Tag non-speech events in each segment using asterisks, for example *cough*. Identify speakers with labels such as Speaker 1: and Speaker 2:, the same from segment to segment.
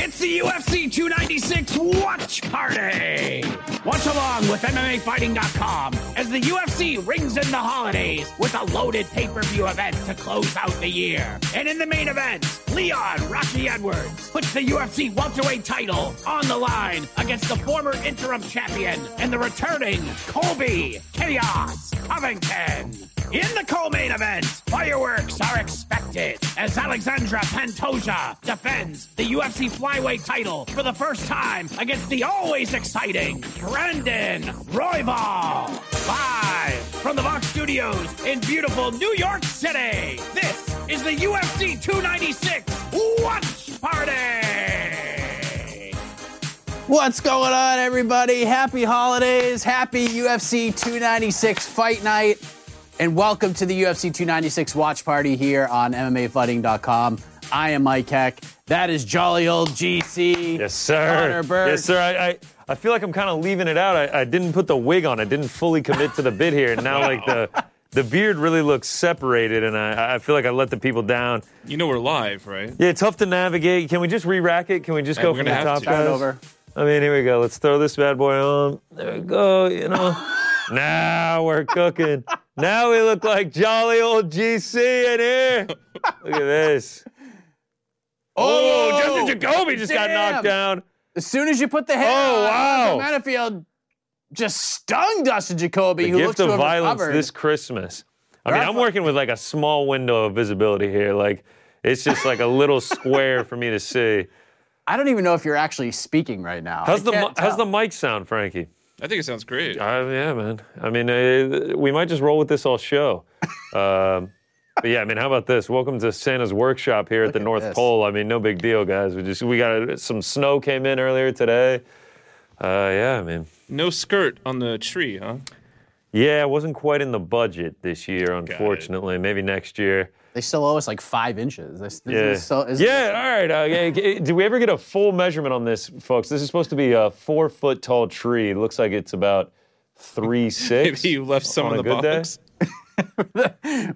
Speaker 1: It's the UFC 296 Watch Party! Watch along with MMAfighting.com as the UFC rings in the holidays with a loaded pay per view event to close out the year. And in the main event, Leon Rocky Edwards puts the UFC welterweight title on the line against the former interim champion and the returning Colby Chaos Covington. In the co-main event, fireworks are expected as Alexandra Pantoja defends the UFC flyweight title for the first time against the always exciting Brandon Royval. Live from the Vox Studios in beautiful New York City, this is the UFC 296 Watch Party.
Speaker 2: What's going on, everybody? Happy holidays. Happy UFC 296 fight night. And welcome to the UFC 296 watch party here on MMAfighting.com. I am Mike Heck. That is jolly old GC.
Speaker 3: Yes, sir.
Speaker 2: Connor Berg.
Speaker 3: Yes, sir. I, I, I feel like I'm kind of leaving it out. I, I didn't put the wig on. I didn't fully commit to the bit here. And now, like, the, the beard really looks separated, and I, I feel like I let the people down.
Speaker 4: You know we're live, right?
Speaker 3: Yeah, tough to navigate. Can we just re rack it? Can we just
Speaker 4: Hey,
Speaker 3: go
Speaker 4: we're
Speaker 3: from the
Speaker 4: gonna
Speaker 3: top,
Speaker 4: have to.
Speaker 2: Turn
Speaker 3: guys?
Speaker 2: it over.
Speaker 3: I mean, here we go. Let's throw this bad boy on. There we go. You know, now we're cooking. Now we look like jolly old GC in here. Look at this. Oh, Justin Jacoby just got knocked
Speaker 2: damn.
Speaker 3: down.
Speaker 2: As soon as you put the hair
Speaker 3: Oh,
Speaker 2: on,
Speaker 3: wow.
Speaker 2: Roger Manafield just stung Dustin Jacoby,
Speaker 3: The
Speaker 2: who looks
Speaker 3: gift
Speaker 2: to
Speaker 3: of
Speaker 2: have
Speaker 3: violence
Speaker 2: recovered.
Speaker 3: this Christmas. I mean,
Speaker 2: Rafa-
Speaker 3: I'm working with like a small window of visibility here. Like, it's just like
Speaker 2: *laughs*
Speaker 3: a little square for me to see.
Speaker 2: I don't even know if you're actually speaking right now.
Speaker 3: How's
Speaker 2: I
Speaker 3: the mi-
Speaker 2: can't
Speaker 3: how's
Speaker 2: tell.
Speaker 3: the mic sound, Frankie?
Speaker 4: I think it sounds great.
Speaker 3: Uh, yeah, man. I mean, uh, we might just roll with this
Speaker 2: *laughs*
Speaker 3: all show. Um, but yeah, I mean, how about this? Welcome to Santa's workshop here at the
Speaker 2: at
Speaker 3: North
Speaker 2: this.
Speaker 3: Pole. I mean, no big deal, guys. We just we got some snow came in earlier today. Uh, yeah, I mean,
Speaker 4: No skirt on the tree, huh? *laughs*
Speaker 3: yeah, it wasn't quite in the budget this year, unfortunately. Maybe next year.
Speaker 2: They still owe us like five inches. This, this
Speaker 3: Yeah.
Speaker 2: is so, is-
Speaker 3: yeah. All right. Uh, yeah, g- did we ever get a full measurement on this, folks? This is supposed to be a four foot tall tree. It looks like it's about
Speaker 2: *laughs*
Speaker 3: three six.
Speaker 4: Maybe you left some
Speaker 3: on
Speaker 4: in
Speaker 3: a
Speaker 4: the
Speaker 3: good day?
Speaker 4: box.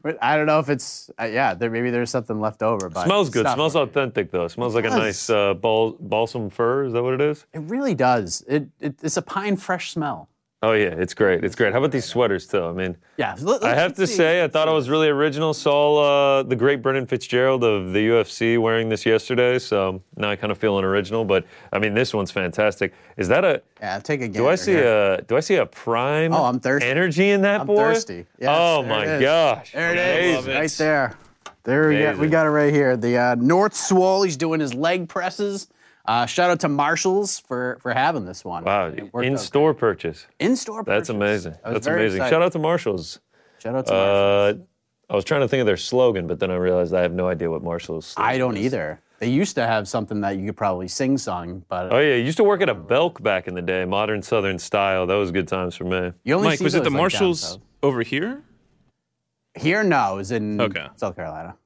Speaker 2: But I don't know if it's uh, yeah. There maybe there's something left over. But
Speaker 3: Smells
Speaker 2: it's
Speaker 3: good.
Speaker 2: not-
Speaker 3: Smells authentic though. Smells like a
Speaker 2: does.
Speaker 3: nice uh, bal- balsam fir. Is that what it is?
Speaker 2: It really does. It, it it's a pine fresh smell.
Speaker 3: Oh yeah, it's great. It's great. How about these sweaters too? I mean,
Speaker 2: Yeah. let-
Speaker 3: I
Speaker 2: let's
Speaker 3: have to
Speaker 2: see.
Speaker 3: say, I thought I was really original. Saw uh, the great Brendan Fitzgerald of the UFC wearing this yesterday, so now I kind of feel unoriginal. But I mean, this one's fantastic. Is that a?
Speaker 2: Yeah, take a gander.
Speaker 3: Do I see
Speaker 2: here.
Speaker 3: a? Do I see a prime?
Speaker 2: Oh, I'm thirsty.
Speaker 3: Energy in that
Speaker 2: I'm
Speaker 3: boy.
Speaker 2: thirsty. Yes,
Speaker 3: oh
Speaker 2: there
Speaker 3: my
Speaker 2: it is.
Speaker 3: gosh.
Speaker 2: There it
Speaker 4: I
Speaker 2: is,
Speaker 4: love it.
Speaker 2: right there. There we got, we
Speaker 3: Amazing.
Speaker 2: got it right here. The uh, North Swole. He's doing his leg presses. Uh, shout out to Marshalls for for having this one.
Speaker 3: Wow.
Speaker 2: It worked out
Speaker 3: In store purchase.
Speaker 2: great. In store.
Speaker 3: That's amazing. That's amazing. Shout out to Marshalls.
Speaker 2: Shout out to. Marshalls.
Speaker 3: Uh, I was trying to think of their slogan, but then I realized I have no idea what Marshall's. Slogan
Speaker 2: I don't
Speaker 3: is.
Speaker 2: either. They used to have something that you could probably sing song, but
Speaker 3: Oh yeah, I used to work at a Belk back in the day, modern Southern style. That was good times for me.
Speaker 2: you only
Speaker 4: Mike,
Speaker 2: see
Speaker 4: was it
Speaker 2: those,
Speaker 4: the
Speaker 2: like, down
Speaker 4: Marshalls
Speaker 2: south.
Speaker 4: over here?
Speaker 2: Here, no, is in
Speaker 4: Okay.
Speaker 2: South Carolina.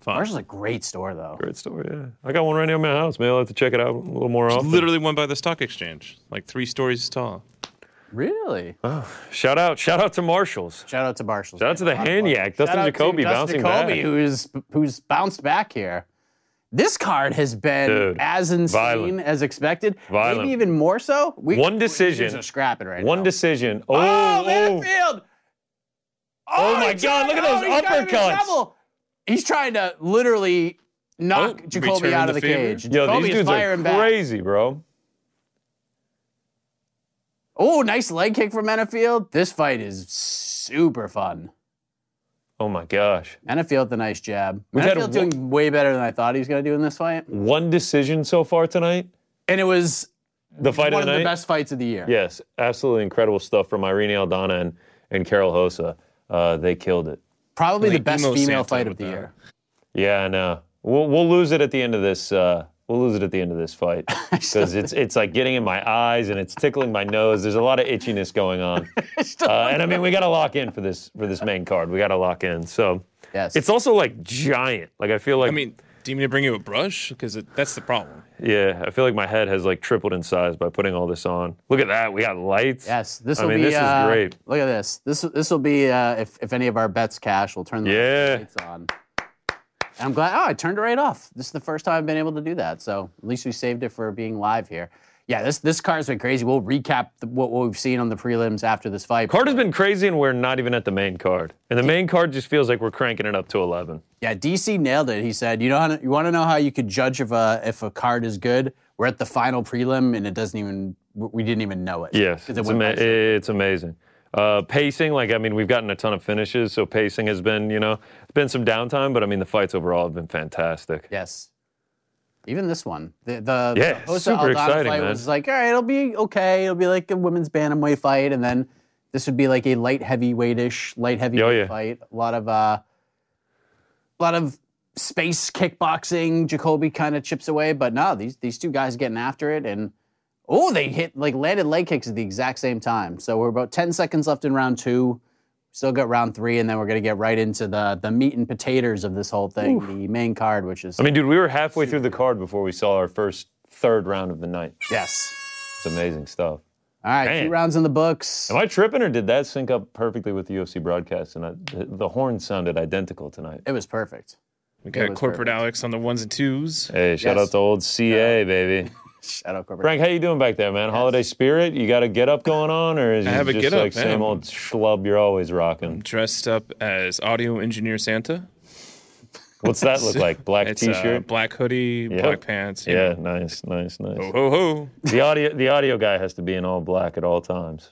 Speaker 4: Fine.
Speaker 2: Marshalls is a great store though.
Speaker 3: Great store, yeah. I got one right near my house. Maybe I'll have to check it out a little more often.
Speaker 4: Literally went by the stock exchange, like three stories tall.
Speaker 2: Really?
Speaker 3: Shout out, shout out to Marshalls.
Speaker 2: Shout out to Marshalls.
Speaker 3: Shout out to the Haniac,
Speaker 2: Shout
Speaker 3: Dustin
Speaker 2: out to
Speaker 3: Jacoby
Speaker 2: Dustin
Speaker 3: bouncing
Speaker 2: Jacoby,
Speaker 3: back.
Speaker 2: who's who's bounced back here. This card has been
Speaker 3: Dude,
Speaker 2: as insane
Speaker 3: violent.
Speaker 2: as expected.
Speaker 3: Violent.
Speaker 2: Maybe even more so. We,
Speaker 3: One
Speaker 2: we-
Speaker 3: decision.
Speaker 2: We're just scrapping right
Speaker 3: One
Speaker 2: now.
Speaker 3: decision. Oh,
Speaker 2: Oh,
Speaker 3: oh,
Speaker 2: Manfield!
Speaker 3: Oh, my
Speaker 2: he
Speaker 3: God,
Speaker 2: tried-
Speaker 3: look at
Speaker 2: he's
Speaker 3: those
Speaker 2: trying to be
Speaker 3: uppercuts.
Speaker 2: double. He's trying to literally knock
Speaker 4: Oh,
Speaker 2: Jacoby
Speaker 4: return
Speaker 2: out of
Speaker 4: the
Speaker 2: the
Speaker 4: favor.
Speaker 2: cage.
Speaker 3: yo,
Speaker 2: Jacoby
Speaker 3: these
Speaker 2: is
Speaker 3: dudes are
Speaker 2: firing back.
Speaker 3: crazy, bro.
Speaker 2: Oh, nice leg kick from Menafield. This fight is super fun.
Speaker 3: Oh my gosh.
Speaker 2: Menafield, the nice jab.
Speaker 3: We've had
Speaker 2: Menafield
Speaker 3: one-
Speaker 2: doing way better than I thought he was going to do in this fight.
Speaker 3: One decision so far tonight.
Speaker 2: And it was
Speaker 3: The fight
Speaker 2: one of
Speaker 3: of the night.
Speaker 2: the best fights of the year.
Speaker 3: Yes, absolutely incredible stuff from Irene Aldana and, and Carol Hosa. Uh, they killed it.
Speaker 2: Probably the
Speaker 4: Like
Speaker 2: best
Speaker 4: Emo
Speaker 2: female
Speaker 4: Santa
Speaker 2: fight of
Speaker 4: with
Speaker 2: the
Speaker 4: that.
Speaker 2: year.
Speaker 3: Yeah, I know. We'll, we'll lose it at the end of this. Uh, we'll lose it at the end of this fight because it's it's like getting in my eyes and it's tickling my nose. There's a lot of itchiness going on, uh, and I mean we got to lock in for this for this main card. We got to lock in. So
Speaker 2: Yes.
Speaker 3: it's also like giant. Like I feel like
Speaker 4: I mean, do you mean to bring you a brush? Because that's the problem.
Speaker 3: yeah, I feel like my head has like tripled in size by putting all this on. Look at that. We got lights.
Speaker 2: yes. This
Speaker 3: I
Speaker 2: will
Speaker 3: mean,
Speaker 2: be.
Speaker 3: this is
Speaker 2: uh,
Speaker 3: great.
Speaker 2: Look at this. This this will be uh, if if any of our bets cash, we'll turn the
Speaker 3: Yeah.
Speaker 2: lights on. And I'm glad. Oh, I turned it right off. This is the first time I've been able to do that. So at least we saved it for being live here. Yeah. This this card's been crazy. We'll recap the, what, what we've seen on the prelims after this fight.
Speaker 3: Card has been crazy, and we're not even at the main card. And the main card just feels like we're cranking it up to 11.
Speaker 2: Yeah, DC nailed it. He said, "You know, how- you want to know how you could judge if a if a card is good? We're at the final prelim, and it doesn't even we didn't even know it.
Speaker 3: Yes,
Speaker 2: 'Cause
Speaker 3: it's,
Speaker 2: it went
Speaker 3: ama-
Speaker 2: by so-
Speaker 3: it's amazing. Uh, pacing, like I mean, we've gotten a ton of finishes, so pacing has been, you know, it's been some downtime, but I mean, the fights overall have been fantastic.
Speaker 2: yes, even this one, the the,
Speaker 3: Yeah,
Speaker 2: the Hossa
Speaker 3: super
Speaker 2: Aldana
Speaker 3: exciting,
Speaker 2: fight
Speaker 3: man.
Speaker 2: was like, all right, it'll be okay. It'll be like a women's bantamweight fight, and then this would be like a light heavyweightish light heavyweight
Speaker 3: Oh, yeah.
Speaker 2: fight. A lot of uh, a lot of space kickboxing. Jacoby kind of chips away, but no, these these two guys getting after it and. Oh, they hit like landed leg kicks at the exact same time. So we're about 10 seconds left in round two. Still got round three, and then we're gonna get right into the the meat and potatoes of this whole thing, the main card, which is
Speaker 3: I mean, dude, we were halfway through the card before we saw our first third round of the night.
Speaker 2: yes.
Speaker 3: It's amazing stuff.
Speaker 2: All right,
Speaker 3: Man.
Speaker 2: two rounds in the books.
Speaker 3: Am I tripping, or did that sync up perfectly with the UFC broadcast? And I, the, the horn sounded identical tonight.
Speaker 2: It was perfect.
Speaker 4: We got
Speaker 2: was
Speaker 4: corporate
Speaker 2: perfect.
Speaker 4: Alex on the ones and twos.
Speaker 3: Hey, shout
Speaker 2: Yes.
Speaker 3: out to old CA,
Speaker 4: *laughs*
Speaker 3: baby.
Speaker 2: Shout out corporate.
Speaker 3: Frank, how you doing back there, man? Holiday spirit? You got a get up going on, or is
Speaker 4: I
Speaker 3: it
Speaker 4: have a
Speaker 3: just
Speaker 4: get up,
Speaker 3: like
Speaker 4: man.
Speaker 3: same old schlub you're always rocking?
Speaker 4: Dressed up as audio engineer Santa.
Speaker 3: What's that
Speaker 4: *laughs*
Speaker 3: look like? Black
Speaker 4: It's a
Speaker 3: t-shirt.
Speaker 4: black hoodie,
Speaker 3: Yep.
Speaker 4: black pants. you
Speaker 3: yeah, nice, nice, nice.
Speaker 4: know. Ho ho ho.
Speaker 3: The audio, the audio guy has to be in all black at all times.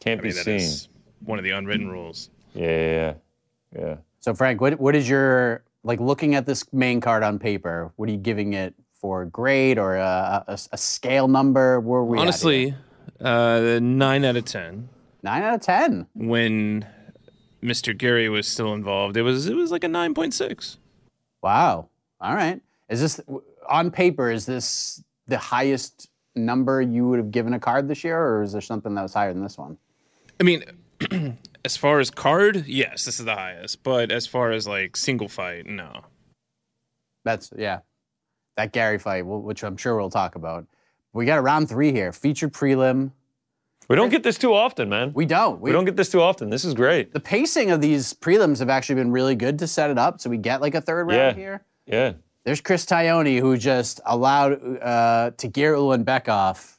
Speaker 3: Can't
Speaker 4: I
Speaker 3: be
Speaker 4: mean, that
Speaker 3: seen.
Speaker 4: is one of the unwritten rules.
Speaker 3: Yeah, yeah, yeah, yeah.
Speaker 2: So Frank, what what is your like looking at this main card on paper? What are you giving it for a grade or a, a, a scale number? Where are we at here?
Speaker 4: Honestly, uh, nine out of ten.
Speaker 2: nine out of ten.
Speaker 4: When Mr. Gary was still involved, it was it was like a nine point six.
Speaker 2: Wow. All right. Is this on paper? Is this the highest number you would have given a card this year, or is there something that was higher than this one?
Speaker 4: I mean, *clears throat* as far as card, yes, this is the highest. But as far as like single fight, no.
Speaker 2: That's yeah. That Gary fight, wh- which I'm sure we'll talk about. We got a round three here. Featured prelim.
Speaker 3: We don't get this too often, man. We,
Speaker 2: We don't.
Speaker 3: don't get this too often. This is great.
Speaker 2: the pacing of these prelims have actually been really good to set it up. So we get like a third round
Speaker 3: Yeah.
Speaker 2: here.
Speaker 3: Yeah.
Speaker 2: There's Chris Tyone who just allowed uh, Tagir Ulanbekov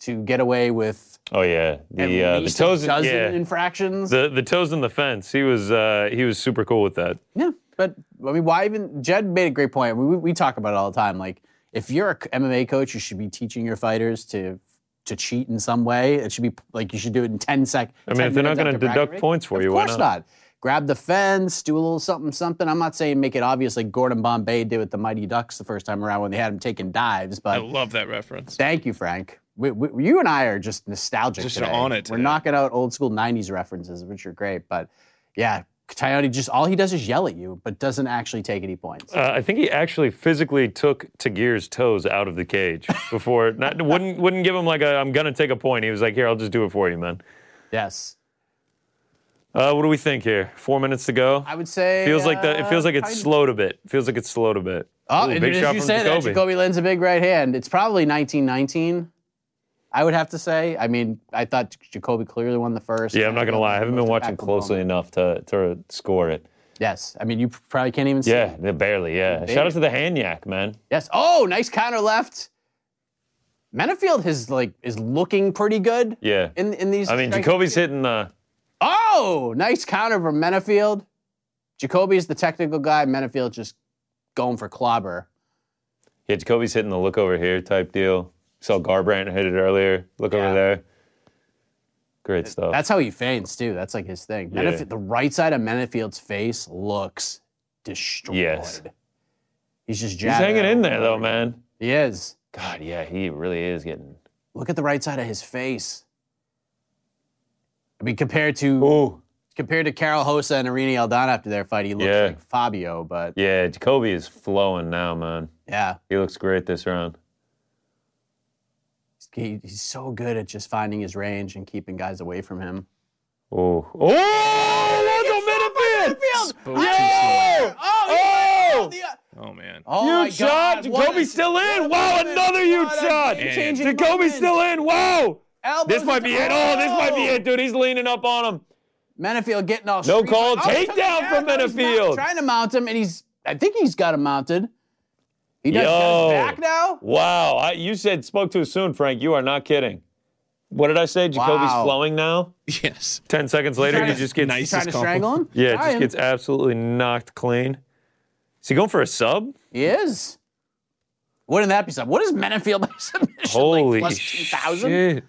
Speaker 2: to get away with
Speaker 3: Oh yeah.
Speaker 2: at
Speaker 3: The uh, the
Speaker 2: least
Speaker 3: toes.
Speaker 2: a dozen
Speaker 3: Yeah.
Speaker 2: infractions.
Speaker 3: The the toes in the fence. He was uh, he was super cool with that.
Speaker 2: Yeah, but I mean, why even? Jed made a great point. We, we talk about it all the time. Like, if you're a MMA coach, you should be teaching your fighters to to cheat in some way. It should be like you should do it in ten seconds.
Speaker 3: I mean, if they're not going to deduct points for you,
Speaker 2: of course
Speaker 3: why
Speaker 2: not? Grab the fence, do a little something, something. I'm not saying make it obvious like Gordon Bombay did with the Mighty Ducks the first time around when they had him taking dives.
Speaker 4: I
Speaker 2: But
Speaker 4: love that reference.
Speaker 2: thank you, Frank. We, we, you and I are just nostalgic.
Speaker 4: Just
Speaker 2: today.
Speaker 4: on it
Speaker 2: We're
Speaker 4: today.
Speaker 2: knocking out old school '90s references, which are great. But yeah, Coyote just all he does is yell at you, but doesn't actually take any points.
Speaker 3: Uh, I think he actually physically took Tagir's toes out of the cage before. *laughs* Not, wouldn't wouldn't give him like a I'm gonna take a point. He was like, here, I'll just do it for you, man.
Speaker 2: Yes.
Speaker 3: Uh, what do we think here? Four minutes to go.
Speaker 2: I would say
Speaker 3: feels like the,
Speaker 2: uh,
Speaker 3: it feels like it's
Speaker 2: kind-
Speaker 3: slowed a bit. Feels like it's slowed a bit.
Speaker 2: Oh,
Speaker 3: Ooh,
Speaker 2: and
Speaker 3: big
Speaker 2: as
Speaker 3: shot
Speaker 2: you
Speaker 3: from
Speaker 2: say that,
Speaker 3: Jacoby.
Speaker 2: Jacoby lends a big right hand. It's probably 1919. I would have to say. I mean, I thought Jacoby clearly won the first.
Speaker 3: Yeah, I'm not gonna lie. I haven't been
Speaker 2: Most
Speaker 3: watching
Speaker 2: impactful
Speaker 3: closely
Speaker 2: moment.
Speaker 3: enough to to score it.
Speaker 2: Yes, I mean you probably can't even see.
Speaker 3: Yeah, they're barely. Yeah. Shout out to the Hanyak man.
Speaker 2: Yes. Oh, nice counter left. Menafield is like is looking pretty good
Speaker 3: Yeah.
Speaker 2: in in these.
Speaker 3: I mean,
Speaker 2: strikes.
Speaker 3: Jacoby's hitting uh, the.
Speaker 2: Oh, nice counter from Menafield. Jacoby's the technical guy. Menafield just going for clobber.
Speaker 3: Yeah, Jacoby's hitting the look over here type deal. Saw Garbrandt hit it earlier. Look
Speaker 2: Yeah.
Speaker 3: over there. Great stuff.
Speaker 2: That's how he feints too. That's like his thing.
Speaker 3: Oh. Yeah.
Speaker 2: Menif- the right side of Menafield's face looks destroyed.
Speaker 3: Yes.
Speaker 2: He's just
Speaker 3: He's
Speaker 2: jabbing
Speaker 3: hanging
Speaker 2: out.
Speaker 3: in there though, man.
Speaker 2: He is.
Speaker 3: God, yeah, he really is getting.
Speaker 2: Look at the right side of his face. I mean, compared to
Speaker 3: Ooh.
Speaker 2: compared to Carol Hosa and Irene Aldana after their fight, he looks
Speaker 3: Yeah.
Speaker 2: like Fabio. But
Speaker 3: Yeah, Jacoby is flowing now, man.
Speaker 2: yeah,
Speaker 3: He looks great this round.
Speaker 2: he, he's so good at just finding his range and keeping guys away from him.
Speaker 3: Oh. Oh! Look at Minifield!
Speaker 4: Spoke too
Speaker 3: Yo!
Speaker 4: slow.
Speaker 3: Oh!
Speaker 4: Oh man.
Speaker 2: Oh my
Speaker 3: Huge shot!
Speaker 2: God, what
Speaker 3: Jacoby's
Speaker 2: a-
Speaker 3: still in!
Speaker 2: what
Speaker 3: Wow,
Speaker 2: a-
Speaker 3: another huge
Speaker 2: what a
Speaker 3: shot!
Speaker 2: game-changing
Speaker 3: Jacoby's
Speaker 2: moment.
Speaker 3: still in! Wow!
Speaker 2: Elbows
Speaker 3: This might
Speaker 2: into-
Speaker 3: be it. Oh, this might be
Speaker 2: Oh!
Speaker 3: it, dude. He's leaning up on him.
Speaker 2: Menafield getting all
Speaker 3: No
Speaker 2: street-
Speaker 3: call.
Speaker 2: he
Speaker 3: Takedown
Speaker 2: took it down.
Speaker 3: from
Speaker 2: No, he's
Speaker 3: Menafield.
Speaker 2: not Trying to mount him, and he's. I think he's got him mounted. He does
Speaker 3: Yo.
Speaker 2: got his back now.
Speaker 3: Wow, I, you said spoke too soon, Frank. You are not kidding. What did I say? Jacoby's
Speaker 2: Wow.
Speaker 3: flowing now.
Speaker 4: *laughs* Yes.
Speaker 3: Ten seconds later,
Speaker 2: trying
Speaker 3: he
Speaker 2: to-
Speaker 3: just gets
Speaker 4: nice.
Speaker 2: He's trying to
Speaker 4: Nicest
Speaker 2: strangle him.
Speaker 3: Yeah,
Speaker 2: Trying.
Speaker 3: just gets absolutely knocked clean. Is he going for a sub?
Speaker 2: He is. Wouldn't that be something? What is Menafield by *laughs* submission? like
Speaker 3: Holy
Speaker 2: plus two thousand.
Speaker 3: shit!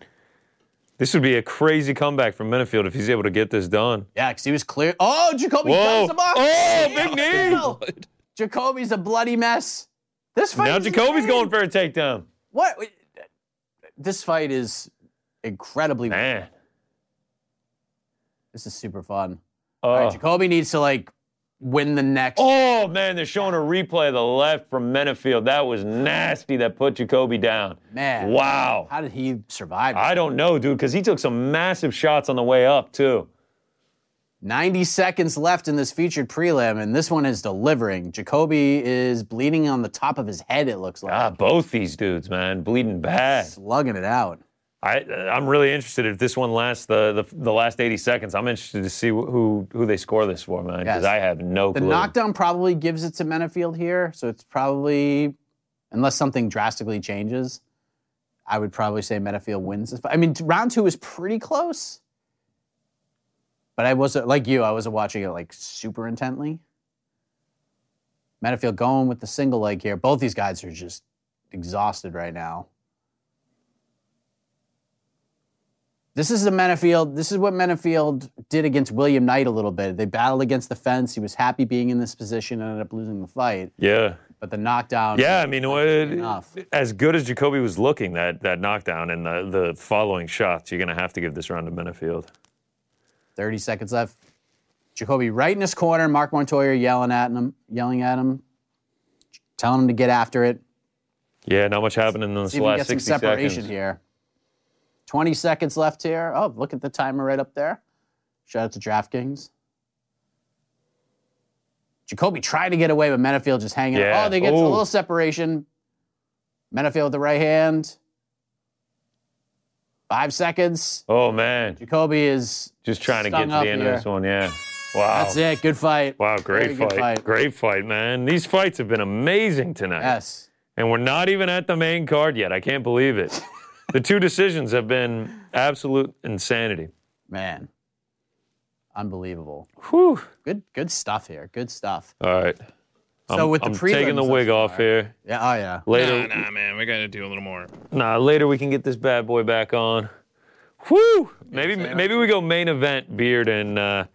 Speaker 3: This would be a crazy comeback from Minifield if he's able to get this done.
Speaker 2: Yeah, because he was clear. Oh, Jacoby
Speaker 3: Whoa!
Speaker 2: cuts him off. Yeah,
Speaker 3: Oh, big
Speaker 2: no.
Speaker 3: knee!
Speaker 2: Jacoby's a bloody mess. This fight.
Speaker 3: Now
Speaker 2: is
Speaker 3: Jacoby's
Speaker 2: insane.
Speaker 3: going for a takedown.
Speaker 2: what? Wait, This fight is incredibly.
Speaker 3: Man,
Speaker 2: This is super fun. All right,
Speaker 3: oh.
Speaker 2: Jacoby needs to like win the next.
Speaker 3: Oh, man, they're showing a replay of the left from Minifield. That was nasty. That put Jacoby down.
Speaker 2: Man.
Speaker 3: Wow.
Speaker 2: How did he survive?
Speaker 3: I don't know, dude, because he took some massive shots on the way up too.
Speaker 2: 90 seconds left in this featured prelim, and this one is delivering. Jacoby is bleeding on the top of his head, it looks like.
Speaker 3: Ah, both these dudes, man, bleeding bad.
Speaker 2: Slugging it out.
Speaker 3: I, I'm really interested if this one lasts the, the the last 80 seconds. I'm interested to see who who they score this for, man, because
Speaker 2: Yes.
Speaker 3: I have no
Speaker 2: The
Speaker 3: clue.
Speaker 2: knockdown probably gives it to Menafield here, so it's probably, unless something drastically changes, I would probably say Menafield wins this. fight. I mean, t- round two is pretty close, but I wasn't like you. I wasn't watching it like super intently. Menafield going with the single leg here. Both these guys are just exhausted right now. This is the Menafield. This is what Menafield did against William Knight a little bit. They battled against the fence. He was happy being in this position and ended up losing the fight.
Speaker 3: yeah,
Speaker 2: But the knockdown.
Speaker 3: yeah. I mean,
Speaker 2: enough.
Speaker 3: what, as good as Jacoby was looking, that that knockdown and the, the following shots, you're gonna have to give this round to Minifield.
Speaker 2: 30 seconds left. Jacoby right in his corner. Mark Montoya yelling at him, yelling at him, telling him to get after it.
Speaker 3: Yeah, not much happening in this
Speaker 2: See if we can get
Speaker 3: last
Speaker 2: some
Speaker 3: 60
Speaker 2: separation
Speaker 3: seconds.
Speaker 2: here. 20 seconds left here. Oh, look at the timer right up there. Shout out to DraftKings. Jacoby trying to get away, but Menafield just hanging. out.
Speaker 3: Yeah.
Speaker 2: Oh, they get a
Speaker 3: Ooh.
Speaker 2: little separation. Menafield with the right hand. Five seconds.
Speaker 3: Oh man,
Speaker 2: Jacoby is
Speaker 3: just trying to get
Speaker 2: stung
Speaker 3: to
Speaker 2: up
Speaker 3: the end
Speaker 2: here.
Speaker 3: of this one. Yeah. Wow.
Speaker 2: That's it. Good fight.
Speaker 3: Um, Wow, great
Speaker 2: Very good
Speaker 3: fight.
Speaker 2: fight.
Speaker 3: Great fight, man. These fights have been amazing tonight.
Speaker 2: Yes.
Speaker 3: And we're not even at the main card yet. I can't
Speaker 2: *laughs*
Speaker 3: believe it. the two decisions have been absolute insanity.
Speaker 2: Man. Unbelievable.
Speaker 3: Whew.
Speaker 2: Good good stuff here. Good stuff.
Speaker 3: All right.
Speaker 2: So
Speaker 3: I'm,
Speaker 2: with the
Speaker 3: I'm taking the
Speaker 2: prelims so
Speaker 3: wig off
Speaker 2: far.
Speaker 3: here.
Speaker 2: Yeah, oh yeah.
Speaker 3: Later
Speaker 4: Nah, nah, man. We gotta do a little more.
Speaker 3: nah, later we can get this bad boy back on. Whew. Maybe
Speaker 4: saying?
Speaker 3: maybe we go main event beard and uh,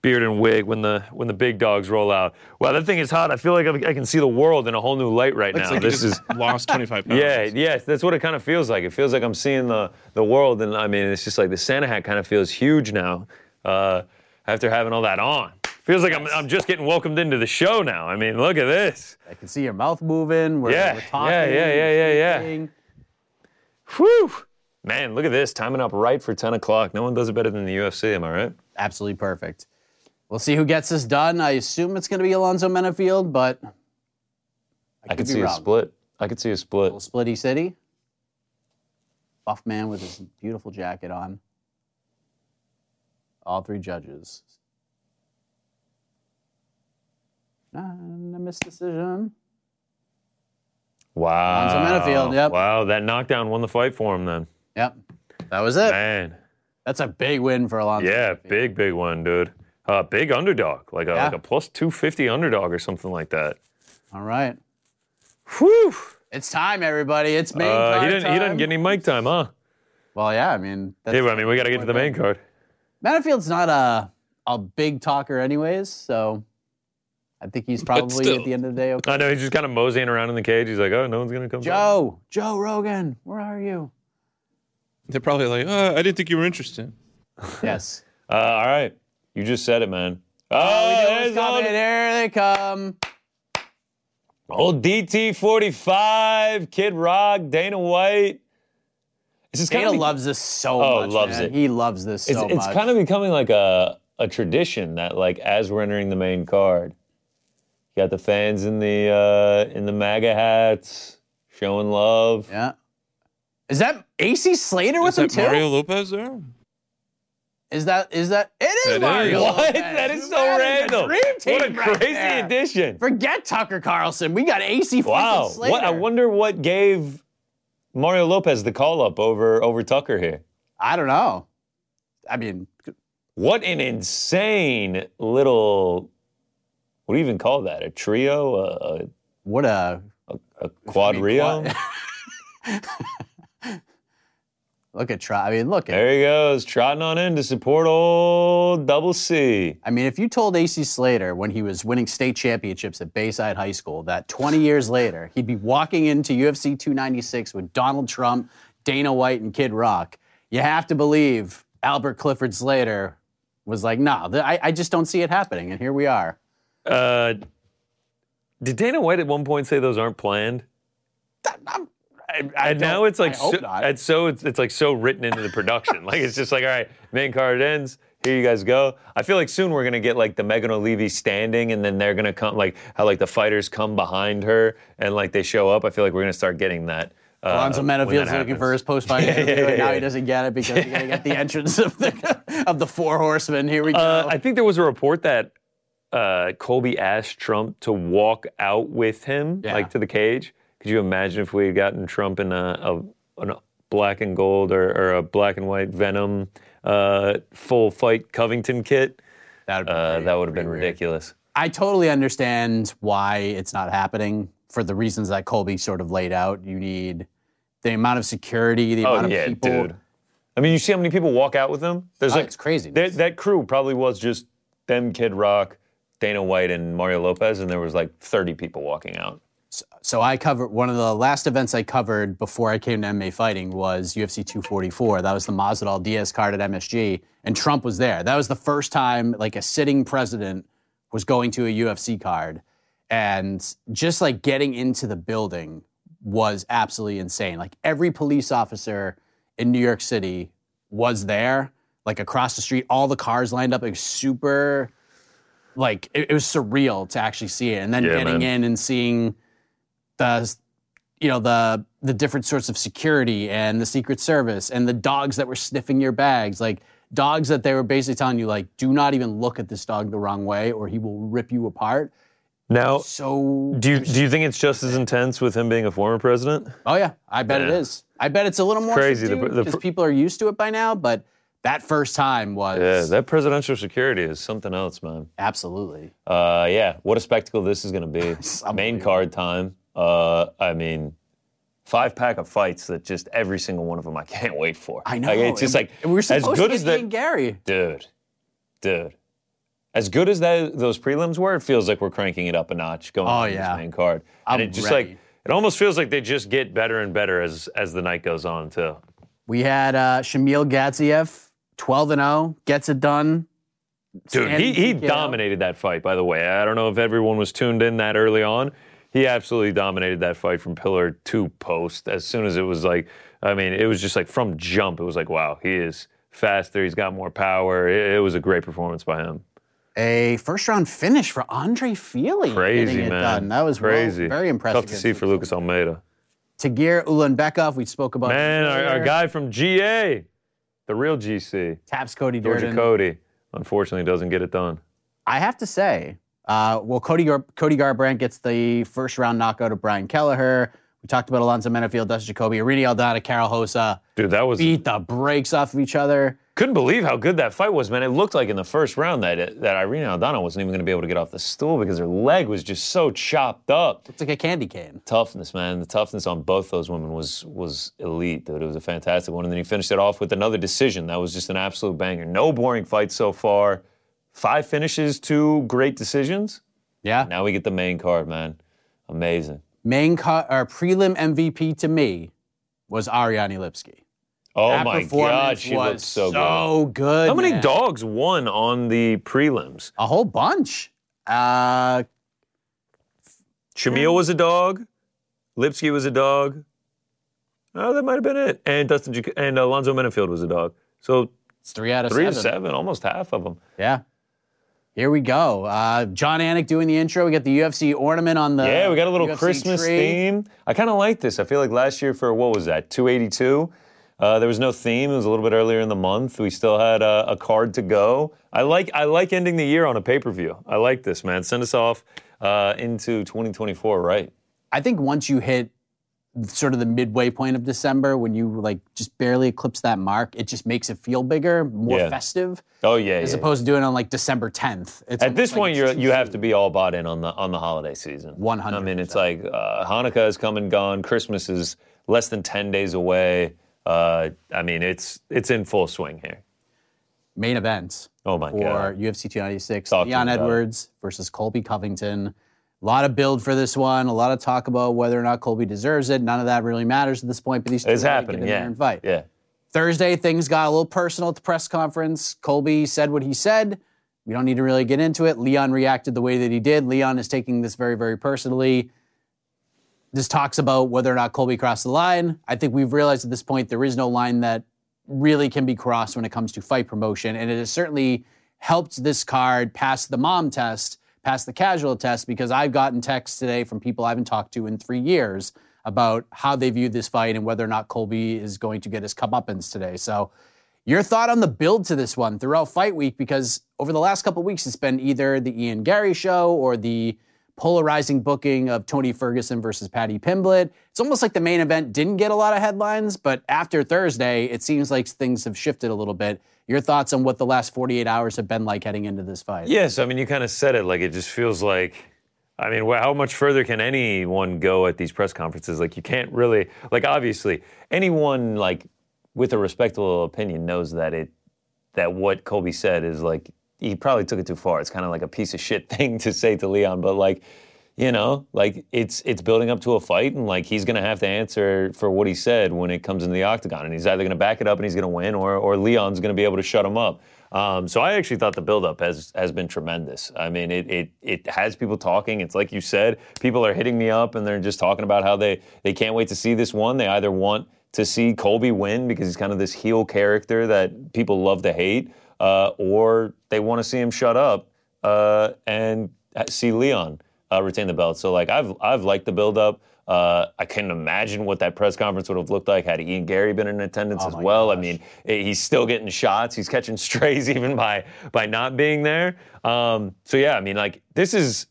Speaker 3: beard and wig when the when the big dogs roll out. Wow, that thing is hot. I feel like I I can see the world in a whole new light right
Speaker 4: Looks
Speaker 3: now.
Speaker 4: like
Speaker 3: this
Speaker 4: you
Speaker 3: is
Speaker 4: just *laughs* Oh,
Speaker 2: *laughs*
Speaker 4: lost 25 pounds.
Speaker 3: Yeah, yes, that's what it kind of feels like. It feels like I'm seeing the the world, and I mean, it's just like the Santa hat kind of feels huge now uh, after having all that on. Feels like I'm, I'm just getting welcomed into the show now. I mean, look at this.
Speaker 2: I can see your mouth moving. We're,
Speaker 3: Yeah,
Speaker 2: we're
Speaker 3: yeah,
Speaker 2: talking.
Speaker 3: yeah, yeah, yeah, yeah.
Speaker 2: speaking.
Speaker 3: Whew. Man, look at this. Timing up right for 10 o'clock. No one does it better than the UFC, am I right?
Speaker 2: Absolutely perfect. We'll see who gets this done. I assume it's going to be Alonzo Menafield, but
Speaker 3: I, could
Speaker 2: be
Speaker 3: see a
Speaker 2: wrong.
Speaker 3: split. I could see a split.
Speaker 2: little Splitty City. Buff man with his beautiful jacket on. All three judges. And a missed decision.
Speaker 3: Wow.
Speaker 2: Menafield, yep.
Speaker 3: Wow, that knockdown won the fight for him then.
Speaker 2: Yep. That was it.
Speaker 3: Man.
Speaker 2: That's a big win for Alonzo.
Speaker 3: Yeah,
Speaker 2: Menafield.
Speaker 3: big, big one, dude. Uh, big underdog, like a,
Speaker 2: Yeah.
Speaker 3: like a plus 250 underdog or something like that.
Speaker 2: All right.
Speaker 3: Whew.
Speaker 2: It's time, everybody. It's main
Speaker 3: Uh,
Speaker 2: card
Speaker 3: he, didn't,
Speaker 2: time.
Speaker 3: he didn't get any mic time, huh?
Speaker 2: Well, yeah, I mean, that's,
Speaker 3: Yeah, I mean, we got to get to the main card.
Speaker 2: Manafield's not a a big talker, anyways. So I think he's probably at
Speaker 4: still.
Speaker 2: the end of the day. Okay.
Speaker 3: I know he's just kind of moseying around in the cage. He's like, oh, no one's going to come. back."
Speaker 2: Joe, Joe Rogan, where are you?
Speaker 3: *laughs*
Speaker 4: They're probably like, uh, I didn't think you were interested.
Speaker 2: Yes.
Speaker 3: Uh, all right. You just said it, man. Oh,
Speaker 2: Oh,
Speaker 3: there's old,
Speaker 2: Here they come.
Speaker 3: old DT45, Kid Rock, Dana White. This is
Speaker 2: Dana
Speaker 3: kinda be-
Speaker 2: loves this so
Speaker 3: Oh,
Speaker 2: much.
Speaker 3: loves
Speaker 2: man.
Speaker 3: it.
Speaker 2: He loves this so
Speaker 3: It's, it's
Speaker 2: much.
Speaker 3: kind of becoming like a, a tradition that, like, as we're entering the main card, you got the fans in the uh, in the MAGA hats showing love.
Speaker 2: yeah. Is that AC Slater with
Speaker 4: Is
Speaker 2: him
Speaker 4: that
Speaker 2: too?
Speaker 4: Mario Lopez there?
Speaker 2: Is that is that it is
Speaker 4: That is.
Speaker 2: Mario?
Speaker 3: *laughs* What?
Speaker 2: Lopez.
Speaker 3: That is so
Speaker 2: That a
Speaker 3: random.
Speaker 2: dream team
Speaker 3: what a
Speaker 2: right
Speaker 3: crazy
Speaker 2: there.
Speaker 3: addition.
Speaker 2: Forget Tucker Carlson. We got AC fucking
Speaker 3: Wow.
Speaker 2: Slater.
Speaker 3: What, I wonder what gave Mario Lopez the call up over over Tucker here.
Speaker 2: I don't know. I mean,
Speaker 3: What an insane little. What do you even call that? A trio? A,
Speaker 2: what a
Speaker 3: a, a quadrio? *laughs*
Speaker 2: look at try. I mean, look at.
Speaker 3: there he goes, trotting on in to support old Double C.
Speaker 2: I mean, if you told AC Slater when he was winning state championships at Bayside High School that 20 years later he'd be walking into UFC 296 with Donald Trump, Dana White, and Kid Rock, you have to believe Albert Clifford Slater was like, "No, th- I, I just don't see it happening." And here we are.
Speaker 3: Uh, did Dana White at one point say those aren't planned? and now
Speaker 2: don't-
Speaker 3: it's like
Speaker 2: I hope
Speaker 3: so,
Speaker 2: not.
Speaker 3: and so it's, it's like so written into the production. like it's just like all right, main card ends. Here you guys go. I feel like soon we're gonna get like the Megan O'Leary standing, and then they're gonna come like how like the fighters come behind her and like they show up. I feel like we're gonna start getting that. Uh,
Speaker 2: Alonzo
Speaker 3: when
Speaker 2: Menafield's
Speaker 3: that
Speaker 2: looking for
Speaker 3: happens.
Speaker 2: his
Speaker 3: *laughs*
Speaker 2: post-fight interview,
Speaker 3: yeah,
Speaker 2: and now
Speaker 3: yeah.
Speaker 2: he doesn't get it because he's gonna get
Speaker 3: *laughs*
Speaker 2: the entrance of the of the four horsemen. Here we go.
Speaker 3: Uh, I think there was a report that uh, Colby asked Trump to walk out with him,
Speaker 2: Yeah.
Speaker 3: like to the cage. Could you imagine if we had gotten Trump in a, a, an black and gold or, or a black and white Venom uh, full fight Covington kit?
Speaker 2: That'd be
Speaker 3: Uh,
Speaker 2: pretty-
Speaker 3: that would have
Speaker 2: pretty
Speaker 3: been
Speaker 2: weird.
Speaker 3: ridiculous.
Speaker 2: I totally understand why it's not happening for the reasons that Colby sort of laid out. You need the amount of security, the amount
Speaker 3: Oh
Speaker 2: of
Speaker 3: yeah,
Speaker 2: people.
Speaker 3: dude. I mean, you see how many people walk out with them? There's
Speaker 2: Oh,
Speaker 3: like
Speaker 2: it's crazy.
Speaker 3: That, that crew probably was just them, Kid Rock, Dana White, and Mario Lopez, and there was like 30 people walking out.
Speaker 2: So I covered one of the last events I covered before I came to MMA fighting was UFC 244. That was the Masvidal Diaz card at MSG, and Trump was there. That was the first time like a sitting president was going to a UFC card, and just like getting into the building was absolutely insane. Like every police officer in New York City was there. Like across the street, all the cars lined up. It was super, like it, it was surreal to actually see it, and then
Speaker 3: Yeah,
Speaker 2: getting
Speaker 3: man.
Speaker 2: in and seeing the you know the the different sorts of security and the secret service and the dogs that were sniffing your bags like dogs that they were basically telling you like do not even look at this dog the wrong way or he will rip you apart
Speaker 3: Now,
Speaker 2: so
Speaker 3: Do you, do you think it's just as intense with him being a former president?
Speaker 2: oh yeah i bet it
Speaker 3: Yeah.
Speaker 2: is i bet it's a little more
Speaker 3: crazy, the- the-
Speaker 2: because people are used to it by now but that first time was
Speaker 3: Yeah, that presidential security is something else, man.
Speaker 2: absolutely
Speaker 3: Uh, yeah, what a spectacle this is going *laughs* to be. Main card time. Uh, I mean, five pack of fights that just every single one of them I can't wait for.
Speaker 2: i know
Speaker 3: Like, it's just
Speaker 2: and-
Speaker 3: like
Speaker 2: and we were
Speaker 3: as
Speaker 2: supposed
Speaker 3: good
Speaker 2: to
Speaker 3: as
Speaker 2: get
Speaker 3: that,
Speaker 2: Dean gary
Speaker 3: dude, dude. As good as that, those prelims were, it feels like we're cranking it up a notch going
Speaker 2: Oh,
Speaker 3: on
Speaker 2: yeah.
Speaker 3: this main card.
Speaker 2: I'm
Speaker 3: and it just
Speaker 2: ready.
Speaker 3: like it almost feels like they just get better and better as as the night goes on too.
Speaker 2: we had uh shamil gatziev 12 and 0 gets it done
Speaker 3: Dude, he,
Speaker 2: Standing
Speaker 3: he
Speaker 2: TKO.
Speaker 3: dominated that fight, by the way. I don't know if everyone was tuned in that early on. he absolutely dominated that fight from pillar to post. As soon as it was like, I mean, it was just like from jump. It was like, wow, he is faster. He's got more power. It, it was a great performance by him.
Speaker 2: A first round finish for Andre Feely.
Speaker 3: Crazy
Speaker 2: getting it
Speaker 3: man.
Speaker 2: done. That was well-
Speaker 3: crazy.
Speaker 2: very impressive.
Speaker 3: Tough to see for Lucas Almeida.
Speaker 2: Tagir Ulanbekov, we spoke about.
Speaker 3: Man,
Speaker 2: him
Speaker 3: our, our
Speaker 2: earlier.
Speaker 3: guy from GA, the real GC,
Speaker 2: taps Cody
Speaker 3: Georgia
Speaker 2: Durden.
Speaker 3: Cody, unfortunately doesn't get it done.
Speaker 2: I have to say, uh, well, Cody Gar- Cody Garbrandt gets the first round knockout of Brian Kelleher. We talked about Alonzo Menafield, Dustin Jacoby, Irini Aldana, Carol Hosa
Speaker 3: Dude, that was
Speaker 2: beat the brakes off of each other.
Speaker 3: couldn't believe how good that fight was, man. It looked like in the first round that it, that Irene Aldana wasn't even going to be able to get off the stool because her leg was just so chopped up.
Speaker 2: It's like a candy cane.
Speaker 3: Toughness, man. The toughness on both those women was was elite, dude. It was a fantastic one, and then he finished it off with another decision that was just an absolute banger. No boring fight so far. Five finishes, two great decisions.
Speaker 2: Yeah.
Speaker 3: Now we get the main card, man. Amazing.
Speaker 2: Main cut or prelim MVP to me was Ariane Lipsky.
Speaker 3: Oh
Speaker 2: that
Speaker 3: my God,
Speaker 2: performance
Speaker 3: she
Speaker 2: was
Speaker 3: looked so, good.
Speaker 2: so good.
Speaker 3: How many
Speaker 2: man.
Speaker 3: dogs won on the prelims?
Speaker 2: A whole bunch. Uh,
Speaker 3: Shamil was a dog. Lipsky was a dog. Oh, that might have been it. And Dustin Jac- and Alonzo Menafield was a dog. So
Speaker 2: it's three out of
Speaker 3: three
Speaker 2: seven.
Speaker 3: to seven, almost half of them.
Speaker 2: Yeah. Here we go. Uh, John Anik doing the intro. We got the UFC ornament on the
Speaker 3: yeah, we got a little
Speaker 2: UFC
Speaker 3: Christmas
Speaker 2: tree.
Speaker 3: theme. I kind of like this. I feel like last year for what was that, 282? Uh, there was no theme. It was a little bit earlier in the month. We still had uh, a card to go. I like I like ending the year on a pay per view. I like this, man. Send us off uh, into 2024, right?
Speaker 2: I think once you hit sort of the midway point of December, when you like just barely eclipse that mark, it just makes it feel bigger, more
Speaker 3: Yeah.
Speaker 2: festive,
Speaker 3: Oh yeah.
Speaker 2: as
Speaker 3: yeah,
Speaker 2: opposed to doing it on like December 10th. It's
Speaker 3: At this
Speaker 2: like
Speaker 3: point,
Speaker 2: it's
Speaker 3: you
Speaker 2: too
Speaker 3: you have
Speaker 2: soon.
Speaker 3: to be all bought in on the on the holiday season.
Speaker 2: 100%.
Speaker 3: I mean, it's like uh, Hanukkah is come and gone. Christmas is less than ten days away. Uh, I mean, it's it's in full swing here.
Speaker 2: main events.
Speaker 3: Oh my
Speaker 2: for
Speaker 3: god!
Speaker 2: UFC 296.
Speaker 3: Talk to
Speaker 2: Leon
Speaker 3: me about it.
Speaker 2: Edwards versus Colby Covington. A lot of build for this one. A lot of talk about whether or not Colby deserves it. None of that really matters at this point. But these two
Speaker 3: It's
Speaker 2: gotta
Speaker 3: happening.
Speaker 2: Get in
Speaker 3: Yeah.
Speaker 2: there and fight.
Speaker 3: Yeah.
Speaker 2: Thursday, things got a little personal at the press conference. Colby said what he said. We don't need to really get into it. Leon reacted the way that he did. Leon is taking this very, very personally. This talks about whether or not Colby crossed the line. I think we've realized at this point there is no line that really can be crossed when it comes to fight promotion. And it has certainly helped this card pass the mom test, pass the casual test, because I've gotten texts today from people I haven't talked to in three years about how they view this fight and whether or not Colby is going to get his comeuppance today. So, your thought on the build to this one throughout fight week, because over the last couple weeks, it's been either the Ian Gary show or the polarizing booking of Tony Ferguson versus Patty Pimblett. It's almost like the main event didn't get a lot of headlines, but after Thursday, it seems like things have shifted a little bit. Your thoughts on what the last 48 hours have been like heading into this fight?
Speaker 3: Yes, I mean, you kind of said it. Like, it just feels like, I mean, wh- how much further can anyone go at these press conferences? Like, you can't really, like, obviously, anyone like with a respectable opinion knows that it, that what Kobe said is like he probably took it too far. It's kind of like a piece of shit *laughs* thing to say to Leon, but like, you know, like it's it's building up to a fight, and like he's gonna have to answer for what he said when it comes into the octagon, and he's either gonna back it up and he's gonna win, or or Leon's gonna be able to shut him up. Um, so I actually thought the buildup has has been tremendous. I mean, it it it has people talking. It's like you said, people are hitting me up and they're just talking about how they they can't wait to see this one. They either want to see Colby win because he's kind of this heel character that people love to hate, uh, or they want to see him shut up uh, and see Leon uh, retain the belt. So like I've I've liked the buildup. Uh, I couldn't imagine what that press conference would have looked like had Ian Gary been in attendance as well. I mean, eh, he's still getting shots. He's catching *laughs* strays even by by not being there. Um, so yeah, I mean, like this is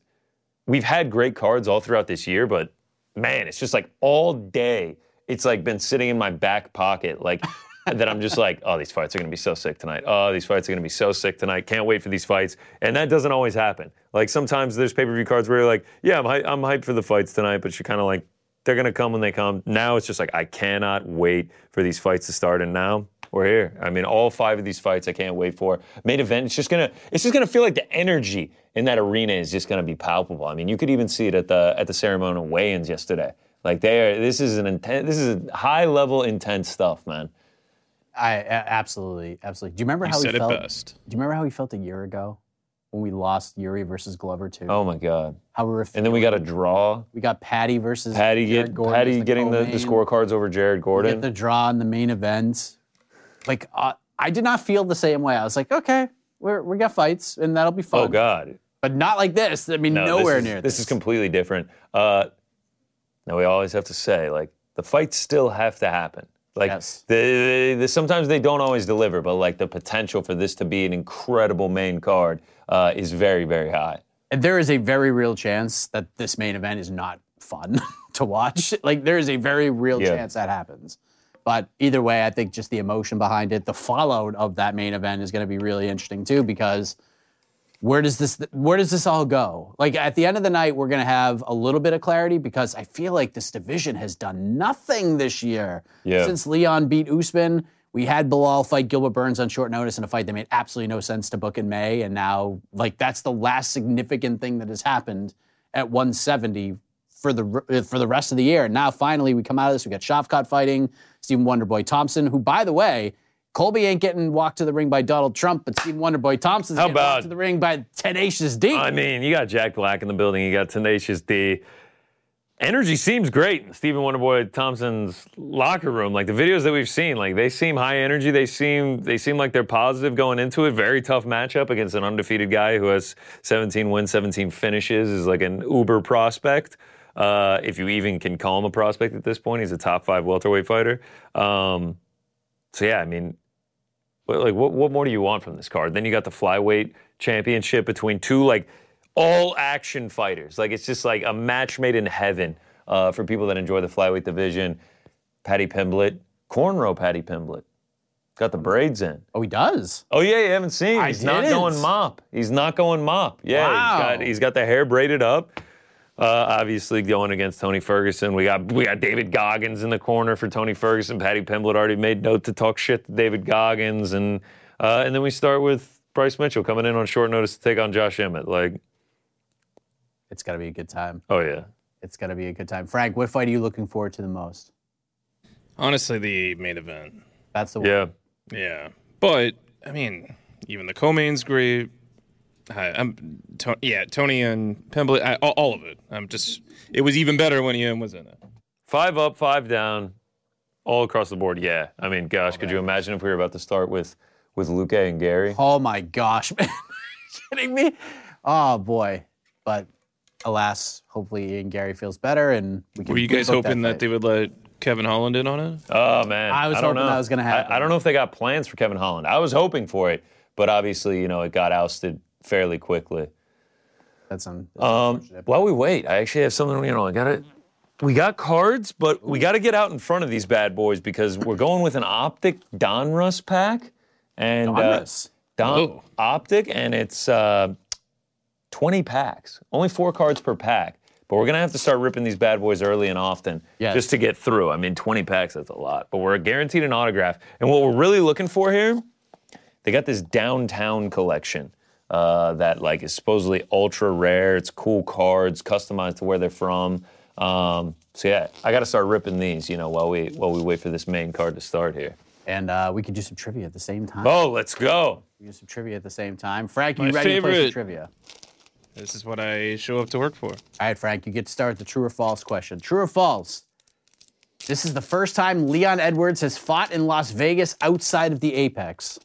Speaker 3: we've had great cards all throughout this year, but man, it's just like all day. It's like been sitting in my back pocket, like that. I'm just like, oh, these fights are gonna be so sick tonight. Oh, these fights are gonna be so sick tonight. Can't wait for these fights. And that doesn't always happen. Like sometimes there's pay per view cards where you're like, yeah, I'm, hy- I'm hyped for the fights tonight, but you're kind of like, they're gonna come when they come. Now it's just like I cannot wait for these fights to start, and now we're here. I mean, all five of these fights I can't wait for. Main event, it's just gonna, it's just gonna feel like the energy in that arena is just gonna be palpable. I mean, you could even see it at the at the ceremonial weigh-ins yesterday. Like they are, this is an intense, this is a high level intense stuff, man.
Speaker 2: I, a- absolutely, absolutely. Do you remember
Speaker 4: You
Speaker 2: how
Speaker 4: said
Speaker 2: he
Speaker 4: it
Speaker 2: felt?
Speaker 4: best.
Speaker 2: Do you remember how he felt a year ago when we lost Yuri versus Glover too.
Speaker 3: Oh my god!
Speaker 2: How we were
Speaker 3: And then we got a draw.
Speaker 2: we got Patty versus
Speaker 3: Patty
Speaker 2: Jared
Speaker 3: get
Speaker 2: Gordon as
Speaker 3: Patty
Speaker 2: the
Speaker 3: getting the, the
Speaker 2: co-main.
Speaker 3: scorecards over Jared
Speaker 2: get
Speaker 3: Gordon.
Speaker 2: the draw in the main event. Like uh, I did not feel the same way. I was like, okay, we're we got fights and that'll be fun.
Speaker 3: oh god!
Speaker 2: But not like this. I mean,
Speaker 3: No, this
Speaker 2: nowhere
Speaker 3: is-
Speaker 2: near
Speaker 3: This is completely different. Uh, now we always have to say like the fights still have to happen. Like
Speaker 2: Yes.
Speaker 3: the, the- sometimes they don't always deliver, but like the potential for this to be an incredible main card uh, is very very high.
Speaker 2: And there is a very real chance that this main event is not fun *laughs* to
Speaker 3: *laughs*
Speaker 2: watch. Like there is a very real
Speaker 3: Yeah.
Speaker 2: chance that happens. But either way, I think just the emotion behind it, the fallout of that main event is going to be really interesting too because where does this where does this all go? Like at the end of the night, we're going to have a little bit of clarity because I feel like this division has done nothing this year
Speaker 3: Yeah.
Speaker 2: since Leon beat Usman. We had Bilal fight Gilbert Burns on short notice in a fight that made absolutely no sense to book in May, and now like that's the last significant thing that has happened at 170 for the uh, for the rest of the year. And now finally we come out of this. We got Shavkat fighting Stephen Wonderboy Thompson, who by the way. Colby ain't getting walked to the ring by Donald Trump, but Stephen Wonderboy Thompson's
Speaker 3: How
Speaker 2: getting walked
Speaker 3: about-
Speaker 2: to the ring by Tenacious D.
Speaker 3: I mean, you got Jack Black in the building. You got Tenacious D. Energy seems great in Stephen Wonderboy Thompson's locker room. Like the videos that we've seen, like they seem high energy. They seem they seem like they're positive going into it. Very tough matchup against an undefeated guy who has 17 wins, 17 finishes. Is like an uber prospect. Uh, if you even can call him a prospect at this point, he's a top five welterweight fighter. Um, so yeah, I mean, but like, what, what more do you want from this card? Then you got the flyweight championship between two like all action fighters. Like it's just like a match made in heaven uh, for people that enjoy the flyweight division. Patty Pimblett, cornrow Patty Pimblett, got the braids in.
Speaker 2: oh, he does.
Speaker 3: Oh yeah, you haven't seen.
Speaker 2: I
Speaker 3: he's not
Speaker 2: didn't.
Speaker 3: going mop. He's not going mop. Yeah,
Speaker 2: Wow.
Speaker 3: he's got he's got the hair braided up. Uh, obviously going against Tony Ferguson. We got we got David Goggins in the corner for Tony Ferguson. Patty Pimblett already made note to talk shit to David Goggins, and uh, and then we start with Bryce Mitchell coming in on short notice to take on Josh Emmett. Like,
Speaker 2: It's got to be a good time.
Speaker 3: oh yeah,
Speaker 2: It's got to be a good time. Frank, what fight are you looking forward to the most?
Speaker 4: Honestly, the main event.
Speaker 2: That's the one.
Speaker 3: yeah.
Speaker 4: Yeah, but I mean, even the co-main's great. I, I'm, to, yeah, Tony and Pembley, I, all, all of it. I'm just, it was even better when Ian was in it.
Speaker 3: Five up, five down, all across the board. Yeah, I mean, gosh, could you imagine if we were about to start with with Luke and Gary?
Speaker 2: Oh my gosh, *laughs* man. kidding me? Oh boy. But alas, hopefully Ian Gary feels better and we can
Speaker 4: Were you guys
Speaker 2: rebook
Speaker 4: hoping that,
Speaker 2: fight.
Speaker 4: they would let Kevin Holland in on it?
Speaker 3: Oh man,
Speaker 2: I was
Speaker 3: don't
Speaker 2: hoping
Speaker 3: know.
Speaker 2: that was gonna
Speaker 3: I-
Speaker 2: happen.
Speaker 3: I, don't know if they got plans for Kevin Holland. I was hoping for it, but obviously, you know, it got ousted fairly quickly.
Speaker 2: That's on.
Speaker 3: Um, while we wait, I actually have something. You know, I got to We got cards, but we got to get out in front of these bad boys because we're going with an optic Donruss pack and uh,
Speaker 2: Donruss?
Speaker 3: Don
Speaker 4: Oh.
Speaker 3: optic, and it's uh, 20 packs, only four cards per pack. But we're gonna have to start ripping these bad boys early and often,
Speaker 2: Yes.
Speaker 3: just to get through. I mean, 20 packs—that's a lot. But we're guaranteed an autograph, and what we're really looking for here they got this downtown collection uh, that like is supposedly ultra rare. It's cool cards, customized to where they're from. Um, so yeah, I got to start ripping these, you know, while we while we wait for this main card to start here.
Speaker 2: and uh, we could do some trivia at the same time.
Speaker 3: Oh, let's go!
Speaker 2: We can do some trivia at the same time. Frank, you
Speaker 4: My
Speaker 2: ready to play some
Speaker 4: favorite.
Speaker 2: trivia?
Speaker 4: This is what I show up to work for.
Speaker 2: All right, Frank, you get to start with the true or false question. True or false? This is the first time Leon Edwards has fought in Las Vegas outside of the Apex.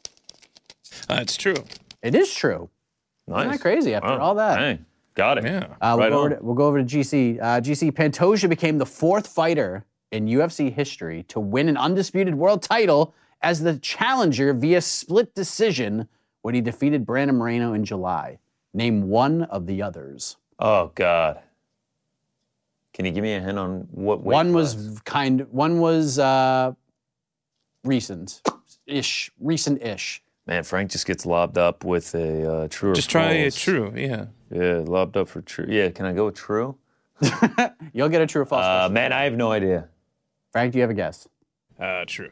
Speaker 4: Uh, it's true.
Speaker 2: It is true.
Speaker 3: Nice.
Speaker 2: that crazy after all that?
Speaker 3: dang. Got it.
Speaker 4: Yeah.
Speaker 2: Uh, we'll,
Speaker 3: Right
Speaker 2: go
Speaker 3: on.
Speaker 2: over to, we'll go over to GC. Uh, GC Pantoja became the fourth fighter in UFC history to win an undisputed world title as the challenger via split decision when he defeated Brandon Moreno in July. Name one of the others.
Speaker 3: Oh God. Can you give me a hint on what uh, weight
Speaker 2: one was
Speaker 3: class?
Speaker 2: v- kind. One was uh, recent, ish, recent ish.
Speaker 3: man. Frank just gets lobbed up with a uh, true. or
Speaker 4: Just try it.
Speaker 3: false.
Speaker 4: True. Yeah.
Speaker 3: Yeah, lobbed up for true. Yeah, can I go with true?
Speaker 2: You'll get a true or false.
Speaker 3: Uh,
Speaker 2: question.
Speaker 3: man, I have no idea.
Speaker 2: Frank, do you have a guess?
Speaker 4: Uh, true.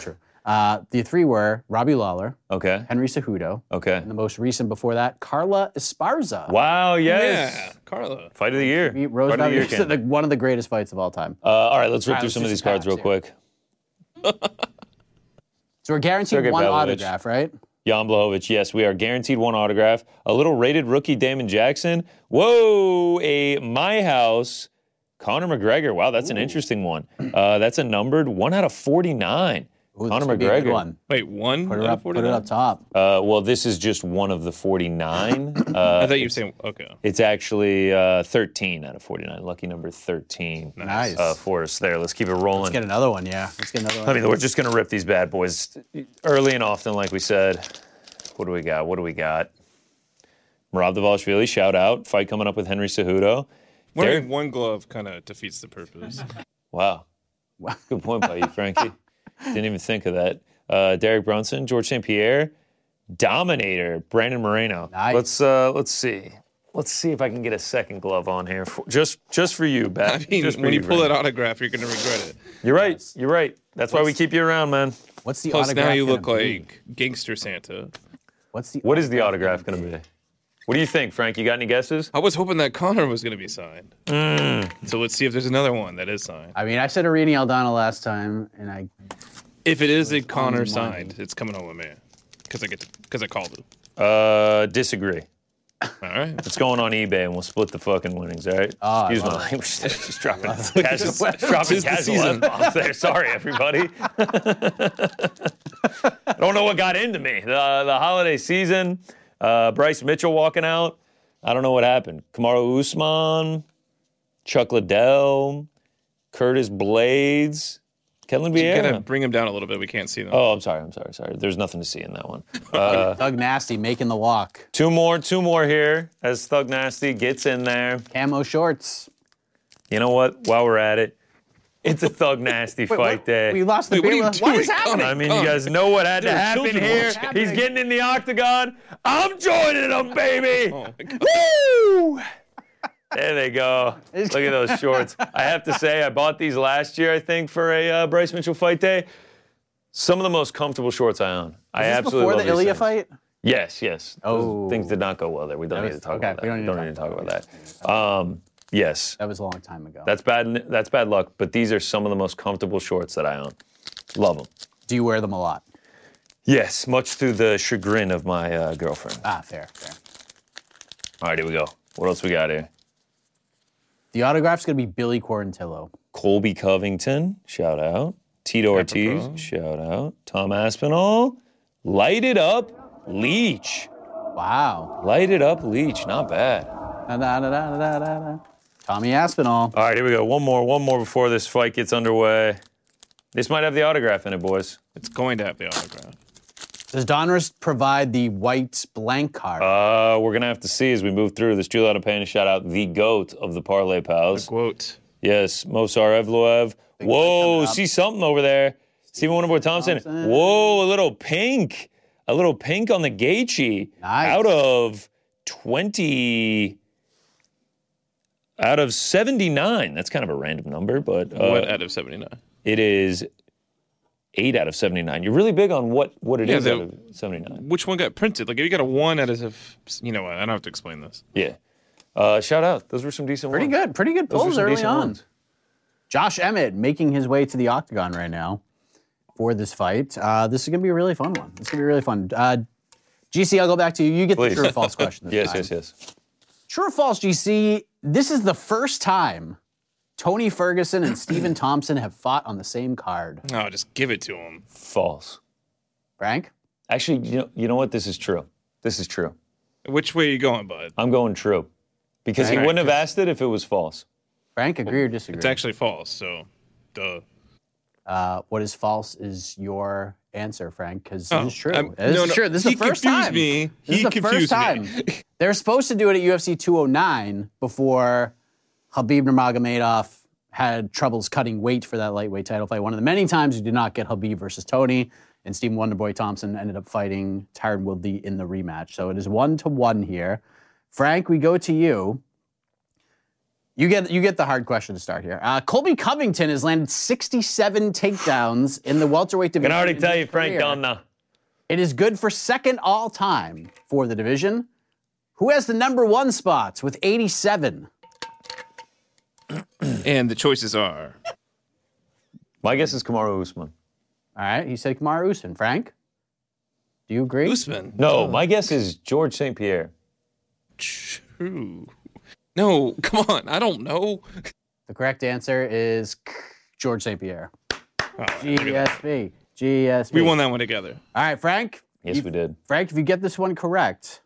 Speaker 2: True. Uh, the three were Robbie Lawler,
Speaker 3: Okay.
Speaker 2: Henry Cejudo,
Speaker 3: Okay.
Speaker 2: and the most recent before that, Carla Esparza.
Speaker 3: Wow, yes.
Speaker 4: Yeah. Carla.
Speaker 3: Fight of the year.
Speaker 2: Beat Rose
Speaker 3: Fight of
Speaker 2: *laughs*
Speaker 3: the year,
Speaker 2: Namajunas,
Speaker 3: Ken.
Speaker 2: like, one of the greatest fights of all time.
Speaker 3: Uh, all right, let's
Speaker 2: All
Speaker 3: rip
Speaker 2: right,
Speaker 3: through
Speaker 2: let's
Speaker 3: some
Speaker 2: do
Speaker 3: of these
Speaker 2: some
Speaker 3: cards real
Speaker 2: packs
Speaker 3: quick.
Speaker 2: So we're guaranteed
Speaker 3: Sergey
Speaker 2: one
Speaker 3: Pavlovich.
Speaker 2: autograph, right?
Speaker 3: Jan Blahovic. Yes, we are guaranteed one autograph. A little rated rookie Damon Jackson. Whoa, a My House Conor McGregor. Wow, that's an interesting one. Uh, that's a numbered one out of 49.
Speaker 2: Ooh, this
Speaker 3: Conor
Speaker 2: could be a good
Speaker 3: McGregor.
Speaker 2: one.
Speaker 4: Wait, one?
Speaker 2: Put it
Speaker 4: out
Speaker 2: up.
Speaker 4: of
Speaker 2: Put it
Speaker 4: 49?
Speaker 2: up top.
Speaker 3: Uh, well, this is just one of the 49.
Speaker 2: *laughs*
Speaker 3: Uh,
Speaker 4: I thought you were saying okay.
Speaker 3: It's actually uh, 13 out of 49. Lucky number 13.
Speaker 2: Nice.
Speaker 3: Uh, for us there. Let's keep it rolling.
Speaker 2: Let's get another one. Yeah. Let's get another one.
Speaker 3: I mean, we're just going to rip these bad boys early and often, like we said. What do we got? What do we got? Marab Davalishvili, shout out. Fight coming up with Henry Cejudo.
Speaker 4: Wearing
Speaker 3: Derek-
Speaker 4: one glove kind of defeats the purpose.
Speaker 3: Wow. Good point by you,
Speaker 4: *laughs*
Speaker 3: Frankie. Didn't even think of that. Uh, Derek Brunson, George St. Pierre, Dominator, Brandon Moreno.
Speaker 2: Nice.
Speaker 3: Let's uh, let's see. Let's see if I can get a second glove on here, for, just just for you, Bat.
Speaker 4: I mean,
Speaker 3: Just for
Speaker 4: when you pull
Speaker 3: Brandon.
Speaker 4: that autograph, you're gonna regret it.
Speaker 3: You're right. You're right. That's why we keep you around, man.
Speaker 2: What's the
Speaker 4: Plus,
Speaker 2: autograph
Speaker 4: now you
Speaker 2: gonna
Speaker 4: look
Speaker 2: be?
Speaker 4: like gangster Santa.
Speaker 2: What's the
Speaker 3: What is the autograph going to be? What do you think, Frank? You got any guesses?
Speaker 4: I was hoping that Connor was gonna be signed. So let's see if there's another one that is signed.
Speaker 2: I mean, I said Arini Aldana last time, and I
Speaker 4: If it is a Connor
Speaker 2: money.
Speaker 4: signed, it's coming home with me because I get because I called him.
Speaker 3: Uh, disagree.
Speaker 4: All right.
Speaker 3: It's going on eBay, and we'll split the fucking winnings. All right.
Speaker 2: I
Speaker 3: Excuse my
Speaker 2: love
Speaker 3: language. *laughs* there. Just dropping, casual, *laughs* dropping
Speaker 4: Tis the
Speaker 3: casual
Speaker 4: season.
Speaker 3: F-bombs there. Sorry, *laughs* everybody. I don't know what got into me. The the holiday season. Uh, Bryce Mitchell walking out. I don't know what happened. Kamaru Usman, Chuck Liddell, Curtis Blades, Kevin
Speaker 4: You *laughs* gotta
Speaker 3: Vieira.
Speaker 4: bring him down a little bit. We can't see them.
Speaker 3: Oh, I'm sorry. I'm sorry. Sorry. There's nothing to see in *laughs* that one. Uh,
Speaker 2: Doug Nasty making the walk.
Speaker 3: two more. Two more here as Thug Nasty gets in there.
Speaker 2: Camo shorts.
Speaker 3: You know what? While we're at it, it's a Thug Nasty fight day.
Speaker 2: We lost the
Speaker 4: Wait, what are
Speaker 2: Bela-
Speaker 4: you
Speaker 2: What
Speaker 4: doing?
Speaker 2: is happening?
Speaker 3: I mean,
Speaker 4: Come.
Speaker 3: you guys know what had to
Speaker 4: are
Speaker 3: happen
Speaker 4: children
Speaker 3: here.
Speaker 4: watching.
Speaker 3: He's getting in the octagon. I'm joining
Speaker 2: *laughs*
Speaker 3: him, baby.
Speaker 2: Oh
Speaker 4: my God.
Speaker 3: Woo! There they go.
Speaker 2: *laughs*
Speaker 3: Look at those shorts. I have to say, I bought these last year, I think, for a uh, Bryce Mitchell fight day. Some of the most comfortable shorts I own. I
Speaker 2: Is this
Speaker 3: absolutely
Speaker 2: before
Speaker 3: love
Speaker 2: the
Speaker 3: these
Speaker 2: Ilya
Speaker 3: things.
Speaker 2: fight?
Speaker 3: Yes, yes.
Speaker 2: Oh.
Speaker 3: Those things did not go well there. We
Speaker 2: That
Speaker 3: don't need
Speaker 2: was-
Speaker 3: to talk
Speaker 2: okay,
Speaker 3: about that.
Speaker 2: we don't need to
Speaker 3: don't need to
Speaker 2: talk
Speaker 3: talk about that. Um, yes.
Speaker 2: That was a long time ago.
Speaker 3: That's bad. That's bad luck. But these are some of the most comfortable shorts that I own. Love them.
Speaker 2: Do you wear them a lot?
Speaker 3: Yes, much to the chagrin of my uh, girlfriend.
Speaker 2: Ah, fair, fair.
Speaker 3: All right, here we go. What else we got here?
Speaker 2: The autograph's gonna be Billy Quarantillo.
Speaker 3: Colby Covington, shout out. Tito Ortiz, shout out. Tom Aspinall, light it up, Leach.
Speaker 2: Wow.
Speaker 3: Light it up, Leach. Not bad.
Speaker 2: Da, da, da, da, da, da, da. Tommy Aspinall.
Speaker 3: All right, here we go. One more, one more before this fight gets underway. This might have the autograph in it, boys.
Speaker 4: It's going to have the autograph.
Speaker 2: Does Donruss provide the white blank card?
Speaker 3: Uh, we're gonna have to see as we move through this. Drew Lautapana, shout out the goat of the parlay pals.
Speaker 4: Quote.
Speaker 3: Yes, Mosar Evloev. Whoa, see something over there. Stephen Winterboard Thompson.
Speaker 2: Thompson.
Speaker 3: Whoa, a little pink. A little pink on the Gaethje.
Speaker 2: Nice.
Speaker 3: Out of 20 out of 79. That's kind of a random number, but uh,
Speaker 4: What out of 79?
Speaker 3: it is 8 out of 79. You're really big on what what it
Speaker 4: Yeah,
Speaker 3: is
Speaker 4: the-
Speaker 3: out of 79.
Speaker 4: Which one got printed? Like, if you got a one out of, you know what? I don't have to explain this.
Speaker 3: Yeah. Uh, shout out. Those were some decent
Speaker 2: pretty
Speaker 3: ones.
Speaker 2: good, pretty good
Speaker 3: Those were
Speaker 2: pulls
Speaker 3: some
Speaker 2: early
Speaker 3: decent
Speaker 2: on.
Speaker 3: ones.
Speaker 2: Josh Emmett making his way to the octagon right now for this fight. Uh, this is going to be a really fun one. It's going to be really fun. Uh, GC, I'll go back to you. You get the
Speaker 3: Please.
Speaker 2: true or false question. This
Speaker 3: *laughs* Yes,
Speaker 2: time.
Speaker 3: yes, yes.
Speaker 2: True or false, GC? This is the first time Tony Ferguson and Stephen Thompson have fought on the same card.
Speaker 4: No, just give it to him.
Speaker 3: False.
Speaker 2: Frank,
Speaker 3: Actually, you know, you know what? This is true. This is true.
Speaker 4: Which way are you going, bud?
Speaker 3: I'm going true. Because he
Speaker 4: Right.
Speaker 3: wouldn't have asked it if it was false.
Speaker 2: Frank, agree or disagree?
Speaker 4: It's actually false. So, duh.
Speaker 2: uh, what is false is your answer, Frank, because
Speaker 4: Oh,
Speaker 2: this is true.
Speaker 4: I'm-
Speaker 2: this
Speaker 4: no,
Speaker 2: is
Speaker 4: no,
Speaker 2: true. This is
Speaker 4: he
Speaker 2: the first
Speaker 4: confused
Speaker 2: time.
Speaker 4: me.
Speaker 2: This
Speaker 4: He
Speaker 2: is the first
Speaker 4: confused me.
Speaker 2: time.
Speaker 4: *laughs*
Speaker 2: They're supposed to do it at UFC 209 before Habib Nurmagomedov had troubles cutting weight for that lightweight title fight. One of the many times you did not get Habib versus Tony, and Stephen Wonderboy Thompson ended up fighting Tyron Woodley in the rematch. So it is one to one here. Frank, we go to you. You get you get the hard question to start here. Uh, Colby Covington has landed 67 takedowns in the welterweight
Speaker 3: I
Speaker 2: division.
Speaker 3: can already
Speaker 2: in
Speaker 3: tell
Speaker 2: his
Speaker 3: you, Frank
Speaker 2: career.
Speaker 3: Donna.
Speaker 2: It is good for second all time for the division. Who has the number one spots with 87?
Speaker 4: And the choices are
Speaker 3: My guess is Kamaru Usman.
Speaker 2: All right, he said Kamaru Usman. Frank, Do you agree?
Speaker 4: Usman.
Speaker 3: No, my guess is George St. Pierre.
Speaker 4: True. No, *laughs* come on. I don't know.
Speaker 2: The correct answer is George St. Pierre.
Speaker 4: Oh,
Speaker 2: GSP. GSP.
Speaker 4: we won that one together.
Speaker 2: All right, Frank.
Speaker 3: Yes,
Speaker 2: You-
Speaker 3: we did.
Speaker 2: Frank, if you get this one correct,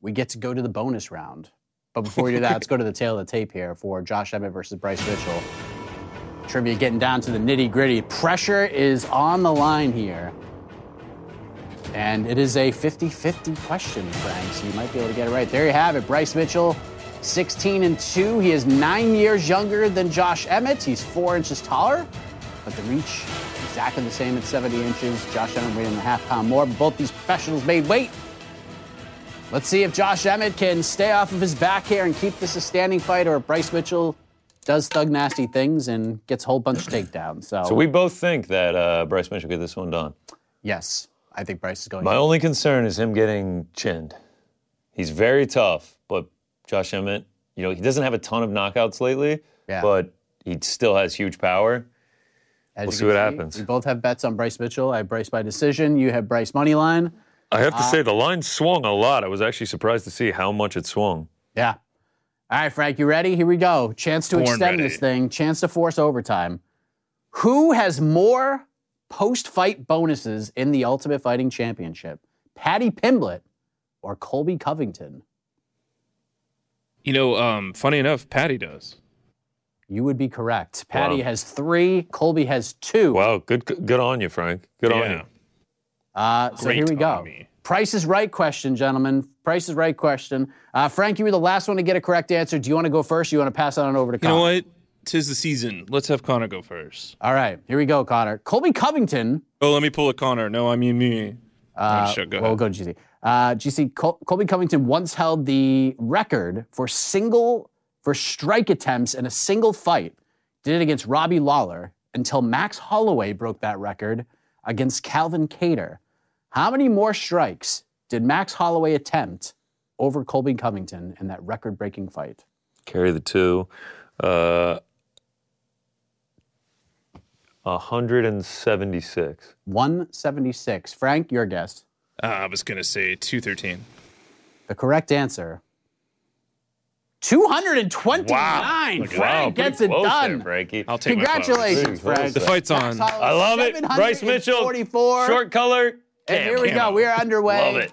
Speaker 2: we get to go to the bonus round. But before we do that, let's go to the tail of the tape here for Josh Emmett versus Bryce Mitchell. Trivia getting down to the nitty gritty. Pressure is on the line here. And it is a 50 50 question, Frank, so you might be able to get it right. There you have it. Bryce Mitchell, 16 and 2. He is nine years younger than Josh Emmett. He's four inches taller, but the reach exactly the same at 70 inches. Josh Emmett weighed in a half pound more. Both these professionals made weight. Let's see if Josh Emmett can stay off of his back here and keep this a standing fight, or if Bryce Mitchell does thug nasty things and gets a whole bunch of takedowns. So,
Speaker 3: So we both think that uh, Bryce Mitchell get this one done.
Speaker 2: yes, I think Bryce is going.
Speaker 3: My only concern is him getting chinned. He's very tough, but Josh Emmett, you know, he doesn't have a ton of knockouts lately,
Speaker 2: Yeah.
Speaker 3: but he still has huge power.
Speaker 2: As you
Speaker 3: We'll see
Speaker 2: can
Speaker 3: what happens.
Speaker 2: We both have bets on Bryce Mitchell. I have Bryce by decision. You have Bryce moneyline.
Speaker 3: I have to
Speaker 2: Uh,
Speaker 3: say, the line swung a lot. I was actually surprised to see how much it swung.
Speaker 2: Yeah. All right, Frank, you ready? Here we go. Chance to
Speaker 4: Born
Speaker 2: extend
Speaker 4: ready.
Speaker 2: this thing, chance to force overtime. Who has more post fight bonuses in the Ultimate Fighting Championship? Patty Pimblett or Colby Covington?
Speaker 4: You know, um, funny enough, Patty does.
Speaker 2: You would be correct. Patty
Speaker 3: Wow.
Speaker 2: has three, Colby has two.
Speaker 3: Wow, good, good on you, Frank. Good on you.
Speaker 4: Oh, Yeah.
Speaker 2: Uh, so here
Speaker 4: Great
Speaker 2: we go.
Speaker 4: on me.
Speaker 2: Price is right question, gentlemen. Price is right question. Uh, Frank, you were the last one to get a correct answer. Do you want to go first? Or you want to pass that on over to
Speaker 4: You
Speaker 2: Connor?
Speaker 4: know what? Tis the season. Let's have Connor go first.
Speaker 2: All right, here we go, Connor. Colby Covington.
Speaker 4: Oh, let me pull a Connor. No, I mean me.
Speaker 2: Uh,
Speaker 4: sure, Oh, go
Speaker 2: We'll
Speaker 4: ahead.
Speaker 2: go to GC. Uh, GC Col- Colby Covington once held the record for single for strike attempts in a single fight. Did it against Robbie Lawler until Max Holloway broke that record against Calvin Cater. How many more strikes did Max Holloway attempt over Colby Covington in that record-breaking fight?
Speaker 3: Carry the two. Uh, 176.
Speaker 2: 176. Frank, your guess.
Speaker 4: Uh, I was gonna say two thirteen.
Speaker 2: The correct answer. 229. Frank
Speaker 3: pretty
Speaker 2: gets it
Speaker 3: close there,
Speaker 2: done.
Speaker 3: Frankie.
Speaker 4: I'll take
Speaker 2: Congratulations,
Speaker 3: Pretty close.
Speaker 2: Frank.
Speaker 4: My flowers. the fight's
Speaker 2: Max
Speaker 4: on.
Speaker 2: Holloway,
Speaker 3: I love it. Bryce Mitchell.
Speaker 2: 744.
Speaker 3: Short color.
Speaker 2: And here
Speaker 3: Cam
Speaker 2: we go.
Speaker 3: Camo.
Speaker 2: We are underway.
Speaker 3: Love it.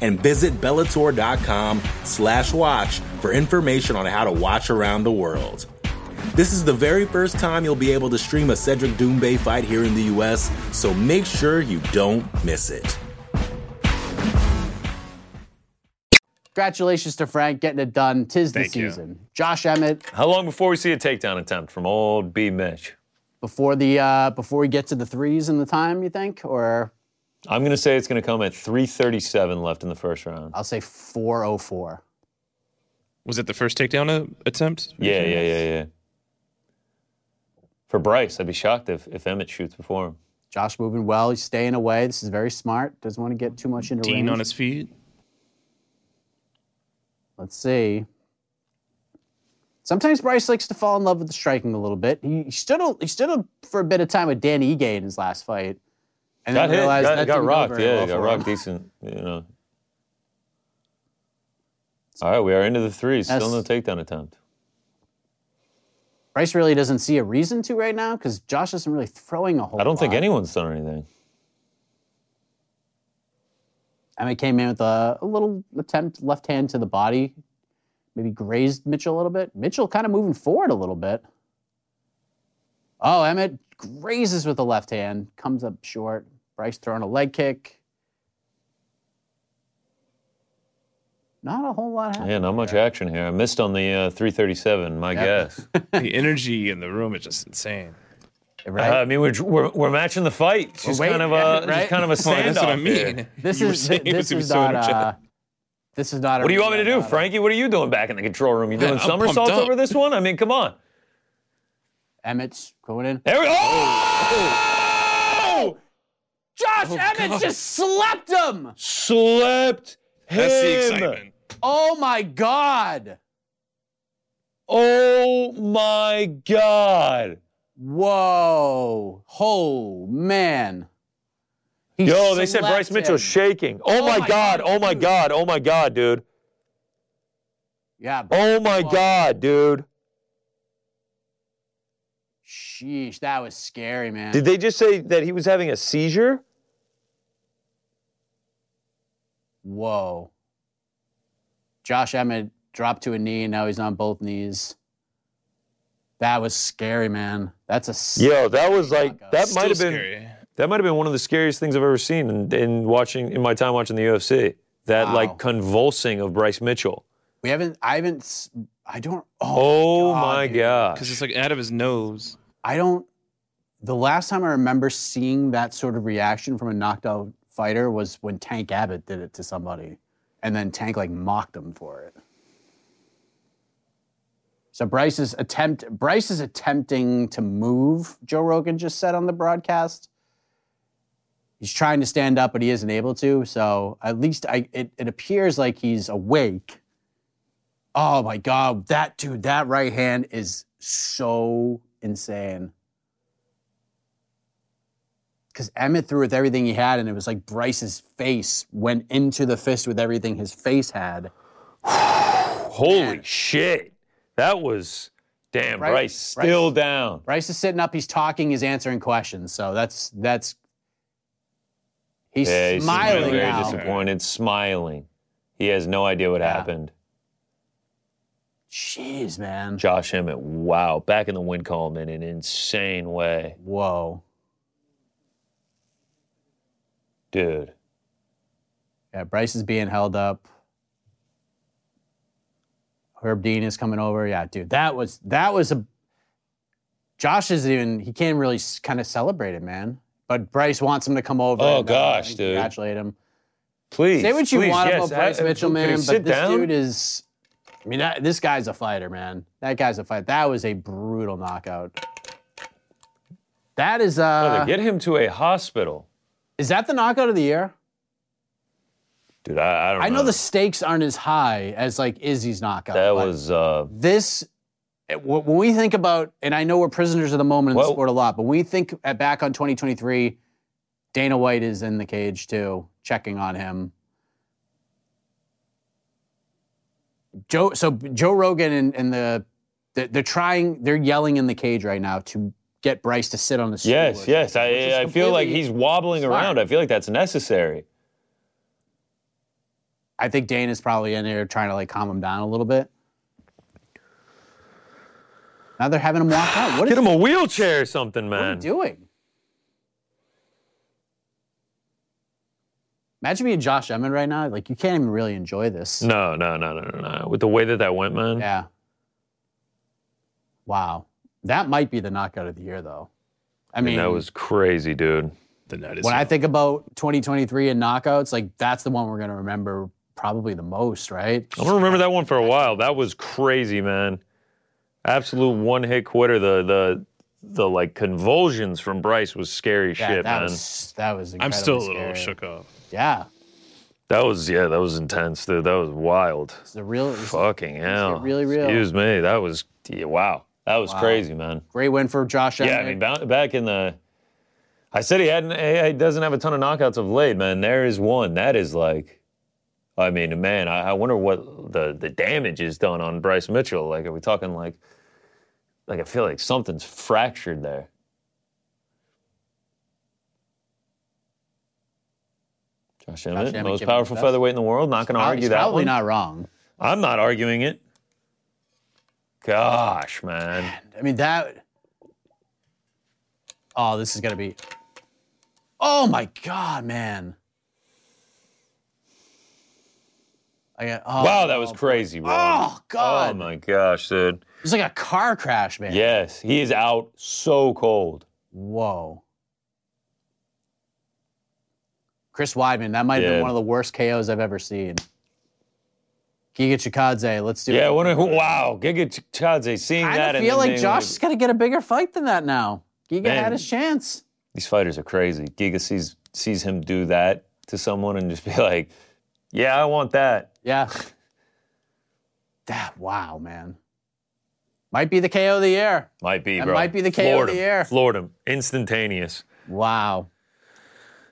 Speaker 5: And visit Bellator.com slash watch for information on how to watch around the world. This is the very first time you'll be able to stream a Cedric Doombay fight here in the US, so make sure you don't miss it.
Speaker 2: Congratulations to Frank getting it done. Tis the
Speaker 4: Thank you.
Speaker 2: season. Josh Emmett,
Speaker 3: How long before we see a takedown attempt from old B Mitch?
Speaker 2: before the uh, before we get to the threes in the time, you think? Or
Speaker 3: I'm going to say it's going to come at 337 left in the first round.
Speaker 2: I'll say 404.
Speaker 4: Was it the first takedown uh, attempt?
Speaker 3: Yeah, yeah, yeah, yeah. For Bryce, I'd be shocked if, if Emmett shoots before him.
Speaker 2: Josh moving well. He's staying away. This is very smart. Doesn't want to get too much into
Speaker 4: Dean
Speaker 2: range.
Speaker 4: on
Speaker 3: *laughs*
Speaker 4: his feet.
Speaker 2: Let's see. Sometimes Bryce likes to fall in love with the striking a little bit. He he stood a, he stood a, for a bit of time with Dan Ige in his last fight, and
Speaker 3: Got
Speaker 2: then
Speaker 3: hit,
Speaker 2: realized
Speaker 3: got,
Speaker 2: that
Speaker 3: got
Speaker 2: didn't go
Speaker 3: rocked.
Speaker 2: very
Speaker 3: Yeah,
Speaker 2: well
Speaker 3: got
Speaker 2: for
Speaker 3: rocked
Speaker 2: him.
Speaker 3: decent, you know. All right, we are into the threes. Still no
Speaker 2: That's-
Speaker 3: takedown attempt.
Speaker 2: Bryce really doesn't see a reason to right now because Josh isn't really throwing a whole.
Speaker 3: I don't think
Speaker 2: lot.
Speaker 3: anyone's done anything.
Speaker 2: I mean, came in with a, a little attempt left hand to the body, maybe grazed Mitchell a little bit. Mitchell kind of moving forward a little bit. Oh, Emmett grazes with the left hand, comes up short. Bryce throwing a leg kick. Not a whole lot happening.
Speaker 3: Yeah, not much action here. I missed on the uh, 337, my guess.
Speaker 4: the energy in the room is just insane.
Speaker 2: right?
Speaker 3: *laughs* I mean, we're, we're, we're matching the fight. It's just
Speaker 2: waiting,
Speaker 3: kind of a
Speaker 2: right?
Speaker 3: just kind of a
Speaker 4: Well,
Speaker 3: standoff.
Speaker 4: that's what I
Speaker 3: there.
Speaker 4: mean.
Speaker 2: this
Speaker 4: You were
Speaker 2: is
Speaker 4: saying it
Speaker 2: this
Speaker 4: was
Speaker 2: is
Speaker 4: so
Speaker 2: not.
Speaker 4: energetic.
Speaker 2: Uh, this is not. A
Speaker 3: What do you
Speaker 2: *laughs*
Speaker 3: want me to do,
Speaker 2: rematch.
Speaker 3: Frankie? What are you doing back in the control room? You doing
Speaker 4: I'm pumped
Speaker 3: somersaults
Speaker 4: up.
Speaker 3: over this one? I mean, come on.
Speaker 2: Emmett's going in.
Speaker 3: There we go. Oh!
Speaker 2: Josh Emmett just slapped him.
Speaker 3: Slept him.
Speaker 4: That's the excitement.
Speaker 2: Oh my God!
Speaker 3: Oh my God.
Speaker 2: Whoa! Oh man! He
Speaker 3: Yo, they said
Speaker 2: slapped
Speaker 3: Bryce Mitchell
Speaker 2: him.
Speaker 3: shaking. Oh, my, God. Oh my God. Oh my God, dude.
Speaker 2: Yeah.
Speaker 3: Oh my
Speaker 2: Wow.
Speaker 3: God, dude.
Speaker 2: Sheesh, that was scary, man.
Speaker 3: Did they just say that he was having a seizure?
Speaker 2: Whoa. Josh Emmett dropped to a knee. Now he's on both knees. That was scary, man. That's a s-
Speaker 3: Yo, that was like that
Speaker 4: Still
Speaker 3: might have been
Speaker 4: scary.
Speaker 3: that might have been one of the scariest things I've ever seen in, in watching in my time watching the UFC. That
Speaker 2: Wow.
Speaker 3: like convulsing of Bryce Mitchell.
Speaker 2: We haven't. I haven't. s- I don't.
Speaker 3: Oh
Speaker 2: Oh,
Speaker 3: my
Speaker 2: dude.
Speaker 3: God.
Speaker 4: Because it's like out of his nose.
Speaker 2: I don't. The last time I remember seeing that sort of reaction from a knocked out fighter was when Tank Abbott did it to somebody, and then Tank like mocked him for it. So Bryce's attempt, Bryce is attempting to move. Joe Rogan just said on the broadcast. He's trying to stand up, but he isn't able to. So at least I, it, it appears like he's awake. Oh my God, that dude, that right hand is so insane. Because Emmett threw with everything he had, and it was like Bryce's face went into the fist with everything his face had.
Speaker 3: Holy shit. That was damn
Speaker 2: Right?
Speaker 3: Bryce still down.
Speaker 2: Bryce is sitting up, he's talking, he's answering questions. So that's that's he's
Speaker 3: Yeah, he's
Speaker 2: smiling
Speaker 3: very
Speaker 2: now.
Speaker 3: disappointed, smiling. He has no idea what happened.
Speaker 2: Jeez, man.
Speaker 3: Josh Emmett, wow, back in the win column in an insane way,
Speaker 2: Whoa.
Speaker 3: dude.
Speaker 2: Yeah, Bryce is being held up. Herb Dean is coming over. Yeah, dude, that was that was a. Josh isn't even. He can't really kind of celebrate it, man. But Bryce wants him to come over.
Speaker 3: Oh,
Speaker 2: uh,
Speaker 3: gosh,
Speaker 2: and
Speaker 3: dude.
Speaker 2: Congratulate him.
Speaker 3: Please
Speaker 2: Say what you
Speaker 3: please,
Speaker 2: want
Speaker 3: yes,
Speaker 2: about Bryce
Speaker 3: I-
Speaker 2: Mitchell,
Speaker 3: can he
Speaker 2: man, but
Speaker 3: sit
Speaker 2: this
Speaker 3: down?
Speaker 2: dude is. I mean, that, this guy's a fighter, man. That guy's a fight. That was a brutal knockout. That is
Speaker 3: Brother,
Speaker 2: uh,
Speaker 3: get him to a hospital,
Speaker 2: is that the knockout of the year?
Speaker 3: dude. I, I don't.
Speaker 2: I know the stakes aren't as high as like Izzy's knockout.
Speaker 3: That
Speaker 2: but-
Speaker 3: was uh,
Speaker 2: this w- when we think about and i know we're prisoners of the moment in the
Speaker 3: Well-
Speaker 2: sport a lot but when we think at, back on 2023 dana white is in the cage too checking on him joe so joe rogan and, and the they're, they're trying they're yelling in the cage right now to get bryce to sit on the stool or
Speaker 3: yes,
Speaker 2: something,
Speaker 3: yes.
Speaker 2: which is
Speaker 3: I, I feel like
Speaker 2: completely-
Speaker 3: he's wobbling
Speaker 2: smart.
Speaker 3: around. I feel like that's necessary.
Speaker 2: i think dana's probably in there trying to like calm him down a little bit now they're having him walk out what is
Speaker 3: Get him a wheelchair or something,
Speaker 2: What are
Speaker 3: man.
Speaker 2: you doing? Imagine being Josh Emmett right now. Like you can't even really enjoy this.
Speaker 3: No, no, no, no, no, no. With the way that that went, man.
Speaker 2: Yeah. Wow. That might be the knockout of the year, though. I
Speaker 3: I
Speaker 2: mean,
Speaker 3: mean, that was crazy, dude.
Speaker 4: The nut is.
Speaker 2: when I think about 2023 and knockouts, like that's the one we're gonna remember probably the most, right?
Speaker 3: I'm gonna remember that one for a while. That was crazy, man. Absolute one hit quitter. The the the like convulsions from Bryce was scary
Speaker 2: Yeah,
Speaker 3: shit,
Speaker 2: that
Speaker 3: man.
Speaker 2: was that was.
Speaker 4: I'm
Speaker 2: incredibly
Speaker 4: still a
Speaker 2: scary.
Speaker 4: little shook up.
Speaker 2: Yeah,
Speaker 3: That was yeah, that was intense, dude. That was wild.
Speaker 2: it's the real it's a
Speaker 3: Fucking hell.
Speaker 2: really real.
Speaker 3: Excuse me. That was yeah, wow. That was crazy, man.
Speaker 2: great win for Josh Emmett.
Speaker 3: Yeah, I mean ba- back in the I said he hadn't he doesn't have a ton of knockouts of late, man. There is one. That is like I mean, man, I, I wonder what the the damage is done on Bryce Mitchell. Like are we talking like like I feel like something's fractured there. Josh Emmett,
Speaker 2: Emmett
Speaker 3: most
Speaker 2: giving it
Speaker 3: powerful
Speaker 2: the best.
Speaker 3: featherweight in the world. Not going to
Speaker 2: He's
Speaker 3: argue that
Speaker 2: probably
Speaker 3: one.
Speaker 2: not wrong.
Speaker 3: I'm not arguing it. Gosh, man.
Speaker 2: I mean that. Oh, this is gonna be. Oh my god, man! I got. Oh,
Speaker 3: Wow, that was crazy, bro.
Speaker 2: Oh
Speaker 3: Oh
Speaker 2: god!
Speaker 3: my gosh, dude.
Speaker 2: It's like a car crash, man.
Speaker 3: Yes, he is out so cold.
Speaker 2: Whoa. Chris Weidman, that might have
Speaker 3: Yeah.
Speaker 2: been one of the worst KOs I've ever seen. Giga Chikadze, let's do
Speaker 3: Yeah, I
Speaker 2: it.
Speaker 3: wonder who. Wow, Giga Ch- Chadze seeing that.
Speaker 2: I
Speaker 3: and
Speaker 2: feel
Speaker 3: then
Speaker 2: like
Speaker 3: being
Speaker 2: Josh is going to get a bigger fight than that now. Giga
Speaker 3: Man.
Speaker 2: had his chance.
Speaker 3: These fighters are crazy. Giga sees sees him do that to someone and just be *laughs* like, "Yeah, I want that."
Speaker 2: Yeah. *laughs* that, wow, man. Might be the KO of the year.
Speaker 3: Might be,
Speaker 2: That
Speaker 3: bro.
Speaker 2: might be the KO of
Speaker 3: Floored
Speaker 2: the
Speaker 3: him.
Speaker 2: year.
Speaker 3: Floored him. Instantaneous.
Speaker 2: Wow.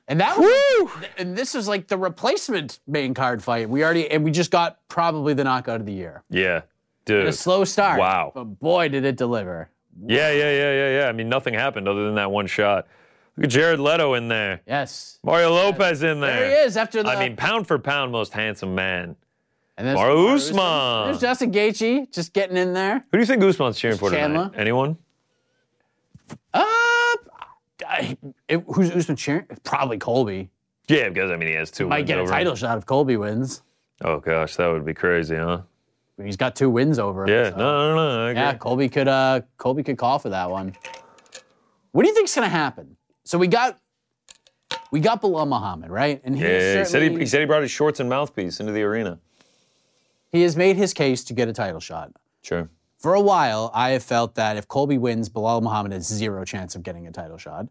Speaker 2: And that was, and this is like the replacement main card fight. We already and we just got probably the knockout of the year.
Speaker 3: Yeah, dude.
Speaker 2: A slow start.
Speaker 3: Wow.
Speaker 2: But boy, did it deliver.
Speaker 3: Yeah, yeah, yeah, yeah, yeah. I mean, nothing happened other than that one shot. Look at Jared Leto in there.
Speaker 2: Yes.
Speaker 3: Mario Lopez in there.
Speaker 2: There he is after the
Speaker 3: I mean, pound for pound, most handsome man.
Speaker 2: and there's,
Speaker 3: Mario
Speaker 2: there's
Speaker 3: Usman.
Speaker 2: Justin Gaethje just getting in there.
Speaker 3: Who do you think Usman's cheering for
Speaker 2: Chandler.
Speaker 3: tonight? Anyone?
Speaker 2: Uh, I, it- who's Usman cheering? Probably Colby.
Speaker 3: Yeah, because I mean, he has two.
Speaker 2: Might
Speaker 3: wins
Speaker 2: get a
Speaker 3: over
Speaker 2: title
Speaker 3: Him.
Speaker 2: shot if Colby wins.
Speaker 3: Oh gosh, that would be crazy, huh?
Speaker 2: He's got two wins over. him,
Speaker 3: Yeah.
Speaker 2: so-
Speaker 3: No, no, no. I agree.
Speaker 2: Yeah, Colby could uh Colby could call for that one. What do you think's gonna happen? So we got we got Bilal Muhammad, right? And he,
Speaker 3: Yeah,
Speaker 2: has
Speaker 3: he said he,
Speaker 2: certainly-
Speaker 3: he said he brought his shorts and mouthpiece into the arena.
Speaker 2: he has made his case to get a title shot.
Speaker 3: Sure.
Speaker 2: For a while, I have felt that if Colby wins, Bilal Muhammad has zero chance of getting a title shot.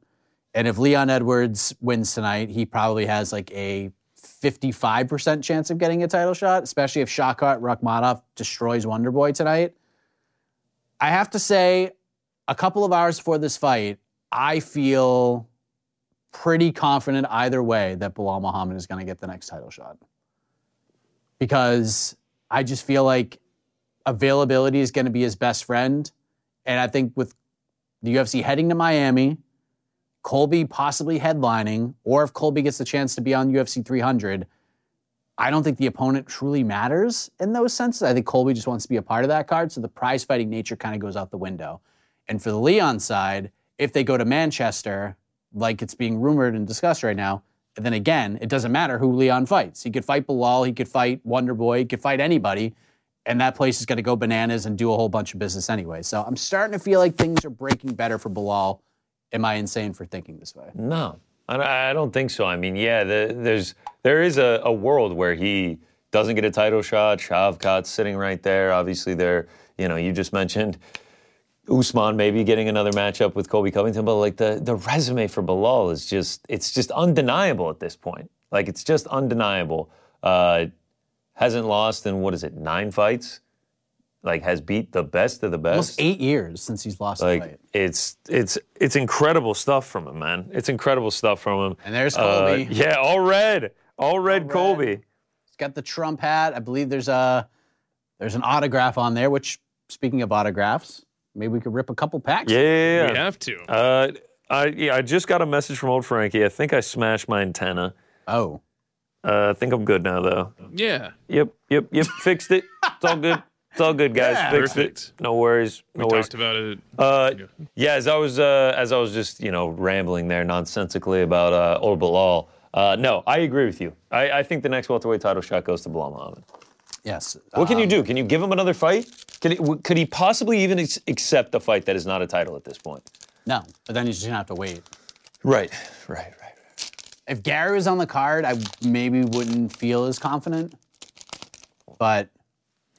Speaker 2: And if Leon Edwards wins tonight, he probably has like a 55% chance of getting a title shot, especially if Shakat Rakhmanov destroys Wonderboy tonight. I have to say, a couple of hours before this fight, I feel pretty confident either way that Bilal Muhammad is going to get the next title shot. Because I just feel like availability is going to be his best friend. And I think with the UFC heading to Miami, Colby possibly headlining, or if Colby gets the chance to be on UFC 300, I don't think the opponent truly matters in those senses. I think Colby just wants to be a part of that card. So the prize fighting nature kind of goes out the window. And for the Leon side, if they go to Manchester, like it's being rumored and discussed right now, then again, it doesn't matter who Leon fights. He could fight Bilal, he could fight Wonder Boy, he could fight anybody and that place is going to go bananas and do a whole bunch of business anyway. So I'm starting to feel like things are breaking better for Bilal. Am I insane for thinking this way?
Speaker 3: No, I don't- I don't think so. I mean, yeah, the, there's there is a, a world where he doesn't get a title shot. Shavkat's sitting right there. Obviously, there, you know, you just mentioned Usman maybe getting another matchup with Kobe Covington, but like the the resume for Bilal is just it's just undeniable at this point. Like it's just undeniable. Uh, hasn't lost in what is it nine fights? Like has beat the best of the best.
Speaker 2: Almost eight years since he's lost
Speaker 3: Like
Speaker 2: the fight.
Speaker 3: it's it's it's incredible stuff from him, man. It's incredible stuff from him. Uh,
Speaker 2: And there's Colby.
Speaker 3: yeah, all red, all red,
Speaker 2: red.
Speaker 3: Colby.
Speaker 2: He's got the Trump hat. I believe there's a there's an autograph on there. Which, speaking of autographs, maybe we could rip a couple packs.
Speaker 3: Yeah, yeah, yeah.
Speaker 4: We have to.
Speaker 3: Uh, I yeah, I just got a message from old Frankie. I think I smashed my antenna.
Speaker 2: Oh,
Speaker 3: Uh, I think I'm good now though.
Speaker 4: yeah.
Speaker 3: Yep, yep, yep. Fixed it. It's all good. It's all good, guys.
Speaker 2: Yeah.
Speaker 3: Fixed
Speaker 4: Perfect.
Speaker 3: it. No worries. No
Speaker 4: We
Speaker 3: worries.
Speaker 4: talked about it.
Speaker 3: Uh, yeah, as I was uh, as I was just you know rambling there nonsensically about uh, old Bilal. Uh, no, I agree with you. I, I think the next welterweight title shot goes to Bilal Muhammad.
Speaker 2: yes. Uh,
Speaker 3: What can you do? Can you give him another fight? Could he, w- could he possibly even ex- accept a fight that is not a title at this point?
Speaker 2: No, but then he's just gonna have to wait.
Speaker 3: Right, right, right.
Speaker 2: If Gary was on the card, I maybe wouldn't feel as confident. But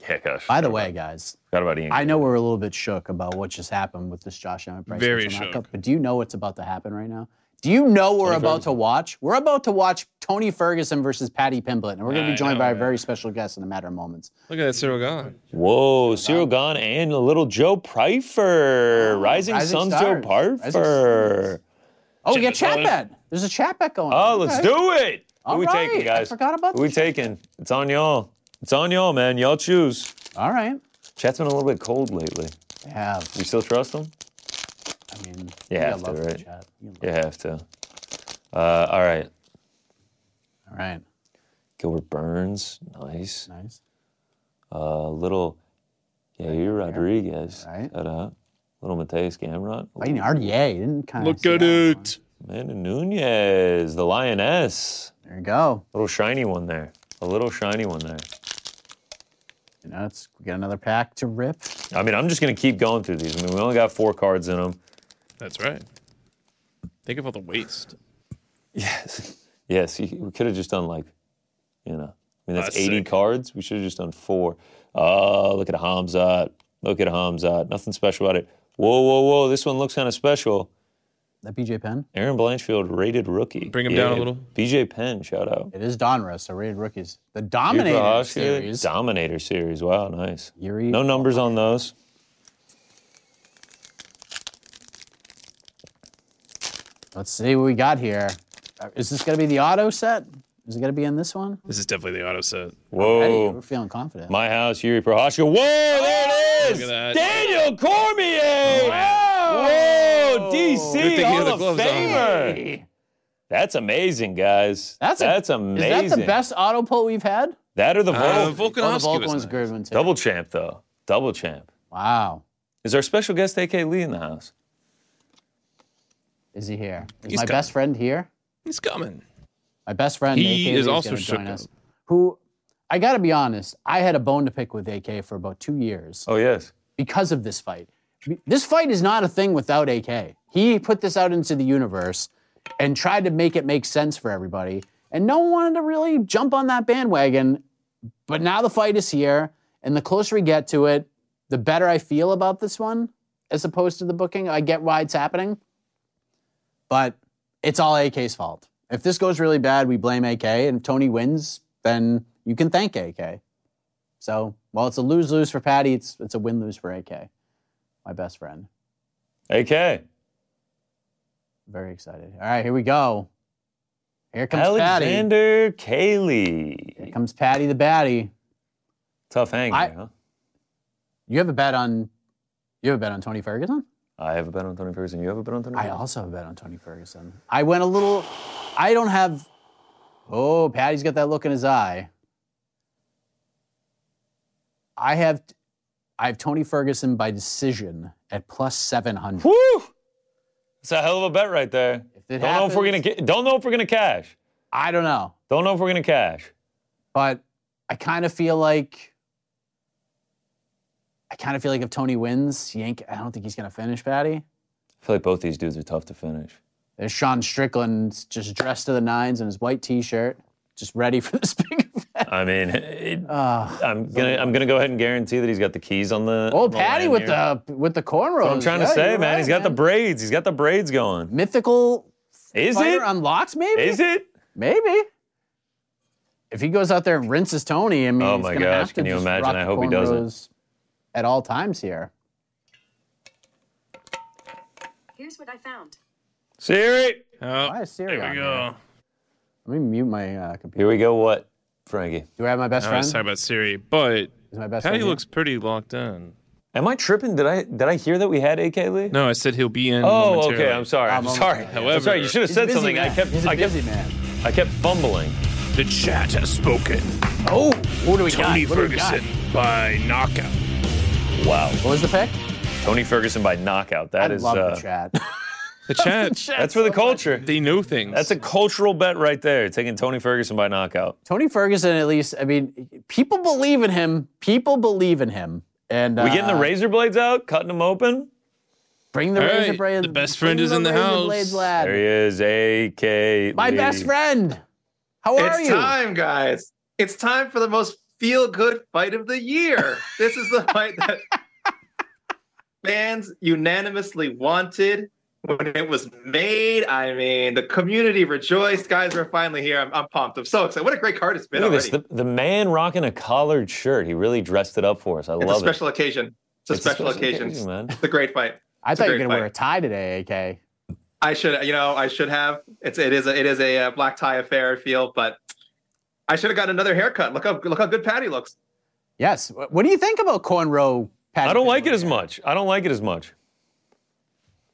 Speaker 3: Yeah, gosh.
Speaker 2: by the way, guys,
Speaker 3: forgot about Ian.
Speaker 2: I know we're a little bit shook about what just happened with this Josh Allen price
Speaker 4: Very
Speaker 2: match on
Speaker 4: shook.
Speaker 2: Cup, but do you know what's about to happen right now? Do you know we're about to watch? We're about to watch Tony Ferguson versus Patty Pimblett, and we're going to
Speaker 4: I
Speaker 2: be joined
Speaker 4: know,
Speaker 2: by a
Speaker 4: man.
Speaker 2: very special guest in a matter of moments.
Speaker 4: Look at that Cyril gone.
Speaker 3: Whoa, Cyril Gahn and little Joe Pryfer, rising,
Speaker 2: Oh, Rising
Speaker 3: Suns
Speaker 2: Stars.
Speaker 3: Joe
Speaker 2: Rising
Speaker 3: Pryfer.
Speaker 2: Stars. Oh, we got chat
Speaker 4: Jimmy
Speaker 2: bet. There's a chat bet going.
Speaker 3: Oh,
Speaker 2: on.
Speaker 3: let's
Speaker 2: Okay.
Speaker 3: do it. Who
Speaker 2: All
Speaker 3: we
Speaker 2: right,
Speaker 3: taking, guys?
Speaker 2: I forgot about
Speaker 3: Who we
Speaker 2: the
Speaker 3: taking? It's on y'all. It's on y'all, man. Y'all choose.
Speaker 2: All right.
Speaker 3: Chat's been a little bit cold lately.
Speaker 2: They have.
Speaker 3: You still trust them?
Speaker 2: I mean, we
Speaker 3: You have
Speaker 2: love
Speaker 3: to,
Speaker 2: the
Speaker 3: right?
Speaker 2: chat. We love-
Speaker 3: You have to. Uh, all right.
Speaker 2: All right.
Speaker 3: Gilbert Burns, nice.
Speaker 2: Nice.
Speaker 3: Uh, little Yair Rodriguez,
Speaker 2: Right.
Speaker 3: shout out. Little Mateus Gamrot,
Speaker 2: Fighting RDA. Didn't kind of
Speaker 4: Look at it.
Speaker 3: Amanda Nunez, the Lioness.
Speaker 2: There you go.
Speaker 3: Little shiny one there. A little shiny one there.
Speaker 2: You know, it's, we got another pack to rip.
Speaker 3: I mean, I'm just gonna keep going through these. I mean, we only got four cards in them.
Speaker 4: That's right. Think of all the waste.
Speaker 3: Yes. *laughs* Yes. you- We could have just done like, you know, I mean, that's
Speaker 4: That's
Speaker 3: 80
Speaker 4: sick.
Speaker 3: cards. We should have just done four. Oh, look at a Hamzat. Look at a Hamzat. Nothing special about it. Whoa, whoa, whoa. This one looks kind of special.
Speaker 2: That BJ Penn?
Speaker 3: Aaron Blanchfield, rated rookie.
Speaker 4: Bring him down a little.
Speaker 3: BJ Penn, shout out.
Speaker 2: It is Donruss, so rated rookies. The
Speaker 3: Yuka
Speaker 2: Dominator
Speaker 3: Hashi,
Speaker 2: series.
Speaker 3: Dominator series. Wow, nice.
Speaker 2: Yuri
Speaker 3: no numbers on those.
Speaker 2: Let's see what we got here. Uh, Is this going to be the auto set? Is it going to be in this one?
Speaker 4: This is definitely the auto set.
Speaker 2: Eddie,
Speaker 3: Whoa.
Speaker 2: we're feeling confident.
Speaker 3: Oh. My house, Yuri Prohaska.
Speaker 2: Oh,
Speaker 3: Whoa, there it is.
Speaker 4: Look at that.
Speaker 3: Daniel Cormier. Whoa,
Speaker 4: Good
Speaker 3: DC
Speaker 4: thing he had the
Speaker 3: Hall of
Speaker 4: gloves on.
Speaker 3: Famer. That's amazing, guys.
Speaker 2: That's a-
Speaker 3: That's
Speaker 2: is
Speaker 3: amazing.
Speaker 2: that the best auto pull we've had?
Speaker 3: That or the
Speaker 4: Uh,
Speaker 3: Volk.
Speaker 2: Oh,
Speaker 4: Volkanovski
Speaker 2: the Volk
Speaker 4: was
Speaker 2: one's a
Speaker 4: nice.
Speaker 2: good one too.
Speaker 3: Double champ, though. Double champ.
Speaker 2: Wow.
Speaker 3: Is our special guest AK Lee in the house?
Speaker 2: Is he here? Is
Speaker 4: He's
Speaker 2: my
Speaker 4: coming.
Speaker 2: best friend here?
Speaker 4: He's coming.
Speaker 2: My best friend
Speaker 4: He
Speaker 2: AK
Speaker 4: is
Speaker 2: Lee's
Speaker 4: also
Speaker 2: gonna join
Speaker 4: shook
Speaker 2: us. Who I got to be honest, I had a bone to pick with AK for about 2 years.
Speaker 3: Oh, yes.
Speaker 2: because of this fight. This fight is not a thing without AK. He put this out into the universe and tried to make it make sense for everybody. And no one wanted to really jump on that bandwagon. But now the fight is here. And the closer we get to it, the better I feel about this one as opposed to the booking. I get why it's happening. But it's all AK's fault. If this goes really bad, we blame AK. And if Tony wins, then you can thank AK. So, well, it's a lose lose for Patty. It's it's a win lose for AK, my best friend.
Speaker 3: AK.
Speaker 2: Very excited. All right, here we go. Here comes Patty.
Speaker 3: Alexander Cayley.
Speaker 2: Here comes Patty the Batty.
Speaker 3: Tough hang,
Speaker 2: I-
Speaker 3: here, huh?
Speaker 2: You have a bet on. You have a bet on Tony Ferguson.
Speaker 3: I have a bet on Tony Ferguson. You have a bet on Tony
Speaker 2: I
Speaker 3: Ferguson?
Speaker 2: also have a bet on Tony Ferguson. I went a little. I don't have. Oh, Patty's got that look in his eye. I have. I have Tony Ferguson by decision at plus seven hundred.
Speaker 3: Woo! It's a hell of a bet right there.
Speaker 2: If it
Speaker 3: don't know if we're gonna
Speaker 2: happens-
Speaker 3: get, don't know if we're gonna cash.
Speaker 2: I don't know.
Speaker 3: Don't know if we're gonna cash.
Speaker 2: but I kind of feel like I kind of feel like if Tony wins, Yank, I don't think he's gonna finish Patty.
Speaker 3: I feel like both these dudes are tough to finish.
Speaker 2: There's Sean Strickland just dressed to the nines in his white T-shirt, just ready for *laughs* this big event.
Speaker 3: I mean, it-
Speaker 2: Ah.
Speaker 3: I'm gonna I'm gonna go ahead and guarantee that he's got the keys on the.
Speaker 2: oh,
Speaker 3: on the
Speaker 2: Patty
Speaker 3: line
Speaker 2: with
Speaker 3: here.
Speaker 2: the with the cornrows.
Speaker 3: That's what I'm trying to
Speaker 2: Yeah,
Speaker 3: say,
Speaker 2: you're
Speaker 3: man.
Speaker 2: right,
Speaker 3: he's got the braids. He's got the braids going.
Speaker 2: mythical
Speaker 3: Is
Speaker 2: fighter
Speaker 3: it?
Speaker 2: on locks. Maybe
Speaker 3: Is it?
Speaker 2: maybe. If he goes out there and rinses Tony, I mean,
Speaker 3: Oh
Speaker 2: he's
Speaker 3: my
Speaker 2: gonna
Speaker 3: gosh,
Speaker 2: have to
Speaker 3: can you
Speaker 2: just
Speaker 3: imagine?
Speaker 2: rock
Speaker 3: I
Speaker 2: the
Speaker 3: hope he doesn't.
Speaker 2: cornrows At all times here.
Speaker 6: Here's what I found.
Speaker 3: Siri.
Speaker 4: Oh,
Speaker 2: Why is Siri
Speaker 4: there
Speaker 2: on
Speaker 4: we
Speaker 2: there?
Speaker 4: go.
Speaker 2: Let me mute my uh, computer.
Speaker 3: Here we go. What, Frankie?
Speaker 2: Do I have my best
Speaker 4: I
Speaker 2: friend?
Speaker 4: was talking about Siri, but
Speaker 2: Is my best
Speaker 4: Patty
Speaker 2: friend here?
Speaker 4: looks pretty locked in.
Speaker 3: Am I tripping? Did I did I hear that we had AK Lee?
Speaker 4: No, I said he'll be in.
Speaker 3: Oh,
Speaker 4: momentarily.
Speaker 3: okay. I'm sorry. I'm
Speaker 2: I'm
Speaker 3: sorry.
Speaker 4: momentarily.
Speaker 3: I'm sorry. You should have
Speaker 2: Ah, He's a
Speaker 3: said
Speaker 2: busy
Speaker 3: something. I
Speaker 2: man.
Speaker 3: kept
Speaker 2: He's a
Speaker 3: I kept
Speaker 2: busy man.
Speaker 3: I kept fumbling.
Speaker 1: The chat has spoken.
Speaker 2: Oh, what do we
Speaker 1: Tony
Speaker 2: got? What do we got?
Speaker 1: Ferguson by knockout.
Speaker 3: Wow.
Speaker 2: What was the pick?
Speaker 3: Tony Ferguson by knockout. That
Speaker 2: I
Speaker 3: is.
Speaker 2: love
Speaker 3: uh,
Speaker 2: the chat. *laughs*
Speaker 4: The chat.
Speaker 3: That's for the culture.
Speaker 4: They know things.
Speaker 3: That's a cultural bet right there, taking Tony Ferguson by knockout.
Speaker 2: Tony Ferguson, at least. I mean, people believe in him. People believe in him. And uh,
Speaker 3: we getting the razor blades out, cutting them open.
Speaker 2: Bring the
Speaker 4: All
Speaker 2: razor
Speaker 4: right,
Speaker 2: blades.
Speaker 4: the best friend
Speaker 2: bring
Speaker 4: is in the
Speaker 2: razor
Speaker 4: house.
Speaker 2: Blades, lad.
Speaker 3: There he is, AK.
Speaker 2: my
Speaker 3: Lee.
Speaker 2: best friend. How are
Speaker 7: it's
Speaker 2: you?
Speaker 7: time, guys. It's time for the most feel good fight of the year. this is the fight that fans unanimously wanted when it was made. I mean, the community rejoiced. Guys, we're finally here. I'm, I'm pumped. I'm so excited. What a great card it's been
Speaker 3: Look at this.
Speaker 7: already.
Speaker 3: The, the man rocking a collared shirt. He really dressed it up for us. I
Speaker 7: it's a
Speaker 3: love it.
Speaker 7: special occasion. It's a special occasion.
Speaker 3: man.
Speaker 7: It's a great fight.
Speaker 2: I
Speaker 7: It's
Speaker 2: thought
Speaker 7: a
Speaker 2: you were
Speaker 7: great
Speaker 2: gonna wear a tie today, AK.
Speaker 7: I should, you know, I should have. It's it is a, it is a uh, black tie affair. I feel, but I should have got another haircut. Look how look how good Patty looks.
Speaker 2: Yes. What what do you think about cornrow? Patty
Speaker 3: I don't like it
Speaker 2: Pimblett?
Speaker 3: as much. I don't like it as much.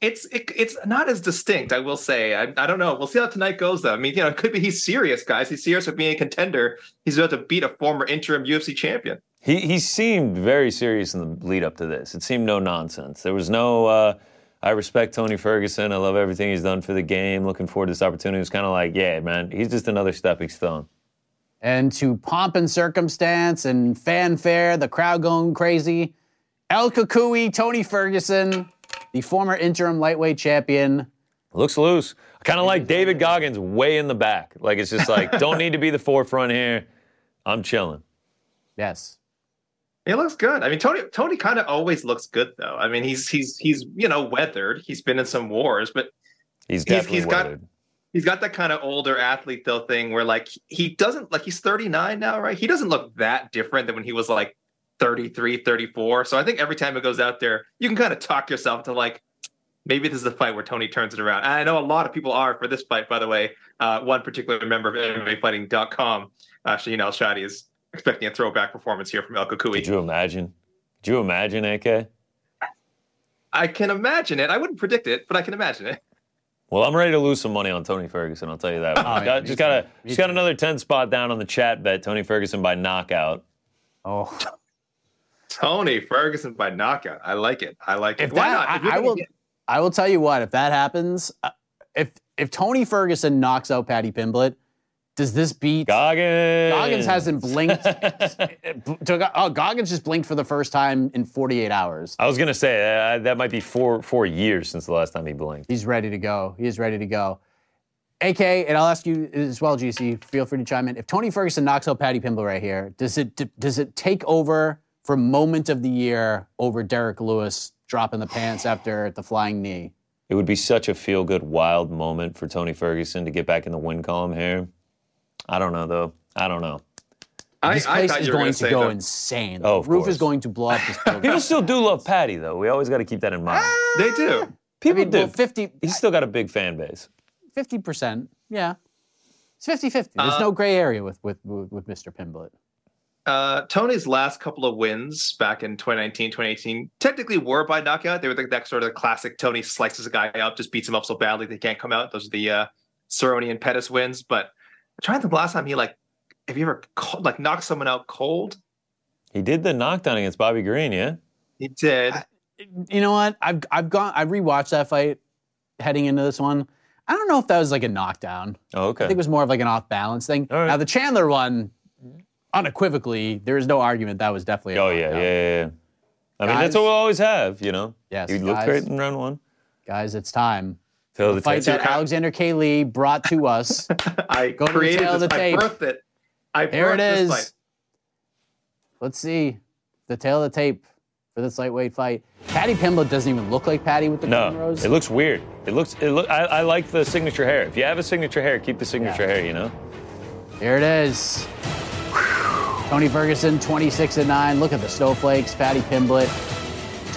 Speaker 7: it's it, it's not as distinct, I will say. I, I don't know. We'll see how tonight goes, though. I mean, you know, it could be he's serious, guys. He's serious with being a contender. He's about to beat a former interim UFC champion.
Speaker 3: He he seemed very serious in the lead up to this. It seemed no nonsense. There was no. Uh, I respect Tony Ferguson. I love everything he's done for the game. Looking forward to this opportunity. It was kind of like, yeah, man, he's just another stepping stone.
Speaker 2: and to pomp and circumstance and fanfare, the crowd going crazy. El Kakui, Tony Ferguson, the former interim lightweight champion,
Speaker 3: Looks loose. I kind of like David Goggins way in the back. Like it's just like don't need
Speaker 2: *laughs*
Speaker 3: to be the forefront here. I'm chilling.
Speaker 2: Yes.
Speaker 7: He looks good. I mean, Tony Tony kind of always looks good though. I mean, he's he's he's you know weathered. He's been in some wars, but
Speaker 3: He's
Speaker 7: He's-
Speaker 3: definitely
Speaker 7: he's got-
Speaker 3: weathered.
Speaker 7: he's got that kind of older athlete though thing where like he doesn't like he's 39 now, right? He doesn't look that different than when he was like 33, 34. So I think every time he goes out there, you can kind of talk yourself to like maybe this is the fight where Tony turns it around. And I know a lot of people are for this fight, by the way. Uh, one particular member of MMAfighting.com, uh, Shaheen El Shadi, is expecting a throwback performance here from El Kukui.
Speaker 3: Could you imagine? Could you imagine, AK?
Speaker 7: I can imagine it. I wouldn't predict it, but I can imagine it.
Speaker 3: Well, I'm ready to lose some money on Tony Ferguson. I'll tell you that.
Speaker 2: Oh, yeah,
Speaker 3: Got-
Speaker 2: me
Speaker 3: just
Speaker 2: too.
Speaker 3: got a
Speaker 2: Me
Speaker 3: just got
Speaker 2: too.
Speaker 3: another ten spot down on the chat bet. Tony Ferguson by knockout.
Speaker 2: Oh,
Speaker 7: Tony Ferguson by knockout. I like it. I like it.
Speaker 2: if
Speaker 7: Why
Speaker 2: that,
Speaker 7: not? *laughs* If
Speaker 2: I,
Speaker 7: you're
Speaker 2: I
Speaker 7: gonna
Speaker 2: will.
Speaker 7: get-
Speaker 2: I will tell you what. If that happens, uh, if if Tony Ferguson knocks out Patty Pimblett, does this beat?
Speaker 3: Goggins.
Speaker 2: Goggins
Speaker 3: *laughs*
Speaker 2: hasn't
Speaker 7: *laughs*
Speaker 2: blinked. to, oh, Goggins just blinked for the first time in 48 hours.
Speaker 3: I was gonna say uh, that might be four four years since the last time he blinked.
Speaker 2: He's ready to go. He is ready to go. AK, and I'll ask you as well, GC. Feel free to chime in. If Tony Ferguson knocks out Patty Pimble right here, does it does it take over for moment of the year over Derek Lewis dropping the pants after the flying knee?
Speaker 3: It would be such a feel good wild moment for Tony Ferguson to get back in the win column here. I don't know though. I don't know.
Speaker 7: I,
Speaker 2: This
Speaker 7: I
Speaker 2: place
Speaker 7: thought
Speaker 2: is
Speaker 7: you were
Speaker 2: going
Speaker 7: gonna
Speaker 2: to
Speaker 7: say
Speaker 2: go
Speaker 7: that-
Speaker 2: insane.
Speaker 3: Oh,
Speaker 2: the
Speaker 3: of
Speaker 2: roof is
Speaker 3: course.
Speaker 2: going to blow up
Speaker 7: *laughs*
Speaker 2: this building.
Speaker 3: People still do love Patty though. We always got to keep that in mind.
Speaker 7: They do.
Speaker 2: Ah!
Speaker 3: People
Speaker 2: I mean,
Speaker 3: do.
Speaker 2: well, 50,
Speaker 3: He's still got a big fan base.
Speaker 2: 50%. Yeah. It's 50 50. There's no gray area with, with, with with Mr. Pimblett.
Speaker 7: Uh, Tony's last couple of wins back in 2019, 2018 technically were by knockout. They were like that sort of classic Tony slices a guy up, just beats him up so badly they can't come out. Those are the uh, Cerrone and Pettis wins. But I'm trying to think the last time he like, have you ever co- like knocked someone out cold?
Speaker 3: He did the knockdown against Bobby Green, yeah.
Speaker 7: He did.
Speaker 2: You know what? I've, I've gone, I rewatched that fight heading into this one. I don't know if that was like a knockdown.
Speaker 3: Oh, okay.
Speaker 2: I think it was more of like an off balance thing.
Speaker 3: All right.
Speaker 2: Now, the Chandler one, unequivocally, there is no argument that was definitely a
Speaker 3: Oh yeah, yeah,
Speaker 2: knockdown.
Speaker 3: yeah. yeah. I mean,
Speaker 2: Guys-
Speaker 3: that's what we'll always have, you know.
Speaker 2: Yes,
Speaker 3: he looked
Speaker 2: guys.
Speaker 3: great in round one.
Speaker 2: Guys, it's time.
Speaker 3: Fill the
Speaker 2: Fight
Speaker 3: tape.
Speaker 2: that Alexander K. Lee brought to us.
Speaker 7: *laughs*
Speaker 2: *laughs*
Speaker 7: I
Speaker 2: Go to the
Speaker 7: created
Speaker 2: tail of
Speaker 7: this.
Speaker 2: the
Speaker 7: I
Speaker 2: tape.
Speaker 7: birthed it. I
Speaker 2: Here
Speaker 7: birthed
Speaker 2: it
Speaker 7: this
Speaker 2: is.
Speaker 7: fight.
Speaker 2: Let's see the tail of the tape for this lightweight fight. Patty Pimblett doesn't even look like Patty with the
Speaker 3: No,
Speaker 2: cornrows.
Speaker 3: it looks weird. It looks. It look. I, I like the signature hair. If you have a signature hair, keep the signature hair. You know.
Speaker 2: Here it is. Tony Ferguson, 26 and 9. Look at the snowflakes. Patty Pimblett,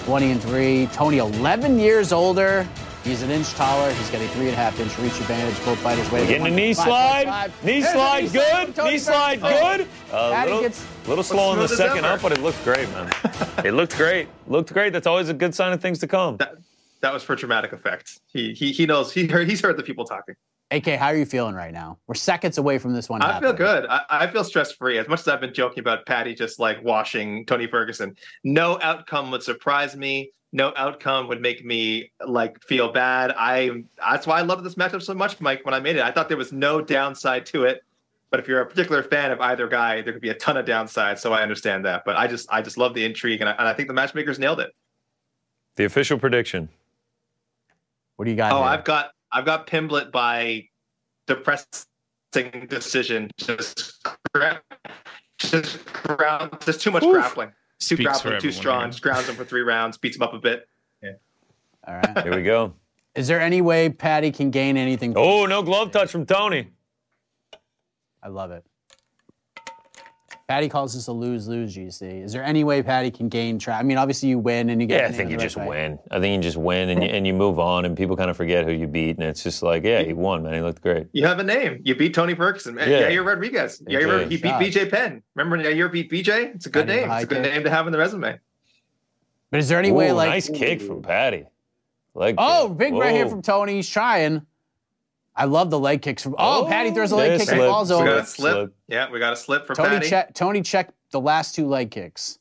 Speaker 2: 20 and 3. Tony, 11 years older. He's an inch taller. He's got a three and a half inch reach advantage. Both fighters weigh.
Speaker 3: Getting a knee
Speaker 2: 125.
Speaker 3: slide. Knee
Speaker 2: There's a
Speaker 3: slide.
Speaker 2: slide
Speaker 3: Good.
Speaker 2: from Tony
Speaker 3: Knee slide.
Speaker 2: Ferguson.
Speaker 3: Good.
Speaker 2: Patty
Speaker 3: A Uh, little,
Speaker 2: gets-
Speaker 3: little slow in the
Speaker 7: smooth as
Speaker 3: second
Speaker 7: ever.
Speaker 3: up, but it looked great, man. it looked great. Looked great. That's always a good sign of things to come.
Speaker 7: That, that was for dramatic effect. He he he knows. He heard. He's heard the people talking.
Speaker 2: AK, how are you feeling right now? We're seconds away from this one.
Speaker 7: I feel
Speaker 2: happening.
Speaker 7: good. I, I feel stress free. As much as I've been joking about Patty just like washing Tony Ferguson, no outcome would surprise me. No outcome would make me like feel bad. I that's why I love this matchup so much, Mike. When I made it, I thought there was no downside to it. But if you're a particular fan of either guy, there could be a ton of downsides. So I understand that. But I just I just love the intrigue, and I, and I think the matchmakers nailed it.
Speaker 3: The official prediction.
Speaker 2: What do you got?
Speaker 7: Oh,
Speaker 2: here?
Speaker 7: I've got I've got Pimblett by depressing decision. Just gra- just ground. There's too much grappling. Too
Speaker 4: Speaks for
Speaker 7: grappling. Too
Speaker 4: everyone
Speaker 7: strong.
Speaker 4: here.
Speaker 7: Just grounds him for three rounds. Beats him up a bit.
Speaker 2: All right.
Speaker 3: Here we go.
Speaker 2: Is there any way Patty can gain anything?
Speaker 3: Oh, no glove touch from Tony.
Speaker 2: I love it. Patty calls this a lose lose. GC. Is there any way Patty can gain? Tra- I mean, obviously you win and you get.
Speaker 3: Yeah, I
Speaker 2: the
Speaker 3: think
Speaker 2: name
Speaker 3: you
Speaker 2: of the
Speaker 3: just
Speaker 2: right fight.
Speaker 3: win. I think you just win and you, and you move on, and people kind of forget who you beat, and it's just like, yeah, he won, man. He looked great.
Speaker 7: You have a name. You beat Tony Ferguson. Yeah,
Speaker 3: Yeah.
Speaker 7: Yair Rodriguez.
Speaker 3: He
Speaker 7: Yair,
Speaker 3: did.
Speaker 7: he beat
Speaker 2: Shot.
Speaker 7: BJ Penn. Remember when Yair beat BJ? It's a good
Speaker 2: I didn't
Speaker 7: name. It's a good
Speaker 2: like it.
Speaker 7: name to have in the resume.
Speaker 2: But is there any way
Speaker 3: Ooh,
Speaker 2: like?
Speaker 3: nice kick from Patty. Leg
Speaker 2: Oh,
Speaker 3: kick.
Speaker 2: big right here
Speaker 3: Whoa.
Speaker 2: from Tony. He's trying. I love the leg kicks from. Oh, Patty throws a
Speaker 3: yeah,
Speaker 2: leg kick and
Speaker 3: slip.
Speaker 2: falls
Speaker 7: We got
Speaker 2: over.
Speaker 7: a slip.
Speaker 3: Slip.
Speaker 7: Yeah, we got a slip for
Speaker 2: Tony
Speaker 7: Patty.
Speaker 2: check. Tony checked the last two leg kicks.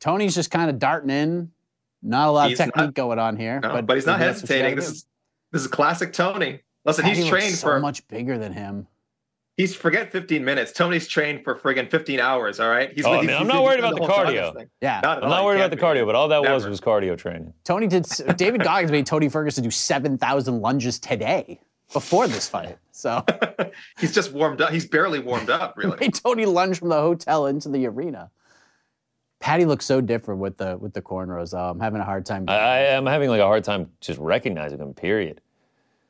Speaker 2: Tony's just kind of darting in. Not a lot
Speaker 7: He's
Speaker 2: of technique
Speaker 7: not-
Speaker 2: going on here.
Speaker 7: No, but, he's not
Speaker 2: maybe that's what you
Speaker 7: hesitating.
Speaker 2: gotta
Speaker 7: This
Speaker 2: do.
Speaker 7: is this is classic Tony. Listen,
Speaker 2: Patty
Speaker 7: he's
Speaker 2: looks
Speaker 7: trained
Speaker 2: so
Speaker 7: for
Speaker 2: much bigger than him.
Speaker 7: He's forget 15 minutes. Tony's trained for friggin' 15 hours. All right. He's
Speaker 3: Oh,
Speaker 7: like-
Speaker 3: man,
Speaker 7: he's-
Speaker 3: I'm not
Speaker 7: he's
Speaker 3: worried
Speaker 7: doing
Speaker 3: about the
Speaker 7: whole time,
Speaker 3: cardio.
Speaker 7: this thing.
Speaker 2: Yeah.
Speaker 7: Not
Speaker 3: I'm
Speaker 7: at all.
Speaker 3: not
Speaker 7: He
Speaker 3: worried about
Speaker 7: can't
Speaker 3: the
Speaker 7: be.
Speaker 3: cardio, but all that was
Speaker 7: Never.
Speaker 3: was cardio training.
Speaker 2: Tony did. David Goggins made Tony Ferguson do seven thousand lunges today before this fight. So *laughs*
Speaker 7: He's just warmed up. He's barely warmed up, really.
Speaker 3: *laughs*
Speaker 2: made Tony lunge from the hotel into the arena. Patty looks so different with the with the cornrows. though. I'm having a hard time.
Speaker 3: I, I am having like a hard time just recognizing him. Period.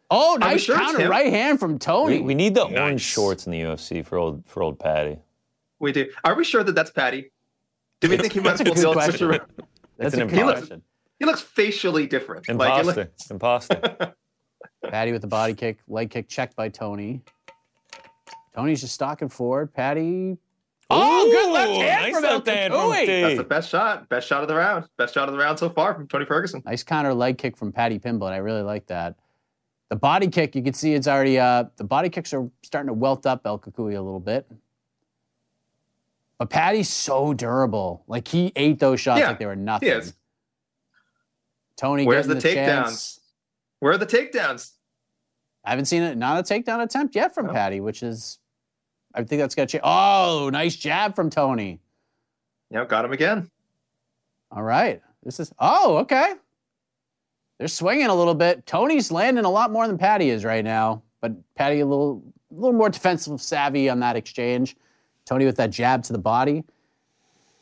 Speaker 2: oh, nice
Speaker 7: sure it's
Speaker 2: counter
Speaker 7: him.
Speaker 2: right hand from Tony.
Speaker 3: Oh, We, we need the orange
Speaker 4: Nice.
Speaker 3: shorts in the UFC for old for old Patty.
Speaker 7: we do. Are we sure that that's Patty? Do we think he might
Speaker 2: That's a
Speaker 7: pull
Speaker 2: good
Speaker 7: the old
Speaker 2: question.
Speaker 7: switcheroo?
Speaker 2: That's
Speaker 3: an
Speaker 2: a good
Speaker 3: imposter.
Speaker 2: question.
Speaker 7: He looks facially different. Like, he
Speaker 3: Imposter,
Speaker 7: look-
Speaker 3: imposter.
Speaker 2: Patty with the body kick, leg kick checked by Tony. Tony's just stalking forward. Patty. Oh, good left
Speaker 4: Ooh,
Speaker 2: hand
Speaker 4: nice
Speaker 2: from
Speaker 3: left
Speaker 2: El
Speaker 3: hand from
Speaker 2: Kakui.
Speaker 3: T.
Speaker 7: that's the best shot. Best shot of the round. Best shot of the round so far from Tony Ferguson.
Speaker 2: Nice counter leg kick from Patty Pimblett. I really like that. The body kick, you can see it's already, uh, the body kicks are starting to welt up El Kakui a little bit. But Patty's so durable. Like he ate those shots
Speaker 7: Yeah,
Speaker 2: like they were nothing.
Speaker 7: is.
Speaker 2: Tony
Speaker 7: Where's
Speaker 2: getting
Speaker 7: the
Speaker 2: chance.
Speaker 7: takedowns? Where are the takedowns?
Speaker 2: I haven't seen it, not a takedown attempt yet from
Speaker 7: No.
Speaker 2: Patty, which is, I think that's got to change. Oh, nice jab from Tony.
Speaker 7: Yeah, got him again.
Speaker 2: All right. This is, oh, okay. They're swinging a little bit. Tony's landing a lot more than Patty is right now, but Patty a little, a little more defensive savvy on that exchange. Tony with that jab to the body.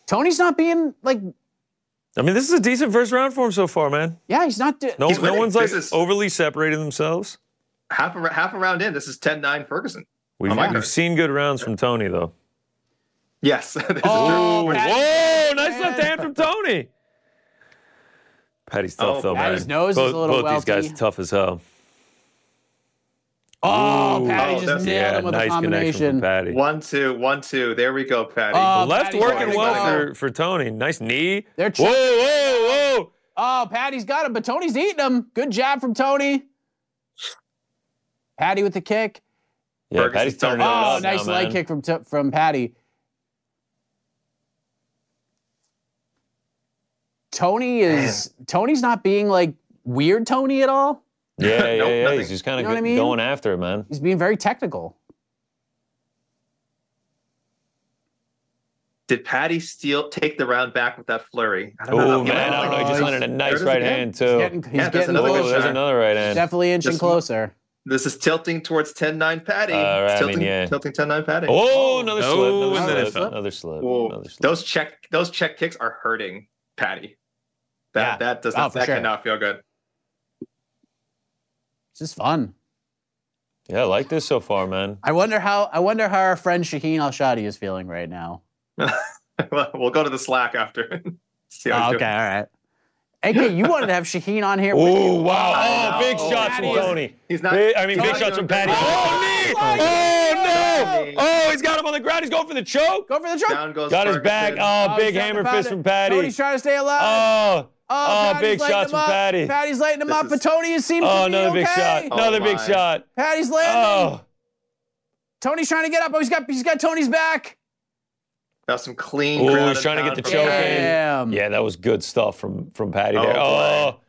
Speaker 2: Tony's not being like,
Speaker 3: *laughs* I mean, this is a decent first round for him so far, man.
Speaker 2: yeah, he's not. Do-
Speaker 3: No,
Speaker 7: He's
Speaker 3: no
Speaker 7: winning.
Speaker 3: one's like
Speaker 7: This is-
Speaker 3: overly separating themselves.
Speaker 7: Half a, half a round in. This is 10-9 Ferguson.
Speaker 3: We've,
Speaker 7: Oh, my
Speaker 3: we've
Speaker 7: God.
Speaker 3: seen good rounds from Tony though.
Speaker 7: Yes. *laughs* this is
Speaker 2: Oh,
Speaker 7: true.
Speaker 2: Patty-
Speaker 3: Whoa! Nice left hand from Tony. Patty's tough
Speaker 7: Oh,
Speaker 3: though,
Speaker 2: Patty's
Speaker 3: man.
Speaker 2: nose is a
Speaker 3: both
Speaker 2: little
Speaker 3: both these guys
Speaker 2: welty.
Speaker 3: tough as hell.
Speaker 2: Oh, Patty
Speaker 7: Oh,
Speaker 2: just
Speaker 7: that's-
Speaker 2: nailed
Speaker 3: Yeah,
Speaker 2: him with a
Speaker 3: nice connection from
Speaker 2: combination.
Speaker 3: Patty.
Speaker 7: One, two, one, two. There we go, Patty.
Speaker 2: Oh,
Speaker 3: Left
Speaker 2: Patty's
Speaker 3: working
Speaker 2: fighting
Speaker 3: well
Speaker 2: back.
Speaker 3: for, for Tony. Nice knee.
Speaker 2: They're
Speaker 3: whoa, whoa, whoa.
Speaker 2: Oh, Patty's got him, but Tony's eating him. Good jab from Tony. Patty with the kick.
Speaker 3: Yeah,
Speaker 7: Ferguson's
Speaker 3: Patty's turning
Speaker 7: done.
Speaker 3: it
Speaker 2: Oh,
Speaker 3: up now,
Speaker 2: nice leg
Speaker 3: man.
Speaker 2: kick from t- from Patty. Tony is Tony's not being like weird Tony at all.
Speaker 3: Yeah, yeah,
Speaker 7: *laughs* Nope,
Speaker 3: yeah.
Speaker 7: nothing.
Speaker 3: He's just kind
Speaker 2: You
Speaker 3: of
Speaker 2: know what I mean?
Speaker 3: going after it, man.
Speaker 2: He's being very technical.
Speaker 7: Did Patty steal take the round back with that flurry? I don't know.
Speaker 3: Oh,
Speaker 7: He
Speaker 3: man. I don't know. He
Speaker 2: Oh,
Speaker 3: just
Speaker 2: he's-
Speaker 3: landed a nice
Speaker 7: There it is
Speaker 3: right
Speaker 7: again.
Speaker 3: hand,
Speaker 2: He's
Speaker 3: too.
Speaker 2: getting, he's
Speaker 7: Yeah, there's
Speaker 2: getting
Speaker 7: another
Speaker 3: Whoa,
Speaker 7: good
Speaker 2: closer.
Speaker 3: there's
Speaker 7: shot.
Speaker 3: another right hand.
Speaker 2: Definitely inching
Speaker 7: Just-
Speaker 2: closer.
Speaker 7: This is tilting towards 10-9 Patty.
Speaker 3: Uh, I mean,
Speaker 7: tilting,
Speaker 3: yeah.
Speaker 7: tilting 10-9 Patty.
Speaker 3: Oh, another
Speaker 4: Oh,
Speaker 3: slip.
Speaker 4: and
Speaker 3: Another
Speaker 4: then it
Speaker 3: slip.
Speaker 4: fell.
Speaker 3: Another slip.
Speaker 7: Whoa.
Speaker 3: Another slip.
Speaker 7: Those check those check kicks are hurting Patty. That
Speaker 2: Yeah.
Speaker 7: that does
Speaker 2: Oh,
Speaker 7: not
Speaker 2: for
Speaker 7: that
Speaker 2: sure.
Speaker 7: cannot feel good. *laughs*
Speaker 2: This is fun.
Speaker 3: Yeah, I like this so far, man.
Speaker 2: I wonder how I wonder how our friend Shaheen Al Shadi is feeling right now.
Speaker 7: Well, we'll go to the Slack after. *laughs* See how
Speaker 2: Oh,
Speaker 7: he's
Speaker 2: okay,
Speaker 7: doing.
Speaker 2: all right. AK, you wanted to have Shaheen on here. with
Speaker 3: Oh,
Speaker 2: you.
Speaker 3: wow. Oh,
Speaker 7: I
Speaker 3: big
Speaker 7: know.
Speaker 3: shots from
Speaker 2: Patty is-
Speaker 3: Tony.
Speaker 7: He's not.
Speaker 3: Big- I mean, big
Speaker 7: he's not
Speaker 3: shots from
Speaker 7: doing
Speaker 3: Patty.
Speaker 7: good.
Speaker 3: Oh, knee! Oh, no! Oh, he's got him on the ground. He's going for the choke.
Speaker 2: Go for the choke.
Speaker 7: Down goes
Speaker 3: Got his
Speaker 7: Ferguson.
Speaker 3: back. Oh,
Speaker 2: Oh, he's trying
Speaker 3: big
Speaker 2: to
Speaker 3: hammer
Speaker 2: pound
Speaker 3: fist
Speaker 2: it.
Speaker 3: from Patty.
Speaker 2: Tony's trying to stay alive.
Speaker 3: Oh, oh,
Speaker 2: Patty's
Speaker 3: big
Speaker 2: lighting
Speaker 3: shots
Speaker 2: him
Speaker 3: from
Speaker 2: up.
Speaker 3: Patty.
Speaker 2: Patty's lighting him
Speaker 7: This
Speaker 2: up, but
Speaker 7: is-
Speaker 2: Tony is seeming
Speaker 3: Oh,
Speaker 2: to be
Speaker 3: another
Speaker 2: okay.
Speaker 3: big shot. Another big
Speaker 7: my.
Speaker 3: shot.
Speaker 2: Patty's landing.
Speaker 3: Oh,
Speaker 2: Tony's trying to get up. Oh, he's got he's got Tony's back.
Speaker 7: Now some clean.
Speaker 3: Ooh,
Speaker 7: ground
Speaker 3: he's trying to
Speaker 7: and
Speaker 3: get
Speaker 7: pound
Speaker 3: the choke
Speaker 7: from Patty.
Speaker 3: in.
Speaker 2: Damn.
Speaker 3: yeah, that was good stuff from from Patty
Speaker 7: Oh,
Speaker 3: there.
Speaker 7: boy.
Speaker 3: Oh,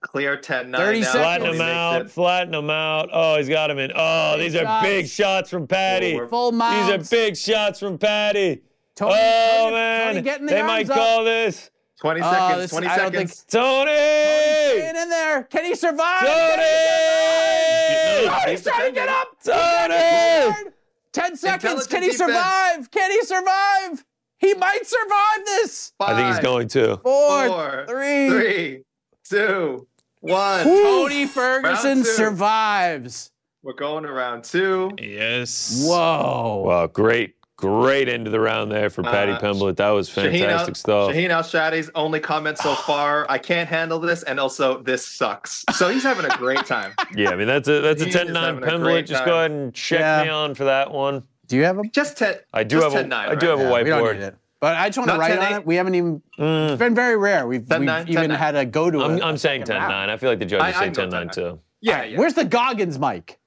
Speaker 7: Clear 10 9.
Speaker 2: 30 seconds.
Speaker 3: flatten him out, flatten him out. Oh, he's got him in. Oh,
Speaker 2: Big
Speaker 3: these are
Speaker 2: shots.
Speaker 3: big shots from Patty.
Speaker 7: Oh, we're-
Speaker 2: Full
Speaker 3: These
Speaker 2: mount.
Speaker 3: are big shots from Patty.
Speaker 2: Tony,
Speaker 3: oh
Speaker 2: Tony, Tony
Speaker 3: man,
Speaker 2: getting the
Speaker 3: they might
Speaker 2: arms up.
Speaker 3: call this
Speaker 7: 20
Speaker 2: Oh,
Speaker 7: seconds.
Speaker 2: this-
Speaker 7: 20
Speaker 2: I don't
Speaker 7: seconds.
Speaker 3: Tony.
Speaker 2: Staying in there. Can he survive? Can he
Speaker 3: Tony.
Speaker 2: survive?
Speaker 7: He's
Speaker 2: Tony's trying to get
Speaker 7: defending.
Speaker 2: up.
Speaker 3: Tony.
Speaker 2: Ten seconds.
Speaker 7: Intelligent
Speaker 2: Can he
Speaker 7: defense.
Speaker 2: survive? Can he survive? He might survive this.
Speaker 3: I think he's
Speaker 7: Five,
Speaker 3: going to.
Speaker 2: Four,
Speaker 7: four,
Speaker 2: three.
Speaker 7: three, two, one.
Speaker 2: Tony Ferguson
Speaker 7: two.
Speaker 2: survives.
Speaker 7: We're going to round two.
Speaker 4: Yes.
Speaker 2: Whoa.
Speaker 3: Wow, great, great end of the round there for Patty
Speaker 7: Uh,
Speaker 3: Pimblett. That was fantastic stuff.
Speaker 7: Shaheen Al Shadi's only comment so *gasps* far: "I can't handle this," and also "This sucks." So he's having a great *laughs* time.
Speaker 3: Yeah, I mean that's a that's a
Speaker 7: He is
Speaker 3: 10 9
Speaker 7: having a great
Speaker 3: Pimblett. Just go
Speaker 7: time.
Speaker 3: ahead and check
Speaker 2: Yeah.
Speaker 3: me on for that one.
Speaker 2: Do you have him?
Speaker 7: Just ten.
Speaker 3: I do
Speaker 7: just
Speaker 3: have a
Speaker 7: 10-9,
Speaker 3: I do have
Speaker 7: right?
Speaker 3: a
Speaker 2: we don't need
Speaker 3: whiteboard.
Speaker 2: it. But I just want to
Speaker 7: Not
Speaker 2: write on
Speaker 7: 10-8.
Speaker 2: it. We haven't even.
Speaker 3: Mm.
Speaker 2: It's been very rare. We've, we've
Speaker 7: 10-9,
Speaker 2: even
Speaker 7: 10-9.
Speaker 2: had a go to
Speaker 3: I'm,
Speaker 2: it.
Speaker 3: I'm saying 10 9. I feel like the
Speaker 7: I-
Speaker 3: judges
Speaker 7: I
Speaker 3: say
Speaker 7: know
Speaker 3: 10 9 too.
Speaker 7: Yeah, yeah.
Speaker 2: Where's the Goggins mic?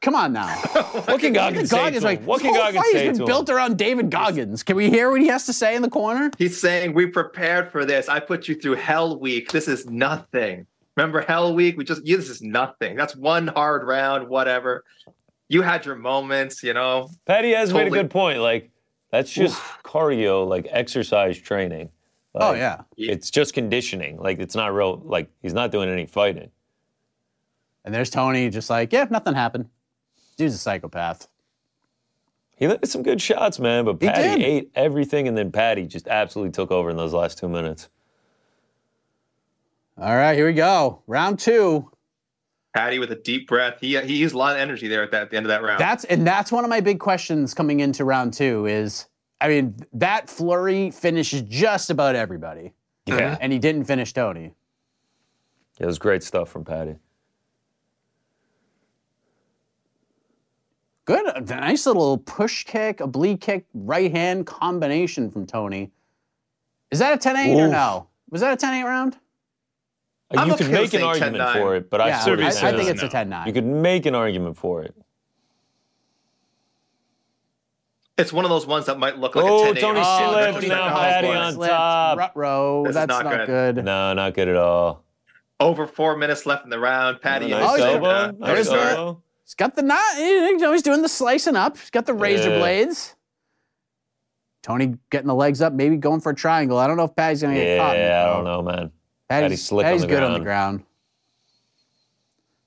Speaker 2: Come on now.
Speaker 3: *laughs* What can
Speaker 2: The
Speaker 3: Goggins say
Speaker 2: Goggins
Speaker 3: to
Speaker 2: mic.
Speaker 3: him? What
Speaker 2: This
Speaker 3: can
Speaker 2: whole
Speaker 3: Goggins
Speaker 2: fight has
Speaker 3: say to
Speaker 2: been
Speaker 3: him?
Speaker 2: built around David Goggins. Can we hear what he has to say in the corner?
Speaker 7: He's saying we prepared for this. I put you through Hell Week. This is nothing. Remember Hell Week? We just you, this is nothing. That's one hard round. Whatever. you had your moments, you know.
Speaker 3: Patty has made
Speaker 7: Totally.
Speaker 3: a good point. Like that's just cardio, like exercise training.
Speaker 2: Oh
Speaker 3: Like,
Speaker 2: yeah.
Speaker 3: it's just conditioning. Like it's not real. Like he's not doing any fighting.
Speaker 2: And there's Tony, just like, yeah, nothing happened. Dude's a psychopath.
Speaker 3: He landed some good shots, man. But
Speaker 2: He
Speaker 3: Patty
Speaker 2: did.
Speaker 3: ate everything, and then Patty just absolutely took over in those last two minutes.
Speaker 2: All right, here we go. Round two.
Speaker 7: Patty with a deep breath. He he used a lot of energy there at that at the end of that round.
Speaker 2: That's and that's one of my big questions coming into round two is I mean, that flurry finishes just about everybody.
Speaker 3: Yeah,
Speaker 2: And he didn't finish Tony.
Speaker 3: it was great stuff from Patty.
Speaker 2: Good a nice little push kick, oblique kick, right hand combination from Tony. Is that a 10 8 or
Speaker 3: Oof.
Speaker 2: no? Was that a 10 8 round?
Speaker 7: I'm
Speaker 3: you
Speaker 7: okay
Speaker 3: could make
Speaker 7: with
Speaker 3: an
Speaker 7: saying
Speaker 3: argument
Speaker 7: 10-9.
Speaker 3: for it, but I
Speaker 2: yeah,
Speaker 3: sort
Speaker 2: I,
Speaker 3: of
Speaker 2: I
Speaker 4: says
Speaker 2: think it's
Speaker 4: no.
Speaker 2: a 10
Speaker 3: you
Speaker 2: 9.
Speaker 3: could make an argument for it.
Speaker 7: it's one of those ones that might look like
Speaker 3: Oh,
Speaker 7: a 10
Speaker 3: Tony slipped. Now Patty on top.
Speaker 2: Row.
Speaker 7: This is
Speaker 2: That's
Speaker 7: not
Speaker 2: not,
Speaker 7: good.
Speaker 2: good.
Speaker 3: No, not good at all.
Speaker 7: Over four minutes left in the round. Patty
Speaker 3: Nice
Speaker 2: Oh,
Speaker 7: is
Speaker 2: yeah.
Speaker 3: elbow.
Speaker 7: uh,
Speaker 3: Nice
Speaker 2: There's the-
Speaker 7: sorry.
Speaker 3: elbow.
Speaker 2: He's got the knot. You know, he's doing the slicing up. He's got the razor
Speaker 3: Yeah.
Speaker 2: blades. Tony getting the legs up, maybe going for a triangle. I don't know if Patty's going to get caught. in it,
Speaker 3: Yeah, I
Speaker 2: though.
Speaker 3: don't know, man.
Speaker 2: Patty's,
Speaker 3: Patty's slick on
Speaker 2: Patty's
Speaker 3: the
Speaker 2: good on the ground.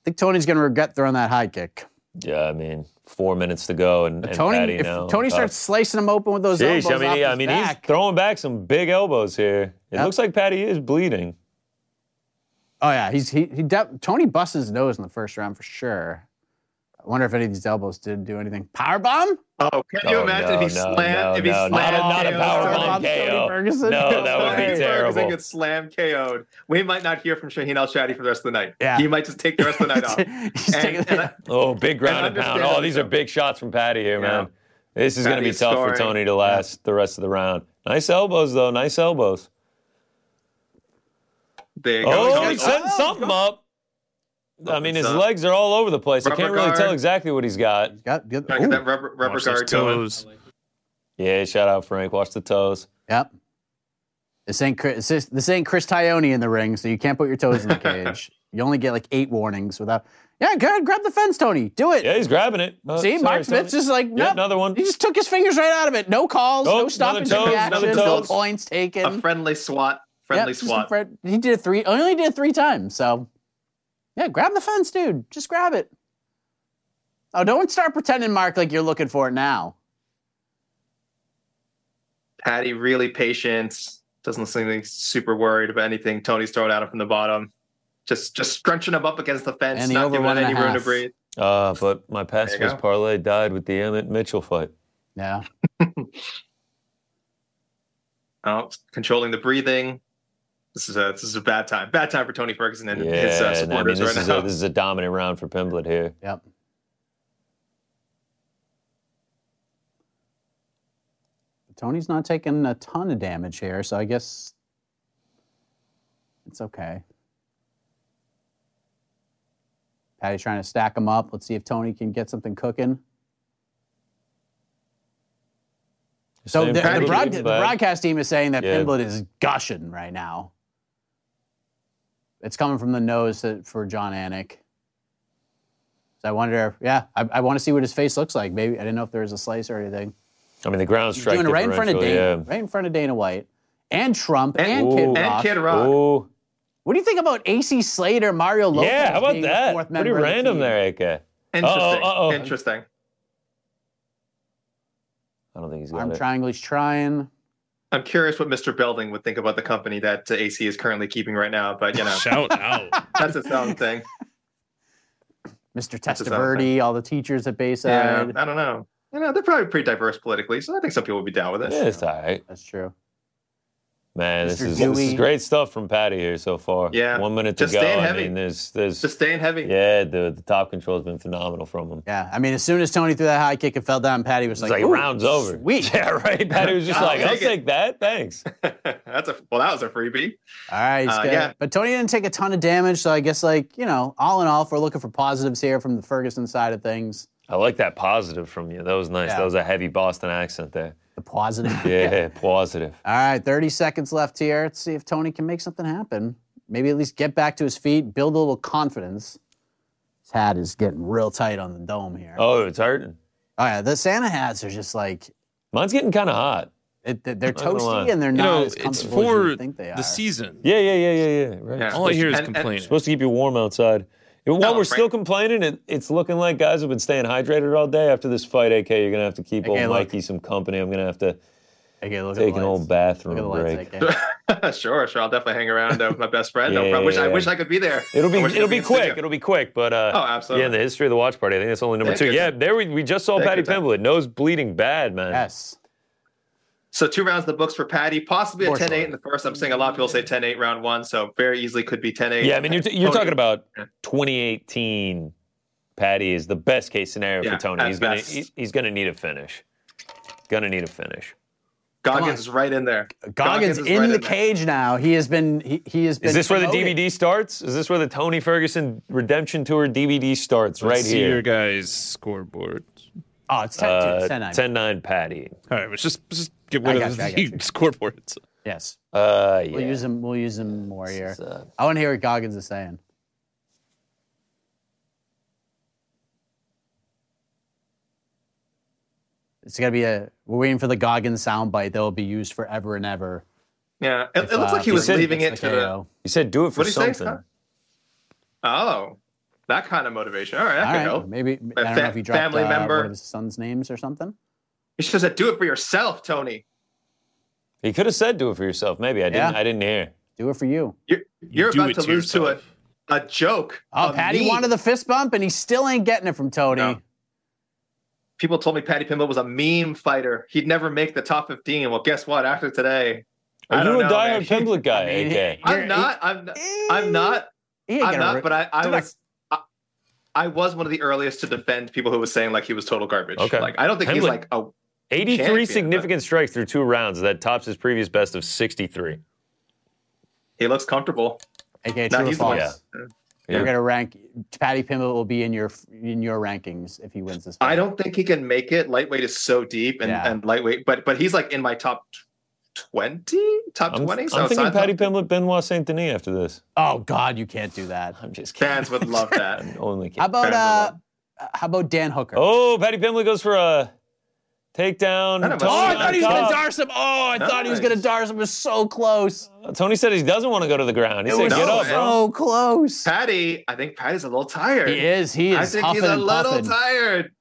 Speaker 2: I think Tony's going to regret throwing that high kick.
Speaker 3: Yeah, I mean, four minutes to go, and, and
Speaker 2: Tony,
Speaker 3: Patty
Speaker 2: if
Speaker 3: now.
Speaker 2: Tony
Speaker 3: Uh,
Speaker 2: starts slicing him open with those
Speaker 3: sheesh,
Speaker 2: elbows
Speaker 3: I mean,
Speaker 2: off
Speaker 3: yeah,
Speaker 2: his
Speaker 3: I mean,
Speaker 2: back,
Speaker 3: he's throwing back some big elbows here. It
Speaker 2: Yep.
Speaker 3: looks like Patty is bleeding.
Speaker 2: oh yeah, he's he, he de- Tony busts his nose in the first round for sure. I wonder if any of these elbows did do anything. Power bomb?
Speaker 7: Oh, can you
Speaker 3: Oh,
Speaker 7: imagine
Speaker 3: no,
Speaker 7: if he
Speaker 3: no,
Speaker 7: slammed?
Speaker 3: no,
Speaker 7: if he
Speaker 3: no, not
Speaker 7: slammed
Speaker 3: a- not a
Speaker 7: KO?
Speaker 3: power
Speaker 2: Powerbomb
Speaker 3: bomb
Speaker 2: Tony
Speaker 3: KO.
Speaker 2: Ferguson?
Speaker 3: No, that would
Speaker 7: Tony
Speaker 3: be
Speaker 7: Ferguson
Speaker 3: terrible.
Speaker 7: gets slammed KO'd. We might not hear from Shaheen Al Shadi for the rest of the night.
Speaker 2: Yeah.
Speaker 7: He might just take the
Speaker 3: *laughs*
Speaker 7: rest of the night off.
Speaker 2: *laughs* He's taking
Speaker 7: and
Speaker 2: *laughs*
Speaker 7: I-
Speaker 3: Oh, big ground and
Speaker 7: And
Speaker 3: pound. Oh, these are
Speaker 7: understandably
Speaker 3: big shots from Patty here,
Speaker 7: Yeah.
Speaker 3: man. This is going to be
Speaker 7: Patty's
Speaker 3: tough for
Speaker 7: scoring.
Speaker 3: Tony to last the rest of the round. Nice elbows, though. Nice elbows.
Speaker 7: There you go.
Speaker 3: Oh,
Speaker 7: Tony-
Speaker 3: he's setting something up. I mean, his
Speaker 7: Something's up.
Speaker 3: legs are all over the place. I
Speaker 7: Rubber
Speaker 3: can't really tell
Speaker 7: guard.
Speaker 3: exactly what he's got.
Speaker 2: got, got,
Speaker 7: Gotta
Speaker 2: ooh.
Speaker 7: get that rubber, rubber
Speaker 4: Watch those
Speaker 7: guard going.
Speaker 4: toes.
Speaker 3: Yeah, shout out Frank. Watch the toes.
Speaker 2: Yep. This ain't Chris, this, this ain't Chris Tyone in the ring, so you can't put your toes
Speaker 3: *laughs*
Speaker 2: in the cage. you only get like eight warnings without. Yeah, go ahead, grab the fence, Tony. Do it.
Speaker 3: Yeah, he's grabbing it. Uh,
Speaker 2: See,
Speaker 3: sorry,
Speaker 2: Mark Smith's
Speaker 3: Tony.
Speaker 2: just like,
Speaker 3: Yeah,
Speaker 2: no.
Speaker 3: another one.
Speaker 2: He just took his fingers right out of it. No calls,
Speaker 3: Oh,
Speaker 2: no stopping
Speaker 3: another toes, another
Speaker 2: reactions, no
Speaker 3: toes.
Speaker 2: points taken.
Speaker 7: A friendly SWAT.
Speaker 2: Yep,
Speaker 7: Friendly
Speaker 2: just a
Speaker 7: SWAT.
Speaker 2: friend- he did it three. Only did it three times. So, yeah, grab the fence, dude. Just grab it. Oh, don't start pretending, Mark, like you're looking for it now.
Speaker 7: Patty really patient. Doesn't seem like he's super worried about anything. Tony's throwing at him from the bottom. Just just scrunching him up against the fence,
Speaker 2: And the
Speaker 7: not
Speaker 2: over
Speaker 7: giving
Speaker 2: one
Speaker 7: him
Speaker 2: and
Speaker 7: any
Speaker 2: a
Speaker 7: room to
Speaker 2: half.
Speaker 7: breathe.
Speaker 3: Uh, but my
Speaker 7: There you
Speaker 3: passport's
Speaker 7: go.
Speaker 3: parlay died with the Emmett Mitchell fight.
Speaker 2: Yeah.
Speaker 7: Oh, controlling the breathing. This is a this is a bad time. Bad time for Tony Ferguson and
Speaker 3: yeah,
Speaker 7: his uh,
Speaker 3: and I mean,
Speaker 7: supporters
Speaker 3: this,
Speaker 7: right
Speaker 3: is
Speaker 7: now.
Speaker 3: a, this is a dominant round for Pimblett here.
Speaker 2: Yep. Tony's not taking a ton of damage here, so I guess it's okay. Patty's trying to stack him up. Let's see if Tony can get something cooking. So
Speaker 3: Same
Speaker 2: the, the,
Speaker 3: Patty,
Speaker 2: broad- the
Speaker 3: but-
Speaker 2: broadcast team is saying that
Speaker 3: Yeah.
Speaker 2: Pimblett is gushing right now. It's coming from the nose that- for John Anik. So I wonder, yeah, I, I want to see what his face looks like. Maybe I didn't know if there was a slice or anything.
Speaker 3: I mean, the ground
Speaker 2: He's
Speaker 3: strike
Speaker 2: doing it right in front of Dana,
Speaker 3: differential,
Speaker 2: right in front of Dana White, and Trump, and,
Speaker 7: And-
Speaker 3: Ooh.
Speaker 2: Kid
Speaker 3: And
Speaker 2: Rock.
Speaker 7: and Kid
Speaker 3: yeah.
Speaker 7: Rock.
Speaker 3: Ooh.
Speaker 2: What do you think about AC Slater, Mario Lopez?
Speaker 3: yeah, how about
Speaker 2: being the
Speaker 3: that?
Speaker 2: fourth
Speaker 3: Pretty
Speaker 2: member of the
Speaker 3: random
Speaker 2: team?
Speaker 3: there, AK.
Speaker 7: Interesting.
Speaker 3: uh-oh.
Speaker 7: Interesting.
Speaker 3: I don't think he's got
Speaker 2: Arm
Speaker 3: it.
Speaker 2: triangle, he's trying.
Speaker 7: I'm curious what Mr. Belding would think about the company that uh, AC is currently keeping right now, but you know,
Speaker 4: Shout out.
Speaker 2: *laughs*
Speaker 7: that's its own thing.
Speaker 2: Mr.
Speaker 7: That's his own
Speaker 2: Testaverde, all the teachers at
Speaker 7: Yeah,
Speaker 2: Bayside.
Speaker 7: I don't know. You know, they're probably pretty diverse politically, so I think some people would be down with it.
Speaker 3: Yeah, it's all right.
Speaker 2: That's true.
Speaker 3: Man, this
Speaker 2: Mr.
Speaker 3: is, this is
Speaker 2: Dewey.
Speaker 3: great stuff from Patty here so far.
Speaker 7: Yeah.
Speaker 3: One minute to
Speaker 7: Just
Speaker 3: go.
Speaker 7: staying
Speaker 3: I
Speaker 7: heavy.
Speaker 3: mean, there's, there's,
Speaker 7: Just staying heavy.
Speaker 3: yeah, the, the top control has been phenomenal from him.
Speaker 2: Yeah, I mean, as soon as Tony threw that high kick and fell down, Patty was
Speaker 3: It's
Speaker 2: like,
Speaker 3: like,
Speaker 2: "Ooh,
Speaker 3: round's over.
Speaker 2: Sweet.
Speaker 3: *laughs* Yeah, right. Patty was just
Speaker 7: I'll
Speaker 3: like, I'll
Speaker 7: take it.
Speaker 3: take that. Thanks.
Speaker 7: that's a well, that was a freebie.
Speaker 2: *laughs* All right, he's
Speaker 7: Uh,
Speaker 2: good.
Speaker 7: yeah.
Speaker 2: But Tony didn't take a ton of damage, so I guess, like, you know, all in all, if we're looking for positives here from the Ferguson side of things,
Speaker 3: I like that positive from you. That was nice.
Speaker 2: Yeah.
Speaker 3: That was a heavy Boston accent
Speaker 7: *laughs*
Speaker 3: there.
Speaker 2: the positive. *laughs*
Speaker 3: Yeah, positive.
Speaker 2: All right, 30 seconds left here. Let's see if Tony can make something happen. Maybe at least get back to his feet, build a little confidence. His hat is getting real tight on the dome here. Oh,
Speaker 3: Oh, it's hurting.
Speaker 2: yeah, the Santa hats are just like
Speaker 3: Mine's getting kind of hot.
Speaker 2: it, th- they're
Speaker 3: Not gonna
Speaker 2: toasty
Speaker 3: lie.
Speaker 2: and they're
Speaker 4: You
Speaker 2: not
Speaker 4: know,
Speaker 2: as
Speaker 4: it's
Speaker 2: comfortable as you
Speaker 4: for
Speaker 2: would think they are.
Speaker 4: the season.
Speaker 3: Yeah, yeah, yeah, yeah, yeah. Right.
Speaker 7: Yeah.
Speaker 4: All I hear is
Speaker 7: And- and-
Speaker 4: complaining.
Speaker 3: supposed to keep you warm outside. And While
Speaker 7: No,
Speaker 3: we're still
Speaker 7: right.
Speaker 3: complaining, it, it's looking like guys have been staying hydrated all day. After this fight, AK, you're gonna have to keep old
Speaker 2: AK, look.
Speaker 3: Mikey some company. I'm gonna have to
Speaker 2: Okay, look at
Speaker 3: take
Speaker 2: the
Speaker 3: an old
Speaker 2: lights. Look at the
Speaker 3: bathroom
Speaker 2: lights.
Speaker 3: break.
Speaker 2: okay.
Speaker 7: *laughs* sure, sure. I'll definitely hang around uh, with my best friend. no
Speaker 3: Yeah,
Speaker 7: problem. Wish, I
Speaker 3: yeah,
Speaker 7: wish
Speaker 3: yeah.
Speaker 7: I could be there.
Speaker 3: It'll be
Speaker 7: I wish I could
Speaker 3: it'll be
Speaker 7: in the studio.
Speaker 3: quick. It'll be quick. But uh,
Speaker 7: Oh, absolutely.
Speaker 3: Yeah, in the history of the watch party, I think that's only number
Speaker 7: Thank
Speaker 3: two.
Speaker 7: you.
Speaker 3: Yeah, there we, we just saw
Speaker 7: Thank
Speaker 3: Patty
Speaker 7: you, thank
Speaker 3: Pimblett, nose bleeding bad, man.
Speaker 2: yes.
Speaker 7: So two rounds of the books for Patty, possibly a
Speaker 2: Fourth
Speaker 7: 10-8
Speaker 2: round.
Speaker 7: in the first. I'm seeing a lot of people say 10-8 round one, so very easily could be 10-8.
Speaker 3: Yeah, I mean you're t- you're
Speaker 7: Tony.
Speaker 3: talking about
Speaker 7: Oh, Yeah.
Speaker 3: 2018. Patty is the best case scenario
Speaker 7: Yeah,
Speaker 3: for Tony.
Speaker 7: at
Speaker 3: He's gonna
Speaker 7: best.
Speaker 3: he- he's gonna need a finish. Gonna need a finish.
Speaker 7: Goggins is right in there.
Speaker 2: Goggins,
Speaker 7: is
Speaker 2: in
Speaker 7: right
Speaker 2: the
Speaker 7: there.
Speaker 2: cage now. He has been. He, he has been.
Speaker 3: Is this where the
Speaker 2: promoted.
Speaker 3: DVD starts? Is this where the Tony Ferguson Redemption Tour DVD starts?
Speaker 4: Let's
Speaker 3: right
Speaker 4: see
Speaker 3: here.
Speaker 4: your guys' scoreboard.
Speaker 2: Oh, it's 10,
Speaker 3: Uh,
Speaker 2: 10, 9.
Speaker 3: 10-9 Patty.
Speaker 4: All right, let's just let's just get
Speaker 2: I
Speaker 4: rid
Speaker 2: got
Speaker 4: of
Speaker 2: you, I got
Speaker 4: the
Speaker 2: you.
Speaker 4: *laughs* scoreboards.
Speaker 2: Yes,
Speaker 3: Uh, yeah.
Speaker 2: we'll use him. We'll use him more here.
Speaker 3: It's, uh,
Speaker 2: I want to hear what Goggins is saying. It's gonna be a. We're waiting for the Goggins soundbite that will be used forever and ever.
Speaker 7: Yeah, it,
Speaker 2: if,
Speaker 7: it looks
Speaker 2: uh,
Speaker 7: like he was
Speaker 2: Brazil
Speaker 7: leaving it
Speaker 2: gets
Speaker 7: to the.
Speaker 2: KO.
Speaker 3: you said do it for
Speaker 7: What'd he say,
Speaker 3: something.
Speaker 7: Scott? Oh, that kind of motivation. All right, that
Speaker 2: All
Speaker 7: could
Speaker 2: right,
Speaker 7: help.
Speaker 2: maybe I don't know
Speaker 7: fa-
Speaker 2: if he dropped
Speaker 7: family
Speaker 2: uh,
Speaker 7: member.
Speaker 2: one of his son's names or something.
Speaker 7: He should have said, "Do it for yourself, Tony.
Speaker 3: He could have said do it for yourself. Maybe I didn't.
Speaker 2: Yeah.
Speaker 3: I didn't hear.
Speaker 2: Do it for you.
Speaker 7: You're, you're
Speaker 4: do
Speaker 7: about
Speaker 4: it
Speaker 7: to
Speaker 4: to
Speaker 7: lose to a,
Speaker 4: yourself.
Speaker 7: a joke."
Speaker 2: Oh,
Speaker 7: of
Speaker 2: Patty
Speaker 7: me.
Speaker 2: wanted the fist bump, and he still ain't getting it from Tony.
Speaker 7: No. People told me Patty Pimble was a meme fighter. He'd never make the top 15. Well, guess what? After today, I
Speaker 3: Are
Speaker 7: don't
Speaker 3: you a
Speaker 7: know, man. *laughs*
Speaker 3: diehard Pimblett guy?
Speaker 2: I mean,
Speaker 3: okay.
Speaker 2: You're-
Speaker 7: I'm not. I'm. I'm not.
Speaker 2: He ain't
Speaker 7: I'm
Speaker 2: Eh. gonna
Speaker 7: not.
Speaker 2: re-
Speaker 7: But I. I
Speaker 2: They're not-
Speaker 7: was. I, I was one of the earliest to defend people who was saying like he was total garbage.
Speaker 3: Okay.
Speaker 7: Like I don't think he's
Speaker 3: Pimblett.
Speaker 7: like a
Speaker 3: 83
Speaker 7: Champion, but-
Speaker 3: significant strikes through two rounds. That tops his previous best of 63.
Speaker 7: He looks comfortable.
Speaker 2: Okay,
Speaker 7: No,
Speaker 2: true or
Speaker 7: he's the one.
Speaker 2: false?
Speaker 3: Yeah.
Speaker 2: You're gonna rank Patty Pimblett will be in your in your rankings if he wins this.
Speaker 7: I
Speaker 2: fight.
Speaker 7: don't think he can make it. Lightweight is so deep and,
Speaker 2: Yeah.
Speaker 7: and lightweight, but but he's like in my top twenty, top
Speaker 3: I'm,
Speaker 7: twenty.
Speaker 3: I'm thinking
Speaker 7: outside
Speaker 3: Patty
Speaker 7: top-
Speaker 3: Pimblett, Benoit Saint Denis after this.
Speaker 2: Oh God, you can't do that.
Speaker 3: I'm just kidding.
Speaker 7: Fans would love that.
Speaker 3: I'm only kidding.
Speaker 2: How about uh,
Speaker 7: Pimblett.
Speaker 2: how about Dan Hooker?
Speaker 3: *laughs* Oh, Patty Pimblett goes for a takedown.
Speaker 7: None of us-
Speaker 3: Tony
Speaker 2: Oh, I thought he was
Speaker 3: on
Speaker 2: gonna
Speaker 3: top.
Speaker 2: darse him. Oh, *laughs* I thought he was gonna
Speaker 7: Nice.
Speaker 2: darse him. It was so close.
Speaker 3: Tony said he doesn't want to go to the ground. He
Speaker 2: It
Speaker 3: said,
Speaker 2: was
Speaker 3: "Get
Speaker 7: no,
Speaker 3: up, bro."
Speaker 2: so close.
Speaker 7: Patty, I think Patty's a little tired.
Speaker 2: He is. He
Speaker 7: I
Speaker 2: is
Speaker 7: think he's
Speaker 2: huffing
Speaker 7: a
Speaker 2: and
Speaker 7: little
Speaker 2: puffing.
Speaker 7: tired.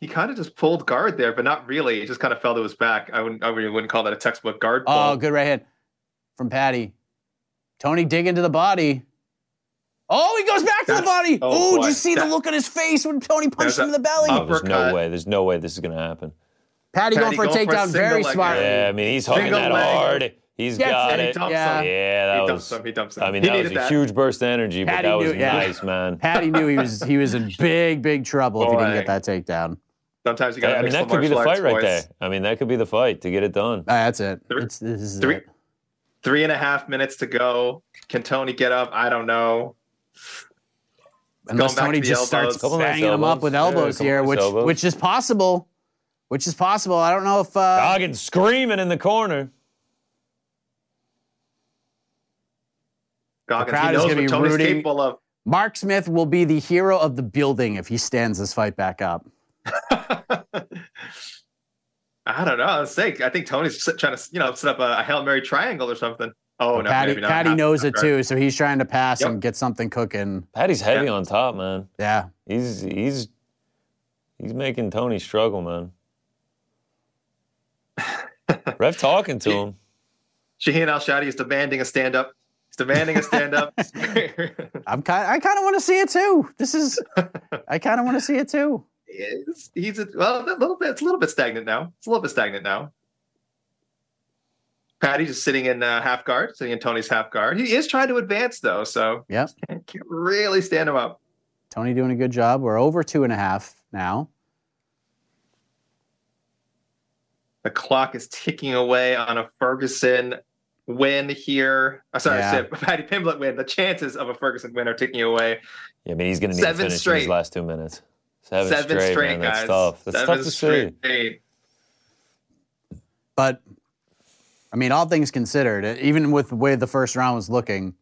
Speaker 7: He kind of just pulled guard there, but not really. It just kind of fell to his back. I wouldn't. I really wouldn't call that a textbook guard.
Speaker 2: Oh,
Speaker 7: pull.
Speaker 2: good right hand from Patty. Tony dig into the body. Oh, he goes back to the
Speaker 7: That's-
Speaker 2: body.
Speaker 7: oh,
Speaker 2: Oh, did
Speaker 7: boy.
Speaker 2: you see the
Speaker 7: That-
Speaker 2: look on his face when Tony punched
Speaker 7: There's
Speaker 2: him in the belly?
Speaker 3: No, there's
Speaker 7: uppercut.
Speaker 3: no way. There's no way this is gonna happen.
Speaker 2: Patty, going
Speaker 7: Patty
Speaker 2: for a
Speaker 7: going for a
Speaker 2: takedown
Speaker 7: single
Speaker 2: very
Speaker 7: leg.
Speaker 2: smartly.
Speaker 3: Yeah, I mean, he's hugging
Speaker 7: Single
Speaker 3: that
Speaker 7: leg.
Speaker 3: hard. He's
Speaker 2: Gets
Speaker 3: got
Speaker 2: it.
Speaker 7: he
Speaker 3: it.
Speaker 7: dumps
Speaker 2: Yeah.
Speaker 7: him.
Speaker 3: Yeah,
Speaker 7: He
Speaker 3: that
Speaker 7: dumps
Speaker 3: was.
Speaker 7: him. He dumps him.
Speaker 3: I mean,
Speaker 7: he
Speaker 3: that was a
Speaker 7: needed that.
Speaker 3: huge burst of energy, but
Speaker 2: Patty
Speaker 3: that was
Speaker 2: knew- yeah.
Speaker 3: nice, man.
Speaker 2: Patty knew he was he was
Speaker 7: *laughs*
Speaker 2: in big big trouble if he didn't
Speaker 7: Boy.
Speaker 2: get that takedown.
Speaker 7: Sometimes you got.
Speaker 3: I mean, that could be the fight right there. I mean, that could be the fight to get it done.
Speaker 2: All right, that's it.
Speaker 7: Three-
Speaker 2: It's, this is
Speaker 7: three-
Speaker 2: it.
Speaker 7: Three and a half minutes to go. Can Tony get up? I don't know.
Speaker 2: Unless
Speaker 7: going back
Speaker 2: Tony
Speaker 7: to the
Speaker 2: just starts
Speaker 7: elbows. Couple
Speaker 3: nice
Speaker 2: banging him up
Speaker 3: elbows.
Speaker 2: with
Speaker 3: Yeah,
Speaker 2: elbows
Speaker 3: couple
Speaker 2: here,
Speaker 3: nice
Speaker 2: which
Speaker 3: elbows.
Speaker 2: which is possible, which is possible. I don't know if uh,
Speaker 3: Goggins screaming in the corner.
Speaker 7: Goggins,
Speaker 2: crowd
Speaker 7: he
Speaker 2: is
Speaker 7: knows
Speaker 2: gonna
Speaker 7: what
Speaker 2: be
Speaker 7: Tony's
Speaker 2: rooting.
Speaker 7: capable of.
Speaker 2: Mark Smith will be the hero of the building if he stands this fight back up.
Speaker 7: I don't know. I was saying, I think Tony's s- trying to, you know, set up a, a hail mary triangle or something. Oh no,
Speaker 2: Patty,
Speaker 7: maybe not.
Speaker 2: Patty
Speaker 7: Not-
Speaker 2: knows
Speaker 7: not
Speaker 2: it
Speaker 7: right.
Speaker 2: too, so he's trying to pass
Speaker 7: Yep.
Speaker 2: and get something cooking.
Speaker 3: Patty's heavy on top, man.
Speaker 2: Yeah,
Speaker 3: He's he's he's making Tony struggle,
Speaker 7: *laughs*
Speaker 3: man. Ref talking to him.
Speaker 7: Shaheen Al Shadi is demanding a stand up. He's demanding a stand up. *laughs*
Speaker 2: I'm kind. I kind of want to see it too. This is. I kind of want to see it too.
Speaker 7: he's, he's a, well, a little bit. It's a little bit stagnant now. It's a little bit stagnant now. Patty just sitting in uh, half guard, sitting in Tony's half guard. He is trying to advance though, so
Speaker 2: Yep.
Speaker 7: can't, can't really stand him up.
Speaker 2: Tony doing a good job. We're over two and a half now.
Speaker 7: The clock is ticking away on a Ferguson win here. I'm sorry,
Speaker 2: Yeah.
Speaker 7: I said *laughs* Patty Pimblett win. The chances of a Ferguson win are ticking away.
Speaker 3: Yeah, I mean, he's gonna need
Speaker 7: Seven
Speaker 3: to finish in
Speaker 7: straight.
Speaker 3: his last two minutes. Seven,
Speaker 7: Seven,
Speaker 3: straight,
Speaker 7: straight,
Speaker 3: man.
Speaker 7: guys.
Speaker 3: That's tough. That's
Speaker 7: Seven
Speaker 3: tough to see.
Speaker 7: straight.
Speaker 2: uh, But I mean, all things considered, even with the way the first round was looking,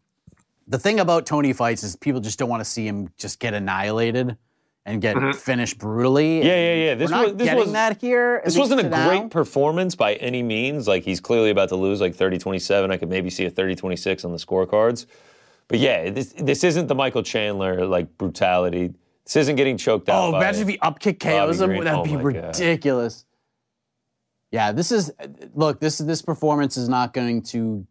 Speaker 2: the thing about Tony fights is people just don't want to see him just get annihilated and get finished brutally.
Speaker 3: Mm-hmm. Yeah,
Speaker 2: and
Speaker 3: yeah, yeah. This
Speaker 2: we're not
Speaker 3: was- this
Speaker 2: getting
Speaker 3: was-
Speaker 2: that here. at
Speaker 3: This
Speaker 2: least
Speaker 3: wasn't a
Speaker 2: for now.
Speaker 3: great performance by any means. Like, he's clearly about to lose like 30 27. I could maybe see a 30 26 on the scorecards. But yeah, this, this isn't the Michael Chandler like brutality. This isn't getting choked out.
Speaker 2: Oh,
Speaker 3: by
Speaker 2: imagine if he upkick KOs him.
Speaker 3: Green.
Speaker 2: That'd
Speaker 3: Oh
Speaker 2: be
Speaker 3: my God.
Speaker 2: ridiculous. Yeah, this is look, this this performance is not going to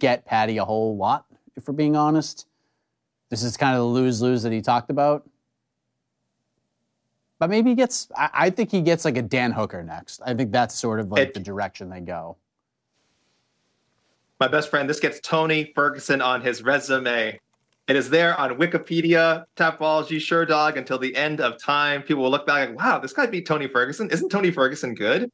Speaker 2: get Patty a whole lot, if we're being honest. This is kind of the lose-lose that he talked about. But maybe he gets I, I think he gets like a Dan Hooker next. I think that's sort of like
Speaker 7: It-
Speaker 2: the direction they go.
Speaker 7: My best friend, this gets Tony Ferguson on his resume. It is there on Wikipedia, Tapology, Sure Dog until the end of time. People will look back like, wow, this guy beat Tony Ferguson. Isn't Tony Ferguson good?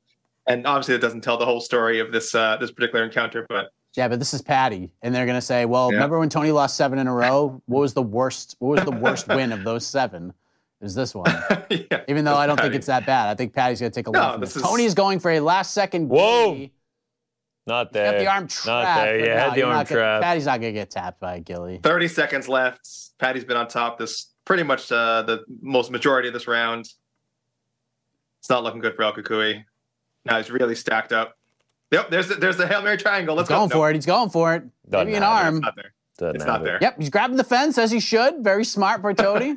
Speaker 7: And obviously, that doesn't tell the whole story of this uh, this particular encounter, but *laughs*
Speaker 2: Yeah, but this is Patty. And they're gonna say, Well,
Speaker 7: Yeah.
Speaker 2: remember when Tony lost seven in a row? What was the worst what was the
Speaker 7: *laughs*
Speaker 2: worst win of those seven? Is this one.
Speaker 7: yeah.
Speaker 2: Even though I don't think
Speaker 7: Patty.
Speaker 2: it's that bad. I think Patty's going to take a
Speaker 7: No,
Speaker 2: look.
Speaker 7: this is-
Speaker 2: Tony's going for a last second.
Speaker 3: Whoa.
Speaker 2: Gilly.
Speaker 3: Not
Speaker 2: He's
Speaker 3: there.
Speaker 2: got the arm trap.
Speaker 3: Not there.
Speaker 2: but
Speaker 3: Yeah, had
Speaker 2: no,
Speaker 3: the
Speaker 2: you're
Speaker 3: arm
Speaker 2: not gonna-
Speaker 3: trap.
Speaker 2: Patty's not going to get tapped by a Gilly.
Speaker 7: 30 seconds left. Patty's been on top this pretty much uh, the most majority of this round. It's not looking good for El Kukui. Now he's really stacked up. Yep, there's the, there's the Hail Mary triangle.
Speaker 2: He's
Speaker 7: Let's
Speaker 2: going
Speaker 7: go.
Speaker 2: for it. He's going for it.
Speaker 3: Doesn't
Speaker 2: Maybe an
Speaker 3: matter.
Speaker 2: arm.
Speaker 7: It's not there.
Speaker 3: Doesn't
Speaker 7: It's not
Speaker 3: matter.
Speaker 7: there.
Speaker 2: Yep, he's grabbing the fence as he should. Very smart for
Speaker 3: *laughs*
Speaker 2: Tony.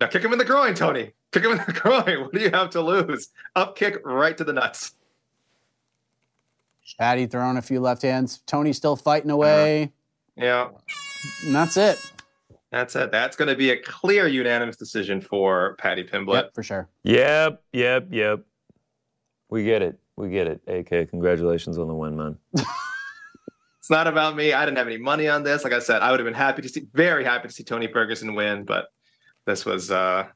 Speaker 7: Now kick him in the groin, Tony. Kick him in the *laughs* groin. What do you have to lose? Up kick right to the nuts.
Speaker 2: Patty throwing a few left hands. Tony's still fighting away.
Speaker 7: Yeah,
Speaker 2: And that's it.
Speaker 7: that's it. That's going to be a clear unanimous decision for Patty Pimblett.
Speaker 2: Yep, for sure.
Speaker 3: Yep, yep, yep. We get it. We get it. AK, congratulations on the win, man.
Speaker 7: It's not about me. I didn't have any money on this. Like I said, I would have been happy to see, very happy to see Tony Ferguson win, but this was uh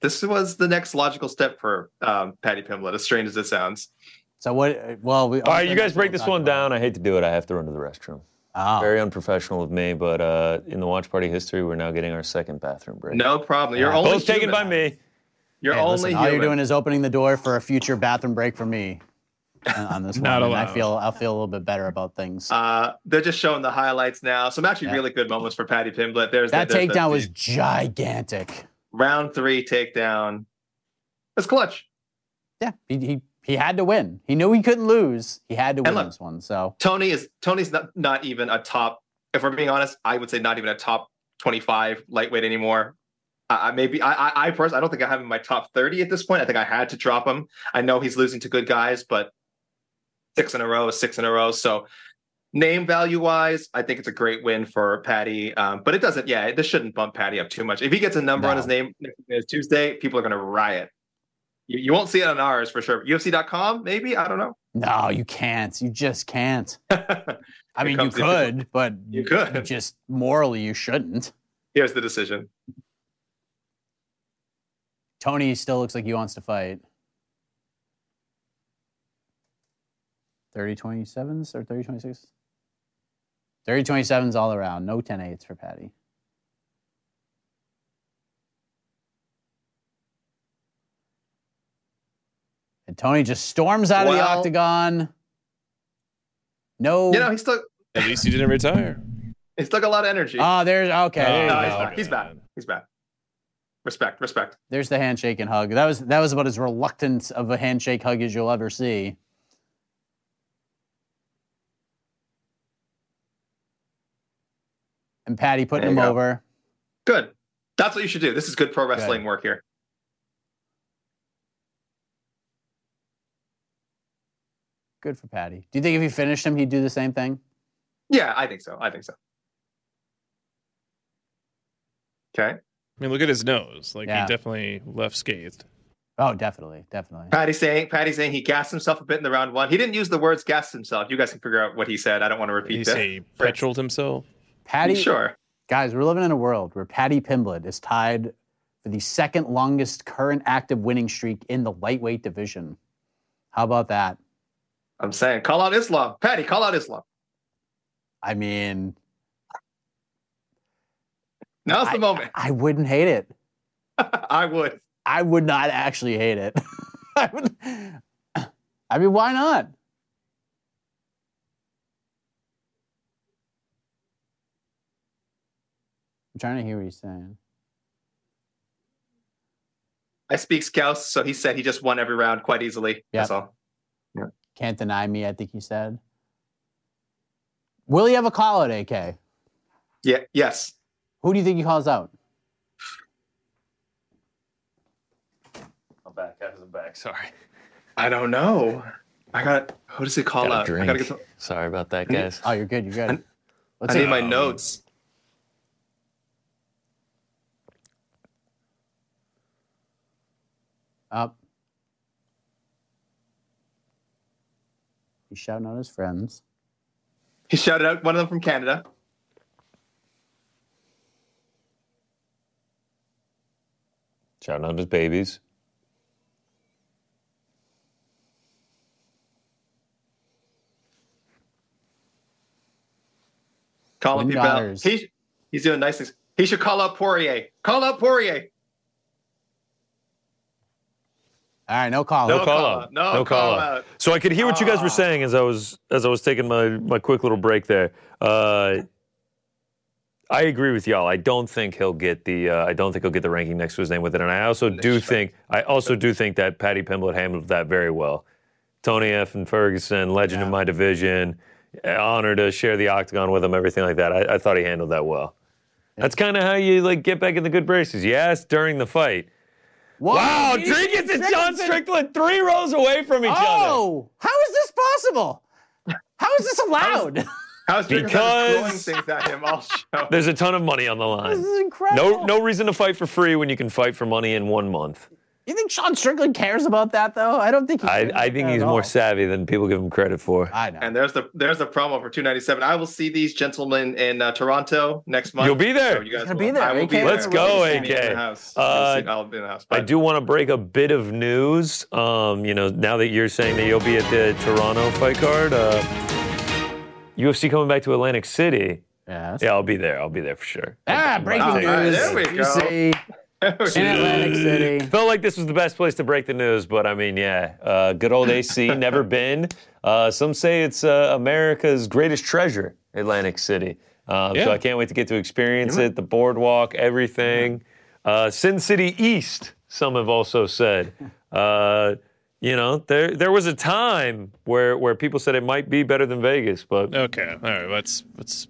Speaker 7: this was the next logical step for um, Patty Pimblett. As strange as it sounds,
Speaker 2: So what? Well, we.
Speaker 3: All right, you guys break this one down. I hate to do it. I have to run to the restroom.
Speaker 2: Oh.
Speaker 3: Very unprofessional of me, but uh, in the watch party history, we're now getting our second bathroom break.
Speaker 7: no problem. You're
Speaker 2: Yeah.
Speaker 7: only
Speaker 3: Both taken
Speaker 7: human.
Speaker 3: by me.
Speaker 7: You're
Speaker 2: Hey,
Speaker 7: only
Speaker 2: listen, all
Speaker 7: human.
Speaker 2: you're doing is opening the door for a future bathroom break for me on, on
Speaker 3: *laughs*
Speaker 2: this
Speaker 4: Not
Speaker 2: one. And I
Speaker 4: allowed.
Speaker 2: feel I feel a little bit better about things.
Speaker 7: uh, they're just showing the highlights now. Some actually
Speaker 2: Yeah.
Speaker 7: really good moments for Patty Pimblett. There's
Speaker 2: that
Speaker 7: the- there's the-
Speaker 2: takedown
Speaker 7: the
Speaker 2: was gigantic.
Speaker 7: round three takedown. That's clutch.
Speaker 2: Yeah, he, he he had to win. He knew he couldn't lose. He had to win
Speaker 7: look-
Speaker 2: this one. So
Speaker 7: Tony is Tony's not, not even a top. If we're being honest, I would say not even a top twenty-five lightweight anymore. I, I maybe I, I, I personally, I don't think I have him in my top thirty at this point. I think I had to drop him. I know he's losing to good guys, but six in a row is six in a row. So name value wise, I think it's a great win for Patty. Um, but it doesn't. Yeah, this shouldn't bump Patty up too much. If he gets a number on
Speaker 2: No.
Speaker 7: his name next Tuesday, people are going to riot. You, you won't see it on ours for sure. UFC.com, maybe I don't know.
Speaker 2: no, you can't. You just
Speaker 7: *laughs*
Speaker 2: can't. I
Speaker 7: Here
Speaker 2: mean, you
Speaker 7: comes the-
Speaker 2: could, but
Speaker 7: You could.
Speaker 2: Just morally, you shouldn't.
Speaker 7: Here's the decision.
Speaker 2: Tony still looks like he wants to fight. 30 27s or 30 26? 30 27s all around. No 10 8s for Patty. And Tony just storms out of the
Speaker 7: Wow.
Speaker 2: octagon. No. Oh.
Speaker 7: You know, he's still
Speaker 4: At least he didn't retire.
Speaker 7: He's still got a lot of energy.
Speaker 2: oh, there's. Okay.
Speaker 4: Oh,
Speaker 2: there you
Speaker 7: no,
Speaker 2: go.
Speaker 7: he's back. He's back. He's back. Respect, respect.
Speaker 2: There's the handshake and hug. That was that was about as reluctant of a handshake hug as you'll ever see. And Patty putting
Speaker 7: There
Speaker 2: him
Speaker 7: you go.
Speaker 2: over.
Speaker 7: Good. That's what you should do. This is good pro wrestling work here.
Speaker 2: Good for Patty. Do you think if he finished him, he'd do the same thing?
Speaker 7: Yeah, I think so. I think so. Okay.
Speaker 4: I mean, look at his nose. Like
Speaker 2: Yeah.
Speaker 4: he definitely left scathed.
Speaker 2: Oh, definitely, definitely.
Speaker 7: Patty saying Patty saying he gassed himself a bit in the round one. He didn't use the words gassed himself. You guys can figure out what he said. I don't want to
Speaker 4: Did he
Speaker 7: repeat
Speaker 4: say
Speaker 7: that.
Speaker 4: he petroled himself?
Speaker 2: Patty,
Speaker 7: sure.
Speaker 2: guys, we're living in a world where Patty Pimblett is tied for the second longest current active winning streak in the lightweight division. How about that?
Speaker 7: I'm saying call out Islam. Patty, call out Islam.
Speaker 2: I mean,
Speaker 7: Now's
Speaker 2: I-
Speaker 7: the moment. *laughs*
Speaker 2: I wouldn't hate it.
Speaker 7: I would.
Speaker 2: I would not actually hate it. *laughs* I, would, I mean, why not? trying to hear what he's saying.
Speaker 7: I speak Scouse, so he said he just won every round quite easily. That's all.
Speaker 2: Can't deny me, I think he said. Will he have a call out, AK?
Speaker 7: Yeah. Yes.
Speaker 2: Who do you think he calls out?
Speaker 3: I'm Oh, back. I was back. Sorry.
Speaker 7: I don't know. I got. Who does he call
Speaker 3: Got a
Speaker 7: out? I gotta
Speaker 3: drink.
Speaker 7: get. Some,
Speaker 3: Sorry about that,
Speaker 7: need-
Speaker 3: guys.
Speaker 2: Oh, you're good. You're good. Let's
Speaker 7: I need
Speaker 2: see.
Speaker 7: my notes.
Speaker 2: Up. He's shouting out his friends.
Speaker 7: He shouted out one of them from Canada.
Speaker 3: Shouting out his babies.
Speaker 7: Calling
Speaker 2: Twin
Speaker 7: people out.
Speaker 2: daughters.
Speaker 7: He, he's doing nice things. He should call out Poirier. Call out Poirier.
Speaker 2: All right, no call.
Speaker 3: No, Ah.
Speaker 2: out.
Speaker 3: call, out.
Speaker 7: No call out.
Speaker 3: So I could hear what you guys were saying as I was as I was taking my my quick little break there. Uh, I agree with y'all. I don't think he'll get the uh, I don't think he'll get the ranking next to his name with it. And I also do think I also do think that Patty Pimblett handled that very well. Tony F and Ferguson, legend in my division, honor to share the octagon with him, everything like that. I, I thought he handled that well. That's kind of how you like get back in the good braces. You ask during the fight.
Speaker 2: Whoa,
Speaker 3: Wow,
Speaker 2: he didn't
Speaker 3: Jenkins
Speaker 2: even
Speaker 3: and John
Speaker 2: Strickland-
Speaker 3: Strickland three rows away from each other.
Speaker 2: Oh, how is this possible? How is this allowed? *laughs*
Speaker 7: How's
Speaker 3: Because-
Speaker 7: throwing things at him all show?
Speaker 3: There's a ton of money on the
Speaker 2: this
Speaker 3: line.
Speaker 2: is incredible.
Speaker 3: No, no reason to fight for free when you can fight for money in one month.
Speaker 2: You think Sean Strickland cares about that though? I don't think. He
Speaker 3: I,
Speaker 2: cares
Speaker 3: I
Speaker 2: about
Speaker 3: think
Speaker 2: that
Speaker 3: he's
Speaker 2: at
Speaker 3: more
Speaker 2: all.
Speaker 3: savvy than people give him credit for.
Speaker 2: I know.
Speaker 7: And there's the there's the promo for 297. I will see these gentlemen in uh, Toronto next month.
Speaker 3: You'll be there.
Speaker 7: So you
Speaker 2: You're
Speaker 7: guys
Speaker 2: gonna
Speaker 7: will.
Speaker 2: be there.
Speaker 7: I will
Speaker 2: AK.
Speaker 7: be there.
Speaker 3: Let's go,
Speaker 7: You'll see me
Speaker 3: AK.
Speaker 7: in the house.
Speaker 3: Uh,
Speaker 7: You'll see- I'll be in the house.
Speaker 3: I
Speaker 7: But
Speaker 3: do
Speaker 7: *laughs*
Speaker 3: want to break a bit of news. Um, you know, now that you're saying that you'll be at the Toronto fight card, uh, UFC coming back to Atlantic City.
Speaker 2: Yes.
Speaker 3: Yeah, I'll be there. I'll be there for sure.
Speaker 2: Ah, breaking
Speaker 7: All right,
Speaker 2: news.
Speaker 7: there we
Speaker 2: You
Speaker 7: go.
Speaker 2: see, in Atlantic City.
Speaker 3: Felt like this was the best place to break the news, but I mean, yeah, uh, good old AC, never been. Uh, some say it's uh, America's greatest treasure, Atlantic City. Um,
Speaker 4: Yeah.
Speaker 3: So I can't wait to get to experience it, the boardwalk, everything. Uh, Sin City East, some have also said. Uh, you know, there there was a time where where people said it might be better than Vegas, but
Speaker 4: Okay. All right. Let's
Speaker 3: *laughs*
Speaker 4: let's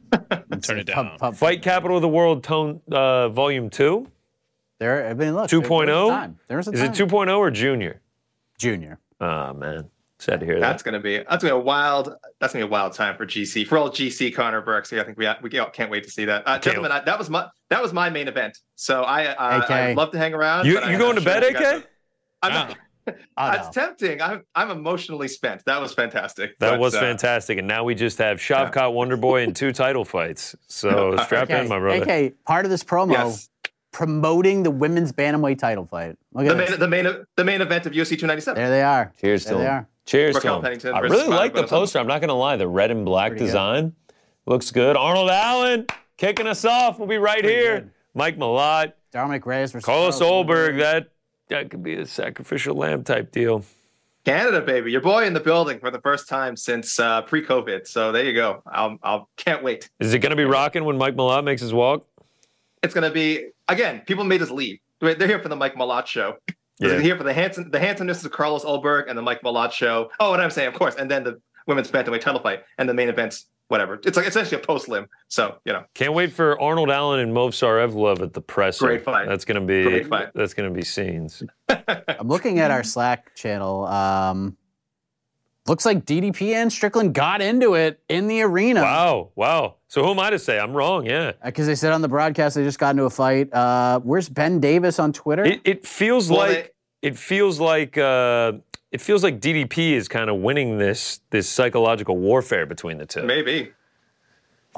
Speaker 4: turn it down.
Speaker 2: Pub, pub.
Speaker 3: Fight Capital of the World, Tone uh, Volume Two,
Speaker 2: There, I mean, look.
Speaker 3: 2.0.
Speaker 2: There was a time. There was a
Speaker 3: oh? Is
Speaker 2: time.
Speaker 3: it 2.0 or Junior?
Speaker 2: Junior.
Speaker 3: Oh man, sad to hear that.
Speaker 7: That's gonna be that's gonna be a wild that's gonna be a wild time for GC for all GC Connor Brooks. I think we we can't wait to see that. Uh, gentlemen, I, that was my that was my main event. So I uh,
Speaker 2: AK.
Speaker 7: I'd love to hang around.
Speaker 3: You
Speaker 7: but I-
Speaker 3: you going
Speaker 7: I'm
Speaker 3: to
Speaker 7: sure
Speaker 3: bed,
Speaker 7: you guys-
Speaker 3: AK?
Speaker 7: I'm
Speaker 4: Wow.
Speaker 2: Oh,
Speaker 7: That's
Speaker 2: no.
Speaker 7: tempting. I'm I'm emotionally spent. That was fantastic.
Speaker 3: That
Speaker 7: But,
Speaker 3: was
Speaker 7: uh,
Speaker 3: fantastic, and now we just have Shavkat Wonderboy in two title fights.
Speaker 7: *laughs*
Speaker 3: So strap
Speaker 2: Okay,
Speaker 3: in, my brother.
Speaker 2: Okay, part of this promo
Speaker 7: Yes.
Speaker 2: promoting the women's bantamweight title fight. Look
Speaker 7: The
Speaker 2: at
Speaker 7: main,
Speaker 2: this.
Speaker 7: the main the main event of UFC 297.
Speaker 2: There they are.
Speaker 3: Cheers
Speaker 2: There
Speaker 3: to
Speaker 2: they
Speaker 3: him.
Speaker 2: are.
Speaker 3: Cheers
Speaker 7: Raquel
Speaker 3: to him.
Speaker 7: Pennington
Speaker 3: I
Speaker 7: versus
Speaker 3: really like the
Speaker 7: Violet Bonaparte.
Speaker 3: poster. I'm not going to lie, the red and black
Speaker 2: Pretty good.
Speaker 3: design looks good. Arnold Allen kicking us off. We'll be right here.
Speaker 2: good.
Speaker 3: Mike Malott,
Speaker 2: Dominic Reyes versus
Speaker 3: Carlos
Speaker 2: Charles
Speaker 3: Olberg. That that could be a sacrificial lamb type deal.
Speaker 7: Canada, baby, your boy in the building for the first time since uh, pre-COVID. So there you go. I'll I'll can't wait.
Speaker 3: Is it going to be rocking when Mike Malott makes his walk?
Speaker 7: It's gonna be again. People made us leave. They're they're here for the Mike Malott show.
Speaker 3: Yeah.
Speaker 7: They're here for the handsome the handsomeness of Carlos Ulberg and the Mike Malott show. Oh, and I'm saying, of course, and then the women's bantamweight title fight and the main events. Whatever. It's like essentially a post limb. So you know,
Speaker 3: Can't wait for Arnold Allen and Movsar Evlov at the presser.
Speaker 7: Great fight.
Speaker 3: That's going to be
Speaker 7: Great fight.
Speaker 3: that's going to be scenes.
Speaker 2: I'm looking at our Slack channel. Um, looks like DDP and Strickland got into it in the arena.
Speaker 3: Wow, wow. So who am I to say? I'm wrong, yeah.
Speaker 2: Because they said on the broadcast they just got into a fight. Uh, where's Ben Davis on Twitter?
Speaker 3: It, it feels
Speaker 7: Well,
Speaker 3: like it feels like uh, it feels like DDP is kind of winning this this psychological warfare between the two.
Speaker 7: maybe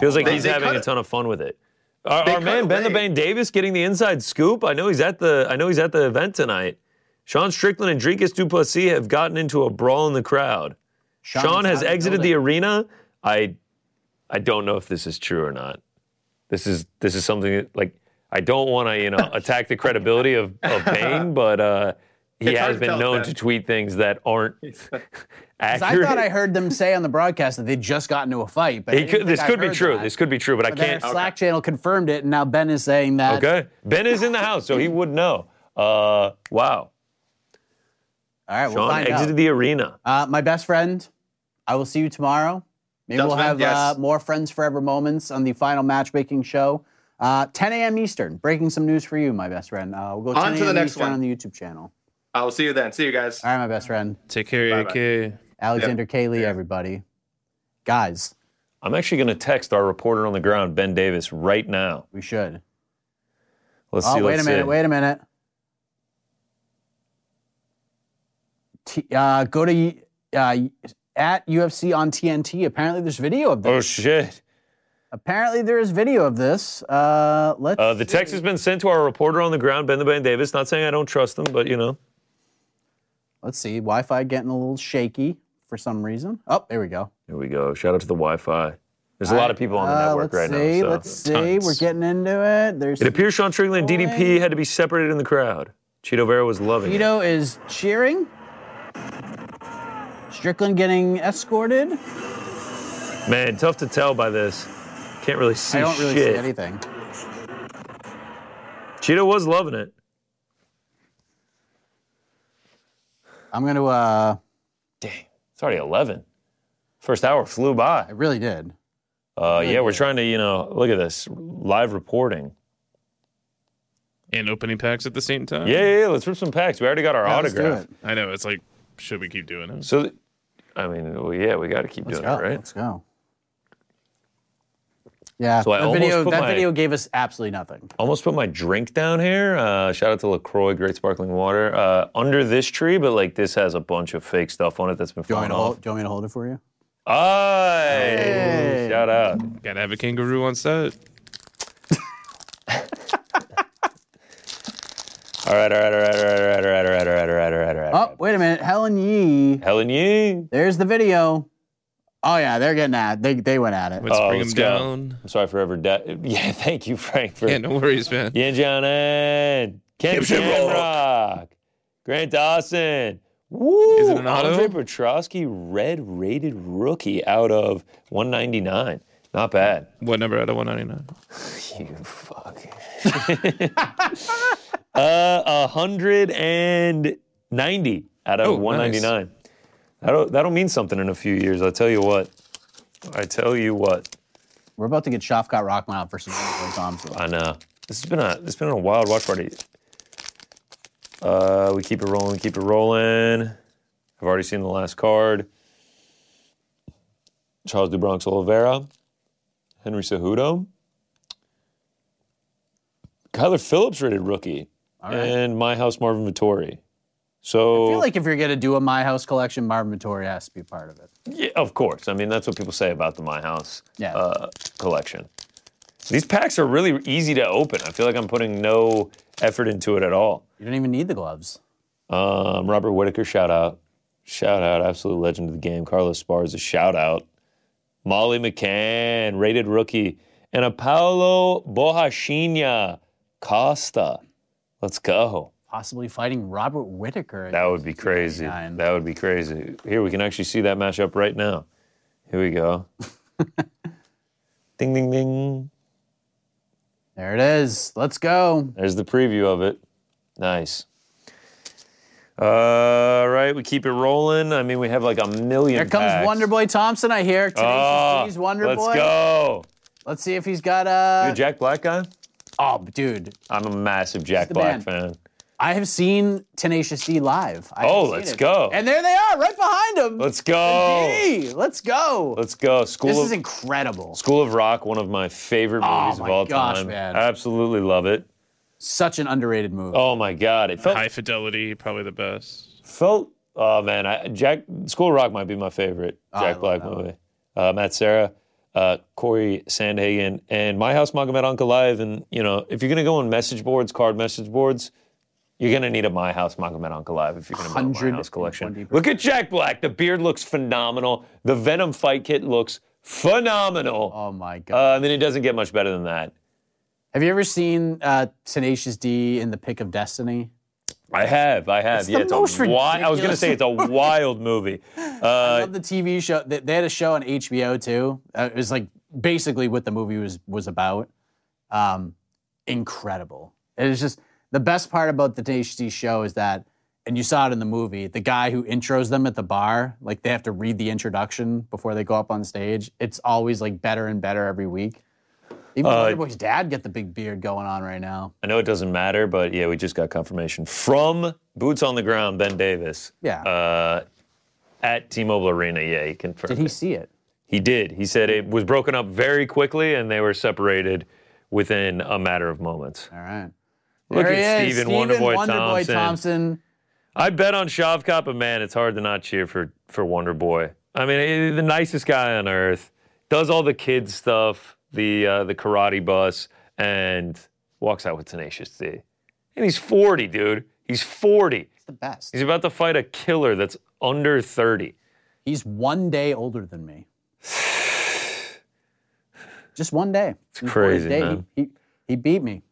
Speaker 3: Feels like
Speaker 7: They-
Speaker 3: he's
Speaker 7: they
Speaker 3: having
Speaker 7: cut
Speaker 3: a
Speaker 7: it.
Speaker 3: ton of fun with it. Our,
Speaker 7: They
Speaker 3: our
Speaker 7: cut
Speaker 3: man Ben the
Speaker 7: away.
Speaker 3: Bane Davis getting the inside scoop. I know he's at the I know he's at the event tonight. Sean Strickland and Dricus Duplessis have gotten into a brawl in the crowd.
Speaker 2: is
Speaker 3: Sean,
Speaker 2: out
Speaker 3: has
Speaker 2: of the
Speaker 3: exited the
Speaker 2: building.
Speaker 3: arena. I I don't know if this is true or not. This is
Speaker 2: *laughs*
Speaker 3: this is something that, like I don't want to you know attack the credibility of, of Bane, but uh, he
Speaker 7: It's hard
Speaker 3: has
Speaker 7: to
Speaker 3: been
Speaker 7: tell
Speaker 3: known
Speaker 7: that.
Speaker 3: to tweet things that aren't
Speaker 2: *laughs* 'Cause
Speaker 3: accurate.
Speaker 2: I thought I heard them say on the broadcast that they just got into a fight, but I
Speaker 3: He
Speaker 2: didn't
Speaker 3: could-
Speaker 2: think
Speaker 3: this
Speaker 2: I
Speaker 3: could be
Speaker 2: heard
Speaker 3: true.
Speaker 2: that.
Speaker 3: This could be true, but I
Speaker 2: But then
Speaker 3: can't.
Speaker 2: our Slack channel confirmed it, and now Ben is saying that.
Speaker 3: Okay. Ben is in the
Speaker 2: *laughs*
Speaker 3: house, so he would know. Uh, wow.
Speaker 2: All right, we'll
Speaker 3: Sean
Speaker 2: find
Speaker 3: exited
Speaker 2: out.
Speaker 3: the arena.
Speaker 2: Uh, my best friend, I will see you tomorrow. Maybe
Speaker 7: Sounds
Speaker 2: we'll
Speaker 7: fun,
Speaker 2: have
Speaker 7: yes.
Speaker 2: uh, more Friends Forever moments on the final matchmaking show. Uh, 10 a.m. Eastern. Breaking some news for you, my best friend. Uh, we'll go 10
Speaker 7: On to the
Speaker 2: a.m.
Speaker 7: next
Speaker 2: Eastern
Speaker 7: one.
Speaker 2: on the YouTube channel.
Speaker 7: I will see you then. See you guys.
Speaker 2: All right, my best friend.
Speaker 4: Take care,
Speaker 7: Bye-bye.
Speaker 4: AK.
Speaker 2: Alexander Kaylee, everybody. Guys,
Speaker 3: I'm actually going to text our reporter on the ground, Ben Davis, right now.
Speaker 2: we should.
Speaker 3: Let's
Speaker 2: oh,
Speaker 3: see.
Speaker 2: wait
Speaker 3: let's
Speaker 2: a minute.
Speaker 3: see.
Speaker 2: Wait a minute. T- uh, go to uh, at UFC on TNT. Apparently, there's video of this.
Speaker 3: Oh shit!
Speaker 2: Apparently, there is video of this. Uh, let's.
Speaker 3: Uh, the text has been sent to our reporter on the ground, Ben the Ben Davis. Not saying I don't trust him, but you know,
Speaker 2: Let's see. Wi-Fi getting a little shaky for some reason. Oh, there we go.
Speaker 3: here we go. Shout out to the Wi-Fi. There's a lot of people on the
Speaker 2: Uh,
Speaker 3: network right
Speaker 2: let's see,
Speaker 3: now. So.
Speaker 2: Let's see. We're
Speaker 4: Tons.
Speaker 2: getting into it. There's
Speaker 3: It appears Sean Strickland and DDP had to be separated in the crowd. Cheeto Vera was loving it.
Speaker 2: Vito is cheering. Strickland getting escorted.
Speaker 3: Man, tough to tell by this. Can't really see
Speaker 2: I don't really
Speaker 3: shit.
Speaker 2: see anything.
Speaker 3: Cheeto was loving it.
Speaker 2: I'm gonna. Uh,
Speaker 3: Dang, it's already 11. First hour flew by.
Speaker 2: I really did.
Speaker 3: Uh, yeah, we're trying to, you know, look at this live reporting.
Speaker 4: And opening packs at the same time.
Speaker 3: Yeah, yeah, yeah, let's rip some packs. We already got our
Speaker 2: Yeah, let's do
Speaker 3: autograph.
Speaker 2: it.
Speaker 4: I know. It's like, should we keep doing it?
Speaker 3: So, th- I mean, well, yeah, we got to keep
Speaker 2: Let's
Speaker 3: doing
Speaker 2: go.
Speaker 3: it, right?
Speaker 2: Let's go. Yeah,
Speaker 3: So I
Speaker 2: that
Speaker 3: almost
Speaker 2: video
Speaker 3: put
Speaker 2: that
Speaker 3: my-
Speaker 2: video gave us absolutely nothing.
Speaker 3: Almost put my drink down here. Uh, shout out to Lacroix, great sparkling water. Uh, under this tree, but like this has a bunch of fake stuff on it that's been
Speaker 2: Do you want me
Speaker 3: falling
Speaker 2: to
Speaker 3: off.
Speaker 2: hold, do you want me to hold it for you?
Speaker 3: Aye!
Speaker 2: Hey.
Speaker 3: Shout out.
Speaker 4: Gotta have a kangaroo on set.
Speaker 3: All right, all right, all right, all right, all right, all right, all right, all right, all right, all right.
Speaker 2: Oh, wait a minute, Helen Yee.
Speaker 3: Helen Yee.
Speaker 2: There's the video. Oh yeah, they're getting at. They they went at it.
Speaker 4: Let's
Speaker 3: Oh,
Speaker 4: bring him
Speaker 3: let's go.
Speaker 4: down.
Speaker 3: I'm sorry for ever. De- yeah, *laughs* thank you, Frank. For
Speaker 4: Yeah, no worries, man.
Speaker 3: Yan Jianan, Ken
Speaker 4: Kim Shamrock.
Speaker 3: Shamrock, Grant Dawson. Woo!
Speaker 4: Is it an auto?
Speaker 3: Andre Petrosky, red rated rookie out of 199. Not
Speaker 4: *laughs*
Speaker 3: bad.
Speaker 4: What number out of 199?
Speaker 3: You fuck. *laughs* uh, 190 out of
Speaker 4: Oh,
Speaker 3: 199. That'll, that'll mean something in a few years. I tell you what. I tell you what.
Speaker 2: We're about to get Shafkat Rachmanov versus Boy Thompson.
Speaker 3: I know. This has been a this has been a wild watch party. Uh, we keep it rolling, keep it rolling. I've already seen the last card. Charles Dubronx Oliveira, Henry Cejudo, Kyler Phillips rated rookie,
Speaker 2: right.
Speaker 3: and my house Marvin Vittori.
Speaker 2: I
Speaker 3: So
Speaker 2: feel like if you're gonna do a My House collection, Marvin Vittori has to be part of it.
Speaker 3: yeah, of course. I mean, that's what people say about the My House
Speaker 2: Yeah.
Speaker 3: uh, collection. These packs are really easy to open. I feel like I'm putting no effort into it at all.
Speaker 2: You don't even need the gloves.
Speaker 3: Um, Robert Whitaker, shout out. Shout out, absolute legend of the game. Carlos Sparza, shout out. Molly McCann, rated rookie. And a Paolo Bohashinya Costa. Let's go.
Speaker 2: Possibly fighting Robert Whitaker.
Speaker 3: That would be crazy.
Speaker 2: 299.
Speaker 3: That would be crazy. Here, we can actually see that matchup right now. Here
Speaker 2: *laughs*
Speaker 3: we go. ding, ding, ding.
Speaker 2: There it is. Let's go.
Speaker 3: There's the preview of it. Nice. All right, we keep it rolling. I mean, we have like a million.
Speaker 2: Here comes
Speaker 3: packs.
Speaker 2: Wonder Boy Thompson. I hear.
Speaker 3: Oh,
Speaker 2: Today's Wonder
Speaker 3: let's
Speaker 2: Boy. Uh,
Speaker 3: go.
Speaker 2: Let's see if he's got
Speaker 3: You a
Speaker 2: a.
Speaker 3: Jack Black guy?
Speaker 2: Oh, dude,
Speaker 3: I'm a massive Jack
Speaker 2: the
Speaker 3: Black fan.
Speaker 2: I have seen Tenacious D live. I have
Speaker 3: Oh,
Speaker 2: seen
Speaker 3: let's
Speaker 2: it.
Speaker 3: go.
Speaker 2: And there they are, right behind him.
Speaker 3: Let's go.
Speaker 2: D, let's go.
Speaker 3: Let's go. School
Speaker 2: this
Speaker 3: of
Speaker 2: is incredible.
Speaker 3: School of Rock, one of my favorite
Speaker 2: Oh
Speaker 3: movies
Speaker 2: my
Speaker 3: of all
Speaker 2: gosh,
Speaker 3: time.
Speaker 2: man.
Speaker 3: Absolutely love it.
Speaker 2: Such an underrated movie.
Speaker 3: Oh my god, it felt
Speaker 4: High fidelity, probably the best.
Speaker 3: felt. Oh man, I, Jack School of Rock might be my favorite
Speaker 2: Oh, I
Speaker 3: Jack
Speaker 2: love
Speaker 3: Black
Speaker 2: that one.
Speaker 3: movie. Uh, Matt Sarah, uh, Corey Sandhagen, and My House Magomed Ankalaev. And you know, if you're gonna go on message boards, card message boards, you're gonna need a My House Magomed Ankalaev if you're gonna build a My House collection.
Speaker 2: 120%.
Speaker 3: Look at Jack Black. The beard looks phenomenal. The Venom fight kit looks phenomenal.
Speaker 2: Oh my
Speaker 3: Uh,
Speaker 2: god.
Speaker 3: I mean, it doesn't get much better than that.
Speaker 2: have you ever seen uh, Tenacious D in The Pick of Destiny?
Speaker 3: I have, I have.
Speaker 2: It's
Speaker 3: yeah,
Speaker 2: the
Speaker 3: it's
Speaker 2: most
Speaker 3: a wild. I was gonna
Speaker 2: ridiculous
Speaker 3: say it's
Speaker 2: *laughs*
Speaker 3: a wild movie.
Speaker 2: I
Speaker 3: Uh,
Speaker 2: love the TV show. They, they had a show on HBO too. Uh, it was like basically what the movie was was about. Um, incredible. It was just the best part about the tasty show is that, and you saw it in the movie. The guy who intros them at the bar, like they have to read the introduction before they go up on stage. It's always like better and better every week. Even
Speaker 3: Uh,
Speaker 2: Wonder Boy's dad got the big beard going on right now.
Speaker 3: I know it doesn't matter, but yeah, we just got confirmation from boots on the ground, Ben Davis.
Speaker 2: Yeah.
Speaker 3: Uh, at T-Mobile Arena, yeah, he confirmed.
Speaker 2: Did
Speaker 3: it.
Speaker 2: he see it?
Speaker 3: He did. He said it was broken up very quickly and they were separated within a matter of moments.
Speaker 2: All right.
Speaker 3: Look
Speaker 2: There
Speaker 3: at
Speaker 2: he is,
Speaker 3: Steven
Speaker 2: Steven
Speaker 3: Wonderboy
Speaker 2: Wonderboy
Speaker 3: Thompson.
Speaker 2: Thompson.
Speaker 3: I bet on Shavkat, but man, it's hard to not cheer for, for Wonder Boy. I mean, eh, the nicest guy on earth, does all the kids stuff, the, uh, the karate bus, and walks out with Tenacious D. And he's 40, dude. He's 40.
Speaker 2: It's the best.
Speaker 3: He's about to fight a killer that's under 30.
Speaker 2: He's one day older than
Speaker 3: *sighs*
Speaker 2: me. Just one day. It's
Speaker 3: crazy,
Speaker 2: day,
Speaker 3: man.
Speaker 2: He, he, he beat me.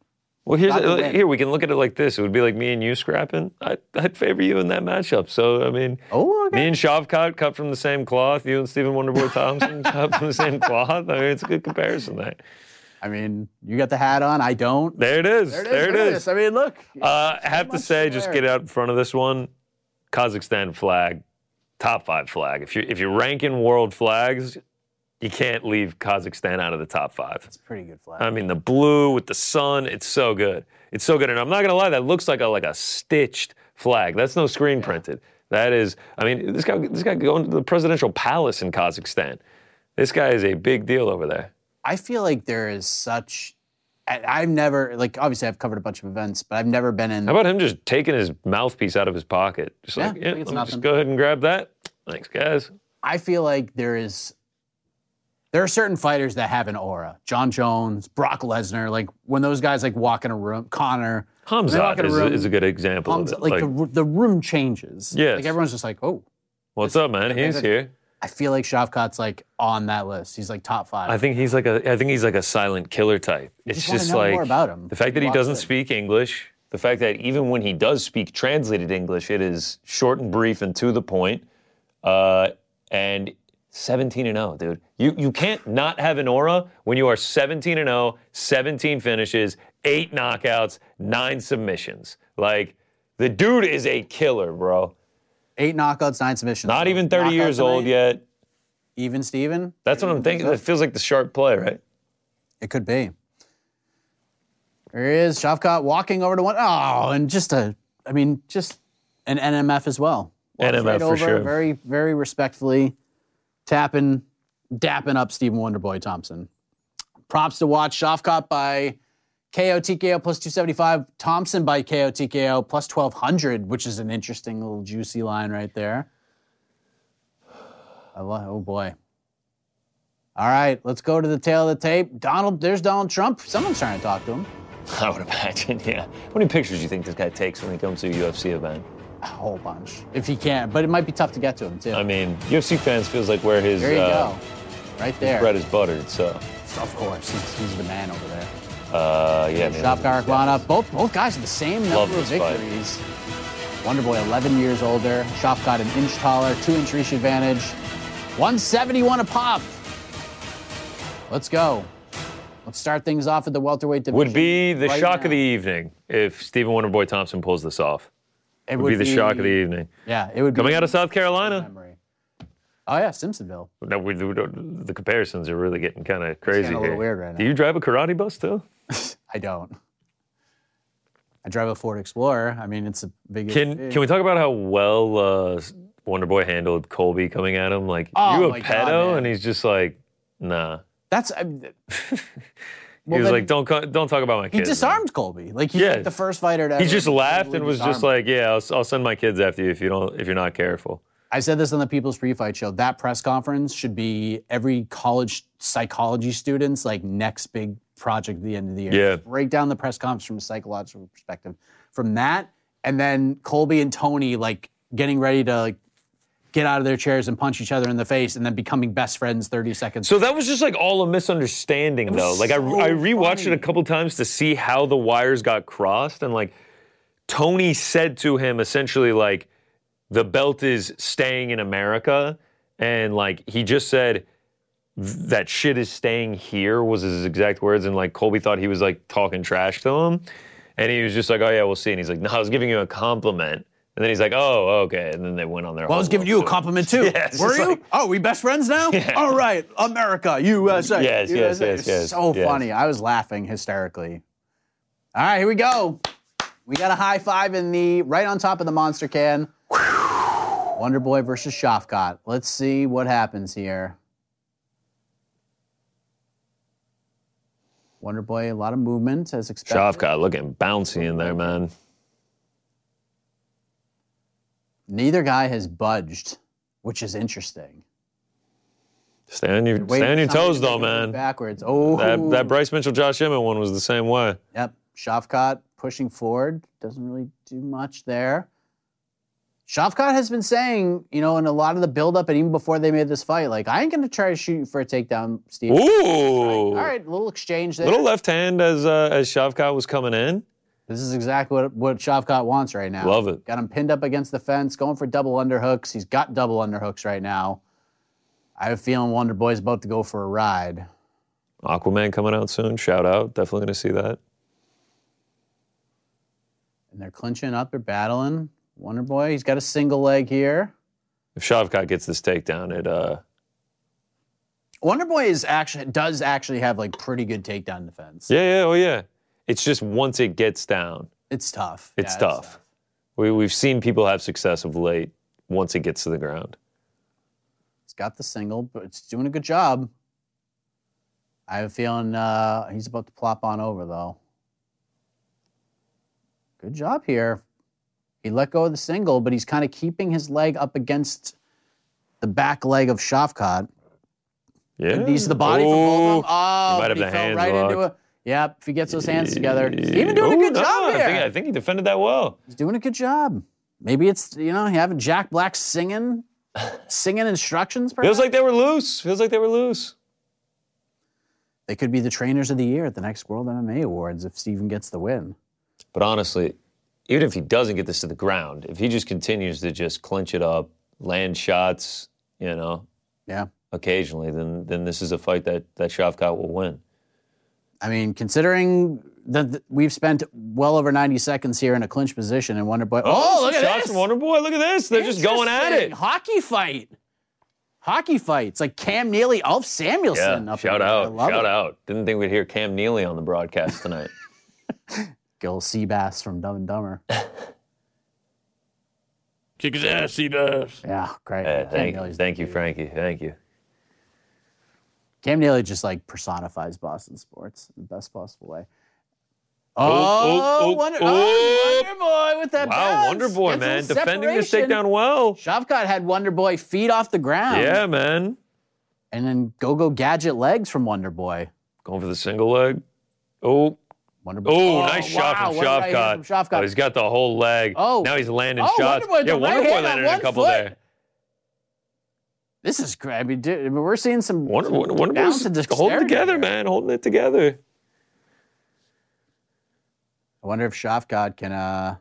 Speaker 3: Well, here's
Speaker 2: Not the
Speaker 3: uh,
Speaker 2: win.
Speaker 3: here we can look at it like this. It would be like me and you scrapping. I'd, I'd favor you in that matchup. So I mean,
Speaker 2: Oh, okay.
Speaker 3: me and Shavkat cut from the same cloth. You and Stephen
Speaker 2: *laughs*
Speaker 3: Wonderboy Thompson cut from the same cloth. I mean, it's a good comparison there.
Speaker 2: I mean, you got the hat on. I don't.
Speaker 3: There it is. There it is.
Speaker 2: look at this. I mean, look.
Speaker 3: Uh, I have to
Speaker 2: much
Speaker 3: say, just
Speaker 2: similarity.
Speaker 3: get out in front of this one. Kazakhstan flag, top five flag. If you if you're ranking world flags, you can't leave Kazakhstan out of the top five.
Speaker 2: It's a pretty good flag.
Speaker 3: I mean, the blue with the sun, it's so good. It's so good. And I'm not gonna lie, that looks like a like a stitched flag. That's no screen printed. That is, I mean, this guy this guy going to the presidential palace in Kazakhstan. This guy is a big deal over there.
Speaker 2: I feel like there is such. I, I've never, like, obviously, I've covered a bunch of events, but I've never been in.
Speaker 3: How about him just taking his mouthpiece out of his pocket? Just
Speaker 2: Yeah,
Speaker 3: like,
Speaker 2: I
Speaker 3: yeah,
Speaker 2: think it's
Speaker 3: let me just
Speaker 2: nothing.
Speaker 3: go ahead and grab that. Thanks, guys.
Speaker 2: I feel like there is there are certain fighters that have an aura. John Jones, Brock Lesnar, like when those guys like walk in a room, Connor, They walk
Speaker 3: Hamzat
Speaker 2: in a
Speaker 3: is,
Speaker 2: room,
Speaker 3: is a good example.
Speaker 2: um,
Speaker 3: of it.
Speaker 2: like,
Speaker 3: Like,
Speaker 2: the the, the room changes.
Speaker 3: Yes.
Speaker 2: Like everyone's just like, oh,
Speaker 3: what's up, man? He's
Speaker 2: like-
Speaker 3: here.
Speaker 2: I feel like Shavkat's like on that list. He's like top five.
Speaker 3: I think he's like a I think he's like a silent killer type. It's
Speaker 2: just wanna
Speaker 3: just
Speaker 2: know
Speaker 3: like
Speaker 2: more about him.
Speaker 3: the fact that he
Speaker 2: Lots
Speaker 3: doesn't
Speaker 2: of-
Speaker 3: speak English, the fact that even when he does speak translated English, it is short and brief and to the point. Uh, and 17 and 0, dude. You you can't not have an aura when you are 17 and 0, 17 finishes, 8 knockouts, 9 submissions. Like the dude is a killer, bro.
Speaker 2: Eight knockouts, nine submissions.
Speaker 3: Not even 30
Speaker 2: Knockout
Speaker 3: years old
Speaker 2: tonight,
Speaker 3: yet.
Speaker 2: Even Steven?
Speaker 3: That's what I'm thinking. That feels like the sharp play, right?
Speaker 2: It could be. There he is Shavkat walking over to one. Oh, and just a, I mean, just an NMF as well. Walks
Speaker 3: NMF for
Speaker 2: over,
Speaker 3: sure.
Speaker 2: Very, very respectfully tapping, dapping up Stephen Wonderboy Thompson. Props to watch Shavkat by KO TKO plus 275, Thompson by KO TKO plus 1200, which is an interesting little juicy line right there. I love, oh boy. All right, let's go to the tail of the tape. Donald, there's Donald Trump. Someone's trying to talk to him.
Speaker 3: *laughs* I would imagine, yeah. How many pictures do you think this guy takes when he comes to a UFC event?
Speaker 2: A whole bunch, if he can, but it might be tough to get to him too.
Speaker 3: I mean, UFC fans feels like where his,
Speaker 2: there you
Speaker 3: uh,
Speaker 2: go, right there.
Speaker 3: bread is buttered. So,
Speaker 2: Of course, he's, he's the man over there.
Speaker 3: uh, yeah. I mean,
Speaker 2: Shavkat Rakhmanov, both both guys with the same
Speaker 3: Love
Speaker 2: number of
Speaker 3: this fight.
Speaker 2: victories. Wonderboy, 11 years older. Shavkat an inch taller, two inch reach advantage, 171 a pop. Let's go. Let's start things off at the welterweight division.
Speaker 3: Would be the
Speaker 2: right
Speaker 3: shock
Speaker 2: now.
Speaker 3: of the evening if Stephen Wonderboy Thompson pulls this off.
Speaker 2: It
Speaker 3: Would, be the shock of the evening.
Speaker 2: Yeah, it would be
Speaker 3: Coming out of South Carolina,
Speaker 2: memory. Oh yeah, Simpsonville.
Speaker 3: no, we, we don't- the comparisons are really getting kind of crazy
Speaker 2: a little
Speaker 3: here.
Speaker 2: weird right
Speaker 3: Do
Speaker 2: now.
Speaker 3: you drive a karate bus too?
Speaker 2: I don't. I drive a Ford Explorer. I mean, it's a big.
Speaker 3: Can Can we talk about how well uh, Wonderboy handled Colby coming at him? Like,
Speaker 2: Oh,
Speaker 3: you a
Speaker 2: my
Speaker 3: pedo?
Speaker 2: God, man.
Speaker 3: and he's just like, nah.
Speaker 2: That's. I mean,
Speaker 3: He was
Speaker 2: then
Speaker 3: like, "Don't co- don't talk about my
Speaker 2: He
Speaker 3: kids."
Speaker 2: disarmed Colby. Like he's like
Speaker 3: Yeah.
Speaker 2: the first fighter to.
Speaker 3: He
Speaker 2: ever
Speaker 3: just laughed
Speaker 2: totally
Speaker 3: and was just
Speaker 2: disarm him.
Speaker 3: like, "Yeah, I'll, I'll send my kids after you if you don't if you're not careful."
Speaker 2: I said this on the People's Pre-Fight Show. That press conference should be every college psychology student's like next big project at the end of the year.
Speaker 3: Yeah.
Speaker 2: Just Break down the press conference from a psychological perspective. From that, and then Colby and Tony like getting ready to like get out of their chairs and punch each other in the face, and then becoming best friends 30 seconds.
Speaker 3: So that was just like all a misunderstanding, though. Like I,
Speaker 2: so
Speaker 3: I rewatched
Speaker 2: funny.
Speaker 3: it a couple times to see how the wires got crossed, and like Tony said to him essentially like the belt is staying in America and like he just said that shit is staying here was his exact words and like Colby thought he was like talking trash to him and he was just like oh yeah we'll see and he's like no I was giving you a compliment and then he's like oh okay and then they went on their
Speaker 2: Well, I was giving you a compliment
Speaker 3: *laughs*
Speaker 2: too.
Speaker 3: Yeah, it's
Speaker 2: Were
Speaker 3: just
Speaker 2: you?
Speaker 3: like-
Speaker 2: oh, we best friends now? All right, America, USA.
Speaker 3: Yes, yes,
Speaker 2: USA.
Speaker 3: yes,
Speaker 2: It's
Speaker 3: yes,
Speaker 2: So
Speaker 3: yes.
Speaker 2: funny. I was laughing hysterically. All right, here we go. We got a high five in the right on top of the monster can. Wonder Boy versus Shafkat. Let's see what happens here. Wonder Boy, a lot of movement as expected.
Speaker 3: Shavka looking bouncy in there man
Speaker 2: Neither guy has budged, which is interesting.
Speaker 3: stay on your
Speaker 2: Wait,
Speaker 3: stay on your
Speaker 2: it's not
Speaker 3: toes
Speaker 2: even
Speaker 3: though
Speaker 2: moving
Speaker 3: man
Speaker 2: Backwards. Oh,
Speaker 3: that, that Bryce Mitchell Josh Emmett one was the same way
Speaker 2: Yep. Shavkat pushing forward. Doesn't really do much there. Shavkat has been saying, you know, in a lot of the buildup and even before they made this fight, like, I ain't going to try to shoot you for a takedown, Steve.
Speaker 3: ooh
Speaker 2: All right, little exchange there.
Speaker 3: little left hand as uh, as Shavkat was coming in
Speaker 2: This is exactly what, what Shavkat wants right now.
Speaker 3: Love it.
Speaker 2: Got him pinned up against the fence, going for double underhooks. He's got double underhooks right now. I have a feeling Wonder Boy's about to go for a ride.
Speaker 3: Aquaman coming out soon. Shout out. Definitely going to see that.
Speaker 2: And they're clinching up, they're battling. Wonder Boy, he's got a single leg here.
Speaker 3: If Shavkat gets this takedown, it uh,
Speaker 2: Wonder Boy is actually does actually have like pretty good takedown defense.
Speaker 3: yeah, yeah, oh yeah. It's just once it gets down,
Speaker 2: It's uh, tough.
Speaker 3: it's
Speaker 2: Yeah,
Speaker 3: tough. We, we've seen people have success of late once it gets to the ground.
Speaker 2: It's got the single, but it's doing a good job. I have a feeling uh, he's about to plop on over though. Good job here. He let go of the single, but he's kind of keeping his leg up against the back leg of Shafkat.
Speaker 3: Yeah,
Speaker 2: He's the body from both of them.
Speaker 3: Oh.
Speaker 2: Oh,
Speaker 3: might have
Speaker 2: he
Speaker 3: the
Speaker 2: fell
Speaker 3: hands
Speaker 2: right into
Speaker 3: locked.
Speaker 2: it. Yep, if he gets those hands together, he's even Oh, doing a
Speaker 3: Ooh,
Speaker 2: good
Speaker 3: no,
Speaker 2: job here.
Speaker 3: I think, I think he defended that well.
Speaker 2: He's doing a good job. Maybe it's you know having Jack Black singing, singing instructions. Perhaps?
Speaker 3: Feels like they were loose. Feels like they were loose.
Speaker 2: they could be the trainers of the year at the next World MMA Awards if Steven gets the win.
Speaker 3: But honestly, even if he doesn't get this to the ground, if he just continues to just clinch it up, land shots, you know,
Speaker 2: Yeah,
Speaker 3: occasionally, then then this is a fight that that Shavkat will win.
Speaker 2: I mean considering that th- we've spent well over ninety seconds here in a clinch position and Wonder Boy. Oh, look at
Speaker 3: shots
Speaker 2: this!
Speaker 3: from Wonder Boy. Look at this. They're just going at
Speaker 2: Interesting.
Speaker 3: it.
Speaker 2: Hockey fight. Hockey fights like Cam Neely, Ulf Samuelson.
Speaker 3: Yeah,
Speaker 2: up
Speaker 3: shout
Speaker 2: in there. I
Speaker 3: out,
Speaker 2: love
Speaker 3: shout
Speaker 2: it.
Speaker 3: out. Didn't think we'd hear Cam Neely on the broadcast tonight.
Speaker 2: Gil Seabass from Dumb and
Speaker 3: *laughs*
Speaker 2: Dumber.
Speaker 4: Kick his ass, he does.
Speaker 2: Yeah, great. *laughs*
Speaker 3: Yeah,
Speaker 2: Cam
Speaker 3: thank,
Speaker 2: Neely's the
Speaker 3: thank you,
Speaker 2: dude.
Speaker 3: Frankie. Thank you.
Speaker 2: Cam Neely just like personifies Boston sports in the best possible way. Oh,
Speaker 3: oh, oh,
Speaker 2: Wonder,
Speaker 3: oh.
Speaker 2: oh, Wonder Boy with that
Speaker 3: Wow,
Speaker 2: bounce.
Speaker 3: Wonder Boy,
Speaker 2: Gets a
Speaker 3: man,
Speaker 2: little
Speaker 3: defending this
Speaker 2: separation.
Speaker 3: takedown well.
Speaker 2: Shavkat had Wonder Boy feet off the ground.
Speaker 3: Yeah, man.
Speaker 2: And then go go gadget legs from Wonder Boy.
Speaker 3: Going for the single leg. Oh,
Speaker 2: Wonder Boy.
Speaker 3: oh, nice shot
Speaker 2: wow,
Speaker 3: from
Speaker 2: what right here
Speaker 3: Shavkat.
Speaker 2: from Shavkat.
Speaker 3: Oh, he's got the whole leg.
Speaker 2: Oh.
Speaker 3: now he's landing
Speaker 2: Oh, Wonder
Speaker 3: shots.
Speaker 2: Boy with
Speaker 3: yeah,
Speaker 2: the right
Speaker 3: Wonder Boy
Speaker 2: hand on
Speaker 3: landed
Speaker 2: one
Speaker 3: a couple
Speaker 2: foot.
Speaker 3: there.
Speaker 2: This is great. I mean, dude, I mean, we're seeing some
Speaker 3: Wonder,
Speaker 2: some
Speaker 3: Wonder, Wonder
Speaker 2: down
Speaker 3: Boy's
Speaker 2: to
Speaker 3: holding
Speaker 2: dexterity
Speaker 3: together,
Speaker 2: here.
Speaker 3: man. Holding it together.
Speaker 2: I wonder if Shavkat can uh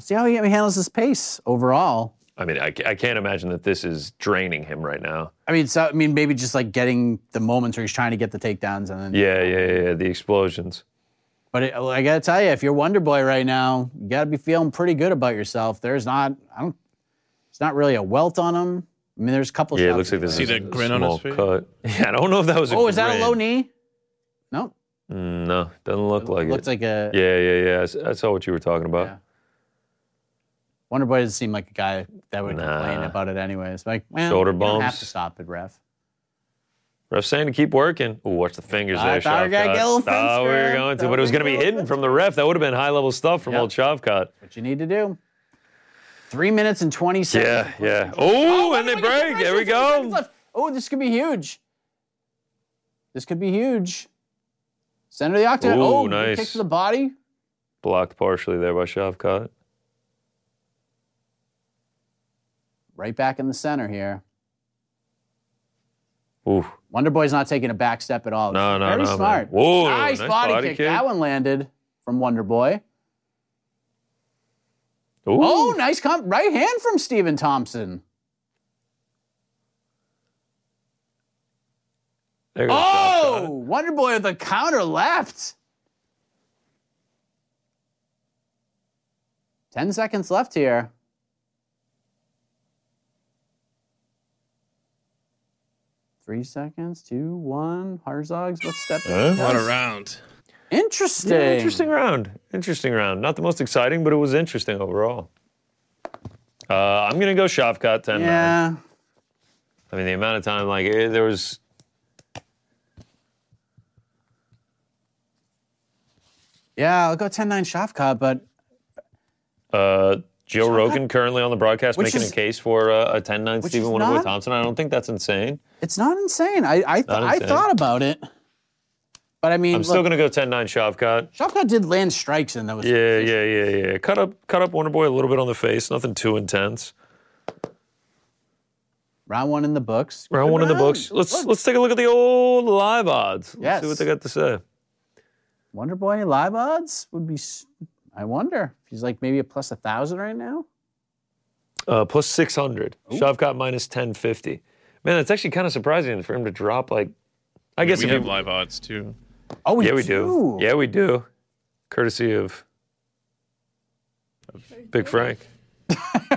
Speaker 2: see how he handles his pace overall.
Speaker 3: I mean, I, ca- I can't imagine that this is draining him right now.
Speaker 2: I mean, so I mean, maybe just like getting the moments where he's trying to get the takedowns, and then
Speaker 3: Yeah, yeah, yeah. yeah, The explosions.
Speaker 2: But it, I gotta tell you, if you're Wonder Boy right now, you gotta be feeling pretty good about yourself. There's not, I don't, it's not really a welt on him. I mean, there's a couple.
Speaker 3: Yeah, it
Speaker 2: shots
Speaker 3: looks like this
Speaker 4: See
Speaker 3: is
Speaker 4: that
Speaker 3: a
Speaker 4: grin on
Speaker 3: small
Speaker 4: his face?
Speaker 3: cut. Yeah, I don't know if that was a
Speaker 2: Oh, is that a
Speaker 3: grin.
Speaker 2: low knee? No,
Speaker 3: Mm, No, doesn't look like
Speaker 2: looks
Speaker 3: it.
Speaker 2: like a
Speaker 3: yeah, yeah, yeah. I s- I, saw what you were talking about.
Speaker 2: Yeah. Wonder Boy doesn't seem like a guy that would complain
Speaker 3: Nah.
Speaker 2: about it anyways. Like well,
Speaker 3: Shoulder
Speaker 2: you don't have
Speaker 3: bumps.
Speaker 2: to stop it, ref.
Speaker 3: Ref's saying to keep working. Ooh, watch the fingers
Speaker 2: I
Speaker 3: there,
Speaker 2: thought we were gonna
Speaker 3: Shavkat.
Speaker 2: get a little
Speaker 3: Thought we
Speaker 2: fence
Speaker 3: were
Speaker 2: grab.
Speaker 3: going to,
Speaker 2: Thought
Speaker 3: but it was
Speaker 2: we were
Speaker 3: going to be
Speaker 2: gonna
Speaker 3: hidden from the ref. That would have been high level stuff from
Speaker 2: Yep.
Speaker 3: old Shavkat.
Speaker 2: What you need to do. Three minutes and twenty seconds.
Speaker 3: Yeah, yeah. Oh, and they
Speaker 2: Wonder Boy gets
Speaker 3: break. There
Speaker 2: separation,
Speaker 3: we
Speaker 2: three seconds
Speaker 3: go.
Speaker 2: left. Oh, this could be huge. This could be huge. Center of the octagon.
Speaker 3: Ooh,
Speaker 2: oh, good
Speaker 3: nice.
Speaker 2: kick to the body.
Speaker 3: Blocked partially there by Shavkat.
Speaker 2: Right back in the center here.
Speaker 3: Ooh,
Speaker 2: Wonder Boy's not taking a back step at all.
Speaker 3: no, no,
Speaker 2: Very
Speaker 3: no. man.
Speaker 2: smart.
Speaker 3: Whoa,
Speaker 2: nice, body, kick. That one landed from Wonder Boy.
Speaker 3: Ooh.
Speaker 2: Oh, nice comp. Right hand from Steven Thompson.
Speaker 3: There goes Josh
Speaker 2: Oh,
Speaker 3: on it.
Speaker 2: Wonder Boy with a counter left. 10 seconds left here. Three seconds, two, one. Harzog's, let's step in.
Speaker 3: Huh?
Speaker 4: What a round.
Speaker 2: Interesting.
Speaker 3: Yeah, interesting round. Interesting round. Not the most exciting, but it was interesting overall. Uh, I'm gonna go Shavkat ten.
Speaker 2: Yeah.
Speaker 3: I mean, the amount of time, like eh, there was.
Speaker 2: Yeah, I'll go 10 9 Shavkat, but
Speaker 3: Uh, Joe Rogan currently on the broadcast
Speaker 2: Which
Speaker 3: making
Speaker 2: is-
Speaker 3: a case for uh, a 10-9
Speaker 2: Which
Speaker 3: Stephen
Speaker 2: is
Speaker 3: Wonderboy
Speaker 2: not-
Speaker 3: Thompson. I don't think that's insane.
Speaker 2: it's not insane. I, I, th-
Speaker 3: Not
Speaker 2: I
Speaker 3: insane.
Speaker 2: thought about it. But I mean,
Speaker 3: I'm still
Speaker 2: look,
Speaker 3: gonna go 10-9 Shavkat.
Speaker 2: Shavkat did land strikes in those.
Speaker 3: Yeah, yeah, yeah, yeah. Cut up, cut up Wonderboy a little bit on the face. Nothing too intense.
Speaker 2: Round one in the books.
Speaker 3: Round
Speaker 2: Good
Speaker 3: one in the
Speaker 2: round.
Speaker 3: books. Let's
Speaker 2: Look,
Speaker 3: let's take a look at the old live odds. Let's
Speaker 2: Yes.
Speaker 3: see what they got to say.
Speaker 2: Wonder Boy live odds would be. s- I wonder. He's like maybe a plus a thousand right now.
Speaker 3: Uh, plus 600. Shavkat minus 1050. Man, that's actually kind of surprising for him to drop like. I guess
Speaker 4: we
Speaker 3: if
Speaker 4: have
Speaker 3: you-
Speaker 4: live odds too.
Speaker 2: Oh,
Speaker 3: yeah, we do. Yeah, we do. Courtesy of, of Big Frank.
Speaker 2: *laughs*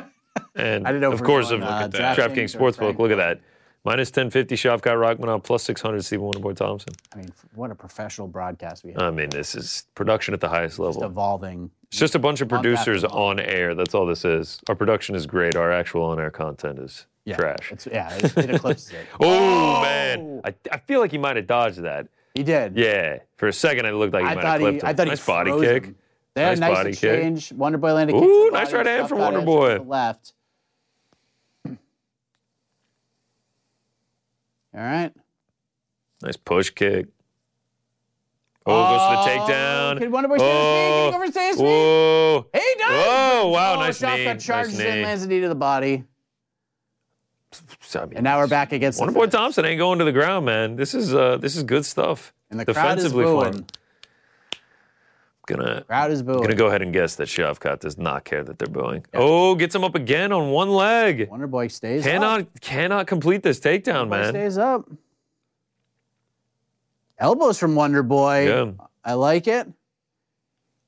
Speaker 3: and
Speaker 2: I didn't know if
Speaker 3: of
Speaker 2: we were
Speaker 3: course,
Speaker 2: going,
Speaker 3: of
Speaker 2: uh,
Speaker 3: DraftKings
Speaker 2: DraftKings or Frank.
Speaker 3: Sportsbook. Look at that. Minus 1050, Shavkat Rachmanov, plus 600, Stephen Wonderboy Thompson.
Speaker 2: I mean, f- what a professional broadcast we have.
Speaker 3: I mean, this is production at the highest
Speaker 2: Just
Speaker 3: level.
Speaker 2: evolving.
Speaker 3: It's just a bunch of
Speaker 2: month after
Speaker 3: producers
Speaker 2: month.
Speaker 3: on air. That's all this is. Our production is great. Our actual on air content is
Speaker 2: Yeah,
Speaker 3: trash.
Speaker 2: It's, yeah, it, it eclipses it.
Speaker 3: *laughs* Oh, man, I, I feel like he might have dodged that.
Speaker 2: He did.
Speaker 3: Yeah, for a second I looked like he
Speaker 2: I
Speaker 3: might have
Speaker 2: thought
Speaker 3: clipped
Speaker 2: he.
Speaker 3: him.
Speaker 2: I thought
Speaker 3: nice
Speaker 2: he
Speaker 3: body
Speaker 2: froze
Speaker 3: kick.
Speaker 2: him. They had a
Speaker 3: Nice
Speaker 2: nice
Speaker 3: body kick.
Speaker 2: exchange. Wonder Boy landed. kick to
Speaker 3: Ooh,
Speaker 2: the
Speaker 3: nice
Speaker 2: body,
Speaker 3: right hand
Speaker 2: Shavkat
Speaker 3: from
Speaker 2: edge
Speaker 3: Wonder
Speaker 2: to
Speaker 3: Boy.
Speaker 2: the Left. *clears throat* All right.
Speaker 3: Nice push kick. Oh, goes to the
Speaker 2: Oh,
Speaker 3: takedown. Oh.
Speaker 2: Could Wonder Boy stay on his feet? Can he go over stay on his feet?
Speaker 3: Whoa.
Speaker 2: He does.
Speaker 3: Whoa, wow,
Speaker 2: Oh,
Speaker 3: nice
Speaker 2: Shavkat
Speaker 3: knee. Nice
Speaker 2: charges in,
Speaker 3: knee.
Speaker 2: lands a knee to the body,
Speaker 3: I mean,
Speaker 2: and now we're back against. the
Speaker 3: Wonderboy
Speaker 2: fence.
Speaker 3: Thompson ain't going to the ground, man. This is uh, this is good stuff.
Speaker 2: And the crowd is
Speaker 3: defensively for
Speaker 2: booing.
Speaker 3: him. Gonna
Speaker 2: Crowd is booing.
Speaker 3: gonna go ahead and guess that Shavkat does not care that they're booing. Oh, gets him up again on one leg.
Speaker 2: Wonder Boy stays up.
Speaker 3: Cannot cannot complete this takedown,
Speaker 2: Wonder Boy
Speaker 3: man.
Speaker 2: stays up. Elbows from Wonder Boy.
Speaker 3: Yeah.
Speaker 2: I like it.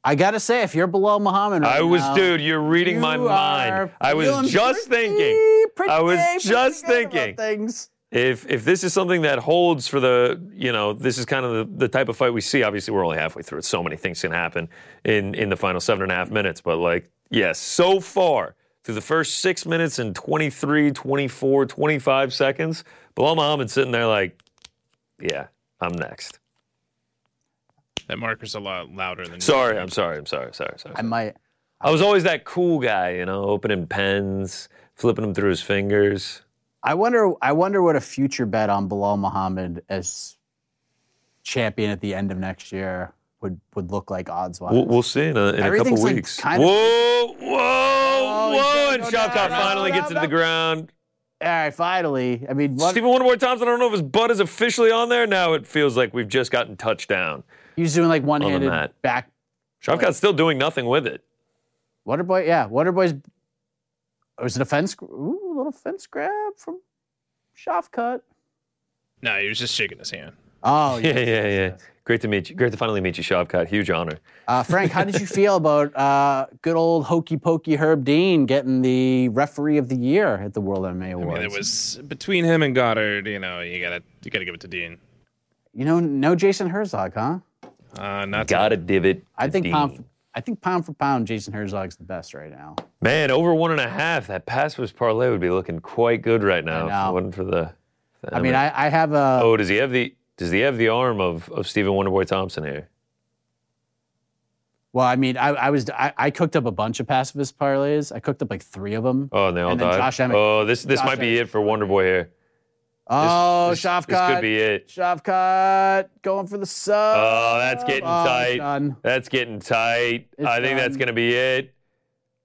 Speaker 2: I gotta say, if you're below Muhammad, right
Speaker 3: I was,
Speaker 2: now,
Speaker 3: dude, you're reading
Speaker 2: you
Speaker 3: my
Speaker 2: are
Speaker 3: mind. I
Speaker 2: feeling
Speaker 3: was just
Speaker 2: pretty-
Speaker 3: thinking.
Speaker 2: pretty-
Speaker 3: I was
Speaker 2: pretty
Speaker 3: just
Speaker 2: good about
Speaker 3: thinking.
Speaker 2: things.
Speaker 3: If if this is something that holds for the, you know, this is kind of the, the type of fight we see. Obviously, we're only halfway through it. So many things can happen in in the final seven and a half minutes. But like, yes, so far through the first six minutes and 23, 24, 25 seconds, Bilal Muhammad sitting there like, yeah, I'm next.
Speaker 4: That marker's a lot louder than
Speaker 3: Sorry, I'm sorry, I'm sorry, sorry, sorry.
Speaker 2: I might.
Speaker 3: I was always that cool guy, you know, opening pens, flipping them through his fingers.
Speaker 2: I wonder. I wonder what a future bet on Bilal Muhammad as champion at the end of next year would would look like odds wise.
Speaker 3: We'll, we'll see in a, in a couple
Speaker 2: Everything's, like,
Speaker 3: weeks.
Speaker 2: kind of-
Speaker 3: whoa, whoa,
Speaker 2: he's oh,
Speaker 3: whoa!
Speaker 2: gonna
Speaker 3: And
Speaker 2: go
Speaker 3: Shavkat
Speaker 2: down, down,
Speaker 3: finally
Speaker 2: down,
Speaker 3: gets
Speaker 2: down.
Speaker 3: into the ground.
Speaker 2: All right, finally. I mean, what,
Speaker 3: Stephen Wonderboy Thompson. I don't know if his butt is officially on there. Now it feels like we've just gotten touched down.
Speaker 2: he was doing like one-handed
Speaker 3: mat.
Speaker 2: back.
Speaker 3: Shavkat's still doing nothing with it.
Speaker 2: Waterboy, yeah, Waterboy's. It was it a fence? Ooh, a little fence grab from Shafkat.
Speaker 4: No, he was just shaking his hand.
Speaker 2: Oh
Speaker 3: Yeah,
Speaker 2: yeah.
Speaker 3: yeah, yeah. Great to meet you. Great to finally meet you, Shavkat. Huge honor.
Speaker 2: Uh, Frank, how did you feel about uh, good old hokey pokey Herb Dean getting the referee of the year at the World MMA
Speaker 4: I
Speaker 2: Awards?
Speaker 4: mean, it was between him and Goddard. You know, you gotta you gotta give it to Dean.
Speaker 2: you know, no Jason Herzog, huh?
Speaker 4: Uh, not
Speaker 3: Got to divot.
Speaker 2: I
Speaker 3: to
Speaker 2: think
Speaker 3: Dean.
Speaker 2: pound. For, I think pound for pound, Jason Herzog's the best right now.
Speaker 3: Man, over one and a half. That pass was parlay would be looking quite good right
Speaker 2: know.
Speaker 3: now. If it wasn't for the.
Speaker 2: I mean, I, I uh, have a.
Speaker 3: Oh, does he have the does he have the arm of of Stephen Wonderboy Thompson here?
Speaker 2: Well, I mean, I, I was I, I cooked up a bunch of pacifist parlays. I cooked up like three of them.
Speaker 3: Oh, and they all
Speaker 2: And then
Speaker 3: died.
Speaker 2: Josh Emmett-
Speaker 3: oh, this this
Speaker 2: Josh
Speaker 3: might be
Speaker 2: Emmett-
Speaker 3: it for Wonderboy here. This-
Speaker 2: Oh,
Speaker 3: this,
Speaker 2: Shavkat.
Speaker 3: This could be it.
Speaker 2: Shavkat going for the sub.
Speaker 3: Oh, that's getting
Speaker 2: Oh, it's
Speaker 3: tight.
Speaker 2: done.
Speaker 3: That's getting tight.
Speaker 2: It's
Speaker 3: I think that's
Speaker 2: done.
Speaker 3: gonna be it.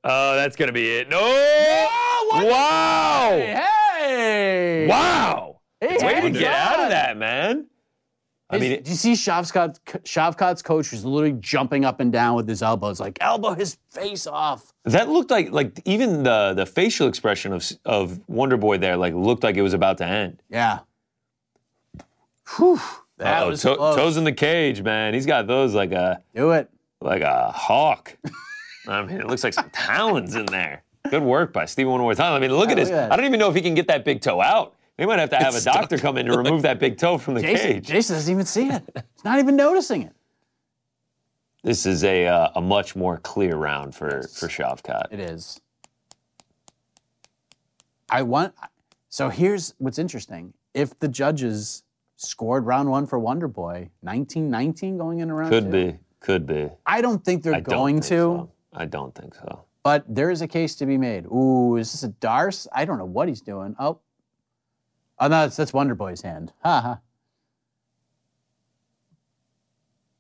Speaker 3: Oh, that's gonna be it. No!
Speaker 2: what-
Speaker 3: wow!
Speaker 2: Hey!
Speaker 3: Wow!
Speaker 2: He
Speaker 3: Way to
Speaker 2: had
Speaker 3: get
Speaker 2: it
Speaker 3: out
Speaker 2: on.
Speaker 3: of that, man. I mean,
Speaker 2: do you see Shavkat, Shavkat's coach was literally jumping up and down with his elbows, like elbow his face off.
Speaker 3: That looked like like even the the facial expression of of Wonder Boy there like looked like it was about to end.
Speaker 2: Yeah. Whew. That
Speaker 3: Uh-oh,
Speaker 2: was
Speaker 3: to-
Speaker 2: close.
Speaker 3: toes in the cage, man. He's got those like uh, a
Speaker 2: Do it.
Speaker 3: like a
Speaker 2: *laughs*
Speaker 3: hawk. I mean, it looks like some talons in there. Good work by Stephen Wonder Boy Thompson. I mean, look
Speaker 2: look
Speaker 3: at his.
Speaker 2: at that.
Speaker 3: I don't even know if he can get that big toe out. They might have to have a doctor come in to remove that big toe from the
Speaker 2: Jason,
Speaker 3: cage.
Speaker 2: Jason doesn't even see it. He's not even noticing it.
Speaker 3: This is a uh, a much more clear round for for Shavkat.
Speaker 2: It is. I want. So here's what's interesting. If the judges scored round one for Wonder Boy, 1919 going into round two.
Speaker 3: Could be, could be.
Speaker 2: I don't think they're
Speaker 3: I don't
Speaker 2: going
Speaker 3: think
Speaker 2: to,
Speaker 3: so. I don't think so.
Speaker 2: but there is a case to be made. Ooh, is this a Darce? I don't know what he's doing. Oh. Oh, no, that's, that's Wonder Boy's hand. Ha ha.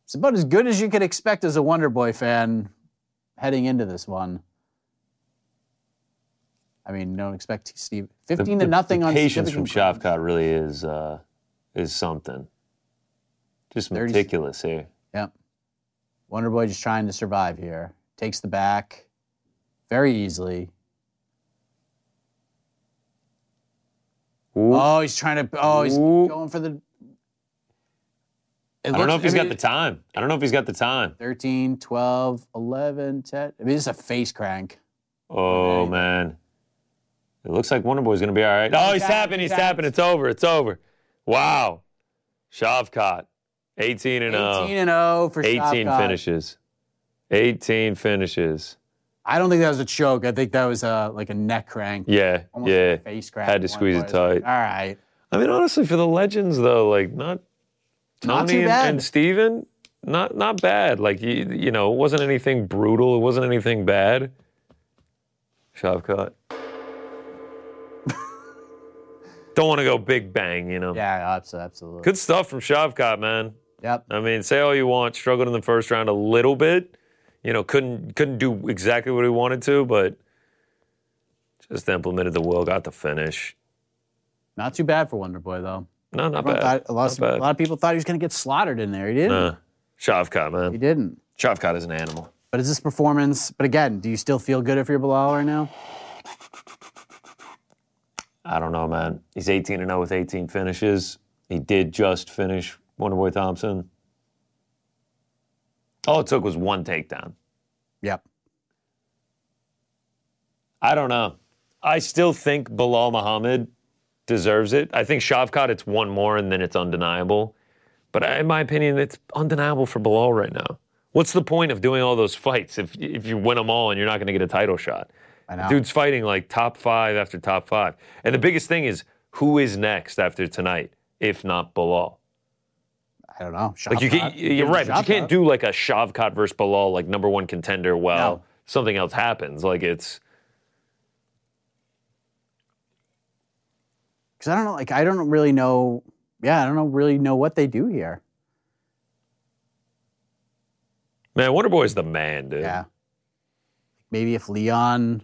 Speaker 2: It's about as good as you could expect as a Wonder Boy fan heading into this one. I mean, don't expect Steve. 15 to nothing
Speaker 3: the
Speaker 2: on
Speaker 3: patience from
Speaker 2: significant grounds.
Speaker 3: Shavkat really is uh, is something. Just
Speaker 2: 30
Speaker 3: meticulous here.
Speaker 2: Yep. Wonder Boy just trying to survive here. Takes the back very easily.
Speaker 3: Ooh.
Speaker 2: Oh, he's trying to. Oh, he's
Speaker 3: Ooh.
Speaker 2: going for the. It
Speaker 3: I don't know
Speaker 2: looks-
Speaker 3: if he's got
Speaker 2: mean,
Speaker 3: the time. I don't know if he's got the time.
Speaker 2: 13, 12, 11, 10. I mean, this is a face crank.
Speaker 3: Oh
Speaker 2: Okay.
Speaker 3: man, it looks like Wonder Boy's gonna be all right. Oh, he's
Speaker 2: out,
Speaker 3: tapping. He's
Speaker 2: he's out.
Speaker 3: tapping. It's over. It's over. Wow, Shavkat, eighteen and
Speaker 2: 18
Speaker 3: zero.
Speaker 2: and 0 for
Speaker 3: Eighteen
Speaker 2: Shavkat.
Speaker 3: finishes. Eighteen finishes.
Speaker 2: I don't think that was a choke. I think that was a, like a neck crank.
Speaker 3: Yeah,
Speaker 2: Almost like
Speaker 3: yeah.
Speaker 2: a face crank.
Speaker 3: Had to
Speaker 2: Wonder
Speaker 3: squeeze it
Speaker 2: Boy's like,
Speaker 3: tight.
Speaker 2: All right.
Speaker 3: I mean, honestly, for the legends though, like not Tony
Speaker 2: Not too
Speaker 3: and,
Speaker 2: bad.
Speaker 3: and Steven, not not bad. Like you, you know, it wasn't anything brutal. It wasn't anything bad.
Speaker 2: *laughs*
Speaker 3: Shavkat. Don't want to go big bang, you know.
Speaker 2: Yeah, abso- absolutely.
Speaker 3: Good stuff from Shavkat, man.
Speaker 2: Yep.
Speaker 3: I mean, say all you want, struggled in the first round a little bit. You know, couldn't couldn't do exactly what he wanted to, but just implemented the will, got the finish.
Speaker 2: Not too bad for Wonder Boy, though.
Speaker 3: No, not
Speaker 2: Everyone
Speaker 3: bad.
Speaker 2: thought- a, lot
Speaker 3: Not
Speaker 2: of,
Speaker 3: bad.
Speaker 2: a lot of people thought he was going to get slaughtered in there. He didn't.
Speaker 3: Nah. Shavkat, man.
Speaker 2: He didn't.
Speaker 3: Shavkat is an animal.
Speaker 2: But is this performance? But again, do you still feel good if you're Bilal right now?
Speaker 3: I don't know, man. He's 18 and 0 with 18 finishes. He did just finish Wonderboy Thompson. All it took was one takedown.
Speaker 2: Yep.
Speaker 3: I don't know. I still think Bilal Muhammad deserves it. I think Shavkat, it's one more and then it's undeniable. But I- in my opinion, it's undeniable for Bilal right now. What's the point of doing all those fights if, if you win them all and you're not going to get a title shot?
Speaker 2: I know.
Speaker 3: Dude's fighting like top five after top five. And the biggest thing is who is next after tonight, if not Bilal?
Speaker 2: I don't know.
Speaker 3: Like you
Speaker 2: Shabbat.
Speaker 3: can, you're right, but you
Speaker 2: Shabbat.
Speaker 3: can't do like a Shavkat versus Bilal, like number one contender. Well,
Speaker 2: No.
Speaker 3: something else happens. Like it's
Speaker 2: because I don't know. Like I don't really know. Yeah, I don't know really know what they do here.
Speaker 3: man, Wonderboy's the man, dude.
Speaker 2: Yeah. Maybe if Leon,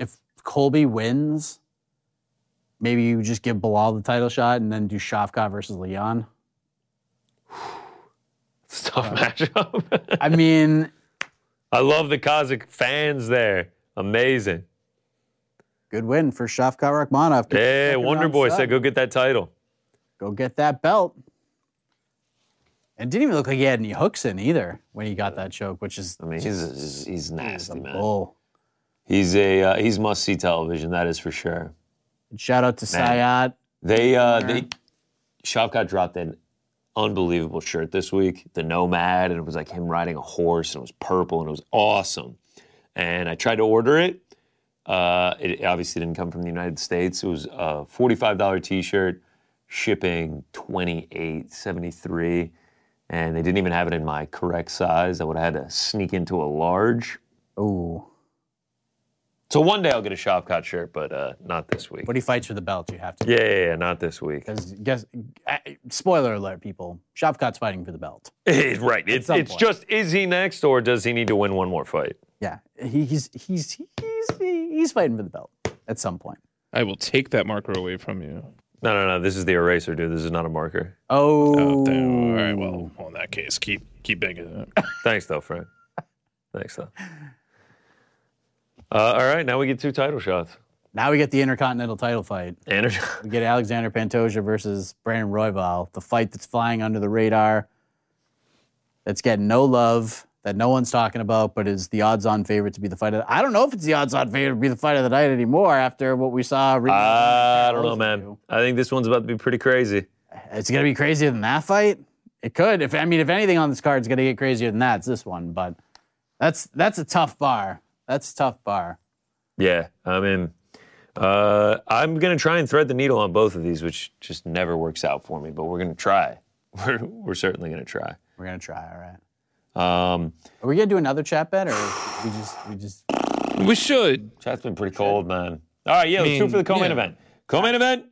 Speaker 2: if Colby wins, maybe you just give Bilal the title shot and then do Shafkat versus Leon.
Speaker 3: It's a tough matchup.
Speaker 2: I mean,
Speaker 3: *laughs*
Speaker 2: *laughs*
Speaker 3: I love the Kazakh fans there. Amazing.
Speaker 2: good win for Shafkat Rachmanov.
Speaker 3: Hey,
Speaker 2: Second
Speaker 3: Wonder
Speaker 2: round
Speaker 3: Boy
Speaker 2: sub.
Speaker 3: said go get that title.
Speaker 2: go get that belt. And didn't even look like he had any hooks in either when he got that choke, which is
Speaker 3: I mean, he's he's, he's
Speaker 2: is a
Speaker 3: nasty, man.
Speaker 2: bull.
Speaker 3: He's a uh, he's must see television. That is for sure.
Speaker 2: Shout out to Sayat.
Speaker 3: They uh they Shavkat dropped an unbelievable shirt this week, the Nomad, and it was like him riding a horse and it was purple and it was awesome. And I tried to order it. Uh, it obviously didn't come from the United States. It was a $45 t-shirt, shipping 28.73, and they didn't even have it in my correct size. I would have had to sneak into a large.
Speaker 2: Ooh.
Speaker 3: So one day I'll get a Shavkat shirt, but uh, not this week.
Speaker 2: But he fights for the belt, you have to.
Speaker 3: Yeah, yeah, yeah, not this week.
Speaker 2: Because guess uh, spoiler alert, people, Shavkat's fighting for the belt.
Speaker 3: Eh, right. It's,
Speaker 2: some
Speaker 3: it's
Speaker 2: point.
Speaker 3: just is he next or does he need to win one more fight?
Speaker 2: Yeah. He, he's he's he's he's fighting for the belt at some point.
Speaker 4: I will take that marker away from you.
Speaker 3: No, no, no. This is the eraser, dude. This is not a marker.
Speaker 4: Oh,
Speaker 2: Oh,
Speaker 4: damn. All right. Well, well, in that case, keep keep banging it up.
Speaker 3: Thanks, though, Frank. Thanks, though. Uh, all right, now we get two title shots.
Speaker 2: now we get the intercontinental title fight.
Speaker 3: Anderson.
Speaker 2: We get Alexander Pantoja versus Brandon Royval, the fight that's flying under the radar, that's getting no love, that no one's talking about, but is the odds-on favorite to be the fight of. The, I don't know if it's the odds-on favorite to be the fight of the night anymore after what we saw. recently.
Speaker 3: *laughs* Uh, I don't know, man. I think this one's about to be pretty crazy.
Speaker 2: It's gonna be crazier than that fight. It could. If I mean, if anything on this card's gonna get crazier than that, it's this one. But that's that's a tough bar. That's a tough bar.
Speaker 3: Yeah, I mean, uh, I'm gonna try and thread the needle on both of these, which just never works out for me. But we're gonna try. *laughs* We're, we're certainly gonna try.
Speaker 2: We're gonna try. All right.
Speaker 3: Um,
Speaker 2: Are we gonna do another chat bet, or we just we just
Speaker 4: *laughs* we should.
Speaker 3: chat's been pretty cold, man. All right, yeah,
Speaker 4: I
Speaker 3: let's shoot
Speaker 4: mean,
Speaker 3: for the co-main
Speaker 4: yeah.
Speaker 3: event. Co-main event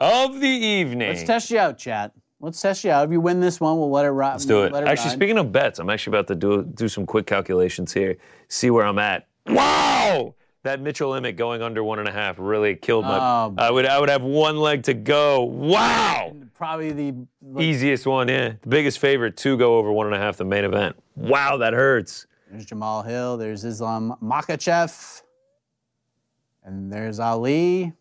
Speaker 3: of the evening.
Speaker 2: let's test you out, chat. Let's test you out. If you win this one, we'll let it ride.
Speaker 3: Let's do it. Actually, speaking of bets, I'm actually about to do do some quick calculations here, see where I'm at. Wow! That Mitchell Emmett going under one and a half really killed my.
Speaker 2: Oh,
Speaker 3: I would I would have one leg to go. Wow!
Speaker 2: probably the like,
Speaker 3: Easiest one, yeah. The biggest favorite to go over one and a half. The main event. Wow, that hurts.
Speaker 2: there's Jamal Hill, there's Islam Makachev, and there's Ali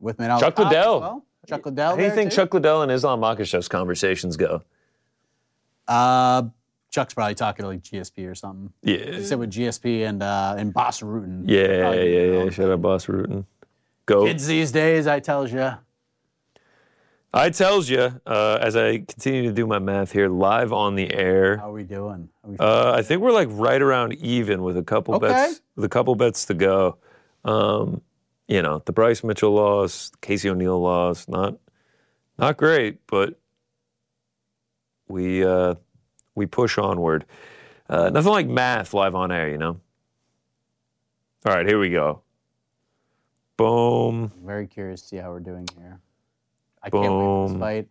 Speaker 2: with Manal.
Speaker 3: Chuck Liddell.
Speaker 2: Chuck Liddell.
Speaker 3: How do you
Speaker 2: there,
Speaker 3: think
Speaker 2: too?
Speaker 3: Chuck Liddell and Islam Makachev's conversations go?
Speaker 2: Uh, Chuck's probably talking to like GSP or something.
Speaker 3: Yeah.
Speaker 2: He said with GSP and uh, and Boss Rutan.
Speaker 3: Yeah, yeah,
Speaker 2: Probably doing their
Speaker 3: yeah.
Speaker 2: own
Speaker 3: Shout out, boss Rutan. Go.
Speaker 2: Kids these days, I tells you.
Speaker 3: I tells you, uh, as I continue to do my math here, live on the air.
Speaker 2: How we doing? Are we-
Speaker 3: Uh, I think we're like right around even with a couple
Speaker 2: Okay.
Speaker 3: bets. With a couple bets to go. Um, you know, the Bryce Mitchell loss, Casey O'Neill loss, not not great, but we uh, we push onward. Uh, nothing like math live on air, you know. All right, here we go. Boom.
Speaker 2: Very curious to see how we're doing here. I can't wait for
Speaker 3: Boom.
Speaker 2: this fight.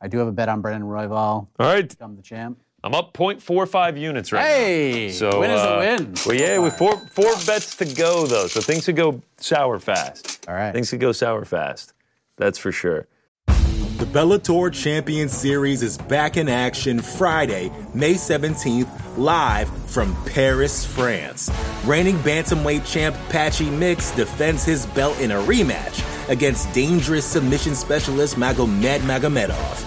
Speaker 2: I do have a bet on Brendan Royval.
Speaker 3: All right,
Speaker 2: Become the champ.
Speaker 3: I'm up 0.45 units right now.
Speaker 2: Hey,
Speaker 3: So
Speaker 2: win is Oh
Speaker 3: uh,
Speaker 2: a win.
Speaker 3: Well, yeah, with four four bets to go though, so things could go sour fast.
Speaker 2: All right.
Speaker 3: Things could go sour fast. That's for sure.
Speaker 5: The Bellator Champion Series is back in action Friday, May 17th, live from Paris, France. Reigning bantamweight champ Patchy Mix defends his belt in a rematch against dangerous submission specialist Magomed Magomedov.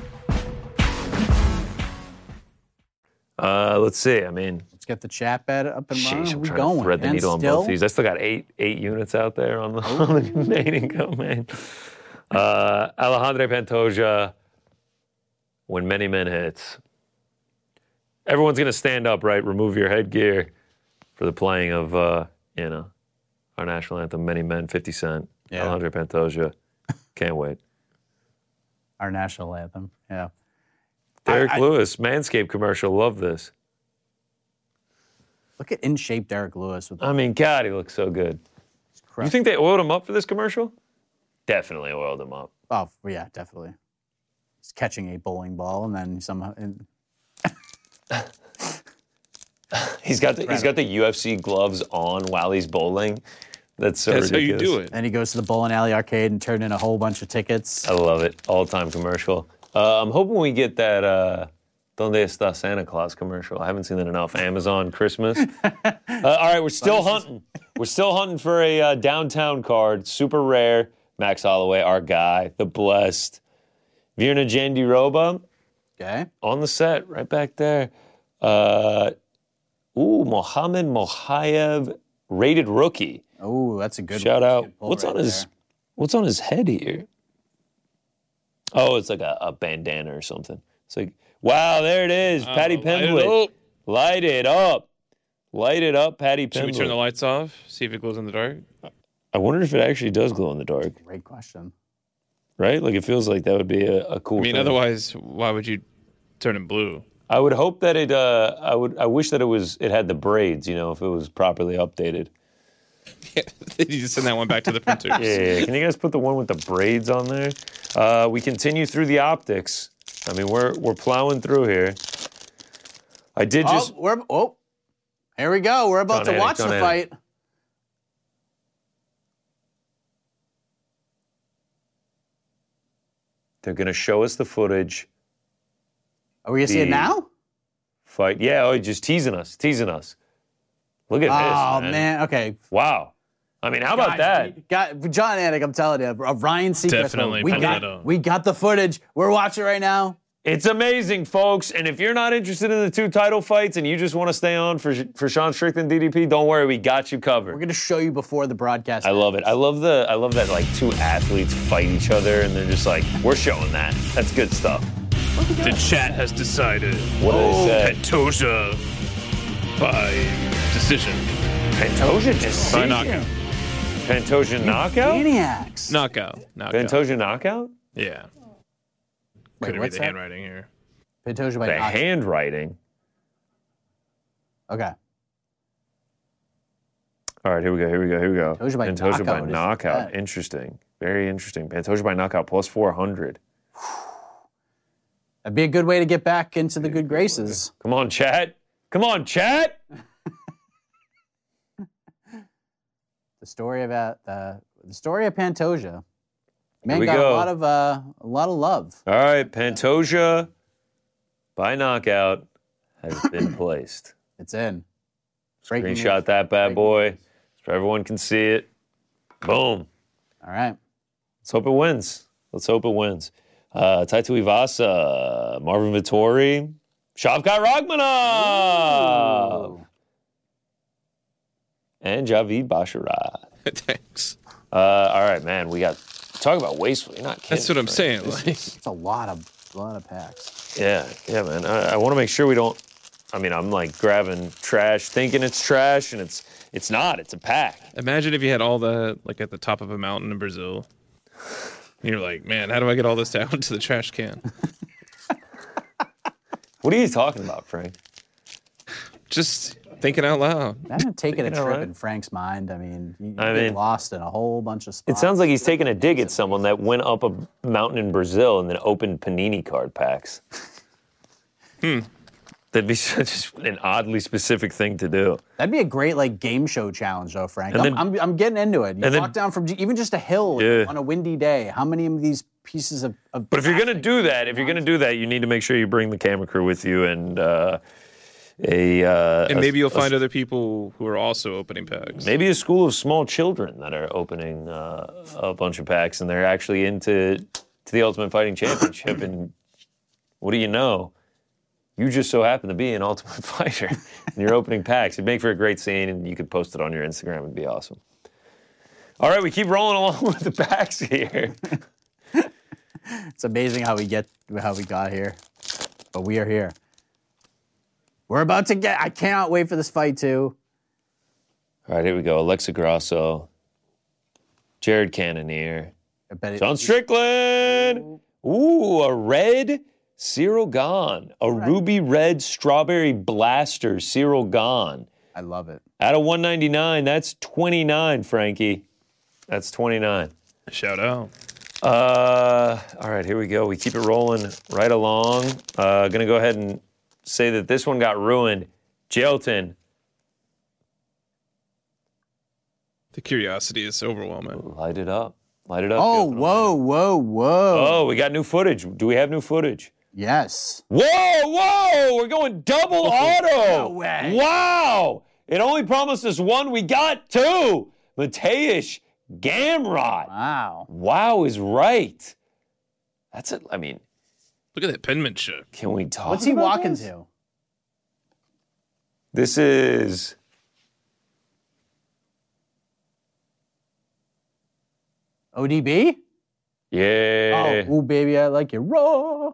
Speaker 3: Uh, let's see. I mean,
Speaker 2: Let's get the chat bet up and running.
Speaker 3: jeez, I'm
Speaker 2: we
Speaker 3: trying
Speaker 2: going.
Speaker 3: to thread the
Speaker 2: man?
Speaker 3: needle
Speaker 2: Still?
Speaker 3: on both these. I still got eight eight units out there on the, *laughs* on the main income, man. Uh, Alejandro Pantoja, when many men hits. Everyone's gonna stand up, right? Remove your headgear for the playing of uh, you know our national anthem, "Many Men," Fifty Cent,
Speaker 2: Yeah.
Speaker 3: Alejandro Pantoja.
Speaker 2: *laughs*
Speaker 3: Can't wait.
Speaker 2: Our national anthem. Yeah.
Speaker 3: Derek Lewis, Manscaped commercial. Love this.
Speaker 2: Look at in shape Derek Lewis with
Speaker 3: I mean, God, he looks so good. You
Speaker 2: crap.
Speaker 3: think they oiled him up for this commercial? Definitely oiled him up.
Speaker 2: Oh yeah, definitely. He's catching a bowling ball and then somehow. And,
Speaker 3: He's got the, he's got the UFC gloves on while he's bowling. That's so
Speaker 4: That's how you
Speaker 3: ridiculous.
Speaker 4: do it.
Speaker 2: then he goes to the bowling alley arcade and turned in a whole bunch of tickets.
Speaker 3: I love it. All time commercial. Uh, I'm hoping we get that uh, Donde Está Santa Claus commercial. I haven't seen that enough. Amazon
Speaker 4: *laughs*
Speaker 3: Christmas. Uh, all right, we're still hunting. We're still hunting for a uh, downtown card. Super rare. Max Holloway, our guy, the blessed. Virna Jandiroba
Speaker 2: Okay.
Speaker 3: on the set, right back there. Uh, ooh, Mohammed Mohayev, rated rookie.
Speaker 2: Oh, that's a good
Speaker 3: Shout
Speaker 2: one.
Speaker 3: out.
Speaker 2: Good pull
Speaker 3: What's
Speaker 2: right
Speaker 3: on his
Speaker 2: there.
Speaker 3: What's on his head here? Oh, it's like a, a bandana or something. It's like, wow, there it is, Patty
Speaker 4: Uh, light it
Speaker 3: Pimblett.
Speaker 4: up.
Speaker 3: Light it up, light it up, Patty
Speaker 4: Should we turn the
Speaker 3: Pimblett.
Speaker 4: lights off? See if it glows in the dark.
Speaker 3: I wonder if it actually does glow in the dark,
Speaker 2: Great question.
Speaker 3: right? Like it feels like that would be a, a cool.
Speaker 4: I mean,
Speaker 3: thing.
Speaker 4: otherwise, why would you turning blue. *laughs*
Speaker 3: I would hope that it. Uh, I would. I wish that it was. It had the braids. You know, if it was properly updated.
Speaker 4: Yeah, you just send that one back to the printers.
Speaker 3: *laughs* Yeah, yeah. Can you guys put the one with the braids on there? Uh, we continue through the optics. I mean, we're we're plowing through here. I did
Speaker 2: Oh,
Speaker 3: just.
Speaker 2: we're oh, here we go. We're about
Speaker 3: Don't
Speaker 2: to
Speaker 3: edit,
Speaker 2: watch
Speaker 3: don't
Speaker 2: the
Speaker 3: edit.
Speaker 2: fight.
Speaker 3: They're gonna show us the footage.
Speaker 2: Are we gonna see it
Speaker 3: The-
Speaker 2: now?
Speaker 3: Fight. Yeah. Oh, just teasing us. Teasing us. Look at
Speaker 2: Oh
Speaker 3: this. Man.
Speaker 2: man. Okay.
Speaker 3: Wow. I mean, how about that?
Speaker 2: Got John Anik, I'm telling you, bro, Ryan Seacrest.
Speaker 4: Definitely
Speaker 2: we
Speaker 4: put
Speaker 2: got
Speaker 4: that
Speaker 3: uh,
Speaker 4: on.
Speaker 2: we got the footage. We're watching right now.
Speaker 3: It's amazing, folks. And if you're not interested in the two title fights and you just want to stay on for for Sean Strickland DDP, don't worry, we got you covered.
Speaker 2: We're gonna show you before the broadcast.
Speaker 3: I love it. I love the I love that like two athletes fight each other and they're just like, we're showing that. That's good stuff.
Speaker 4: The chat has decided.
Speaker 3: What did
Speaker 2: Oh,
Speaker 3: they say?
Speaker 4: Petoja by decision.
Speaker 3: Pantoja just
Speaker 4: By knockout.
Speaker 3: Pantoja knockout?
Speaker 2: Maniacs.
Speaker 4: Knockout. Knockout.
Speaker 3: Pantoja knockout?
Speaker 4: Yeah.
Speaker 2: Wait,
Speaker 4: Couldn't read
Speaker 2: what's
Speaker 4: the
Speaker 2: that?
Speaker 3: *laughs*
Speaker 4: handwriting here. *laughs*
Speaker 2: Pantoja by
Speaker 3: The
Speaker 2: knockout.
Speaker 3: handwriting.
Speaker 2: Okay.
Speaker 3: All right, here we go. Here we go. Here we go.
Speaker 2: Pantoja by
Speaker 3: Pantoja
Speaker 2: knockout
Speaker 3: by
Speaker 2: is
Speaker 3: knockout.
Speaker 2: bad.
Speaker 3: Interesting. Very interesting. Pantoja by knockout plus 400.
Speaker 2: That'd be a good way to get back into the good graces.
Speaker 3: Come on, chat. Come on, chat.
Speaker 2: The story about uh, the story of Pantoja. Man
Speaker 3: we
Speaker 2: got
Speaker 3: go.
Speaker 2: a lot of uh, a lot of love.
Speaker 3: All right, Pantoja by knockout has been placed.
Speaker 2: It's in. Breaking news.
Speaker 3: Screenshot that bad
Speaker 2: Breaking
Speaker 3: boy so everyone can see it. Boom.
Speaker 2: All right.
Speaker 3: Let's hope it wins. Let's hope it wins. Uh, Taito Ivasa, Marvin Vittori, Shavkat Rachmanov,
Speaker 2: Ooh.
Speaker 3: and Javid Basharat.
Speaker 4: Thanks.
Speaker 3: Uh, all right, man, we got talk about wasteful. You're not kidding.
Speaker 4: That's what I'm
Speaker 3: right?
Speaker 4: saying. Like,
Speaker 2: It's a lot of lot of packs.
Speaker 3: Yeah, yeah, man. I, I want to make sure we don't. I mean, I'm like grabbing trash, thinking it's trash, and it's it's not. It's a pack.
Speaker 4: imagine if you had all the like at the top of a mountain in Brazil. You're like, man, how do I get all this down *laughs* to the trash can?
Speaker 3: What are you talking about, Frank?
Speaker 4: Just thinking out loud.
Speaker 2: Imagine taking a
Speaker 3: know
Speaker 2: trip
Speaker 3: what?
Speaker 2: in Frank's mind. I mean, you, you
Speaker 3: I
Speaker 2: get
Speaker 3: mean-
Speaker 2: lost in a whole bunch of
Speaker 3: It
Speaker 2: spots.
Speaker 3: sounds like he's taking a dig at someone that went up a mountain in Brazil and then opened panini card packs. Hmm.
Speaker 4: Hmm.
Speaker 3: That'd be *laughs* such an oddly specific thing to do.
Speaker 2: That'd be a great like game show challenge, though, Frank.
Speaker 3: And
Speaker 2: I'm,
Speaker 3: then-
Speaker 2: I'm, I'm getting into it. You walk
Speaker 3: and then-
Speaker 2: down from j- even just a hill
Speaker 3: Yeah.
Speaker 2: on a windy day. How many of these pieces of, of
Speaker 3: But if you're gonna do that, if you're gonna do that, you need to make sure you bring the camera crew with you and uh, a uh,
Speaker 4: And
Speaker 3: a-
Speaker 4: maybe you'll
Speaker 3: a
Speaker 4: find other people who are also opening packs.
Speaker 3: Maybe a school of small children that are opening uh, a bunch of packs, and they're actually into to the Ultimate Fighting Championship. and what do you know? You just so happen to be an Ultimate *laughs* Fighter, and you're opening packs. It'd make for a great scene, and you could post it on your Instagram. It'd be awesome. All right, we keep rolling along *laughs* with the packs here.
Speaker 2: It's amazing how we get how we got here, but we are here. We're about to get. I cannot wait for this fight too.
Speaker 3: All right, here we go. Alexa Grasso, Jared Cannonier,
Speaker 2: I bet it,
Speaker 3: John Strickland. Ooh, a red Cyril Gone. A ruby red strawberry blaster Cyril Gone.
Speaker 2: I love it.
Speaker 3: Out of 199, that's 29, Frankie. That's 29.
Speaker 4: Shout out.
Speaker 3: Uh, all right, here we go. We keep it rolling right along. Uh, gonna go ahead and say that this one got ruined. Jailton.
Speaker 4: The curiosity is overwhelming.
Speaker 3: Light it up. Light it up.
Speaker 2: Oh,
Speaker 3: Jelton.
Speaker 2: whoa, whoa, whoa!
Speaker 3: Oh, we got new footage. Do we have new footage?
Speaker 2: Yes,
Speaker 3: Whoa, whoa, we're going double auto.
Speaker 2: way.
Speaker 3: Wow. It only promised us one, we got two. Mateusz Gamrot.
Speaker 2: wow.
Speaker 3: Wow is right. That's it. I mean,
Speaker 4: Look at that penmanship.
Speaker 3: can we talk?
Speaker 2: What's he
Speaker 3: about
Speaker 2: walking
Speaker 3: this?
Speaker 2: to?
Speaker 3: This is
Speaker 2: ODB?
Speaker 3: yeah.
Speaker 2: Oh, ooh, baby, I like it raw.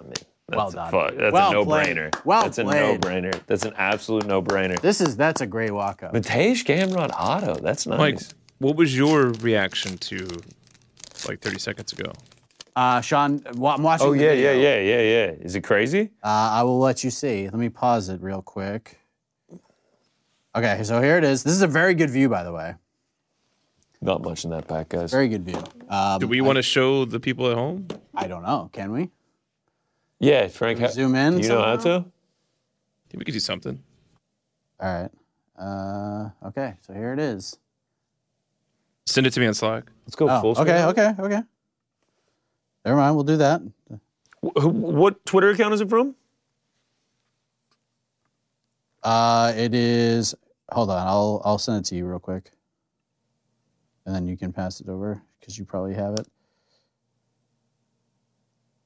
Speaker 3: I mean, that's
Speaker 2: Oh, Well
Speaker 3: a
Speaker 2: done.
Speaker 3: fuck- that's
Speaker 2: Well
Speaker 3: a no-brainer.
Speaker 2: played. Well
Speaker 3: that's a
Speaker 2: played.
Speaker 3: no-brainer. That's an absolute no-brainer.
Speaker 2: This is that's a great walk up.
Speaker 3: Mateusz Gamrot auto. That's nice.
Speaker 4: Mike, what was your reaction to like 30 seconds ago?
Speaker 2: Uh, Sean, wa- I'm watching.
Speaker 3: Oh
Speaker 2: the
Speaker 3: yeah, yeah,
Speaker 2: video.
Speaker 3: yeah, yeah, yeah. Is it crazy?
Speaker 2: Uh, I will let you see. Let me pause it real quick. Okay, so here it is. This is a very good view, by the way.
Speaker 3: Not much in that pack, guys.
Speaker 2: Very good view. Um,
Speaker 4: Do we want to show the people at home?
Speaker 2: I don't know. Can we?
Speaker 3: Yeah, Frank. ha-
Speaker 2: Zoom in
Speaker 3: do You know how to?
Speaker 4: We could do something.
Speaker 2: All right. Uh, okay, so here it is.
Speaker 4: Send it to me on Slack.
Speaker 3: Let's go
Speaker 2: Oh,
Speaker 3: full screen.
Speaker 2: okay, okay, okay. Never mind. We'll do that.
Speaker 3: Wh- who- what Twitter account is it from?
Speaker 2: Uh, it is. Hold on. I'll I'll send it to you real quick, and then you can pass it over because you probably have it.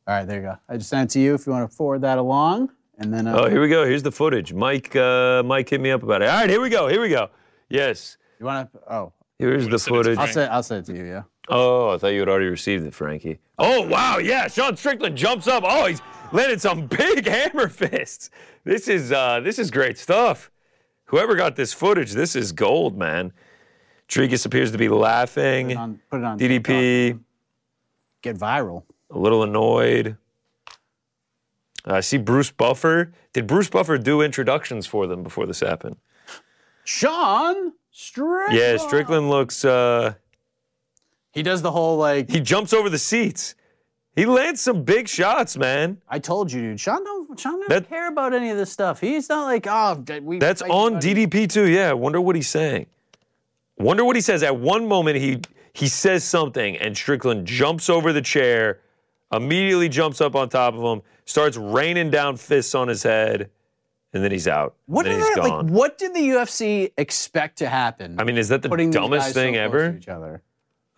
Speaker 2: All right, there you go. I just sent it to you. If you want to forward that along, and then uh,
Speaker 3: Oh, here we go. Here's the footage. Mike, uh, Mike hit me up about it. All right, here we go. Here we go. Yes,
Speaker 2: you want to. Oh,
Speaker 3: here's the
Speaker 4: send it to
Speaker 3: footage.
Speaker 2: I'll send I'll send it to you. Yeah.
Speaker 3: Oh, I thought you had already received it, Frankie. Oh, wow. Yeah, Sean Strickland jumps up. Oh, he's landed some *laughs* big hammer fists. This is uh, this is great stuff. Whoever got this footage, this is gold, man. Trigas appears to be
Speaker 2: Put it
Speaker 3: laughing.
Speaker 2: on. Put it on. TikTok.
Speaker 3: DDP
Speaker 2: Get viral.
Speaker 3: a little annoyed. I see Bruce Buffer. Did Bruce Buffer do introductions for them before this happened?
Speaker 2: Sean Strickland.
Speaker 3: Yeah, Strickland looks. Uh,
Speaker 2: He does the whole like.
Speaker 3: he jumps over the seats. He lands some big shots, man.
Speaker 2: I told you, dude. Sean don't. Sean doesn't
Speaker 3: That-
Speaker 2: care about any of this stuff. He's not like oh. d- We
Speaker 3: That's
Speaker 2: fight
Speaker 3: on
Speaker 2: everybody."
Speaker 3: DDP too. Yeah, I wonder what he's saying. Wonder what he says. At one moment, he he says something, and Strickland jumps over the chair, immediately jumps up on top of him, starts raining down fists on his head, and then he's out.
Speaker 2: What
Speaker 3: then
Speaker 2: did
Speaker 3: he's
Speaker 2: they, like?
Speaker 3: gone.
Speaker 2: What did the UFC expect to happen?
Speaker 3: I mean, is that the
Speaker 2: putting these
Speaker 3: dumbest
Speaker 2: guys so
Speaker 3: thing
Speaker 2: close
Speaker 3: ever?
Speaker 2: To each other.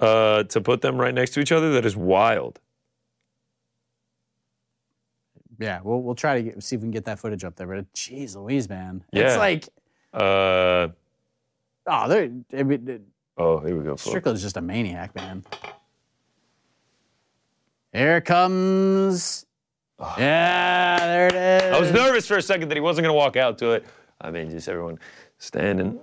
Speaker 3: uh, to put them right next to each other. That is wild.
Speaker 2: Yeah, we'll we'll try to get, see if we can get that footage up there. But jeez, Louise, man, it's
Speaker 3: Yeah.
Speaker 2: like
Speaker 3: Uh,
Speaker 2: oh, they're, I mean, it-
Speaker 3: oh, here we go. folks.
Speaker 2: Strickland's just a maniac, man. Here comes. Yeah, there it is.
Speaker 3: I was nervous for a second that he wasn't going to walk out to it. I mean, just everyone standing,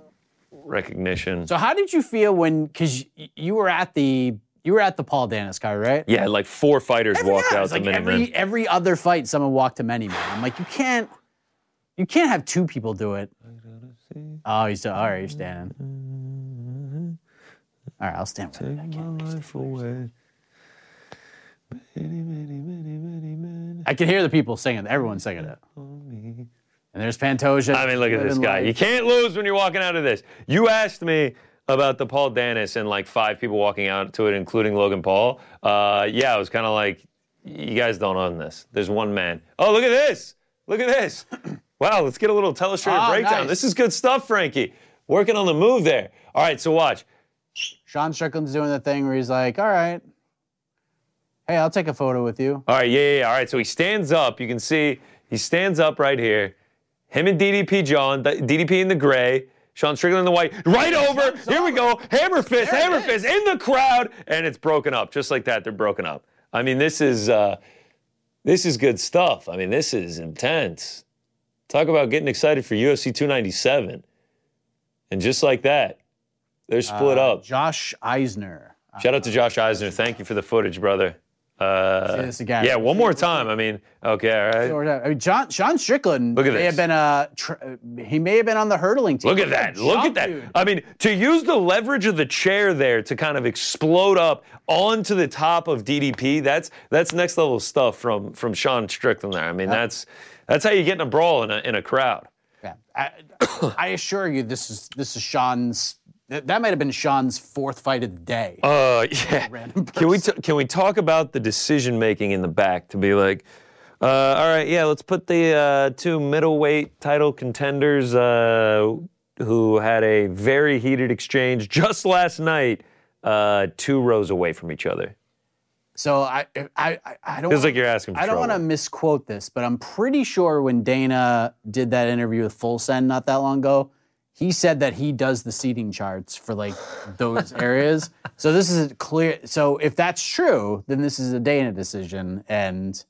Speaker 3: recognition.
Speaker 2: so, how did you feel when? Because you were at the you were at the Paul Danis card, right?
Speaker 3: yeah, like four fighters walked
Speaker 2: Yeah,
Speaker 3: out
Speaker 2: it's
Speaker 3: to
Speaker 2: like
Speaker 3: many
Speaker 2: every
Speaker 3: men.
Speaker 2: every other fight, someone walked to many men. I'm like, you can't, you can't have two people do it. Oh, he's still, all right. You're standing. All right, I'll stand with it. I can't. I can hear the people singing. Everyone's singing it. And there's Pantoja.
Speaker 3: I mean, look at this
Speaker 2: living
Speaker 3: guy.
Speaker 2: life.
Speaker 3: You can't lose when you're walking out of this. You asked me about the Paul Danis and like five people walking out to it, including Logan Paul. Uh, yeah, I was kind of like, you guys don't own this. There's one man. Oh, look at this. Look at this. *clears throat* Wow, let's get a little telestrated
Speaker 2: Ah,
Speaker 3: breakdown.
Speaker 2: nice.
Speaker 3: This is good stuff, Frankie. Working on the move there. All right, so watch.
Speaker 2: Sean Strickland's doing the thing where he's like, all right, hey, I'll take a photo with you.
Speaker 3: All right, yeah, yeah, yeah. All right, so he stands up. You can see he stands up right here. Him and DDP John, th- DDP in the gray, Sean Strickland in the white. Right over. Here we go. Hammer fist, hammer fist in the crowd, and it's broken up just like that. They're broken up. I mean, this is uh, this is good stuff. I mean, this is intense. Talk about getting excited for UFC 297, and just like that, they're split
Speaker 2: Uh,
Speaker 3: up.
Speaker 2: Josh Eisner. Uh,
Speaker 3: Shout out to Josh Eisner. Thank you for the footage, brother. Uh,
Speaker 2: See this again.
Speaker 3: Yeah, one more time. I mean, okay, all right.
Speaker 2: Or whatever. I mean, John, Sean Strickland
Speaker 3: Look at
Speaker 2: may have
Speaker 3: this.
Speaker 2: been a tr- uh, he may have been on the hurling team.
Speaker 3: Look at that. Look at
Speaker 2: Jump,
Speaker 3: that.
Speaker 2: dude.
Speaker 3: I mean, to use the leverage of the chair there to kind of explode up onto the top of DDP, that's that's next level stuff from from Sean Strickland there. I mean, that's that's how you get in a brawl in a in a crowd.
Speaker 2: Yeah. I, I assure you, this is this is Sean's. That, that might have been Sean's fourth fight of the day.
Speaker 3: Uh, yeah.
Speaker 2: Random
Speaker 3: Can we t- can we talk about the decision making in the back to be like, uh, all right, yeah, let's put the uh, two middleweight title contenders uh, who had a very heated exchange just last night, uh, two rows away from each other.
Speaker 2: So I I I, I don't.
Speaker 3: Feels
Speaker 2: wanna-
Speaker 3: like you're asking. For
Speaker 2: I don't want to
Speaker 3: trouble.
Speaker 2: misquote this, but I'm pretty sure when Dana did that interview with Full Send not that long ago, he said that he does the seating charts for like those
Speaker 3: *laughs*
Speaker 2: areas. So this is a clear. So if that's true, then this is a Dana decision and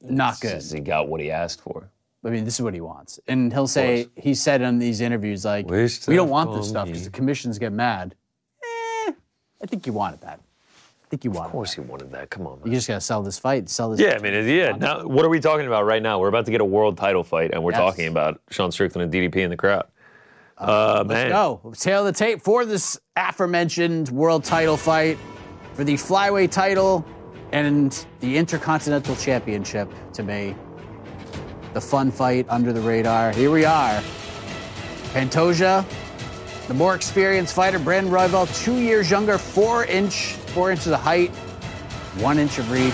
Speaker 2: not good.
Speaker 3: He got what he asked for.
Speaker 2: I mean, this is what he wants, and he'll say he said in these interviews like,
Speaker 3: Wish
Speaker 2: "We don't
Speaker 3: that
Speaker 2: want this
Speaker 3: for
Speaker 2: stuff because
Speaker 3: me."
Speaker 2: the commissions get mad." Eh, I think you wanted that. think you won.
Speaker 3: Of course he wanted that. Come on, man.
Speaker 2: You just gotta sell this fight. Sell this.
Speaker 3: Yeah, I mean, it- yeah. Now, what are we talking about right now? We're about to get a world title fight, and we're
Speaker 2: Yes.
Speaker 3: talking about Sean Strickland and DDP in the crowd. Uh, man,
Speaker 2: Go. Tail of the tape for this aforementioned world title fight for the flyweight title and the Intercontinental Championship to me. The fun fight under the radar. Here we are. Pantoja, the more experienced fighter, Brandon Royval, two years younger, four inch, four inches of height, one inch of reach.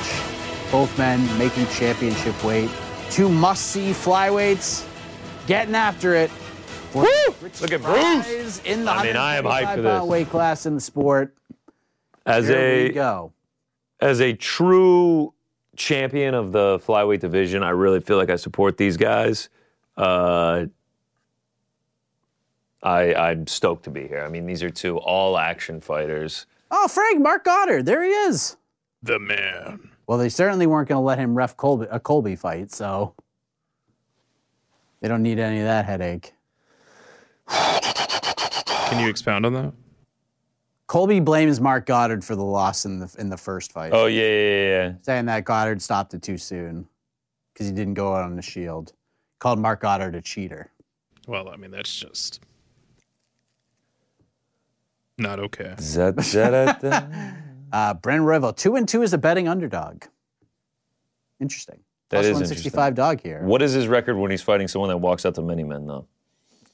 Speaker 2: Both men making championship weight. Two must-see flyweights getting after it. Woo!
Speaker 3: Look at Bruce.
Speaker 2: in the
Speaker 3: I mean, I am hyped
Speaker 2: 135
Speaker 3: for this.
Speaker 2: pound weight class in the sport.
Speaker 3: as
Speaker 2: There we
Speaker 3: a
Speaker 2: go.
Speaker 3: as a true champion of the flyweight division, I really feel like I support these guys. Uh, I I'm stoked to be here. I mean, these are two all action fighters.
Speaker 2: Oh, Frank, Mark Goddard, there he is.
Speaker 4: The man.
Speaker 2: Well, they certainly weren't going to let him ref Colby, a Colby fight, so they don't need any of that headache.
Speaker 4: Can you expound on that?
Speaker 2: Colby blames Mark Goddard for the loss in the in the first fight,
Speaker 3: Oh yeah, yeah, yeah.
Speaker 2: saying that Goddard stopped it too soon because he didn't go out on the shield. Called Mark Goddard a cheater.
Speaker 4: Well, I mean, that's just not okay.
Speaker 3: yeah. *laughs* Za-za-da-da.
Speaker 2: Uh, Bren Revel, two and two is a betting underdog. Interesting.
Speaker 3: That
Speaker 2: Plus
Speaker 3: is
Speaker 2: 165 dog here.
Speaker 3: What is his record when he's fighting someone that walks out to many men, though?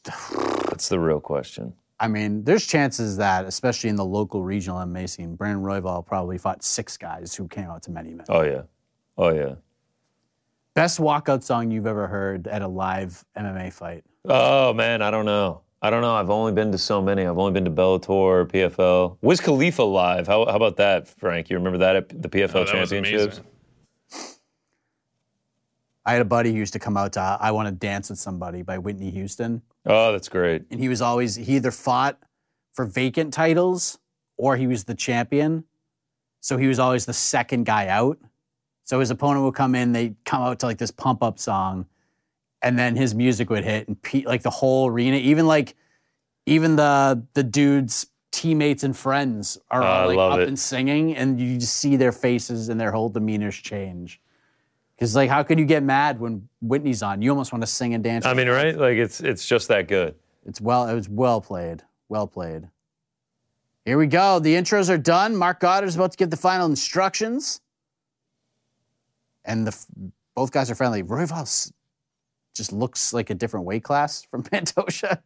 Speaker 3: That's the real question.
Speaker 2: I mean, there's chances that, especially in the local regional MMA scene, Brandon Royval probably fought six guys who came out to many men.
Speaker 3: Oh yeah, oh yeah.
Speaker 2: Best walkout song you've ever heard at a live MMA fight?
Speaker 3: Oh man, I don't know. I don't know. I've only been to so many. I've only been to Bellator, PFL. Wiz Khalifa live. How, how about that, Frank? You remember that at the PFL
Speaker 4: Oh, that was
Speaker 3: championships?
Speaker 4: amazing.
Speaker 2: I had a buddy who used to come out to "I Want to Dance with Somebody" by Whitney Houston,
Speaker 3: Oh, that's great.
Speaker 2: and he was always he either fought for vacant titles or he was the champion, so he was always the second guy out. So his opponent would come in, they'd come out to like this pump up song, and then his music would hit, and pe- like the whole arena, even like even the the dude's teammates and friends are
Speaker 3: Oh, I
Speaker 2: all like
Speaker 3: love
Speaker 2: up
Speaker 3: it.
Speaker 2: and singing, and you just see their faces and their whole demeanors change. Because like, how can you get mad when Whitney's on? You almost want to sing and dance.
Speaker 3: I mean, right? Like it's it's just that good.
Speaker 2: It's well. It was well played. Well played. Here we go. The intros are done. Mark Goddard's about to give the final instructions, and the f- both guys are friendly. Royval's just looks like a different weight class from *laughs* Pantosha. 'cause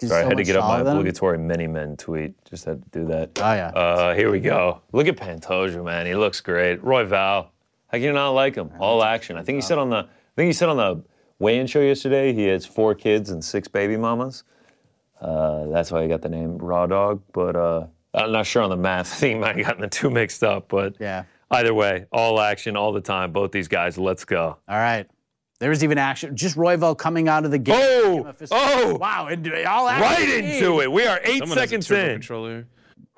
Speaker 2: he's
Speaker 3: Sorry,
Speaker 2: so
Speaker 3: I had to
Speaker 2: much
Speaker 3: get up my
Speaker 2: taller than him.
Speaker 3: obligatory many men tweet. Just had to do that.
Speaker 2: Oh yeah.
Speaker 3: Uh, here we go. Look at Pantoja, man. He looks great. Roy Val. How can you not like him? All action. I think he said on the I think he said on the weigh-in show yesterday he has four kids and six baby mamas. Uh, that's why he got the name Raw Dog. But uh, I'm not sure on the math. *laughs* I think he might have gotten the two mixed up. But
Speaker 2: yeah.
Speaker 3: either way, all action all the time. Both these guys. Let's go.
Speaker 2: All right. There was even action. Just Royval coming out of the gate.
Speaker 3: Oh, oh,
Speaker 2: Wow! And all action.
Speaker 3: right into it. We are eight
Speaker 4: Someone has a
Speaker 3: seconds
Speaker 4: turbo
Speaker 3: in.
Speaker 4: Controller.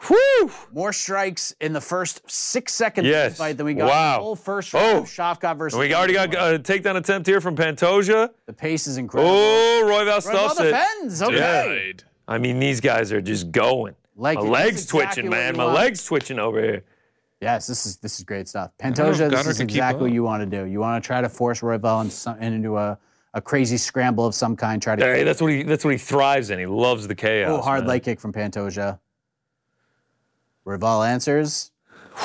Speaker 3: Whew.
Speaker 2: More strikes in the first six seconds of
Speaker 3: Oh! Yes.
Speaker 2: this fight than we got. in
Speaker 3: Wow.
Speaker 2: The whole first round.
Speaker 3: Oh.
Speaker 2: of Shafkat versus.
Speaker 3: We already got
Speaker 2: Gamrot.
Speaker 3: a takedown attempt here from Pantoja.
Speaker 2: The pace is incredible.
Speaker 3: Oh, Roy Val
Speaker 2: Royval
Speaker 3: stuffs it.
Speaker 2: defends. Okay.
Speaker 4: Died.
Speaker 3: I mean, these guys are just going.
Speaker 2: Like
Speaker 3: My
Speaker 2: it. That's
Speaker 3: legs
Speaker 2: exactly
Speaker 3: twitching,
Speaker 2: what
Speaker 3: man.
Speaker 2: we
Speaker 3: My
Speaker 2: want.
Speaker 3: legs twitching over here.
Speaker 2: Yes, this is this is great stuff.
Speaker 4: know if
Speaker 2: Pantoja, this
Speaker 4: Goddard
Speaker 2: is
Speaker 4: can keep
Speaker 2: exactly what
Speaker 4: up.
Speaker 2: you want to do. You want to try to force Royval into, some, into a, a crazy scramble of some kind. Try to
Speaker 3: Hey, that's what he that's what he thrives in. He loves the chaos.
Speaker 2: oh hard
Speaker 3: man.
Speaker 2: leg kick from Pantoja. Royval answers.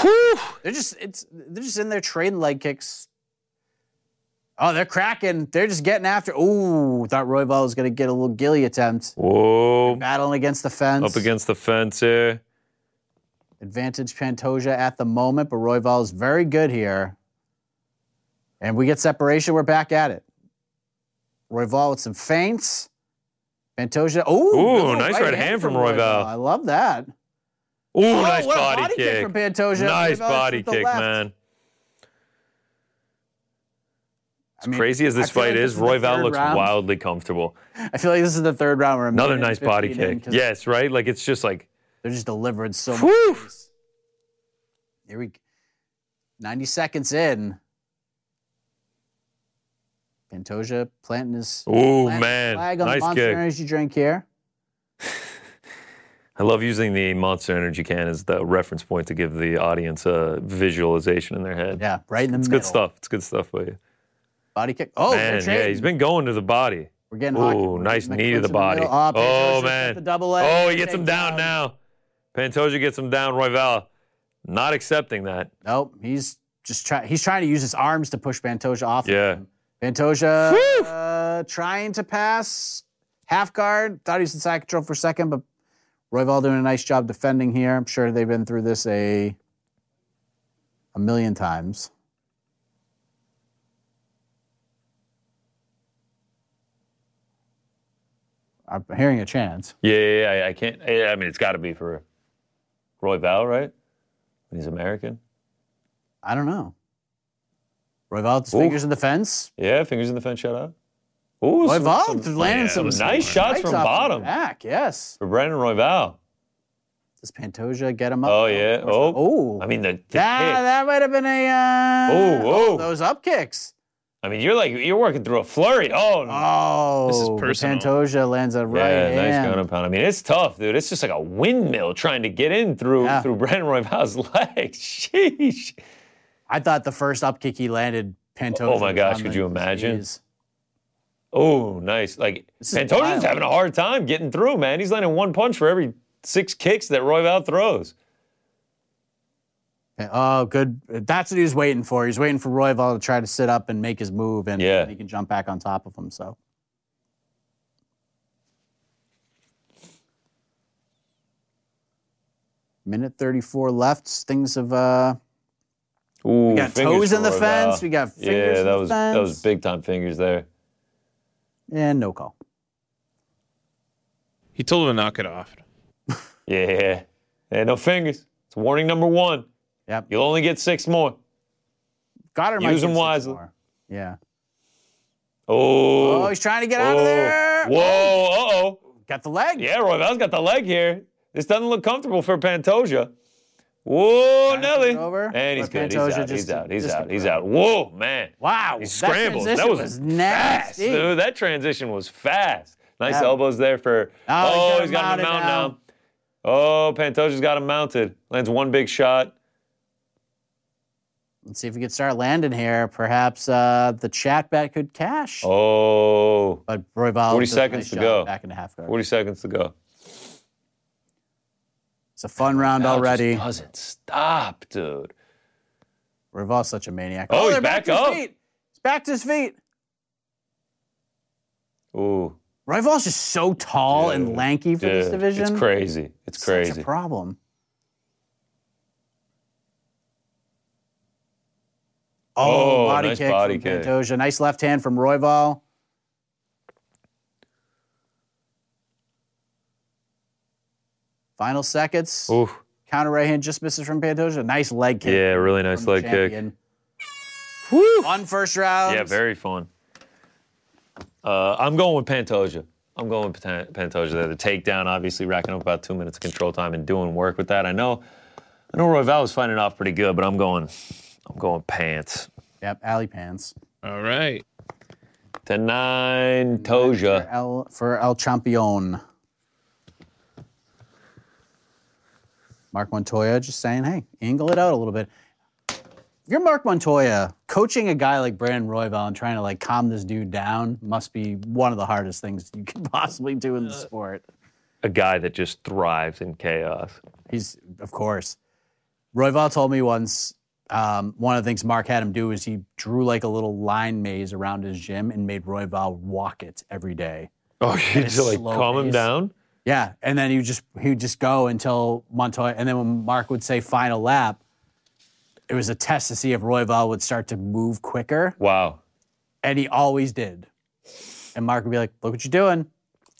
Speaker 3: Whew.
Speaker 2: They're just it's they're just in there trading leg kicks. Oh, they're cracking. They're just getting after. Ooh, thought Royval was going to get a little gilly attempt.
Speaker 3: Whoa.
Speaker 2: Battling against the fence.
Speaker 3: Up against the fence here.
Speaker 2: advantage Pantoja at the moment, but Royval is very good here. And we get separation. We're back at it. Royval with some feints. Pantoja. Ooh,
Speaker 3: Ooh,
Speaker 2: good
Speaker 3: nice right hand from Royval.
Speaker 2: I love that.
Speaker 3: Ooh,
Speaker 2: Oh,
Speaker 3: nice
Speaker 2: what a
Speaker 3: body,
Speaker 2: body kick
Speaker 3: kick.
Speaker 2: from Pantoja.
Speaker 3: Nice
Speaker 2: Royval's
Speaker 3: body
Speaker 2: with the
Speaker 3: kick,
Speaker 2: left.
Speaker 3: man. As
Speaker 2: I mean,
Speaker 3: crazy as
Speaker 2: I
Speaker 3: this
Speaker 2: feel like
Speaker 3: fight
Speaker 2: this
Speaker 3: is,
Speaker 2: is the
Speaker 3: Roy Val
Speaker 2: third
Speaker 3: looks
Speaker 2: round.
Speaker 3: wildly comfortable.
Speaker 2: I feel like this is the third round. We're a
Speaker 3: Another
Speaker 2: minute and
Speaker 3: nice body
Speaker 2: 15 in
Speaker 3: kick.
Speaker 2: 'cause
Speaker 3: Yes, right? Like it's just like
Speaker 2: They're just delivering so much.
Speaker 3: Whew.
Speaker 2: space. Here we 90 seconds in. Pantoja planting his
Speaker 3: Ooh
Speaker 2: Flag-
Speaker 3: Oh, man.
Speaker 2: Flag on the
Speaker 3: Nice
Speaker 2: monster
Speaker 3: kick.
Speaker 2: energy drink here.
Speaker 3: I love using the Monster Energy can as the reference point to give the audience a visualization in their head.
Speaker 2: Yeah, right in the
Speaker 3: It's
Speaker 2: middle.
Speaker 3: good stuff. It's good stuff by you.
Speaker 2: Body kick. Oh,
Speaker 3: man, yeah, he's been going to the body.
Speaker 2: We're getting hockey.
Speaker 3: Ooh,
Speaker 2: We're
Speaker 3: nice
Speaker 2: getting
Speaker 3: knee to
Speaker 2: McClinch
Speaker 3: the
Speaker 2: in
Speaker 3: body.
Speaker 2: middle. Ah, Pantoja's
Speaker 3: oh,
Speaker 2: got
Speaker 3: man.
Speaker 2: The double leg.
Speaker 3: oh, he gets him down now. Pantoja gets him down. Roy Valla not accepting that.
Speaker 2: Nope, he's just trying. He's trying to use his arms to push Pantoja off. of
Speaker 3: Yeah.
Speaker 2: him. Pantoja uh, trying to pass half guard. Thought he was in side control for a second, but Royval doing a nice job defending here. I'm sure they've been through this a a million times. I'm hearing a chance.
Speaker 3: Yeah, yeah, yeah. I, I can't. I, I mean, it's got to be for Roy Val, right? He's American.
Speaker 2: I don't know. Royval with his
Speaker 3: Oof.
Speaker 2: fingers in the fence.
Speaker 3: Yeah, fingers in the fence, shut up. Ooh, some-
Speaker 2: Royval
Speaker 3: some
Speaker 2: landing
Speaker 4: yeah,
Speaker 2: some
Speaker 4: was
Speaker 3: nice
Speaker 4: some
Speaker 3: shots
Speaker 2: strikes
Speaker 3: from
Speaker 2: off the
Speaker 3: bottom
Speaker 2: Back, yes.
Speaker 3: for Brandon Roy Val.
Speaker 2: Does Pantoja get him up?
Speaker 3: Oh, yeah. Oh,
Speaker 2: Oh.
Speaker 3: I mean, the, the
Speaker 2: that,
Speaker 3: kick.
Speaker 2: that might have been a. Uh,
Speaker 3: Oh, oh.
Speaker 2: Those up kicks.
Speaker 3: I mean, you're like, you're working through a flurry. Oh,
Speaker 2: Oh.
Speaker 4: This is
Speaker 2: but
Speaker 4: personal.
Speaker 2: Pantoja lands a right
Speaker 3: yeah, nice
Speaker 2: hand.
Speaker 3: ground and pound. I mean, it's tough, dude. It's just like a windmill trying to get in through
Speaker 2: Yeah.
Speaker 3: through Brandon Roy *laughs* Val's legs. Sheesh.
Speaker 2: I thought the first up kick he landed, Pantoja.
Speaker 3: Oh, my
Speaker 2: was
Speaker 3: gosh,
Speaker 2: on
Speaker 3: could
Speaker 2: the-
Speaker 3: you imagine?
Speaker 2: Jeez.
Speaker 3: Oh, nice. Like
Speaker 2: This is wild.
Speaker 3: Pantoja's having a hard time getting through, man. He's landing one punch for every six kicks that Roy Val throws.
Speaker 2: Oh, good. That's what he was waiting for. He's waiting for Royval to try to sit up and make his move, and
Speaker 3: Yeah.
Speaker 2: he can jump back on top of him. So. Minute 34 left. Things have. Uh,
Speaker 3: Ooh,
Speaker 2: we got toes in the fence. We got fingers
Speaker 3: yeah,
Speaker 2: in
Speaker 3: that
Speaker 2: the
Speaker 3: was
Speaker 2: fence.
Speaker 3: that was big time fingers there.
Speaker 2: And eh, no call.
Speaker 4: He told him to knock it off.
Speaker 3: Yeah, yeah, no fingers. It's warning number one.
Speaker 2: Yep.
Speaker 3: You'll only get six more.
Speaker 2: Goddard might
Speaker 3: Use
Speaker 2: get
Speaker 3: him
Speaker 2: six
Speaker 3: wisely.
Speaker 2: more. Yeah.
Speaker 3: Oh,
Speaker 2: Oh, he's trying to get out of there.
Speaker 3: Whoa, uh oh.
Speaker 2: Got the leg.
Speaker 3: Yeah, Roy Val's got the leg here. This doesn't look comfortable for Pantoja. Whoa, Nelly.
Speaker 2: it over,
Speaker 3: And he's
Speaker 2: but
Speaker 3: good. He's
Speaker 2: Pantoja
Speaker 3: out.
Speaker 2: just-
Speaker 3: He's out. He's
Speaker 2: just
Speaker 3: out. He's out. Whoa, man.
Speaker 2: Wow.
Speaker 3: He
Speaker 2: that
Speaker 3: scrambles. That,
Speaker 2: transition
Speaker 3: was, fast,
Speaker 2: nasty.
Speaker 3: dude. That transition was fast. Nice
Speaker 2: Yeah.
Speaker 3: elbows there for.
Speaker 2: Oh, he's got
Speaker 3: Oh,
Speaker 2: him
Speaker 3: he's got
Speaker 2: mounted
Speaker 3: him mounted
Speaker 2: now.
Speaker 3: now. Oh, Pantoja's got him mounted. Lands one big shot.
Speaker 2: Let's see if we can start landing here. Perhaps uh, the chat bet could cash.
Speaker 3: Oh,
Speaker 2: But Roy Ball
Speaker 3: 40
Speaker 2: does a
Speaker 3: seconds
Speaker 2: nice
Speaker 3: to
Speaker 2: job
Speaker 3: go.
Speaker 2: Back into half guard.
Speaker 3: 40 seconds to go.
Speaker 2: It's a fun round
Speaker 3: Now just
Speaker 2: already.
Speaker 3: doesn't stop, dude.
Speaker 2: Royval's such a maniac.
Speaker 3: Oh, he's
Speaker 2: they're
Speaker 3: back
Speaker 2: to his
Speaker 3: up.
Speaker 2: feet. He's back to his feet.
Speaker 3: Ooh.
Speaker 2: Royval's just so tall and
Speaker 3: Dude,
Speaker 2: lanky for this
Speaker 3: dude,
Speaker 2: division.
Speaker 3: It's crazy. It's crazy.
Speaker 2: Such a problem. Oh,
Speaker 3: Oh,
Speaker 2: body
Speaker 3: nice
Speaker 2: kick
Speaker 3: body
Speaker 2: from
Speaker 3: kick.
Speaker 2: Pantoja. Nice left hand from Royval. Final seconds.
Speaker 3: Ooh.
Speaker 2: Counter right hand just misses from Pantoja. Nice leg kick.
Speaker 3: Yeah, really nice
Speaker 2: from the
Speaker 3: leg kick.
Speaker 2: champion. Fun first round.
Speaker 3: Yeah, very fun. Uh, I'm going with Pantoja. I'm going with Pan- Pantoja there. The takedown, obviously, racking up about two minutes of control time and doing work with that. I know, I know, Roy Val was fighting it off pretty good, but I'm going, I'm going pants.
Speaker 2: Yep, alley pants.
Speaker 4: All right.
Speaker 3: To nine, Toja.
Speaker 2: El, for El Champion. Mark Montoya just saying, hey, angle it out a little bit. If you're Mark Montoya, coaching a guy like Brandon Royval and trying to like calm this dude down must be one of the hardest things you could *laughs* possibly do in the sport.
Speaker 3: A guy that just thrives in chaos.
Speaker 2: He's, of course. Royval told me once um, one of the things Mark had him do is he drew like a little line maze around his gym and made Royval walk it every day.
Speaker 3: Oh, you
Speaker 2: a
Speaker 3: just like
Speaker 2: slow
Speaker 3: calm him
Speaker 2: pace.
Speaker 3: down.
Speaker 2: Yeah, and then he would just he would just go until Montoya, and then when Mark would say final lap, it was a test to see if Royval would start to move quicker,
Speaker 3: Wow.
Speaker 2: and he always did. And Mark would be like, "Look what you're doing,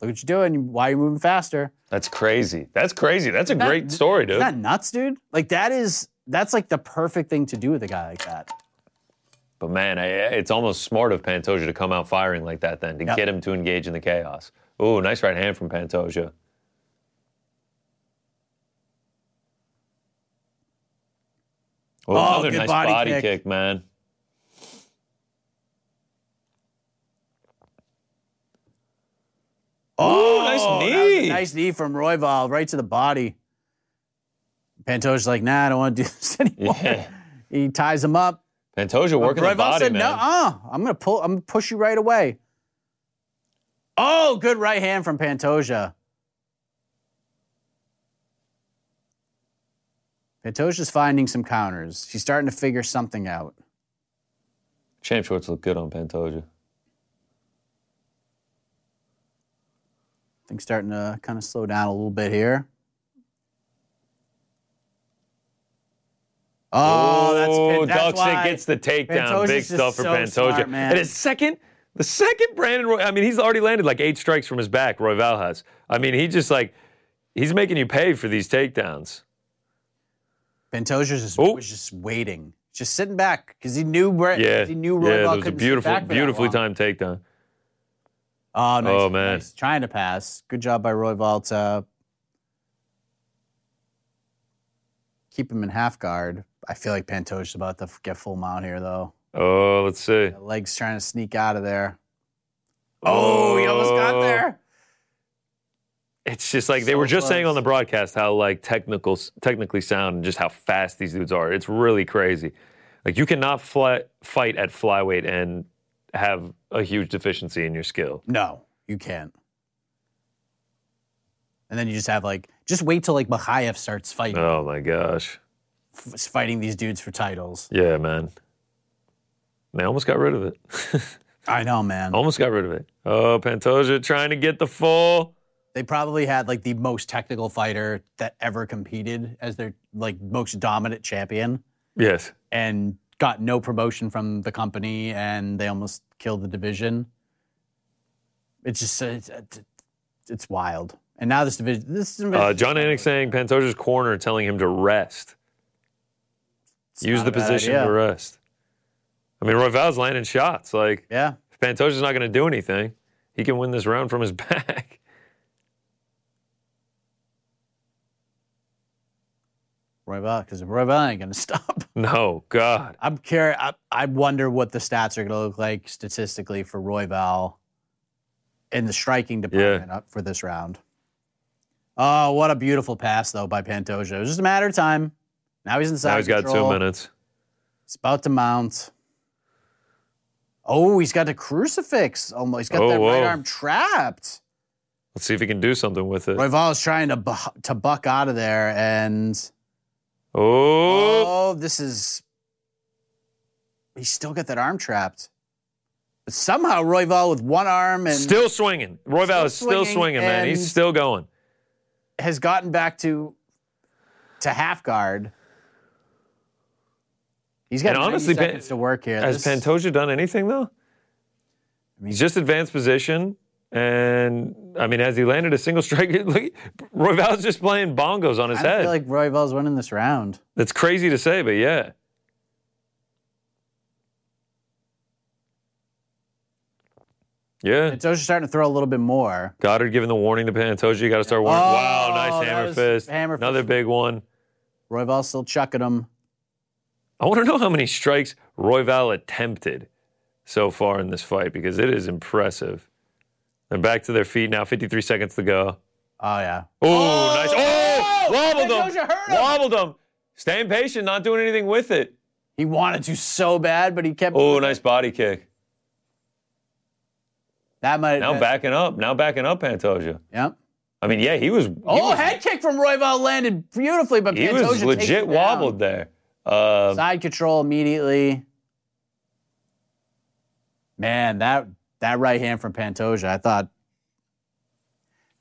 Speaker 2: look what you're doing. Why are you moving faster?"
Speaker 3: That's crazy. That's crazy. That's a
Speaker 2: That-
Speaker 3: great story,
Speaker 2: Isn't
Speaker 3: dude.
Speaker 2: that nuts, dude? Like that is that's like the perfect thing to do with a guy like that.
Speaker 3: But man, I, it's almost smart of Pantoja to come out firing like that then, to
Speaker 2: Yep.
Speaker 3: get him to engage in the chaos. Ooh, nice right hand from Pantoja.
Speaker 2: Oh,
Speaker 3: Ooh, another
Speaker 2: good
Speaker 3: nice
Speaker 2: body
Speaker 3: body,
Speaker 2: kick.
Speaker 3: kick. man.
Speaker 2: Oh,
Speaker 3: nice
Speaker 4: Oh,
Speaker 2: that was a
Speaker 4: knee.
Speaker 2: nice knee from Royval right to the body. Pantoja's like, nah, I don't want to do *laughs* this anymore.
Speaker 3: Yeah.
Speaker 2: He ties him up.
Speaker 3: Pantoja working the
Speaker 2: Royval
Speaker 3: body,
Speaker 2: said,
Speaker 3: man.
Speaker 2: no, uh, I'm gonna pull, I'm gonna push you right away. Oh, good right hand from Pantoja. Pantoja's finding some counters. She's starting to figure something out.
Speaker 3: Champ shorts look good on Pantoja.
Speaker 2: Things starting to kind of slow down a little bit here. Oh, that's
Speaker 3: Ooh,
Speaker 2: Pan- that's
Speaker 3: Doxic
Speaker 2: why.
Speaker 3: gets the takedown.
Speaker 2: Pantoja's
Speaker 3: Big
Speaker 2: just
Speaker 3: stuff for
Speaker 2: so
Speaker 3: Pantoja.
Speaker 2: smart, man.
Speaker 3: And his second, the second Brandon Roy, I mean, he's already landed like eight strikes from his back, Roy Valhas. I mean, he just like, he's making you pay for these takedowns.
Speaker 2: Pantoja's just,
Speaker 3: Oh.
Speaker 2: was just waiting, just sitting back because he knew where
Speaker 3: Yeah.
Speaker 2: he knew
Speaker 3: yeah,
Speaker 2: Roy
Speaker 3: that
Speaker 2: Ball
Speaker 3: was a
Speaker 2: couldn't sit
Speaker 3: beautiful,
Speaker 2: back for that
Speaker 3: beautifully
Speaker 2: long.
Speaker 3: timed takedown.
Speaker 2: Oh, nice.
Speaker 3: Oh, man.
Speaker 2: nice. Trying to pass. Good job by Roy Valta. Keep him in half guard. I feel like Pantoja's about to f- get full mount here, though.
Speaker 3: Oh, let's see.
Speaker 2: The leg's trying to sneak out of there. Oh, he almost got
Speaker 3: Oh.
Speaker 2: there.
Speaker 3: It's just like they
Speaker 2: So
Speaker 3: were just saying
Speaker 2: close.
Speaker 3: on the broadcast how like technical, technically sound, and just how fast these dudes are. It's really crazy. Like you cannot fly, fight at flyweight and have a huge deficiency in your skill.
Speaker 2: No, you can't. And then you just have like, just wait till like Makhayev starts fighting,
Speaker 3: Oh my gosh.
Speaker 2: f- fighting these dudes for titles.
Speaker 3: Yeah, man. They almost got rid of it. *laughs*
Speaker 2: I know, man.
Speaker 3: almost got rid of it. Oh, Pantoja trying to get the full.
Speaker 2: They probably had like the most technical fighter that ever competed as their like most dominant champion.
Speaker 3: Yes.
Speaker 2: and got no promotion from the company and they almost killed the division. It's just uh, it's, it's wild. And now this division this division
Speaker 3: Uh, John Anik saying Pantoja's corner telling him to rest.
Speaker 2: it's
Speaker 3: Use
Speaker 2: not
Speaker 3: the
Speaker 2: a bad
Speaker 3: position
Speaker 2: idea.
Speaker 3: to rest. I mean, Royval's landing shots. Like,
Speaker 2: Yeah.
Speaker 3: if Pantoja's not going to do anything, he can win this round from his *laughs* back.
Speaker 2: Royval because Royval ain't gonna *laughs* stop.
Speaker 3: no, God.
Speaker 2: I'm curious. I, I wonder what the stats are gonna look like statistically for Royval in the striking department up for this round. Oh, what a beautiful pass though by Pantoja. It was just a matter of time. Now he's inside.
Speaker 3: Now he's got
Speaker 2: control.
Speaker 3: two minutes.
Speaker 2: It's about to mount. Oh, he's got the crucifix. Almost, he's got
Speaker 3: Oh,
Speaker 2: that right
Speaker 3: whoa.
Speaker 2: arm trapped.
Speaker 3: Let's see if he can do something with it.
Speaker 2: Royval is trying to bu- to buck out of there, and
Speaker 3: Oh,
Speaker 2: oh, this is. He's still got that arm trapped. But somehow Royval with one arm and
Speaker 3: still swinging. Royval is still
Speaker 2: swinging
Speaker 3: swinging, man.
Speaker 2: and-
Speaker 3: He's still going.
Speaker 2: has gotten back to to half guard. He's got
Speaker 3: And
Speaker 2: 90
Speaker 3: honestly, Pan-
Speaker 2: seconds to work here.
Speaker 3: Has
Speaker 2: This-
Speaker 3: Pantoja done anything, though?
Speaker 2: mean-
Speaker 3: he's just advanced position. And I mean, has he landed a single strike? *laughs* Look, Royval's just playing bongos on his
Speaker 2: I don't
Speaker 3: head.
Speaker 2: feel like Royval's winning this round.
Speaker 3: That's crazy to say, but yeah. Yeah.
Speaker 2: Pantoja's starting to throw a little bit more.
Speaker 3: Goddard giving the warning to Pantoja. You got to start warning.
Speaker 2: Oh,
Speaker 3: wow, nice
Speaker 2: that
Speaker 3: hammer
Speaker 2: was
Speaker 3: fist.
Speaker 2: hammer
Speaker 3: Another
Speaker 2: fist.
Speaker 3: big one.
Speaker 2: Royval still chucking him.
Speaker 3: I want to know how many strikes Royval attempted so far in this fight because it is impressive. They're back to their feet now. 53 seconds to go.
Speaker 2: Oh yeah.
Speaker 3: Ooh, nice. Oh, wobbled
Speaker 2: Pantoja
Speaker 3: him.
Speaker 2: hurt him.
Speaker 3: Wobbled him. Staying patient, not doing anything with it.
Speaker 2: He wanted to so bad, but he kept.
Speaker 3: Oh, nice body kick.
Speaker 2: That might.
Speaker 3: Now
Speaker 2: that-
Speaker 3: backing up. Now backing up, Pantoja.
Speaker 2: Yep.
Speaker 3: I mean, yeah, he was. He
Speaker 2: Oh,
Speaker 3: was,
Speaker 2: head kick from Royval landed beautifully, but
Speaker 3: he
Speaker 2: Pantoja
Speaker 3: was
Speaker 2: takes
Speaker 3: legit
Speaker 2: it down.
Speaker 3: wobbled there. Uh,
Speaker 2: Side control immediately. Man, that that right hand from Pantoja, I thought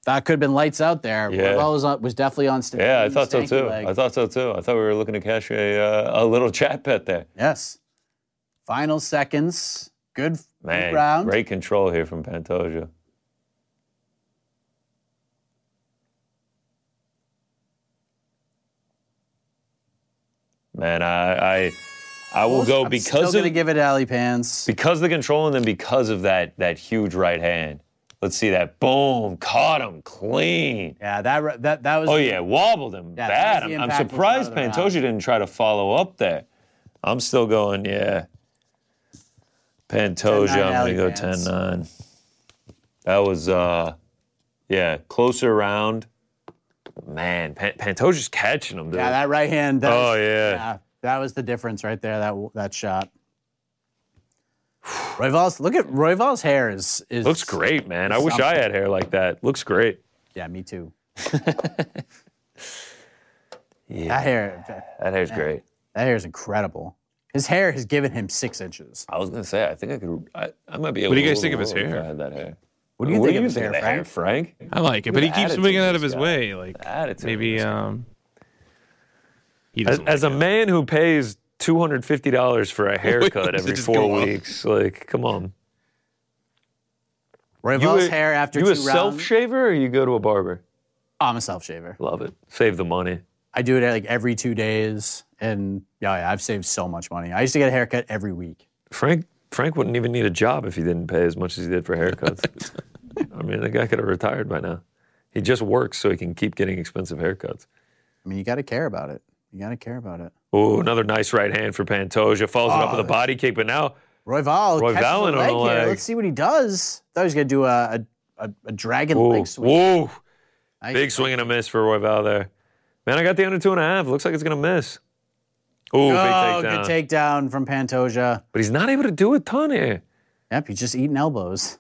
Speaker 2: that could have been lights out there.
Speaker 3: Yeah.
Speaker 2: Royval was, on, was definitely on. st-
Speaker 3: yeah, I
Speaker 2: on
Speaker 3: thought so
Speaker 2: stanky
Speaker 3: too.
Speaker 2: leg.
Speaker 3: I thought so too. I thought we were looking to cash a, uh, a little chat bet there.
Speaker 2: yes. Final seconds. Good
Speaker 3: Man,
Speaker 2: good round.
Speaker 3: great control here from Pantoja. Man, I I, I will go
Speaker 2: I'm
Speaker 3: because
Speaker 2: still
Speaker 3: of
Speaker 2: gonna give it alley pants.
Speaker 3: because of the control and then because of that that huge right hand. Let's see that. Boom, caught him clean.
Speaker 2: Yeah, that that that was.
Speaker 3: Oh yeah, wobbled him
Speaker 2: Yeah, that
Speaker 3: bad.
Speaker 2: was the
Speaker 3: I'm, I'm
Speaker 2: impact
Speaker 3: surprised
Speaker 2: without a
Speaker 3: Pantoja didn't try to follow up there. I'm still going, yeah.
Speaker 2: 10-9
Speaker 3: Pantoja, I'm gonna
Speaker 2: alley
Speaker 3: go
Speaker 2: fans.
Speaker 3: 10-9. That was uh Yeah, closer round. Man, Pan- Pantoja's catching him, dude.
Speaker 2: Yeah, that right hand. Does,
Speaker 3: Oh, yeah.
Speaker 2: that was the difference right there. That that shot. Royval's look at Royval's hair is is
Speaker 3: Looks great, man. I wish I had hair like that. Looks great.
Speaker 2: Yeah, me
Speaker 3: *laughs*
Speaker 2: too.
Speaker 3: Yeah,
Speaker 2: That hair,
Speaker 3: that hair's great.
Speaker 2: that hair is incredible. His hair has given him six inches.
Speaker 3: I was gonna say, I think I could. I, I might be able.
Speaker 4: do you
Speaker 3: to
Speaker 4: guys think of his
Speaker 3: roll if I
Speaker 4: hair?
Speaker 3: had that hair.
Speaker 2: What do you think of his hair,
Speaker 3: that
Speaker 2: Frank?
Speaker 3: Frank?
Speaker 4: I like it,
Speaker 3: Look
Speaker 4: but he
Speaker 3: at
Speaker 4: keeps
Speaker 3: attitude
Speaker 4: moving out
Speaker 3: this
Speaker 4: of his
Speaker 3: guy.
Speaker 4: way. Like
Speaker 3: Attitude
Speaker 4: maybe
Speaker 3: this guy.
Speaker 4: um, he
Speaker 3: As,
Speaker 4: doesn't.
Speaker 3: as a
Speaker 4: like it.
Speaker 3: man who pays two hundred fifty dollars
Speaker 4: *laughs*
Speaker 3: for a haircut
Speaker 4: Does it
Speaker 3: every
Speaker 4: just
Speaker 3: four
Speaker 4: go up?
Speaker 3: weeks, like, come on.
Speaker 2: Royval's
Speaker 3: a-
Speaker 2: hair after
Speaker 3: you
Speaker 2: two
Speaker 3: a self
Speaker 2: rounds.
Speaker 3: shaver or you go to a barber?
Speaker 2: I'm a self shaver.
Speaker 3: Love it. Save the money.
Speaker 2: I do it like every two days, and yeah, yeah, I've saved so much money. I used to get a haircut every week.
Speaker 3: Frank Frank wouldn't even need a job if he didn't pay as much as he did for
Speaker 4: *laughs*
Speaker 3: haircuts. I mean, the guy could have retired by now. He just works so he can keep getting expensive haircuts.
Speaker 2: I mean, you got to care about it. You got to care about it.
Speaker 3: Ooh, another nice right hand for Pantoja. Follows it up
Speaker 2: Oh.
Speaker 3: with a body kick, but now
Speaker 2: Royval,
Speaker 3: Royval
Speaker 2: catches the
Speaker 3: on the
Speaker 2: leg here.
Speaker 3: leg.
Speaker 2: Let's see what he does. Thought he was gonna do a a, a, a dragon
Speaker 3: Whoa,
Speaker 2: leg sweep.
Speaker 3: whoa.
Speaker 2: Nice.
Speaker 3: Big swing and a miss for Royval there. Man, I got the under two and a half. Looks like it's going to miss. Ooh, big
Speaker 2: Oh,
Speaker 3: takedown.
Speaker 2: good takedown from Pantoja.
Speaker 3: But he's not able to do a ton here.
Speaker 2: Yep, he's just eating elbows.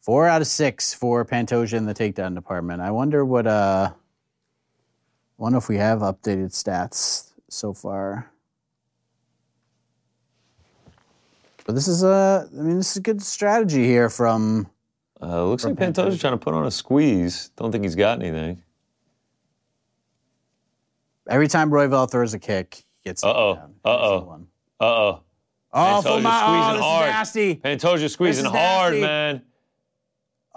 Speaker 2: Four out of six for Pantoja in the takedown department. I wonder what uh wonder if we have updated stats so far. But this is a, I mean, this is good strategy here from
Speaker 3: Uh, looks like Pantoja's trying to put on a squeeze. Don't think he's got anything.
Speaker 2: every time Royval throws a kick, he gets a
Speaker 3: Uh-oh.
Speaker 2: takedown. Every
Speaker 3: Uh-oh.
Speaker 2: single one.
Speaker 3: Uh-oh.
Speaker 2: Oh,
Speaker 3: Pantoja
Speaker 2: full mount. Oh,
Speaker 3: squeezing
Speaker 2: this
Speaker 3: hard.
Speaker 2: is nasty.
Speaker 3: Pantoja squeezing
Speaker 2: is
Speaker 3: hard,
Speaker 2: nasty.
Speaker 3: man.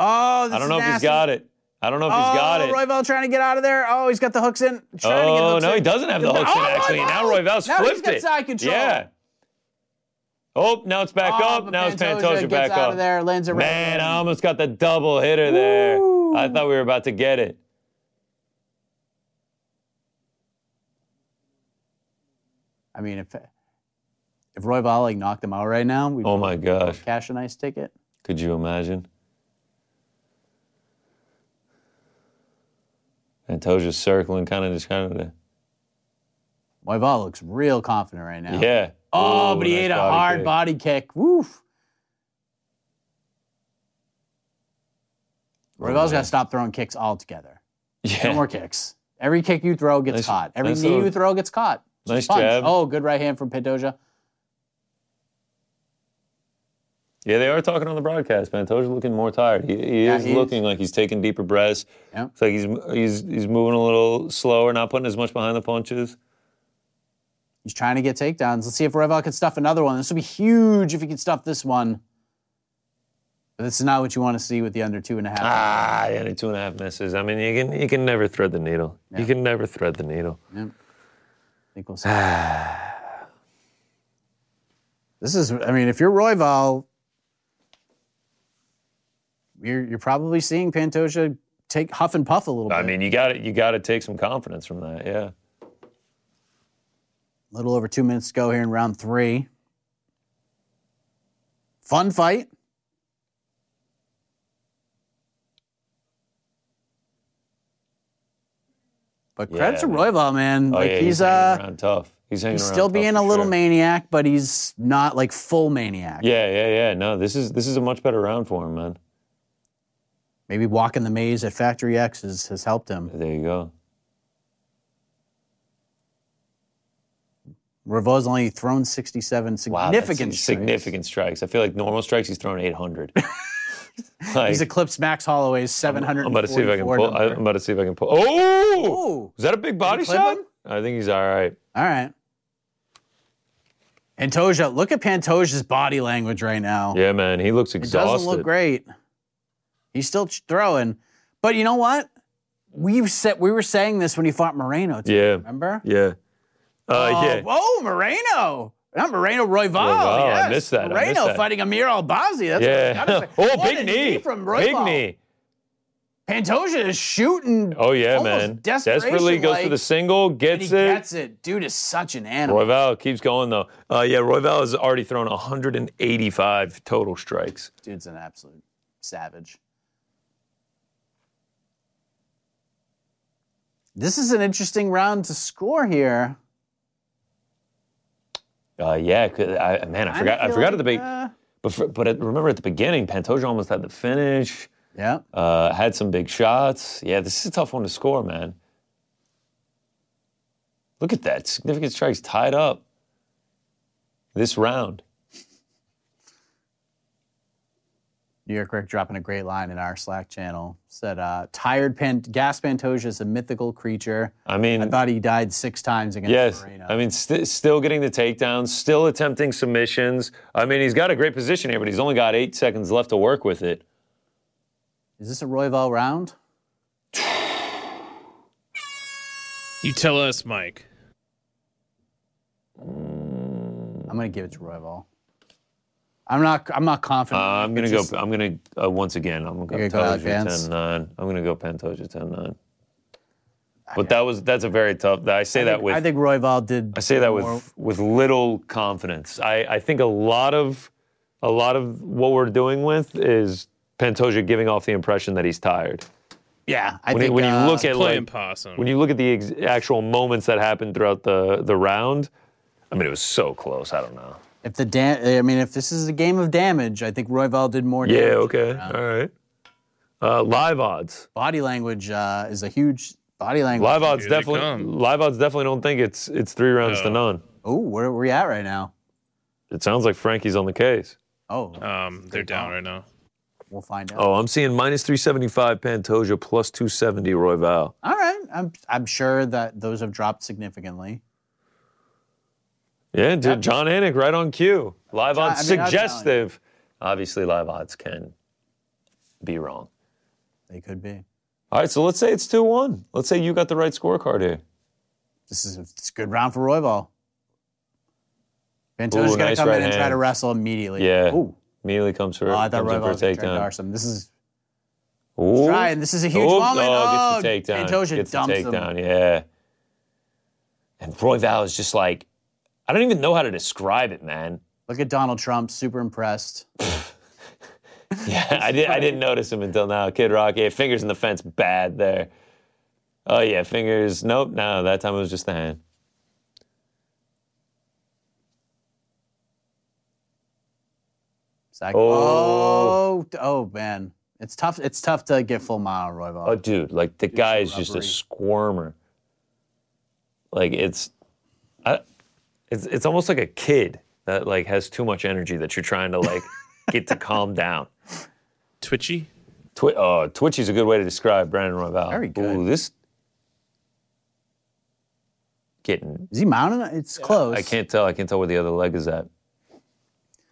Speaker 2: Oh, this
Speaker 3: I don't
Speaker 2: is
Speaker 3: know if
Speaker 2: nasty.
Speaker 3: he's got it. I don't know if
Speaker 2: oh,
Speaker 3: he's got it.
Speaker 2: Royval trying to get out of there. Oh, he's got the hooks in. Trying to get
Speaker 3: oh,
Speaker 2: hooks
Speaker 3: no,
Speaker 2: in.
Speaker 3: he doesn't have the hooks
Speaker 2: Oh,
Speaker 3: in, actually.
Speaker 2: Royval!
Speaker 3: Now Royval's
Speaker 2: Now he's
Speaker 3: flipped
Speaker 2: got
Speaker 3: it.
Speaker 2: side control.
Speaker 3: Yeah. Oh, now it's back
Speaker 2: Oh,
Speaker 3: up.
Speaker 2: but
Speaker 3: Now it's
Speaker 2: Pantoja
Speaker 3: Pantoja
Speaker 2: gets
Speaker 3: back
Speaker 2: out
Speaker 3: up.
Speaker 2: of there, lands it right
Speaker 3: Man,
Speaker 2: there.
Speaker 3: I almost got the double hitter there. I thought we were about to get it.
Speaker 2: I mean, if if Royval like knocked him out right now, we'd
Speaker 3: Oh my gosh.
Speaker 2: cash a nice ticket.
Speaker 3: Could you imagine? Pantoja's circling, kind of just kind of.
Speaker 2: Royval looks real confident right now.
Speaker 3: Yeah.
Speaker 2: Oh,
Speaker 3: Ooh,
Speaker 2: but he
Speaker 3: nice
Speaker 2: ate a
Speaker 3: body
Speaker 2: hard
Speaker 3: kick.
Speaker 2: body kick. Woof. Royval's got to stop throwing kicks altogether. No
Speaker 3: Yeah.
Speaker 2: more kicks. Every kick you throw gets
Speaker 3: Nice-
Speaker 2: caught. Every
Speaker 3: nice
Speaker 2: knee
Speaker 3: little-
Speaker 2: you throw gets caught. Just
Speaker 3: nice
Speaker 2: punch.
Speaker 3: jab.
Speaker 2: Oh, good right hand from Pantoja.
Speaker 3: Yeah, they are talking on the broadcast. Pantoja's looking more tired. He, he
Speaker 2: Yeah,
Speaker 3: is
Speaker 2: he is.
Speaker 3: looking like he's taking deeper breaths.
Speaker 2: Yep.
Speaker 3: It's like he's he's he's moving a little slower, not putting as much behind the punches.
Speaker 2: He's trying to get takedowns. Let's see if Royval can stuff another one. This would be huge if he could stuff this one. But this is not what you want to see with the under two and a half.
Speaker 3: Ah, yeah, the two and a half misses. I mean, you can you can never thread the needle. You can never thread the needle.
Speaker 2: I
Speaker 3: *sighs*
Speaker 2: think we'll see. this is, I mean, if you're Royval, you're, you're probably seeing Pantoja take huff and puff a little bit.
Speaker 3: I mean, you got to you got to take some confidence from that. Yeah.
Speaker 2: a little over two minutes to go here in round three. Fun fight. But credit to
Speaker 3: Yeah, man.
Speaker 2: Royval, man.
Speaker 3: Oh,
Speaker 2: like
Speaker 3: yeah,
Speaker 2: he's,
Speaker 3: hanging
Speaker 2: uh
Speaker 3: around tough. He's hanging
Speaker 2: he's
Speaker 3: around
Speaker 2: still
Speaker 3: tough
Speaker 2: being
Speaker 3: for
Speaker 2: a little
Speaker 3: sure.
Speaker 2: maniac, but he's not like full maniac.
Speaker 3: Yeah, yeah, yeah. No, this is this is a much better round for him, man.
Speaker 2: Maybe walking the maze at Factory X has, has helped him.
Speaker 3: There you go.
Speaker 2: Royval's only thrown 67
Speaker 3: Wow, Ah, that's
Speaker 2: significant strikes.
Speaker 3: significant strikes. I feel like normal strikes he's thrown 800.
Speaker 2: *laughs*
Speaker 3: like,
Speaker 2: He's eclipsed Max Holloway's 700.
Speaker 3: I'm about to see if I can pull. I, am about to see if I can pull. Oh,
Speaker 2: Ooh.
Speaker 3: is that a big body
Speaker 2: clip
Speaker 3: shot?
Speaker 2: him?
Speaker 3: I think he's all right.
Speaker 2: All right. Pantoja, look at Pantoja's body language right now.
Speaker 3: Yeah, man, he looks
Speaker 2: it
Speaker 3: exhausted.
Speaker 2: doesn't look great. He's still ch- throwing, but you know what? We've said we were saying this when he fought Moreno. Too,
Speaker 3: Yeah.
Speaker 2: remember?
Speaker 3: Yeah. Uh,
Speaker 2: Oh,
Speaker 3: yeah.
Speaker 2: whoa, Moreno! Not Moreno, Royval.
Speaker 3: Royval, I
Speaker 2: yes.
Speaker 3: missed that, I
Speaker 2: Moreno
Speaker 3: missed that. *laughs*
Speaker 2: fighting Amir Al Bazzi. That's what I
Speaker 3: Yeah.
Speaker 2: gotta say.
Speaker 3: oh,
Speaker 2: What
Speaker 3: big
Speaker 2: a
Speaker 3: knee.
Speaker 2: from
Speaker 3: big
Speaker 2: Royval.
Speaker 3: knee.
Speaker 2: Pantoja is shooting.
Speaker 3: Oh yeah,
Speaker 2: almost
Speaker 3: man. Desperately
Speaker 2: desperation-like,
Speaker 3: goes for the single,
Speaker 2: and
Speaker 3: gets
Speaker 2: he
Speaker 3: it.
Speaker 2: gets it. Dude is such an animal.
Speaker 3: Royval keeps going though. Uh, yeah, Royval has already thrown 185 total strikes.
Speaker 2: Dude's an absolute savage. This is an interesting round to score here.
Speaker 3: Uh, yeah, 'cause I, man, I forgot. I,
Speaker 2: feel like,
Speaker 3: forgot at the be-
Speaker 2: uh,
Speaker 3: but, for- but at, remember at the beginning, Pantoja almost had the finish.
Speaker 2: yeah.
Speaker 3: Uh, had some big shots. Yeah, this is a tough one to score, man. Look at that significant strikes tied up this round.
Speaker 2: New York Rick dropping a great line in our Slack channel. Said, uh, tired pan- gas Pantoja is a mythical creature.
Speaker 3: I mean,
Speaker 2: I thought he died six times against
Speaker 3: Mm. Yes,
Speaker 2: Moreno.
Speaker 3: I mean, st- still getting the takedowns, still attempting submissions. I mean, he's got a great position here, but he's only got eight seconds left to work with it.
Speaker 2: is this a Royval round?
Speaker 4: You tell us, Mike.
Speaker 3: Mm.
Speaker 2: I'm gonna give it to Royval. I'm not. I'm not
Speaker 3: Uh,
Speaker 2: confident.
Speaker 3: I'm
Speaker 2: but
Speaker 3: gonna go.
Speaker 2: just-
Speaker 3: I'm gonna uh, once again. I'm gonna
Speaker 2: You're
Speaker 3: go
Speaker 2: gonna go
Speaker 3: Pantoja
Speaker 2: Vance?
Speaker 3: 10-9. I'm gonna go Pantoja 10-9. But that was that's a very tough. I say that with
Speaker 2: I think Royval did.
Speaker 3: I say that
Speaker 2: more-
Speaker 3: with with little confidence. I, I think a lot of a lot of what we're doing with is Pantoja giving off the impression that he's tired.
Speaker 2: Yeah, I
Speaker 3: When,
Speaker 2: think
Speaker 3: you, when
Speaker 2: uh,
Speaker 3: you look at
Speaker 4: Playing
Speaker 3: like,
Speaker 4: possum.
Speaker 3: when you look at the ex- actual moments that happened throughout the the round, I mean it was so close. I don't know.
Speaker 2: if the da- I mean, if this is a game of damage, I think Royval did more.
Speaker 3: Yeah.
Speaker 2: damage.
Speaker 3: Okay. All right. Uh, live odds.
Speaker 2: Body language uh, is a huge body language.
Speaker 3: Live odds
Speaker 4: Here they
Speaker 3: definitely.
Speaker 4: come.
Speaker 3: Live odds definitely don't think it's it's three rounds to
Speaker 4: No.
Speaker 3: none.
Speaker 2: Oh, where are we at right now?
Speaker 3: It sounds like Frankie's on the case.
Speaker 2: Oh,
Speaker 3: Uh,
Speaker 4: um, they're down right now.
Speaker 2: we'll find out.
Speaker 3: Oh, I'm seeing minus 375 Pantoja, plus 270 Royval.
Speaker 2: All right, I'm I'm sure that those have dropped significantly.
Speaker 3: Yeah, dude, John Anik right on cue. Live
Speaker 2: John-
Speaker 3: odds
Speaker 2: I mean, I'm telling
Speaker 3: suggestive. Obviously, live odds can be wrong.
Speaker 2: They could be.
Speaker 3: All right, so let's say it's 2 1. Let's say you got the right scorecard here.
Speaker 2: This is it's a good round for Royval.
Speaker 3: Ooh,
Speaker 2: Pantoja's gonna
Speaker 3: nice
Speaker 2: come in
Speaker 3: right
Speaker 2: and try
Speaker 3: hand.
Speaker 2: to wrestle immediately.
Speaker 3: Yeah.
Speaker 2: Ooh.
Speaker 3: Immediately comes for,
Speaker 2: Oh, I thought
Speaker 3: comes in
Speaker 2: Royval
Speaker 3: for a
Speaker 2: was gonna try to
Speaker 3: takedown.
Speaker 2: arse him. This is
Speaker 3: Ooh.
Speaker 2: Trying. This is a huge
Speaker 3: Ooh,
Speaker 2: moment.
Speaker 3: Oh,
Speaker 2: Oh,
Speaker 3: gets the takedown.
Speaker 2: Pantoja
Speaker 3: gets
Speaker 2: dumps
Speaker 3: the
Speaker 2: him.
Speaker 3: takedown, yeah. And Royval is just like, I don't even know how to describe
Speaker 2: *laughs*
Speaker 3: it, man.
Speaker 2: look at Donald Trump, super impressed.
Speaker 3: Yeah, *laughs* I, did, I didn't notice him until now. Kid Rock, yeah, fingers in the fence, bad there. Oh, yeah, fingers. Nope, no, that time it was just the hand.
Speaker 2: Zach-
Speaker 3: Oh.
Speaker 2: oh, oh, man, it's tough. It's tough to get full mile on Royval.
Speaker 3: Oh, dude, like the guy is
Speaker 2: it's
Speaker 3: just a
Speaker 2: rubbery.
Speaker 3: squirmer. Like it's, I, it's it's almost like a kid that like has too much energy that you're trying to like
Speaker 2: *laughs*
Speaker 3: get to calm down.
Speaker 4: Twitchy.
Speaker 3: Twi- oh, twitchy's a good way to describe Brandon Royval.
Speaker 2: Very good.
Speaker 3: Ooh, this getting
Speaker 2: is he mounting? it? It's close.
Speaker 3: I can't tell. I can't tell where the other leg is at.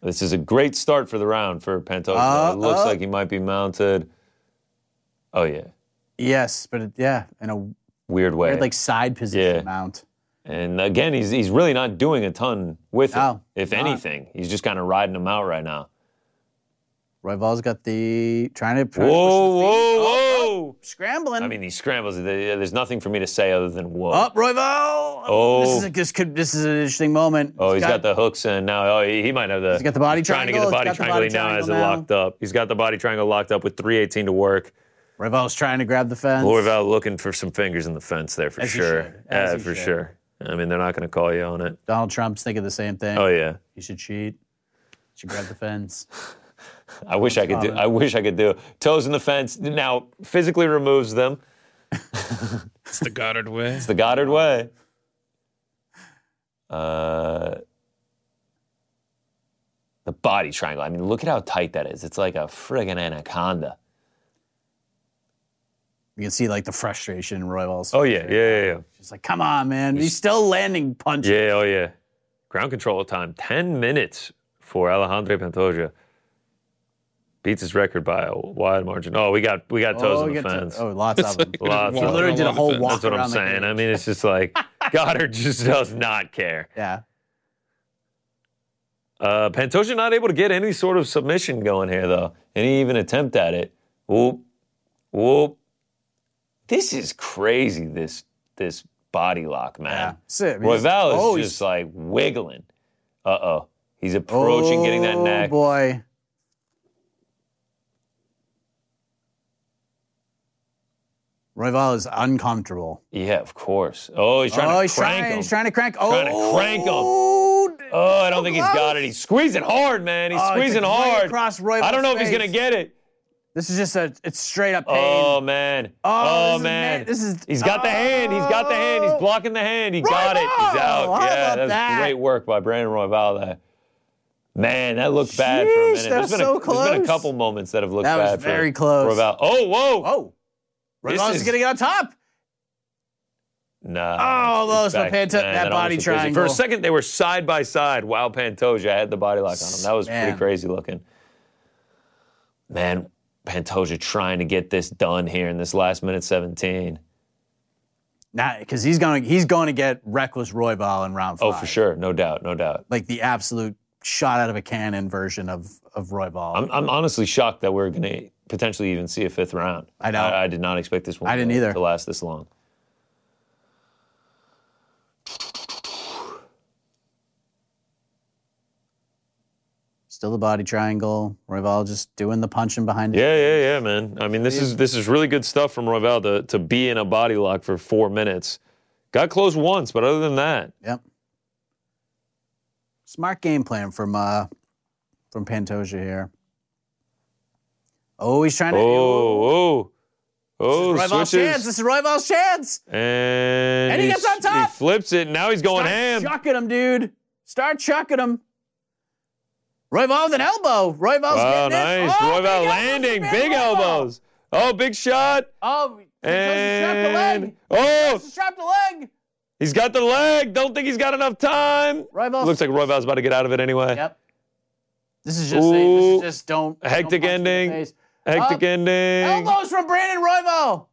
Speaker 3: This is a great start for the round for Pantoja.
Speaker 2: Uh,
Speaker 3: it looks
Speaker 2: uh.
Speaker 3: like he might be mounted. Oh yeah,
Speaker 2: Yes, but it, yeah, in a weird,
Speaker 3: weird way.
Speaker 2: like side position
Speaker 3: Yeah.
Speaker 2: mount.
Speaker 3: and again, he's he's really not doing a ton with
Speaker 2: No,
Speaker 3: it. If
Speaker 2: Oh, not.
Speaker 3: anything, he's just kind of riding him out right now.
Speaker 2: Royval's got the trying to. trying to
Speaker 3: Whoa,
Speaker 2: push the
Speaker 3: whoa,
Speaker 2: feet. Oh, oh,
Speaker 3: whoa!
Speaker 2: scrambling.
Speaker 3: I mean, these scrambles. there- There's nothing for me to say other than whoa.
Speaker 2: Up, Royval! Oh, this is a, this could this is an interesting moment.
Speaker 3: Oh, he's got, the hooks in now. Oh, he, he might have the.
Speaker 2: He's got the body
Speaker 3: trying to get
Speaker 2: triangle.
Speaker 3: the body
Speaker 2: He's got the
Speaker 3: triangle.
Speaker 2: body
Speaker 3: he now has
Speaker 2: triangle now.
Speaker 3: it locked up. He's got the body triangle locked up with 318 to work.
Speaker 2: Royval's trying to grab the fence.
Speaker 3: Lorval looking for some fingers in the fence there for
Speaker 2: As he
Speaker 3: sure.
Speaker 2: should. As
Speaker 3: Yeah,
Speaker 2: he
Speaker 3: for
Speaker 2: should.
Speaker 3: sure. I mean, they're not going to call you on it.
Speaker 2: Donald Trump's thinking the same thing.
Speaker 3: Oh yeah.
Speaker 2: You should cheat. You should grab the fence.
Speaker 3: I wish I could do. I wish I could do. Toes in the fence now physically removes them.
Speaker 4: It's the Goddard way.
Speaker 3: It's the Goddard way. Uh, the body triangle. I mean, look at how tight that is. It's like a friggin' anaconda.
Speaker 2: You can see like the frustration in Royval's.
Speaker 3: Oh yeah, yeah, yeah,
Speaker 2: She's like, come on, man. He's still landing punches.
Speaker 3: yeah. Yeah, oh yeah. Ground control time. Ten minutes for Alejandro Pantoja. Beats his record by a wide margin. Oh, we got we got toes
Speaker 2: oh,
Speaker 3: in
Speaker 2: you
Speaker 3: the
Speaker 2: get to-
Speaker 3: fence.
Speaker 2: oh, lots
Speaker 3: *laughs*
Speaker 2: of them.
Speaker 3: Lots
Speaker 2: He
Speaker 3: of
Speaker 2: literally
Speaker 3: them.
Speaker 2: did a whole
Speaker 4: That's
Speaker 2: walk
Speaker 3: That's what I'm
Speaker 2: around the
Speaker 3: saying. I
Speaker 2: cage.
Speaker 3: mean, it's
Speaker 2: *laughs*
Speaker 3: just like Goddard *laughs* just does not care.
Speaker 2: Yeah.
Speaker 3: Uh, Pantoja not able to get any sort of submission going here though. Any even attempt at it. Whoop, whoop. this is crazy. This this body lock, man.
Speaker 2: That's it. I mean,
Speaker 3: Roy
Speaker 2: he's-
Speaker 3: Val is
Speaker 2: oh, he's-
Speaker 3: just like wiggling. Uh oh, he's approaching, getting that
Speaker 2: Oh,
Speaker 3: neck.
Speaker 2: boy. Royval is uncomfortable.
Speaker 3: Yeah, of course. Oh, he's trying
Speaker 2: oh,
Speaker 3: to
Speaker 2: he's
Speaker 3: crank
Speaker 2: trying,
Speaker 3: him.
Speaker 2: he's trying to crank. Oh,
Speaker 3: Trying to crank him.
Speaker 2: him.
Speaker 3: Oh, I don't think he's got it. He's squeezing hard, man. He's
Speaker 2: Oh, it's
Speaker 3: squeezing
Speaker 2: like right
Speaker 3: hard.
Speaker 2: across Roy
Speaker 3: I don't know
Speaker 2: Val's
Speaker 3: if he's
Speaker 2: face.
Speaker 3: gonna get it.
Speaker 2: This is just a, it's straight up pain.
Speaker 3: Oh man.
Speaker 2: Oh, this
Speaker 3: Oh,
Speaker 2: is
Speaker 3: man.
Speaker 2: ma- this is-
Speaker 3: He's got the hand. He's got the hand. He's
Speaker 2: Oh.
Speaker 3: blocking the hand. He got it. He's
Speaker 2: Royval!
Speaker 3: out.
Speaker 2: How
Speaker 3: Yeah,
Speaker 2: about
Speaker 3: that was
Speaker 2: that?
Speaker 3: great work by Brandon Royval. There. Man, that looked bad for
Speaker 2: Sheesh,
Speaker 3: a minute.
Speaker 2: that was
Speaker 3: There's been,
Speaker 2: so
Speaker 3: a, there's been
Speaker 2: close.
Speaker 3: a couple moments that have looked
Speaker 2: That was
Speaker 3: bad
Speaker 2: very
Speaker 3: for
Speaker 2: close.
Speaker 3: Royval. Oh, whoa.
Speaker 2: Oh,
Speaker 3: This
Speaker 2: Royval is
Speaker 3: is-
Speaker 2: going to get on top.
Speaker 3: Nah.
Speaker 2: Oh,
Speaker 3: it's- it's
Speaker 2: Lois Mapanta,
Speaker 3: back. Man,
Speaker 2: that
Speaker 3: almost
Speaker 2: body
Speaker 3: looked crazy. For
Speaker 2: triangle.
Speaker 3: a second, they were side by side. Wow, Pantoja had the body lock on him. That was
Speaker 2: Man.
Speaker 3: pretty crazy looking. Man, Pantoja trying to get this done here in this last minute 17.
Speaker 2: Nah, because he's going to he's going to get reckless Royval in round
Speaker 3: Oh,
Speaker 2: five.
Speaker 3: for sure. No doubt. No doubt.
Speaker 2: Like the absolute shot out of a cannon version of of Royval.
Speaker 3: I'm, I'm honestly shocked that we're going to potentially even see a fifth round.
Speaker 2: I know.
Speaker 3: I, I did not expect this one
Speaker 2: I didn't
Speaker 3: to,
Speaker 2: either.
Speaker 3: to last this long.
Speaker 2: Still the body triangle. Royval just doing the punching behind it.
Speaker 3: Yeah, yeah, yeah, man. I mean, this is this is really good stuff from Royval to, to be in a body lock for four minutes. Got close once, but other than that,
Speaker 2: Yep. Smart game plan from uh from Pantoja here. Oh, he's trying to.
Speaker 3: oh, oh, oh,
Speaker 2: this is Royval's chance.
Speaker 3: switches,
Speaker 2: This is Royval's chance.
Speaker 3: and,
Speaker 2: And he gets on top.
Speaker 3: He flips it. and Now he's going
Speaker 2: Start
Speaker 3: ham.
Speaker 2: chucking him, dude. Start chucking him. Royval with an elbow. Royval's
Speaker 3: Wow,
Speaker 2: getting it.
Speaker 3: nice.
Speaker 2: Oh,
Speaker 3: Royval
Speaker 2: big elbow from
Speaker 3: landing,
Speaker 2: Van
Speaker 3: big
Speaker 2: Royval.
Speaker 3: elbows. Oh, big shot.
Speaker 2: Oh, Pantoja strapped a
Speaker 3: And
Speaker 2: leg.
Speaker 3: oh,
Speaker 2: Strapped a leg.
Speaker 3: he's got the leg. Don't think he's got enough time.
Speaker 2: Royval.
Speaker 3: Looks like Royval's about to get out of it anyway.
Speaker 2: Yep. This is just. a- this is
Speaker 3: Ooh.
Speaker 2: just don't. don't punch
Speaker 3: Hectic
Speaker 2: me in the
Speaker 3: ending.
Speaker 2: face.
Speaker 3: Hectic
Speaker 2: Up.
Speaker 3: ending.
Speaker 2: Elbows from Brandon Royval.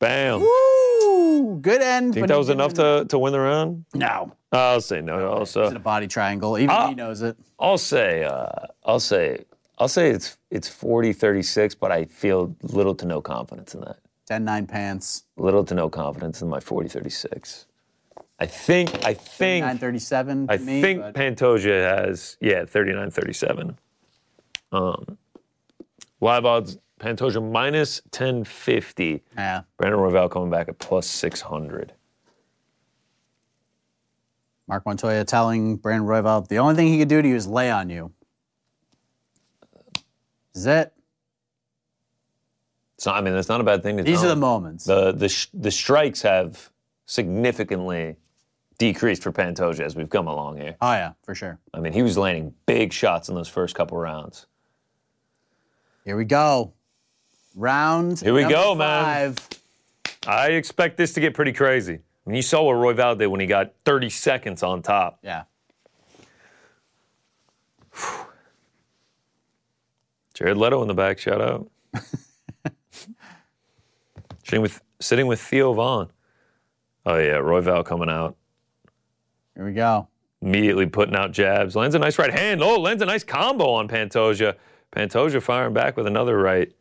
Speaker 3: Bam.
Speaker 2: Woo! Good end.
Speaker 3: Think
Speaker 2: but
Speaker 3: that
Speaker 2: he
Speaker 3: was enough
Speaker 2: didn't-
Speaker 3: to, to win the round?
Speaker 2: No.
Speaker 3: I'll say no.
Speaker 2: It's in a
Speaker 3: Also,
Speaker 2: body triangle. Even
Speaker 3: Ah.
Speaker 2: he knows it.
Speaker 3: I'll say uh, I'll say I'll say it's it's 40-36, but I feel little to no confidence in that.
Speaker 2: 10 9 pants.
Speaker 3: Little to no confidence in my 40-36. I think I think
Speaker 2: 937.
Speaker 3: I
Speaker 2: to me,
Speaker 3: think
Speaker 2: but-
Speaker 3: Pantoja has yeah 39-37. Um, live odds Pantoja minus 1050.
Speaker 2: yeah.
Speaker 3: Brandon Royval coming back at plus 600.
Speaker 2: Mark Montoya telling Brandon Royval the only thing he could do to you is lay on you. Is it?
Speaker 3: So I mean, that's not a bad thing to
Speaker 2: These
Speaker 3: tell
Speaker 2: are the
Speaker 3: him.
Speaker 2: moments.
Speaker 3: The the sh- the strikes have significantly decreased for Pantoja as we've come along here.
Speaker 2: oh, yeah, for sure.
Speaker 3: I mean, he was landing big shots in those first couple rounds.
Speaker 2: Here we go. Round
Speaker 3: Here we
Speaker 2: number
Speaker 3: go, man.
Speaker 2: five.
Speaker 3: I expect this to get pretty crazy. I mean, you saw what Roy Val did when he got 30 seconds on top.
Speaker 2: Yeah.
Speaker 3: Jared Leto in the back, shout *laughs* out. sitting with sitting with Theo Vaughn. Oh yeah, Roy Val coming out.
Speaker 2: Here we go.
Speaker 3: immediately putting out jabs. Lands a nice right hand. Oh, lands a nice combo on Pantoja. Pantoja firing back with another right.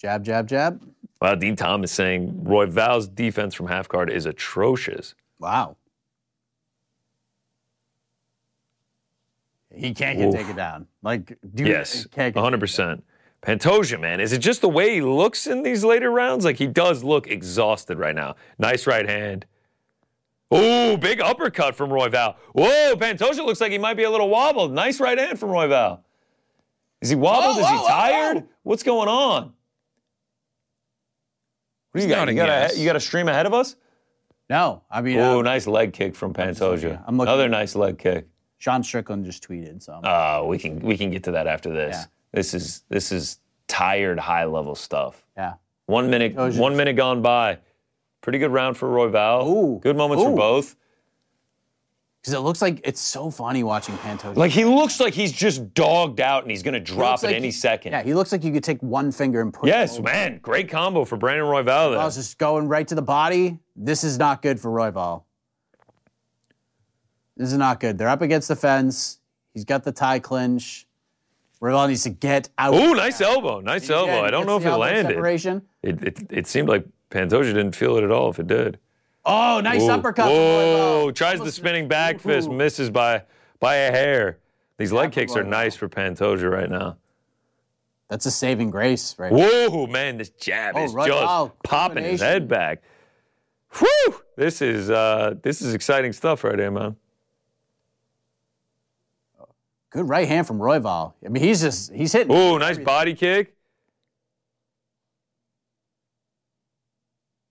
Speaker 2: Jab, jab, jab.
Speaker 3: Wow, Dean Tom is saying Roy Val's defense from half guard is atrocious.
Speaker 2: Wow. He can't get
Speaker 3: Oof.
Speaker 2: taken down. Like, dude,
Speaker 3: Yes,
Speaker 2: can't get
Speaker 3: 100%. Pantoja, man, is it just the way he looks in these later rounds? Like he does look exhausted right now. Nice right hand. Ooh, big uppercut from Roy Val. Whoa, Pantoja looks like he might be a little wobbled. Nice right hand from Roy Val. Is he wobbled?
Speaker 2: Whoa,
Speaker 3: is he
Speaker 2: whoa, whoa,
Speaker 3: tired?
Speaker 2: whoa.
Speaker 3: What's going on? What do you
Speaker 4: He's
Speaker 3: got?
Speaker 4: nodding
Speaker 3: You got,
Speaker 4: yes.
Speaker 3: a, you got a stream ahead of us?
Speaker 2: No, I mean,
Speaker 3: Ooh,
Speaker 2: uh,
Speaker 3: nice leg kick from Pantoja.
Speaker 2: I'm looking-
Speaker 3: Another nice leg kick.
Speaker 2: Sean Strickland just tweeted. So,
Speaker 3: Uh, we can we can get to that after this.
Speaker 2: Yeah.
Speaker 3: This is this is tired high level stuff.
Speaker 2: yeah.
Speaker 3: One minute
Speaker 2: Oh,
Speaker 3: one
Speaker 2: shit.
Speaker 3: minute gone by. Pretty good round for Roy Val.
Speaker 2: Ooh.
Speaker 3: Good moments
Speaker 2: Ooh.
Speaker 3: for both.
Speaker 2: Because it looks like it's so funny watching Pantoja.
Speaker 3: Like he looks like he's just dogged out and he's gonna
Speaker 2: He looks
Speaker 3: drop at
Speaker 2: like
Speaker 3: any
Speaker 2: he-
Speaker 3: second.
Speaker 2: Yeah, he looks like you could take one finger and put
Speaker 3: yes, man. Great combo for Brandon Roy Val there.
Speaker 2: I was just going right to the body. This is not good for Royval. This is not good. They're up against the fence. He's got the tie clinch. Ravel needs to get out.
Speaker 3: Ooh, nice elbow. Nice
Speaker 2: He did.
Speaker 3: elbow. I don't
Speaker 2: Gets
Speaker 3: know if
Speaker 2: the
Speaker 3: it
Speaker 2: elbow
Speaker 3: landed.
Speaker 2: Separation.
Speaker 3: It, it, it seemed like Pantoja didn't feel it at all if it did.
Speaker 2: Oh, nice
Speaker 3: Whoa.
Speaker 2: uppercut. Oh, from
Speaker 3: Whoa.
Speaker 2: Ravel.
Speaker 3: Tries the
Speaker 2: Almost-
Speaker 3: spinning back fist,
Speaker 2: Ooh.
Speaker 3: misses by by a hair. These leg kicks are
Speaker 2: Royval.
Speaker 3: nice for Pantoja right now.
Speaker 2: That's a saving grace, right?
Speaker 3: Whoa, man, this jab
Speaker 2: Oh,
Speaker 3: is
Speaker 2: right
Speaker 3: just
Speaker 2: now,
Speaker 3: popping his
Speaker 2: combination.
Speaker 3: head back. Whew! This is uh, this is exciting stuff right here, man.
Speaker 2: Good right hand from Royval. I mean, he's just he's hitting.
Speaker 3: Ooh, nice body kick.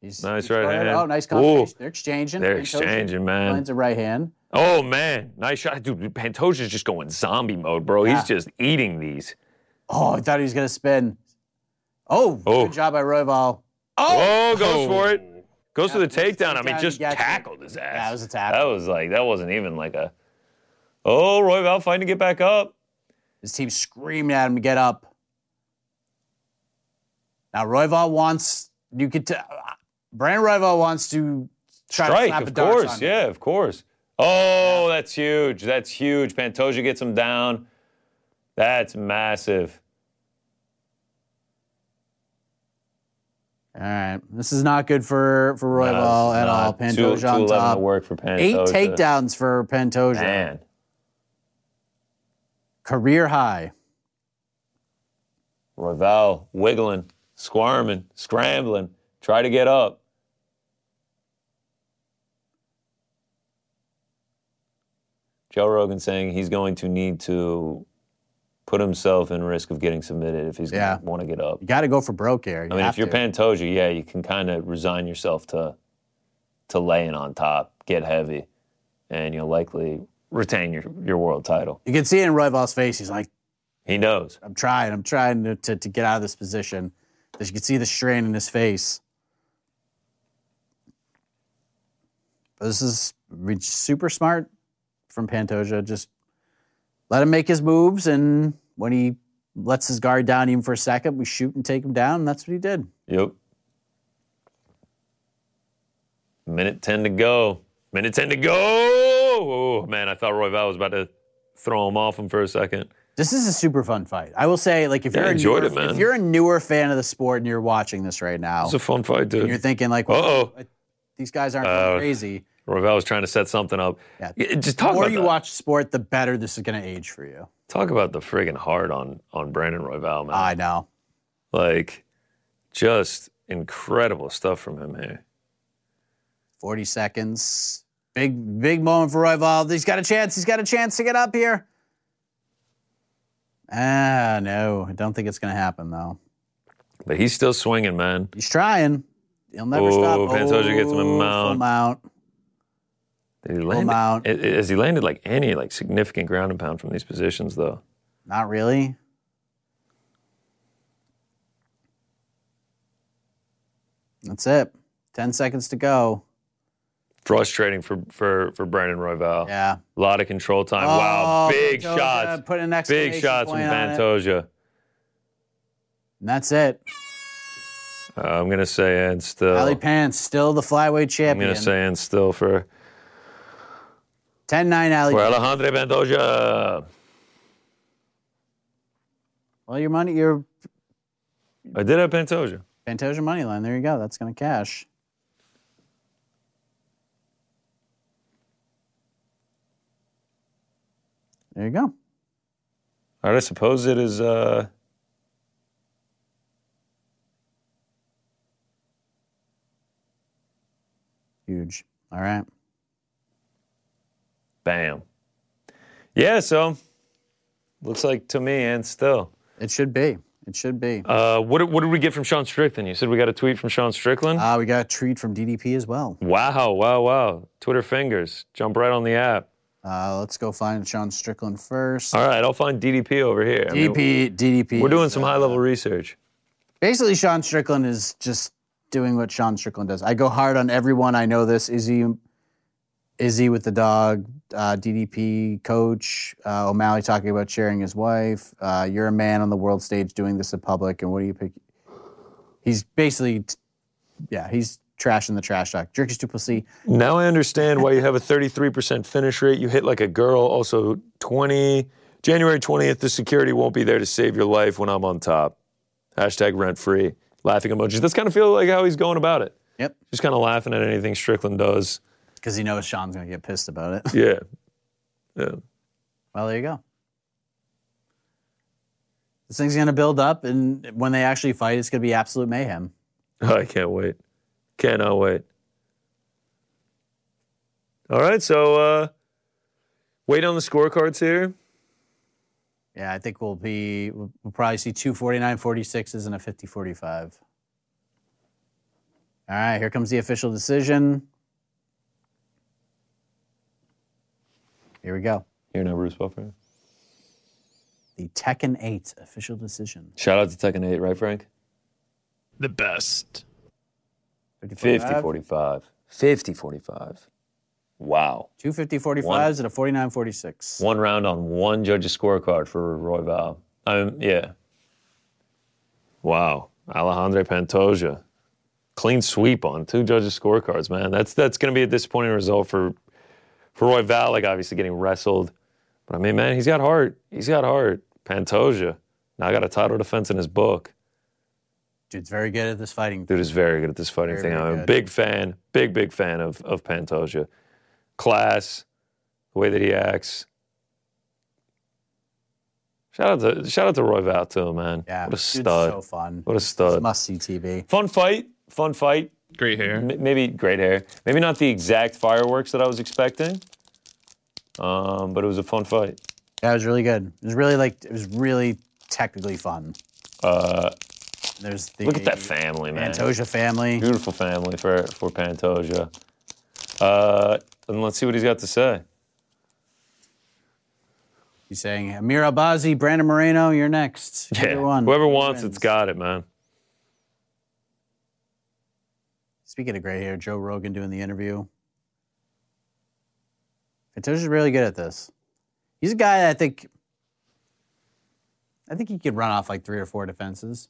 Speaker 2: He's,
Speaker 3: Nice
Speaker 2: he's
Speaker 3: right
Speaker 2: throwing it
Speaker 3: hand.
Speaker 2: out. Nice
Speaker 3: Ooh.
Speaker 2: combination. They're exchanging.
Speaker 3: They're
Speaker 2: Pantoja
Speaker 3: exchanging, man.
Speaker 2: Finds a right hand.
Speaker 3: Oh man, nice shot, dude. Pantoja's just going zombie mode, bro.
Speaker 2: Yeah.
Speaker 3: He's just eating these.
Speaker 2: Oh, I thought he was gonna spin. Oh,
Speaker 3: Oh.
Speaker 2: good job by Royval.
Speaker 3: Oh, goes for it. Goes for the
Speaker 2: Yeah,
Speaker 3: takedown. I mean,
Speaker 2: takedown,
Speaker 3: just
Speaker 2: he got you.
Speaker 3: tackled his ass.
Speaker 2: Yeah, it was a tackle.
Speaker 3: That was like that wasn't even like a. Oh, Roy Val fighting to get back up.
Speaker 2: His team screaming at him to get up. Now Royval wants you could tell. Brandon Royval wants to try to
Speaker 3: Strike,
Speaker 2: slap a
Speaker 3: of
Speaker 2: darts
Speaker 3: course.
Speaker 2: on him.
Speaker 3: Yeah, of course. Oh, that's huge. That's huge. Pantoja gets him down. That's massive.
Speaker 2: All right, this is not good for for
Speaker 3: No, this
Speaker 2: Royval
Speaker 3: is
Speaker 2: at all.
Speaker 3: not- two-
Speaker 2: Pantoja on
Speaker 3: 211 to
Speaker 2: top.
Speaker 3: work for Pantoja.
Speaker 2: Eight takedowns for Pantoja.
Speaker 3: Man.
Speaker 2: Career high.
Speaker 3: Ravel wiggling, squirming, scrambling, try to get up. Joe Rogan saying he's going to need to put himself in risk of getting submitted if he's
Speaker 2: Yeah.
Speaker 3: going to want to get up.
Speaker 2: You got to go for broke here. You
Speaker 3: I mean,
Speaker 2: have
Speaker 3: if you're
Speaker 2: to.
Speaker 3: Pantoja, yeah, you can kind of resign yourself to to laying on top, get heavy, and you'll likely retain your, your world title.
Speaker 2: you can see it in Royval's face. He's like,
Speaker 3: He knows.
Speaker 2: I'm trying. I'm trying to, to, to get out of this position. As you can see the strain in his face. But this is I mean, super smart from Pantoja. Just let him make his moves, and when he lets his guard down even for a second, we shoot and take him down. And that's what he did.
Speaker 3: Yep. Minute 10 to go. Minute 10 to go. Oh, man, I thought Roy Val was about to throw him off him for a second.
Speaker 2: This is a super fun fight. I will say, like if
Speaker 3: Yeah,
Speaker 2: you're a
Speaker 3: I enjoyed
Speaker 2: newer,
Speaker 3: it, man.
Speaker 2: if you're a newer fan of the sport and you're watching this right now,
Speaker 3: It's a fun fight,
Speaker 2: and Oh. you're
Speaker 3: dude.
Speaker 2: thinking like,
Speaker 3: Uh oh.
Speaker 2: these guys aren't
Speaker 3: Uh,
Speaker 2: crazy.
Speaker 3: Roy Val was trying to set something up.
Speaker 2: Yeah.
Speaker 3: Yeah, Just
Speaker 2: The
Speaker 3: talk
Speaker 2: more
Speaker 3: about
Speaker 2: you
Speaker 3: that.
Speaker 2: watch sport, the better this is going to age for you.
Speaker 3: Talk about the friggin' heart on on Brandon Roy Val, man.
Speaker 2: I know.
Speaker 3: like, just incredible stuff from him here.
Speaker 2: 40 seconds. Big, big moment for Royval. He's got a chance. He's got a chance to get up here. Ah, no. I don't think it's going to happen, though.
Speaker 3: But he's still swinging, man.
Speaker 2: He's trying. He'll never
Speaker 3: Ooh,
Speaker 2: stop. Oh,
Speaker 3: Pantoja gets him a
Speaker 2: full
Speaker 3: mount.
Speaker 2: mount.
Speaker 3: Did he
Speaker 2: out.
Speaker 3: land? Has he landed like any like significant ground and pound from these positions though?
Speaker 2: Not really. That's it. 10 seconds to go.
Speaker 3: Frustrating for for for Brandon Royval.
Speaker 2: Yeah.
Speaker 3: A lot of control time. wow,
Speaker 2: Oh,
Speaker 3: big
Speaker 2: Pantoja
Speaker 3: shots.
Speaker 2: Put an
Speaker 3: Big
Speaker 2: exclamation
Speaker 3: shots from
Speaker 2: point on it.
Speaker 3: Pantoja.
Speaker 2: And that's it.
Speaker 3: Uh, I'm going to say and still.
Speaker 2: Ali Pants still the flyweight
Speaker 3: I'm
Speaker 2: champion.
Speaker 3: going to say and still for,
Speaker 2: 10-9 Ali.
Speaker 3: for
Speaker 2: Well,
Speaker 3: Alejandro Pantoja.
Speaker 2: your money, your
Speaker 3: I did have Pantoja.
Speaker 2: Pantoja money line. There you go. That's going to cash. There you go.
Speaker 3: All right, I suppose it is. Uh,
Speaker 2: Huge. All right.
Speaker 3: bam. Yeah, so looks like to me and still.
Speaker 2: It should be. It should be.
Speaker 3: Uh, what, did- what did we get from Sean Strickland? You said we got a tweet from Sean Strickland?
Speaker 2: Uh, we got a treat from DDP as well.
Speaker 3: wow, wow, wow. Twitter fingers. Jump right on the app.
Speaker 2: Uh, let's go find Sean Strickland first.
Speaker 3: All right, I'll find DDP over here. I mean,
Speaker 2: DDP, DDP.
Speaker 3: we're doing
Speaker 2: is,
Speaker 3: some
Speaker 2: uh,
Speaker 3: high level research.
Speaker 2: Basically, Sean Strickland is just doing what Sean Strickland does. I go hard on everyone. I know this. Izzy, Izzy with the dog, uh, DDP coach, uh, O'Malley talking about sharing his wife. Uh, you're a man on the world stage doing this in public, and what do you pick? He's basically, t- yeah, he's trashing the trash talk. Jerkish Duplessis.
Speaker 3: Now I understand why you have a 33% finish rate. You hit like a girl, also 20 January 20th, the security won't be there to save your life when I'm on top. Hashtag rent free. Laughing emojis. That's kind of feel like how he's going about it.
Speaker 2: Yep.
Speaker 3: Just kind of laughing at anything Strickland does.
Speaker 2: Because he knows Sean's going to get pissed about it. *laughs*
Speaker 3: Yeah. *laughs* Yeah.
Speaker 2: Well, there you go. This thing's going to build up, and when they actually fight, it's going to be absolute mayhem.
Speaker 3: I can't wait. Cannot wait. All right, so uh, wait on the scorecards here.
Speaker 2: Yeah, I think we'll be, we'll we'll probably see two 49 46s and a 50 45. All right, here comes the official decision. Here we go.
Speaker 3: You're now Bruce Buffer.
Speaker 2: The Tekken 8 official decision.
Speaker 3: Shout out to Tekken 8, right, Frank?
Speaker 4: The best.
Speaker 2: 50
Speaker 3: 50 45. 50 45. Wow.
Speaker 2: Two 50 45s and a 49 46.
Speaker 3: One round on one judge's scorecard for Roy Val. Um, yeah. Wow. Alejandro Pantoja. Clean sweep on two judges' scorecards, man. That's that's gonna be a disappointing result for for Roy Val, like obviously getting wrestled. But I mean, man, he's got heart. He's got heart. Pantoja. Now got a title defense in his book.
Speaker 2: Dude's very good at this fighting.
Speaker 3: Dude is very good at this fighting
Speaker 2: Very,
Speaker 3: thing.
Speaker 2: very
Speaker 3: I'm a
Speaker 2: good.
Speaker 3: big fan, big, big fan of, of Pantoja. Class, the way that he acts. Shout out to shout out to Roy Val too, man.
Speaker 2: Yeah,
Speaker 3: What a
Speaker 2: dude's
Speaker 3: stud.
Speaker 2: so fun.
Speaker 3: what a stud.
Speaker 2: Must see TV.
Speaker 3: Fun fight. Fun fight.
Speaker 4: Great hair.
Speaker 3: M- maybe great hair. Maybe not the exact fireworks that I was expecting. Um, but it was a fun fight.
Speaker 2: That was really good. It was really like it was really technically fun.
Speaker 3: Uh,
Speaker 2: There's the
Speaker 3: look at that family, man.
Speaker 2: Pantoja family.
Speaker 3: Beautiful family for for Pantoja. Uh, and let's see what he's got to say.
Speaker 2: He's saying Amir Abazi, Brandon Moreno, you're
Speaker 3: *laughs*
Speaker 2: next. Either one.
Speaker 3: Whoever wants
Speaker 2: wins.
Speaker 3: it's got it, man.
Speaker 2: Speaking of gray hair, Joe Rogan doing the interview. Pantoja's really good at this. He's a guy that I think I think he could run off like three or four defenses.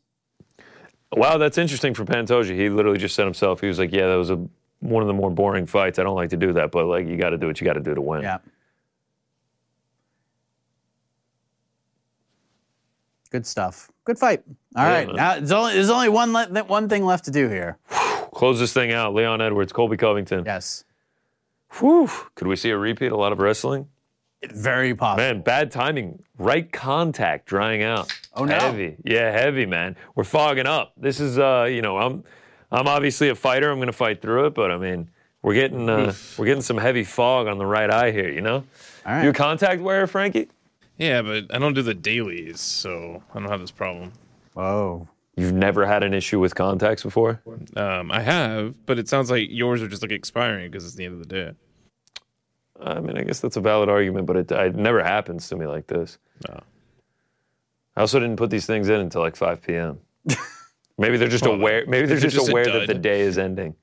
Speaker 3: Wow, that's interesting for Pantoja. He literally just said himself, he was like, Yeah, that was a one of the more boring fights. I don't like to do that, but like you gotta do what you gotta do to win.
Speaker 2: Yeah. Good stuff. Good fight. All
Speaker 3: Yeah,
Speaker 2: right,
Speaker 3: man.
Speaker 2: Now, there's only, there's only one, le- one thing left to do here.
Speaker 3: Close this thing out. Leon Edwards, Colby Covington.
Speaker 2: Yes.
Speaker 3: Whew. Could we see a repeat? A lot of wrestling?
Speaker 2: Very possible.
Speaker 3: Man, bad timing. Right contact drying out.
Speaker 2: Oh, no.
Speaker 3: Heavy. Yeah, heavy, man. We're fogging up. This is uh, you know, I'm I'm obviously a fighter. I'm gonna fight through it, but I mean, we're getting uh, we're getting some heavy fog on the right eye here, you know?
Speaker 2: All right.
Speaker 3: You a contact wearer, Frankie?
Speaker 4: Yeah, but I don't do the dailies, so I don't have this problem.
Speaker 2: Whoa.
Speaker 3: You've never had an issue with contacts before?
Speaker 4: Um, I have, but it sounds like yours are just like expiring because it's the end of the day.
Speaker 3: I mean, I guess that's a valid argument, but it, it never happens to me like this.
Speaker 4: No.
Speaker 3: I also didn't put these things in until like 5 p.m. maybe they're just aware. Maybe they're
Speaker 4: they're
Speaker 3: just,
Speaker 4: just a
Speaker 3: aware that the
Speaker 4: dud.
Speaker 3: day is ending.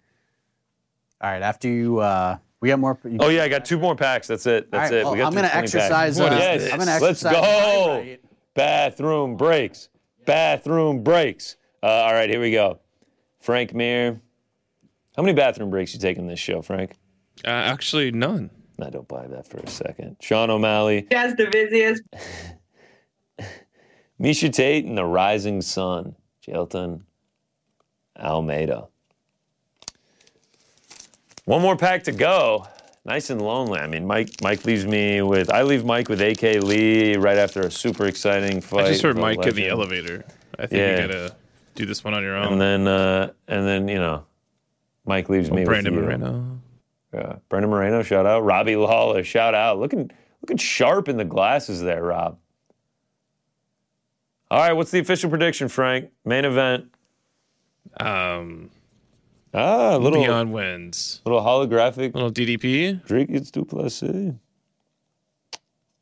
Speaker 2: All right, after you, uh, we got more. You,
Speaker 3: Oh yeah, I got two more packs. That's it.
Speaker 2: All
Speaker 3: That's
Speaker 2: right,
Speaker 3: it.
Speaker 2: well,
Speaker 3: we got
Speaker 2: I'm
Speaker 3: through
Speaker 2: gonna
Speaker 3: 20 packs.
Speaker 2: exercise, uh,
Speaker 3: yes.
Speaker 2: I'm gonna
Speaker 3: Let's
Speaker 2: exercise
Speaker 3: go.
Speaker 2: my right.
Speaker 3: Bathroom breaks. Bathroom breaks. Uh, all right, here we go. Frank Mir. How many bathroom breaks you taking this show, Frank?
Speaker 4: Uh, actually, none.
Speaker 3: I don't buy that for a second. Sean O'Malley.
Speaker 8: Jazz the busiest.
Speaker 3: *laughs* Misha Tate and the Rising Sun, Jelton Almeida. One more pack to go. Nice and lonely. I mean, Mike. Mike leaves me with. I leave Mike with AK Lee right after a super exciting fight.
Speaker 4: I just heard
Speaker 3: with a
Speaker 4: Mike in the
Speaker 3: legend.
Speaker 4: elevator. I think
Speaker 3: Yeah.
Speaker 4: you gotta do this one on your
Speaker 3: And
Speaker 4: own.
Speaker 3: then, uh, and then you know, Mike leaves me
Speaker 4: Brandon
Speaker 3: with you.
Speaker 4: Moreno.
Speaker 3: Yeah. Brandon Uh, Moreno. Shout out. Robbie Lawler. Shout out. Looking, looking sharp in the glasses there, Rob. All right. What's the official prediction, Frank? Main event.
Speaker 4: Um,
Speaker 3: Ah, a little
Speaker 4: Leon wins.
Speaker 3: little holographic
Speaker 4: Little DDP.
Speaker 3: Drake gets Duplessis.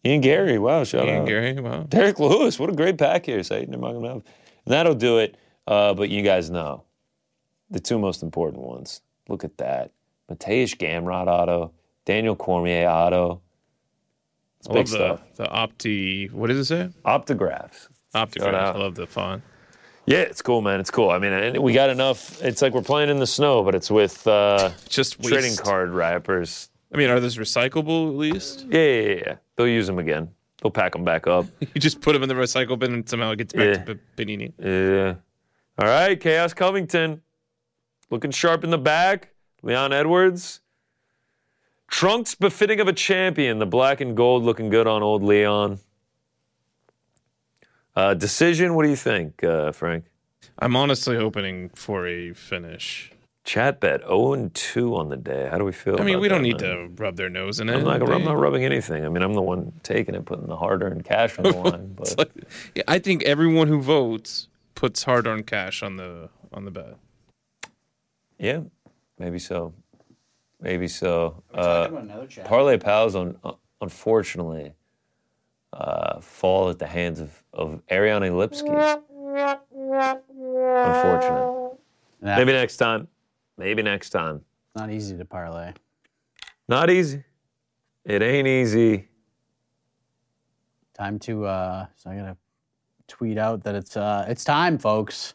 Speaker 3: Ian Gary, wow, shout
Speaker 4: Ian
Speaker 3: out.
Speaker 4: Gary. Wow.
Speaker 3: Derek Lewis, what a great pack here, Satan Nurmagomedov. And that'll do it. Uh, but you guys know the two most important ones. Look at that. Mateusz Gamrod Auto, Daniel Cormier Auto. It's
Speaker 4: I
Speaker 3: big
Speaker 4: love
Speaker 3: stuff.
Speaker 4: the, the opti. What does it say?
Speaker 3: Optographs.
Speaker 4: Optograph.
Speaker 3: out.
Speaker 4: I love the font.
Speaker 3: Yeah, it's cool, man. It's cool. I mean, and we got enough. It's like we're playing in the snow, but it's with uh,
Speaker 4: Just waste.
Speaker 3: trading card wrappers.
Speaker 4: I mean, are those recyclable at least? *laughs*
Speaker 3: Yeah, yeah, yeah, yeah. They'll use them again. They'll pack them back up.
Speaker 4: You just put them in the recycle bin and somehow it gets back to P- Panini.
Speaker 3: Yeah. All right, Chaos Covington. Looking sharp in the back. Leon Edwards. Trunks befitting of a champion. The black and gold looking good on old Leon. Uh, decision, what do you think, uh, Frank?
Speaker 4: I'm honestly hoping for a finish.
Speaker 3: Chat bet 0 and 2 on the day. How do we feel?
Speaker 4: I mean,
Speaker 3: about
Speaker 4: we don't
Speaker 3: that,
Speaker 4: need
Speaker 3: man?
Speaker 4: to rub their nose in it.
Speaker 3: I'm not, gonna- I'm
Speaker 4: They-
Speaker 3: not rubbing anything. I mean, I'm the one taking it, putting the hard earned cash
Speaker 4: *laughs*
Speaker 3: on the line. But
Speaker 4: It's like, yeah, I think everyone who votes puts hard-earned cash on the on the bet.
Speaker 3: yeah, maybe so. Maybe so. Uh,
Speaker 2: Another chat.
Speaker 3: Parlay Pals, un- uh, unfortunately, uh, fall at the hands of, of Ariane Lipsky. Unfortunate.
Speaker 2: Nah,
Speaker 3: Maybe next time. Maybe next time.
Speaker 2: it's not easy to parlay.
Speaker 3: Not easy. It ain't easy.
Speaker 2: Time to uh so I gotta tweet out that it's uh it's time, folks.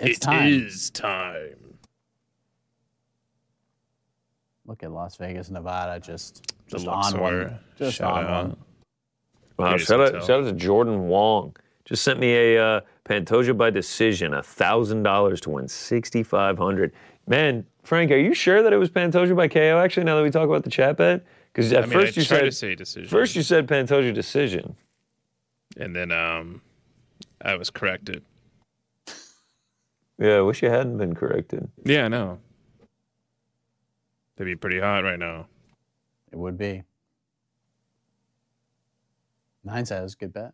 Speaker 2: It's
Speaker 4: It
Speaker 2: time.
Speaker 4: is time.
Speaker 2: Look at Las Vegas, Nevada, just
Speaker 4: The
Speaker 2: just on one.
Speaker 4: Luxor.
Speaker 2: Just on
Speaker 4: Shout out.
Speaker 2: one.
Speaker 3: Wow,
Speaker 4: Greatest
Speaker 3: shout out,
Speaker 4: hotel.
Speaker 3: shout out to Jordan Wong. Just sent me a uh, Pantoja by decision, thousand dollars to win sixty five hundred. Man, Frank, are you sure that it was Pantoja by KO? Actually, now that we talk about the chat bet, because at
Speaker 4: I mean,
Speaker 3: first
Speaker 4: I
Speaker 3: you
Speaker 4: tried
Speaker 3: said
Speaker 4: to say decision.
Speaker 3: first you said Pantoja decision.
Speaker 4: and then um, I was corrected.
Speaker 3: Yeah, I wish you hadn't been corrected.
Speaker 4: Yeah, I know. They'd be pretty hot right now.
Speaker 2: It would be. In hindsight, it was a good bet.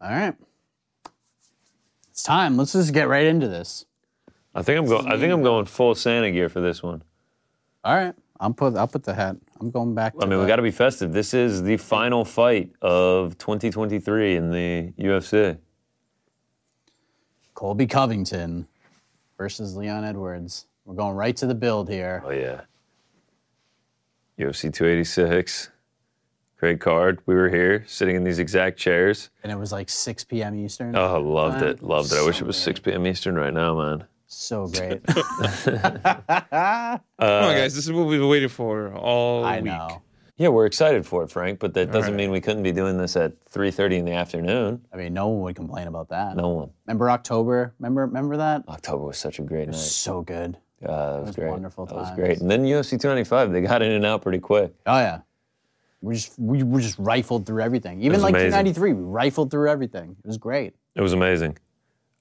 Speaker 2: All right. It's time. Let's just get right into this.
Speaker 3: I think I'm going. I think I'm going full Santa gear for this one.
Speaker 2: All right. I'm put I'll put the hat. I'm going back to
Speaker 3: I mean, we
Speaker 2: the-
Speaker 3: got to be festive. This is the final fight of 2023 in the UFC.
Speaker 2: Colby Covington versus Leon Edwards. We're going right to the build here.
Speaker 3: Oh yeah. UFC 286. Great card. We were here sitting in these exact chairs.
Speaker 2: And it was like 6 p.m. Eastern.
Speaker 3: Oh, loved it.
Speaker 2: Fun.
Speaker 3: Loved it. I wish
Speaker 2: So
Speaker 3: it was
Speaker 2: great.
Speaker 3: 6 p.m. Eastern right now, man. *laughs*
Speaker 2: So great.
Speaker 4: Come on, guys, this is what we've been waiting for all
Speaker 2: I
Speaker 4: week.
Speaker 2: know.
Speaker 3: Yeah, we're excited for it, Frank, but that doesn't
Speaker 4: right.
Speaker 3: mean we couldn't be doing this at 3:30 in the afternoon.
Speaker 2: I mean, no one would complain about that.
Speaker 3: No one.
Speaker 2: Remember October? Remember remember that?
Speaker 3: October was such a great night.
Speaker 2: So good.
Speaker 3: Uh, that was,
Speaker 2: was
Speaker 3: great.
Speaker 2: wonderful
Speaker 3: That was
Speaker 2: times.
Speaker 3: great. And then UFC 295, they got in and out pretty quick.
Speaker 2: Oh yeah. We just we, we just rifled through everything. Even
Speaker 3: was
Speaker 2: like
Speaker 3: amazing.
Speaker 2: 293, we rifled through everything. It was great.
Speaker 3: It was amazing.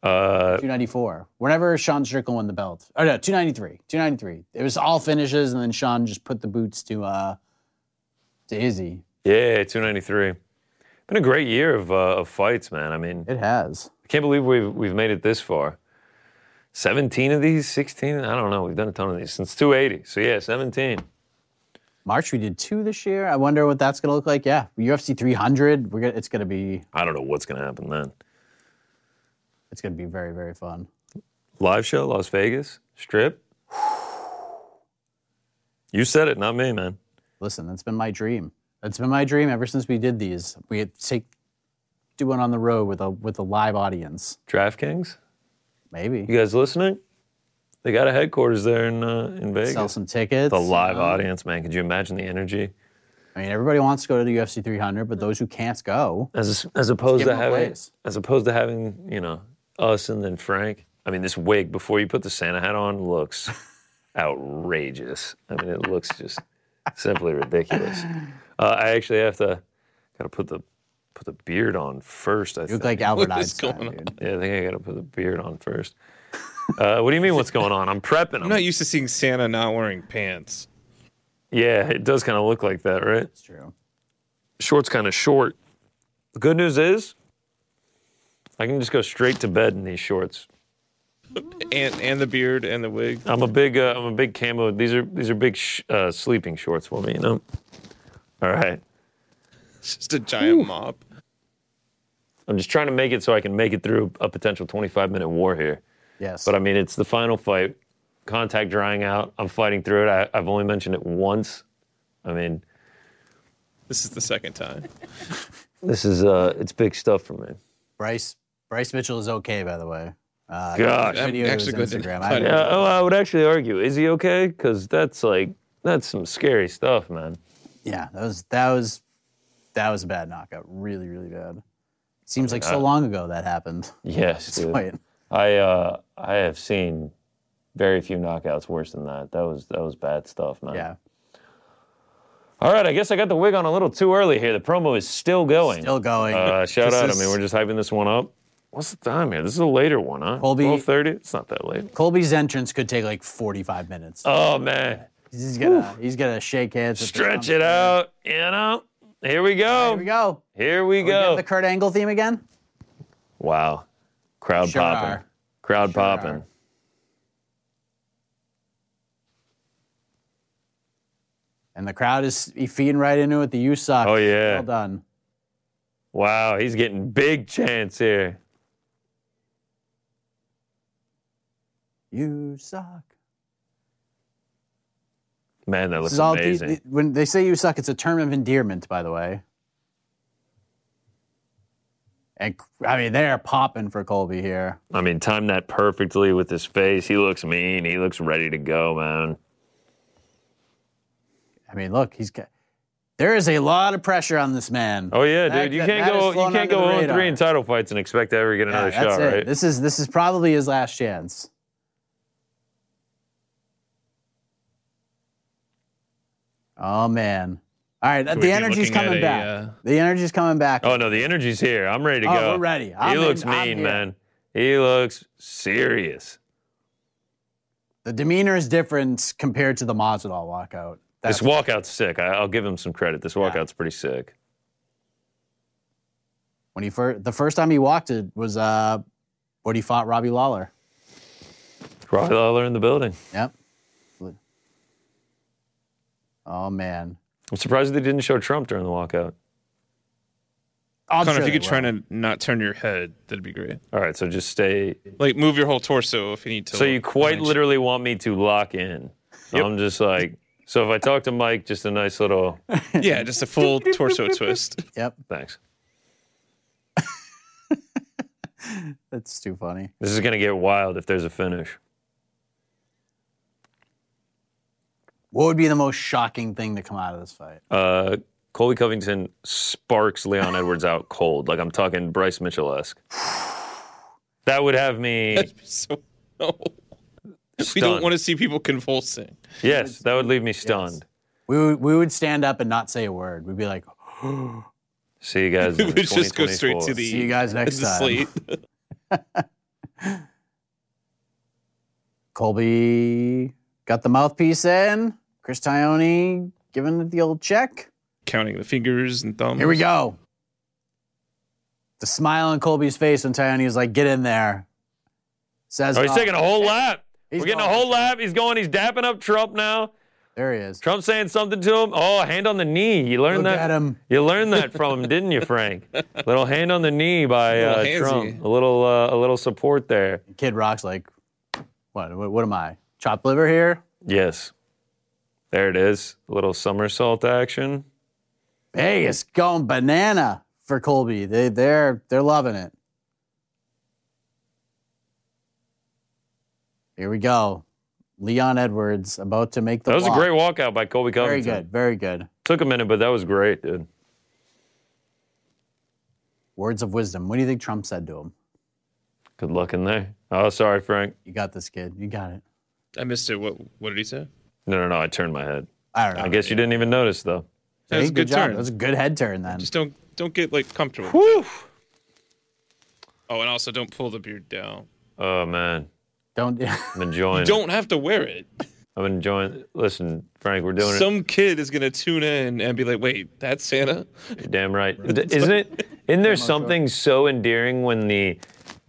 Speaker 3: Uh,
Speaker 2: 294. Whenever Sean Strickland won the belt. Oh no, 293. 293. It was all finishes and then Sean just put the boots to uh to Izzy.
Speaker 3: yeah, 293. Been a great year of, uh, of fights, man. I mean,
Speaker 2: It has.
Speaker 3: I can't believe we've we've made it this far. 17 of these, 16, I don't know. We've done a ton of these since 280. So yeah, 17.
Speaker 2: March we did two this year. I wonder what that's gonna look like. Yeah, UFC 300. We're gonna, it's gonna be
Speaker 3: I don't know what's going to happen then.
Speaker 2: it's gonna be very very fun.
Speaker 3: Live show Las Vegas, strip. *sighs* You said it, not me, man.
Speaker 2: Listen, that's been my dream. That's been my dream ever since we did these. We had to take do one on the road with a with a live audience.
Speaker 3: DraftKings?
Speaker 2: Maybe
Speaker 3: You guys listening? They got a headquarters there in uh, in Vegas.
Speaker 2: sell some tickets.
Speaker 3: the live audience, man. Could you imagine the energy?
Speaker 2: I mean, everybody wants to go to the UFC 300, but those who can't go,
Speaker 3: As as opposed
Speaker 2: give
Speaker 3: to
Speaker 2: him a
Speaker 3: having
Speaker 2: place.
Speaker 3: as opposed to having you know us and then Frank. I mean, this wig before you put the Santa hat on
Speaker 2: *laughs*
Speaker 3: looks outrageous. I mean, it looks just simply ridiculous. Uh, I actually have to gotta put the put the beard on first. I
Speaker 2: you look like
Speaker 3: think.
Speaker 2: Albert
Speaker 4: What is
Speaker 2: Einstein.
Speaker 4: going on?
Speaker 2: dude.
Speaker 3: yeah, I think I gotta put the beard on first. Uh, what do you mean? What's going on? I'm prepping.
Speaker 4: I'm
Speaker 3: I'm,
Speaker 4: not used to seeing Santa not wearing pants.
Speaker 3: yeah, it does kind of look like that, right?
Speaker 2: It's true.
Speaker 3: short's kind of short. The good news is, I can just go straight to bed in these shorts.
Speaker 4: And and the beard and the wig.
Speaker 3: I'm a big, uh, I'm a big camo. These are these are big sh- uh, sleeping shorts for me, you know. All right,
Speaker 4: It's just a giant mop.
Speaker 3: I'm just trying to make it so I can make it through a potential 25 minute war here.
Speaker 2: Yes.
Speaker 3: But I mean, it's the final fight. Contact drying out. I'm fighting through it. I, I've only mentioned it once. I mean,
Speaker 4: This is the second time.
Speaker 3: this is uh, it's big stuff for me.
Speaker 2: Bryce Bryce Mitchell is okay, by the way. Uh,
Speaker 3: Gosh.
Speaker 2: that video to
Speaker 4: Actually
Speaker 2: his
Speaker 4: good to
Speaker 2: Instagram.
Speaker 4: know.
Speaker 2: I haven't-
Speaker 3: Yeah, oh, I would actually argue. Is he okay? Because that's like that's some scary stuff, man.
Speaker 2: yeah, that was that was That was a bad knockout. Really, really bad. Seems like so
Speaker 3: God.
Speaker 2: long ago that happened. *laughs*
Speaker 3: Yes, dude.
Speaker 2: Wait.
Speaker 3: I uh, I have seen very few knockouts worse than that. That was that was bad stuff, man.
Speaker 2: Yeah.
Speaker 3: All right, I guess I got the wig on a little too early here. The promo is still going.
Speaker 2: Still going.
Speaker 3: Uh, shout
Speaker 2: This
Speaker 3: out!
Speaker 2: is-
Speaker 3: I mean, we're just hyping this one up. What's the time here? This is a later one, huh?
Speaker 2: Colby-
Speaker 3: Twelve thirty. It's not that late.
Speaker 2: Colby's entrance could take like 45 minutes.
Speaker 3: Oh man,
Speaker 2: he's gonna he's gonna shake hands. with the
Speaker 3: stretch
Speaker 2: thumb.
Speaker 3: it out. You know. Here
Speaker 2: Here
Speaker 3: we
Speaker 2: we
Speaker 3: go.
Speaker 2: go.
Speaker 3: Here we
Speaker 2: We getting
Speaker 3: go.
Speaker 2: the Kurt Angle theme again.
Speaker 3: Wow, crowd
Speaker 2: Sure
Speaker 3: popping.
Speaker 2: are.
Speaker 3: Crowd
Speaker 2: Sure are.
Speaker 3: popping.
Speaker 2: And the crowd is feeding right into it. The U suck.
Speaker 3: Oh, yeah.
Speaker 2: Well done.
Speaker 3: Wow, he's getting big chance here.
Speaker 2: You suck.
Speaker 3: Man, that
Speaker 2: This
Speaker 3: looks
Speaker 2: is all the-
Speaker 3: amazing.
Speaker 2: the- when they say you suck, it's a term of endearment, by the way. And I mean, they're popping for Colby here.
Speaker 3: I mean, timed that perfectly with his face. He looks mean. He looks ready to go, man.
Speaker 2: I mean, look, he's got, there is a lot of pressure on this man.
Speaker 3: Oh yeah,
Speaker 2: That-
Speaker 3: dude. You
Speaker 2: that-
Speaker 3: can't
Speaker 2: that
Speaker 3: go.
Speaker 2: is
Speaker 3: You
Speaker 2: flown
Speaker 3: can't
Speaker 2: under
Speaker 3: go
Speaker 2: the
Speaker 3: 0
Speaker 2: radar.
Speaker 3: 3 in title fights and expect to ever get
Speaker 2: Yeah,
Speaker 3: another
Speaker 2: that's
Speaker 3: shot,
Speaker 2: it.
Speaker 3: right?
Speaker 2: This is this is probably his last chance. Oh man! All right,
Speaker 4: We'd
Speaker 2: the
Speaker 4: be
Speaker 2: energy's
Speaker 4: looking at
Speaker 2: coming
Speaker 4: a,
Speaker 2: back.
Speaker 4: uh,
Speaker 2: the energy's coming back.
Speaker 3: Oh no, the energy's here. I'm ready to
Speaker 2: Oh,
Speaker 3: go.
Speaker 2: we're ready.
Speaker 3: he
Speaker 2: I'm
Speaker 3: looks
Speaker 2: in- I'm
Speaker 3: mean,
Speaker 2: here.
Speaker 3: man. He looks serious.
Speaker 2: The demeanor is different compared to the Mazadal walkout. That's
Speaker 3: this walkout's sick. I, I'll give him some credit. This walkout's pretty sick.
Speaker 2: when he first the first time he walked it was uh when he fought Robbie Lawler.
Speaker 3: Robbie Lawler in the building.
Speaker 2: Yep. Oh man.
Speaker 3: I'm surprised they didn't show Trump during the walkout.
Speaker 2: I'm
Speaker 4: Connor,
Speaker 2: sure
Speaker 4: if you
Speaker 2: they
Speaker 4: could try
Speaker 2: will.
Speaker 4: to not turn your head, that'd be great.
Speaker 3: All right, so just stay.
Speaker 4: Like move your whole torso if you need to.
Speaker 3: So you quite literally want me to lock in. I'm just like, so if I talk to Mike, just a nice little
Speaker 4: yeah, just a full torso twist. *laughs*
Speaker 2: Yep.
Speaker 3: thanks.
Speaker 2: That's too funny.
Speaker 3: This is gonna get wild if there's a finish.
Speaker 2: What would be the most shocking thing to come out of this fight?
Speaker 3: Uh, Colby Covington sparks Leon Edwards out cold. Like I'm talking Bryce Mitchell esque. That would have me
Speaker 4: so no.
Speaker 3: stunned.
Speaker 4: we don't want to see people convulsing.
Speaker 3: Yes, that would leave me stunned.
Speaker 2: We would, we would stand up and not say a word. We'd be like,
Speaker 3: See you
Speaker 4: *laughs*
Speaker 3: guys.
Speaker 4: We
Speaker 3: in
Speaker 4: would just go straight
Speaker 3: 2024.
Speaker 4: to the-
Speaker 2: "See you guys next
Speaker 4: the
Speaker 2: time."
Speaker 4: slate.
Speaker 2: Colby got the mouthpiece in. Chris Tione giving it the old check.
Speaker 4: Counting the fingers and thumbs.
Speaker 2: Here we go. The smile on Colby's face when Tione is like, "Get in there." Says,
Speaker 3: Oh, he's
Speaker 2: "Oh."
Speaker 3: taking a whole lap.
Speaker 2: He's
Speaker 3: We're getting a
Speaker 2: going.
Speaker 3: whole lap. He's going. He's dapping up Trump now.
Speaker 2: There he is.
Speaker 3: Trump's saying something to him. Oh, a hand on the knee. You learned
Speaker 2: Look at
Speaker 3: that.
Speaker 2: him.
Speaker 3: You learned that from him, didn't you,
Speaker 4: *laughs*
Speaker 3: Frank? Little hand on the knee by
Speaker 4: Little
Speaker 3: uh,
Speaker 4: handsy.
Speaker 3: Trump. A little, uh, a little support there.
Speaker 2: Kid Rock's like, "What? What, what am I? Chopped liver here?"
Speaker 3: Yes. There it is. A little somersault action.
Speaker 2: Hey, it's going banana for Colby. They they're they're loving it. Here we go. Leon Edwards about to make the
Speaker 3: That was
Speaker 2: block.
Speaker 3: a great walkout by Colby
Speaker 2: Very
Speaker 3: Covington.
Speaker 2: good, very good.
Speaker 3: Took a minute, but that was great, dude.
Speaker 2: Words of wisdom. What do you think Trump said to him?
Speaker 3: Good luck in there. Oh, sorry, Frank.
Speaker 2: You got this kid. You got it.
Speaker 4: I missed it. What what did he say?
Speaker 3: No, no, no. I turned my head.
Speaker 2: I don't know.
Speaker 3: I guess you didn't even notice, though.
Speaker 4: That was
Speaker 2: Hey,
Speaker 4: a good,
Speaker 2: job.
Speaker 4: turn.
Speaker 2: That was a good head turn then.
Speaker 4: Just don't don't get like comfortable.
Speaker 3: Woo!
Speaker 4: Oh, and also don't pull the beard down.
Speaker 3: Oh man,
Speaker 2: Don't *laughs*
Speaker 3: I'm enjoying. it.
Speaker 4: Don't have to wear it.
Speaker 3: I'm enjoying. Listen, Frank, we're doing
Speaker 4: Some kid is gonna tune in and be like, "Wait, that's Santa." *laughs*
Speaker 3: it. Damn right. D- Isn't it? Isn't there something so endearing when the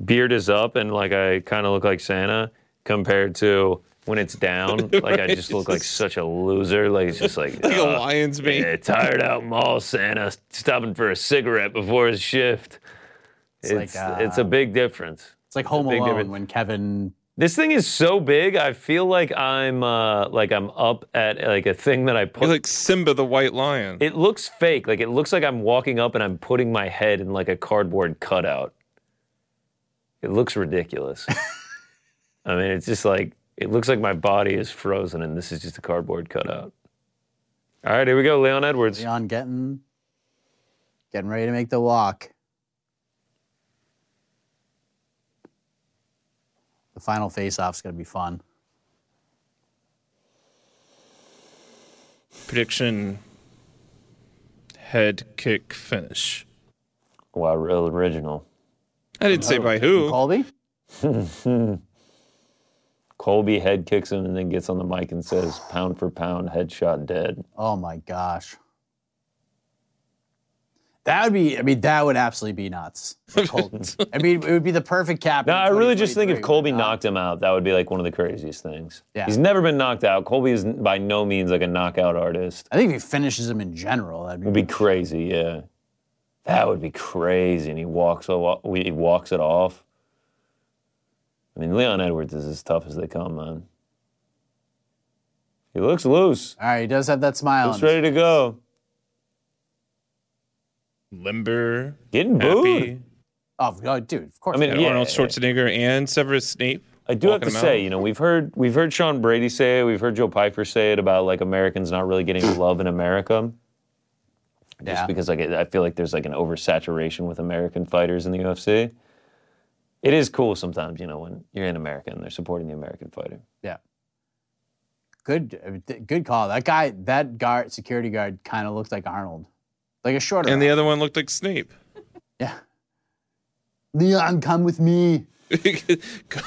Speaker 3: beard is up and like I kind of look like Santa compared to when it's down? Like I just
Speaker 4: *laughs*
Speaker 3: look like such a loser. Like it's just like, uh,
Speaker 4: Like a
Speaker 3: "Ugh."
Speaker 4: lion's mane.
Speaker 3: Yeah, tired out mall Santa stopping for a cigarette before his shift. It's
Speaker 2: like,
Speaker 3: it's,
Speaker 2: uh,
Speaker 3: a big difference.
Speaker 2: It's like Home
Speaker 3: big
Speaker 2: Alone
Speaker 3: difference.
Speaker 2: when Kevin.
Speaker 3: This thing is so big. I feel like I'm uh, like I'm up at like a thing that I put.
Speaker 4: You're like Simba the White Lion.
Speaker 3: it looks fake. Like it looks like I'm walking up and I'm putting my head in like a cardboard cutout. It looks ridiculous. I mean, it's just like it looks like my body is frozen and this is just a cardboard cutout. All right, here we go, Leon Edwards.
Speaker 2: Leon getting Getting ready to make the walk. The final face-off's gonna be fun.
Speaker 4: Prediction head kick finish.
Speaker 3: Wow, real original.
Speaker 4: I didn't
Speaker 3: Oh.
Speaker 4: say by who.
Speaker 2: Colby,
Speaker 3: Colby head kicks him and then gets on the mic and says, pound for pound, headshot dead.
Speaker 2: oh my gosh, that would be. I mean, that would absolutely be nuts. for
Speaker 3: *laughs*
Speaker 2: Colby. I mean, it would be the perfect cap.
Speaker 3: No,
Speaker 2: in
Speaker 3: I really just think if
Speaker 2: 2023,
Speaker 3: Colby
Speaker 2: uh,
Speaker 3: knocked him out, that would be like one of the craziest things.
Speaker 2: Yeah.
Speaker 3: He's never been knocked out. Colby is by no means like a knockout artist.
Speaker 2: I think if he finishes him in general, that'd be.
Speaker 3: It would be crazy, yeah. That would be crazy. And he walks, a- he walks it off. I mean, Leon Edwards is as tough as they come, man. He looks loose.
Speaker 2: All right, he does have that smile. on
Speaker 3: Looks
Speaker 2: his-
Speaker 3: ready to go.
Speaker 4: Limber,
Speaker 3: Getting booed.
Speaker 4: happy.
Speaker 2: Oh, oh, dude, of course.
Speaker 3: I mean,
Speaker 4: And
Speaker 3: yeah.
Speaker 4: Arnold Schwarzenegger and Severus Snape.
Speaker 3: I do have to
Speaker 4: walking him
Speaker 3: say,
Speaker 4: out.
Speaker 3: you know, we've heard we've heard Sean Brady say it, we've heard Joe Piper say it about like Americans not really getting love in America. Just
Speaker 2: Yeah.
Speaker 3: because like it- I feel like there's like an oversaturation with American fighters in the UFC. It is cool sometimes, you know, when you're in America and they're supporting the American fighter.
Speaker 2: Yeah. Good, I mean, th- good call. That guy, that guard, security guard, kind of looked like Arnold, like a shorter.
Speaker 4: And the
Speaker 2: Arnold.
Speaker 4: other one looked
Speaker 3: *laughs*
Speaker 4: like Snape. *laughs*
Speaker 2: yeah. Leon, come with me.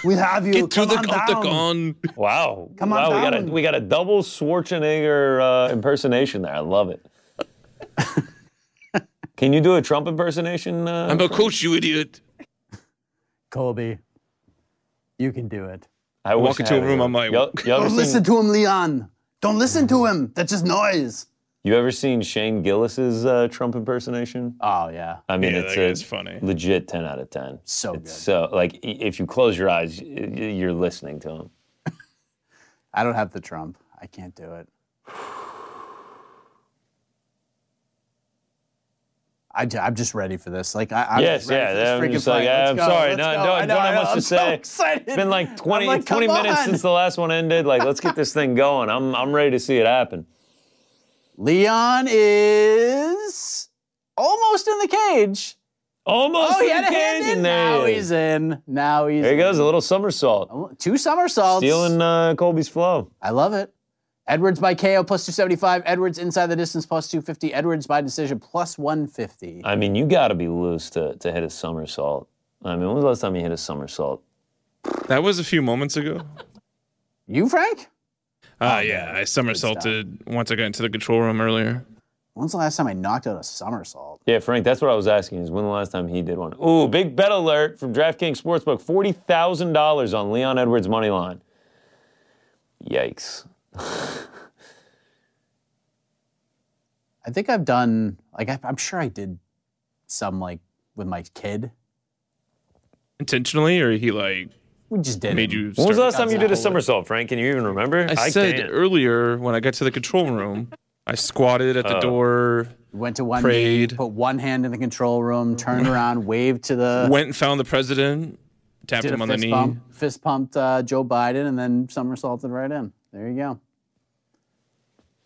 Speaker 2: We have you.
Speaker 4: Get to
Speaker 2: come
Speaker 4: the
Speaker 2: on down.
Speaker 4: octagon.
Speaker 3: Wow.
Speaker 2: *laughs* Come on
Speaker 3: wow, we got a
Speaker 2: down.
Speaker 3: we got a double Schwarzenegger uh, impersonation there. I love it. Can you do a Trump impersonation? Uh,
Speaker 4: I'm a coach, you idiot.
Speaker 2: Colby. You can do it.
Speaker 3: I wish
Speaker 4: walk
Speaker 3: I
Speaker 4: into
Speaker 3: had
Speaker 4: a room,
Speaker 3: go.
Speaker 4: I'm like,
Speaker 3: Y'all- y'all ever
Speaker 2: Don't *laughs*
Speaker 3: seen-
Speaker 2: listen to him, Leon. Don't listen to him. That's just
Speaker 4: *laughs*
Speaker 2: noise.
Speaker 3: You ever seen Shane Gillis's uh, Trump impersonation?
Speaker 2: Oh yeah.
Speaker 3: I mean,
Speaker 4: Yeah,
Speaker 3: it's
Speaker 4: that
Speaker 3: a
Speaker 4: guy's funny.
Speaker 3: legit 10 out of 10.
Speaker 2: So
Speaker 3: It's
Speaker 2: good.
Speaker 3: So, like, i- if you close your eyes, y- y- you're listening to him.
Speaker 2: I don't have the Trump. I can't do it. I, am just ready for this. Like I, I'm
Speaker 3: yes,
Speaker 2: just ready
Speaker 3: yeah.
Speaker 2: for this
Speaker 3: I'm
Speaker 2: freaking
Speaker 3: just like,
Speaker 2: fight.
Speaker 3: yeah,
Speaker 2: Let's
Speaker 3: I'm
Speaker 2: go,
Speaker 3: sorry.
Speaker 2: let's
Speaker 3: No,
Speaker 2: go.
Speaker 3: no,
Speaker 2: I
Speaker 3: I don't
Speaker 2: I
Speaker 3: have much
Speaker 2: I'm
Speaker 3: to
Speaker 2: so
Speaker 3: say.
Speaker 2: excited. *laughs*
Speaker 3: It's been like 20,
Speaker 2: like,
Speaker 3: 20
Speaker 2: come
Speaker 3: minutes
Speaker 2: on.
Speaker 3: since the last one ended. Like, let's get this thing going. I'm, I'm ready to see it happen.
Speaker 2: Leon is almost in the cage.
Speaker 3: Almost
Speaker 2: oh, he
Speaker 3: in
Speaker 2: had
Speaker 3: the
Speaker 2: a hand
Speaker 3: cage,
Speaker 2: in.
Speaker 3: and there
Speaker 2: Now
Speaker 3: he
Speaker 2: he's
Speaker 3: is.
Speaker 2: in. Now he's.
Speaker 3: There he
Speaker 2: in.
Speaker 3: goes, a little somersault.
Speaker 2: Two somersaults.
Speaker 3: Stealing uh, Colby's flow.
Speaker 2: I love it. Edwards by KO plus 275. Edwards inside the distance plus 250. Edwards by decision plus 150.
Speaker 3: I mean, you got to be loose to, to hit a somersault. I mean, when was the last time you hit a somersault?
Speaker 4: That was a few moments
Speaker 2: *laughs*
Speaker 4: ago.
Speaker 2: You, Frank?
Speaker 4: Ah, yeah, I somersaulted once I got into the control room earlier.
Speaker 2: When's the last time I knocked out a somersault?
Speaker 3: Yeah, Frank, that's what I was asking is when the last time he did one. Ooh, big bet alert from DraftKings Sportsbook $40,000 on Leon Edwards' money line. Yikes.
Speaker 2: I think I've done, like, I, I'm sure I did some, like, with my kid.
Speaker 4: Intentionally, or he like
Speaker 2: We just did
Speaker 4: made
Speaker 2: it.
Speaker 4: you.
Speaker 3: When was
Speaker 4: start-
Speaker 3: the last time you did a
Speaker 2: Absolutely.
Speaker 3: somersault, Frank? Can you even remember?
Speaker 4: I, said
Speaker 3: can't.
Speaker 4: earlier when I got to the control room, I squatted at
Speaker 2: Uh.
Speaker 4: the door,
Speaker 2: Went to one
Speaker 4: Prayed.
Speaker 2: knee, put one hand in the control
Speaker 4: *laughs*
Speaker 2: room, turned around, waved to the.
Speaker 4: went and found the president, tapped
Speaker 2: did
Speaker 4: him
Speaker 2: a
Speaker 4: on the
Speaker 2: fist
Speaker 4: knee.
Speaker 2: pump, fist pumped uh, Joe Biden, and then somersaulted right in. There you go.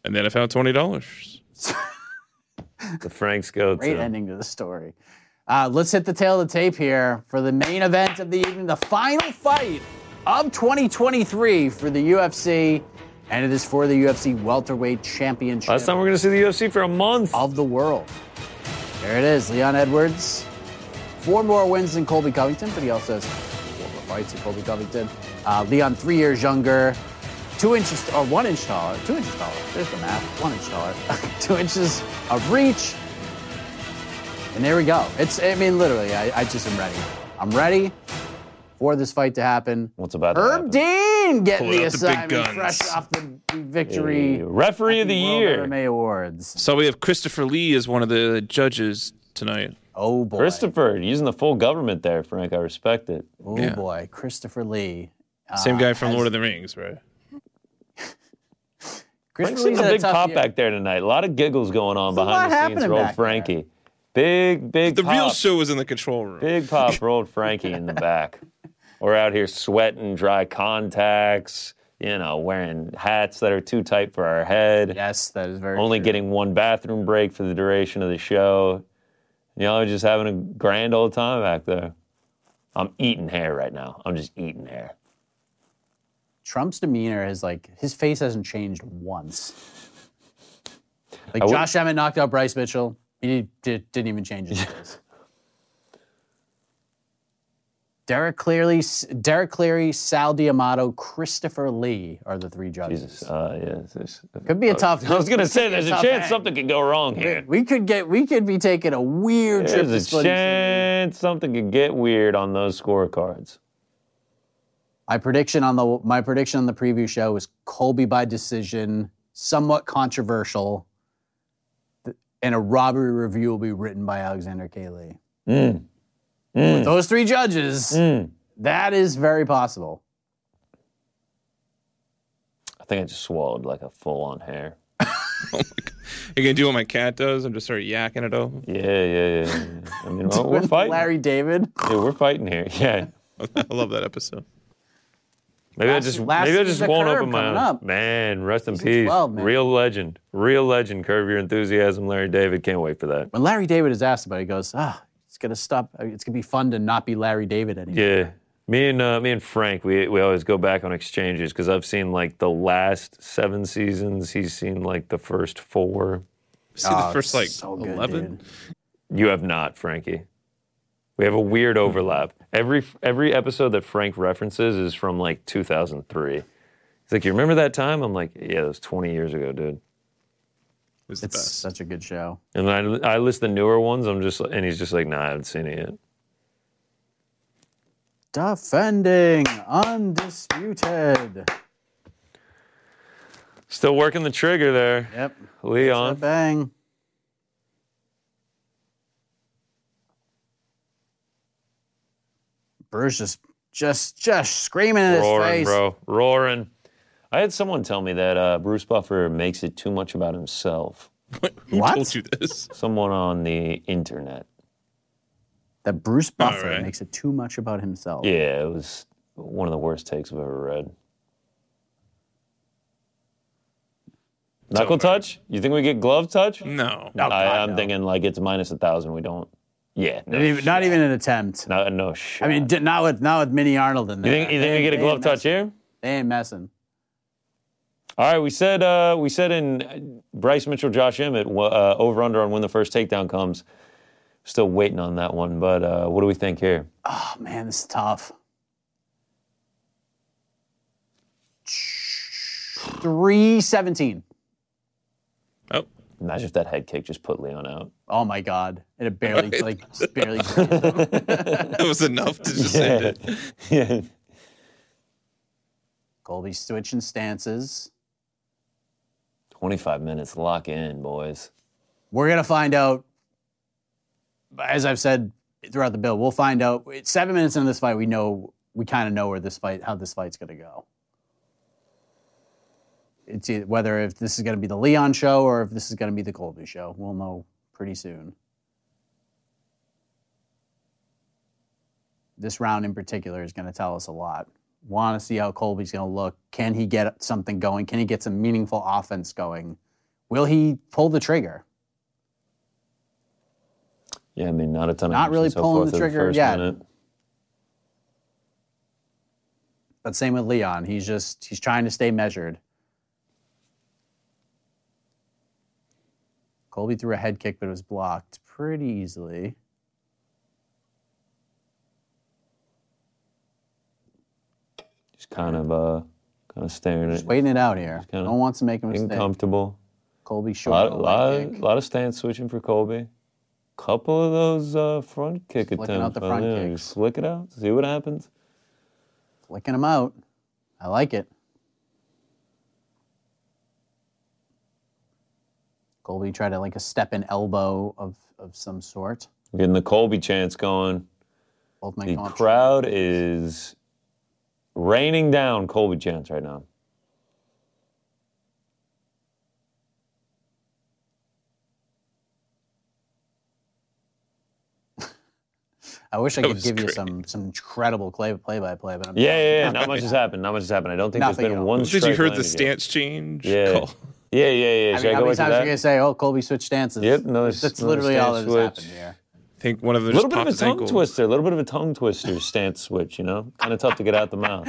Speaker 4: And then I found twenty dollars.
Speaker 3: The Franks go
Speaker 2: Great
Speaker 3: to.
Speaker 2: ending to the story. Uh, let's hit the tail of the tape here for the main event of the evening, the final fight of 2023 for the UFC, and it is for the UFC welterweight championship
Speaker 3: Last time we're going to see the UFC for a month.
Speaker 2: of the world. There it is, Leon Edwards. Four more wins than Colby Covington, but he also has four more fights than Colby Covington. Uh, Leon, three years younger, two inches or one inch taller, two inches taller. There's the math, one inch taller, *laughs* two inches of reach. And there we go. It's, I mean, literally, I, I just am ready. I'm ready for this fight to happen.
Speaker 3: What's about to
Speaker 2: Herb
Speaker 3: happen?
Speaker 2: Dean getting
Speaker 4: Pulling
Speaker 2: the
Speaker 4: out the big
Speaker 2: assignment
Speaker 4: guns.
Speaker 2: fresh off the victory.
Speaker 3: Hey, referee of the
Speaker 2: World
Speaker 3: year.
Speaker 2: MMA Awards.
Speaker 4: So we have Christopher Lee as one of the judges tonight.
Speaker 2: Oh boy.
Speaker 3: Christopher, using the full government there, Frank. I respect it.
Speaker 2: Oh
Speaker 4: Yeah.
Speaker 2: boy, Christopher Lee.
Speaker 4: Same guy from
Speaker 2: has-
Speaker 4: Lord of the Rings, right?
Speaker 2: Christopher
Speaker 3: Frank's seeing
Speaker 2: Lee's
Speaker 3: a
Speaker 2: had
Speaker 3: big
Speaker 2: tough
Speaker 3: pop
Speaker 2: year.
Speaker 3: back there tonight. A lot of giggles going on
Speaker 2: There's a lot
Speaker 3: behind the scenes
Speaker 2: happening
Speaker 3: for old
Speaker 2: back there.
Speaker 3: Frankie. Big, big
Speaker 4: The real
Speaker 3: pop.
Speaker 4: show was in the control room.
Speaker 3: Big pop for old Frankie in the back. We're out here sweating, dry contacts, you know, wearing hats that are too tight for our head,
Speaker 2: Yes, that is very
Speaker 3: only
Speaker 2: true.
Speaker 3: getting one bathroom break for the duration of the show. And y'all are just having a grand old time back there. I'm eating hair right now. I'm just eating hair.
Speaker 2: Trump's demeanor is like his face hasn't changed once. Like
Speaker 3: I would-
Speaker 2: Josh Emmett knocked out Bryce Mitchell. He did, didn't even change his face. Derek Cleary, Derek Cleary, Sal Diamato, Christopher Lee are the three judges.
Speaker 3: Jesus. Uh, yeah, it's- it's- *laughs*
Speaker 2: Could be a tough.
Speaker 3: I
Speaker 2: *laughs*
Speaker 3: was gonna say there's a
Speaker 2: tough
Speaker 3: chance
Speaker 2: hang.
Speaker 3: something could go wrong here.
Speaker 2: We could get. We could be taking a weird trip to
Speaker 3: There's a
Speaker 2: Splitty City.
Speaker 3: chance something could get weird on those scorecards.
Speaker 2: My prediction on the my prediction on the preview show was Colby by decision, somewhat controversial, th- and a robbery review will be written by Alexander K. Lee.
Speaker 3: Mm.
Speaker 2: With those three judges,
Speaker 3: Mm.
Speaker 2: that is very possible.
Speaker 3: I think I just swallowed like a full on hair.
Speaker 4: You can do what my cat does and just start yakking it over.
Speaker 3: Yeah, yeah, yeah.
Speaker 2: *laughs*
Speaker 3: yeah. I mean, well, we're
Speaker 2: With
Speaker 3: fighting.
Speaker 2: Larry David.
Speaker 3: Yeah, we're fighting here. *laughs* Yeah.
Speaker 4: *laughs* I love that episode.
Speaker 3: Maybe
Speaker 2: Last-
Speaker 3: I just
Speaker 2: last
Speaker 3: maybe I
Speaker 2: is
Speaker 3: just
Speaker 2: the
Speaker 3: won't
Speaker 2: curb
Speaker 3: open my
Speaker 2: coming
Speaker 3: own.
Speaker 2: up.
Speaker 3: Man, rest in
Speaker 2: Season
Speaker 3: peace.
Speaker 2: 12, man.
Speaker 3: Real legend. Real legend. Curb your enthusiasm, Larry David. Can't wait for that.
Speaker 2: When Larry David is asked about it, he goes, ah, it's gonna stop. It's gonna be fun to not be Larry David anymore.
Speaker 3: Yeah. Me and uh, me and Frank, we we always go back on exchanges because I've seen like the last seven seasons. He's seen like the first four.
Speaker 4: See
Speaker 2: Oh,
Speaker 4: the first like
Speaker 2: so good,
Speaker 4: eleven.
Speaker 2: dude.
Speaker 3: You have not, Frankie. We have a weird overlap. Every every episode that Frank references is from like 2003. He's like, "You remember that time?" I'm like, "Yeah, that was 20 years ago, dude."
Speaker 4: was the
Speaker 2: It's
Speaker 4: best.
Speaker 2: such a good show.
Speaker 3: And then I I list the newer ones. I'm just and he's just like, "Nah, I haven't seen it yet."
Speaker 2: Defending undisputed.
Speaker 3: Still working the trigger there,
Speaker 2: Yep.
Speaker 3: Leon.
Speaker 2: Bang. Bruce just just just screaming in his
Speaker 3: roaring,
Speaker 2: face.
Speaker 3: bro, roaring. I had someone tell me that uh, Bruce Buffer makes it too much about himself.
Speaker 4: Who
Speaker 2: What?
Speaker 4: told you this? *laughs*
Speaker 3: Someone on the internet.
Speaker 2: That Bruce Buffer
Speaker 4: right.
Speaker 2: makes it too much about himself.
Speaker 3: Yeah, it was one of the worst takes I've ever read. Knuckle
Speaker 4: over.
Speaker 3: touch? You think we get glove touch?
Speaker 4: No.
Speaker 2: Oh, God,
Speaker 3: I, I'm
Speaker 2: no.
Speaker 3: thinking like it's minus a thousand. We don't. Yeah, no,
Speaker 2: Not even, not
Speaker 3: shot.
Speaker 2: even an attempt.
Speaker 3: No, no shit.
Speaker 2: I mean, di- not with not with Minnie Arnold in
Speaker 3: you
Speaker 2: there.
Speaker 3: think you think
Speaker 2: They-
Speaker 3: we get a
Speaker 2: they
Speaker 3: glove
Speaker 2: ain't
Speaker 3: touch
Speaker 2: messing.
Speaker 3: here?
Speaker 2: They ain't messing.
Speaker 3: All right, we said uh, we said in uh, Bryce Mitchell, Josh Emmett uh, over under on when the first takedown comes. Still waiting on that one, but uh, what do we think here?
Speaker 2: Oh man, this is tough. Three seventeen.
Speaker 4: Oh,
Speaker 3: Imagine if that head kick just put Leon out.
Speaker 2: Oh my god. And it barely like just barely *laughs*
Speaker 4: that was enough to just end it.
Speaker 3: *laughs* yeah.
Speaker 2: Colby switching stances.
Speaker 3: 25 minutes, lock in, boys.
Speaker 2: We're gonna find out. As I've said throughout the bill, we'll find out. It's seven minutes into this fight, we know we kind of know where this fight, how this fight's gonna go. It's either, whether if this is gonna be the Leon show or if this is gonna be the Colby show. We'll know pretty soon. This round in particular is gonna tell us a lot. Want to see how Colby's gonna look? Can he get something going? Can he get some meaningful offense going? Will he pull the trigger?
Speaker 3: Yeah, I mean, not a ton of
Speaker 2: Not
Speaker 3: action
Speaker 2: really
Speaker 3: so
Speaker 2: pulling
Speaker 3: far
Speaker 2: the
Speaker 3: through
Speaker 2: trigger
Speaker 3: first
Speaker 2: yet.
Speaker 3: minute.
Speaker 2: But same with Leon. He's just he's trying to stay measured. Colby threw a head kick, but it was blocked pretty easily.
Speaker 3: Just kind of, uh, kind of staring at
Speaker 2: Just waiting it out here.
Speaker 3: kinda
Speaker 2: No one wants to make a
Speaker 3: Being
Speaker 2: mistake.
Speaker 3: comfortable.
Speaker 2: Colby
Speaker 3: A
Speaker 2: short.
Speaker 3: lot,
Speaker 2: little
Speaker 3: lot,
Speaker 2: leg kick.
Speaker 3: lot of stance switching for Colby. Couple of those uh, front kick
Speaker 2: Flicking out
Speaker 3: attempts.
Speaker 2: the
Speaker 3: but,
Speaker 2: front
Speaker 3: yeah,
Speaker 2: kicks.
Speaker 3: Just flick it out, see what happens.
Speaker 2: Flicking him out. I like it. Colby tried to like a step and elbow of, of some sort.
Speaker 3: We're getting the Colby chance going.
Speaker 2: Both men
Speaker 3: The
Speaker 2: come up-
Speaker 3: crowd is raining down Colby chance right now.
Speaker 2: I wish I
Speaker 4: That
Speaker 2: could
Speaker 4: was
Speaker 2: give you
Speaker 4: great.
Speaker 2: some some incredible play play by play, but I'm
Speaker 3: Yeah, yeah, yeah.
Speaker 2: *laughs*
Speaker 3: Not much has happened. Not much has happened. I don't think
Speaker 2: Nothing at
Speaker 3: there's been
Speaker 2: all.
Speaker 3: one.
Speaker 4: Did you
Speaker 3: strike
Speaker 4: heard the
Speaker 3: landed yet.
Speaker 4: stance change?
Speaker 3: Yeah.
Speaker 4: Call?
Speaker 3: Yeah, yeah, yeah.
Speaker 2: I
Speaker 3: Should
Speaker 2: mean,
Speaker 3: I
Speaker 2: how many
Speaker 3: go back to
Speaker 2: times are you
Speaker 3: that?
Speaker 2: gonna say, "Oh, Colby switched stances"?
Speaker 3: Yep, another s-
Speaker 2: That's
Speaker 3: another
Speaker 2: literally all that
Speaker 3: stance
Speaker 2: has happened
Speaker 3: switch.
Speaker 2: here.
Speaker 4: think one of them
Speaker 3: A little
Speaker 4: just
Speaker 3: bit of
Speaker 4: popped
Speaker 3: a
Speaker 4: his
Speaker 3: tongue
Speaker 4: ankle.
Speaker 3: twister, a little bit of a tongue twister stance switch, you know? Kind of tough to get out the mouth.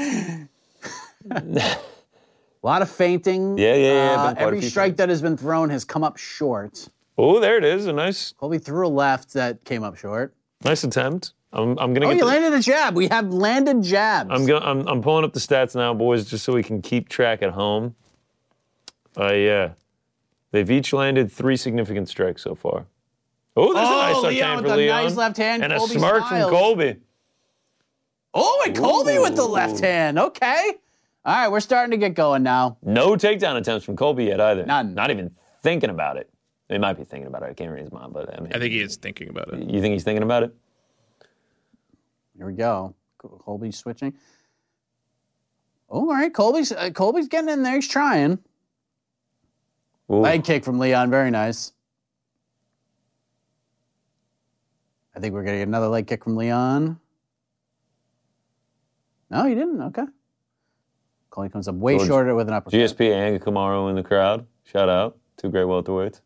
Speaker 2: A lot of fainting. Uh,
Speaker 3: Yeah, yeah, yeah, been quite a
Speaker 2: every
Speaker 3: few
Speaker 2: strike
Speaker 3: faints.
Speaker 2: that has been thrown has come up short.
Speaker 3: *laughs* Oh, there it is. A nice
Speaker 2: Colby threw a left that came up short.
Speaker 3: nice attempt. I'm, I'm going
Speaker 2: Oh,
Speaker 3: to
Speaker 2: you
Speaker 3: get the-
Speaker 2: landed a jab. We have landed jabs.
Speaker 3: I'm, go- I'm I'm pulling up the stats now, boys, just so we can keep track at home. Uh, yeah. They've each landed three significant strikes so far. Oh, that's
Speaker 2: Oh,
Speaker 3: a nice left
Speaker 2: Leon
Speaker 3: hand
Speaker 2: with
Speaker 3: for
Speaker 2: a
Speaker 3: Leon.
Speaker 2: nice left hand.
Speaker 3: And
Speaker 2: Colby
Speaker 3: a smirk
Speaker 2: smiles.
Speaker 3: from Colby.
Speaker 2: oh, and Colby with the left
Speaker 3: Ooh.
Speaker 2: hand. Okay. All right, we're starting to get going now.
Speaker 3: No takedown attempts from Colby yet either.
Speaker 2: None.
Speaker 3: Not even thinking about it. He might be thinking about it. I can't read his mind, but I mean,
Speaker 4: I think he is thinking about it.
Speaker 3: you think he's thinking about it?
Speaker 2: Here we go. Col- Colby's switching. Oh, all right. Colby's uh, Colby's getting in there. He's trying.
Speaker 3: Ooh.
Speaker 2: Leg kick from Leon. Very nice. I think we're going to get another leg kick from Leon. No, he didn't. Okay. Colby comes up way
Speaker 3: George-
Speaker 2: shorter with an uppercut.
Speaker 3: GSP and Kamaro in the crowd. Shout out. Two great welterweights.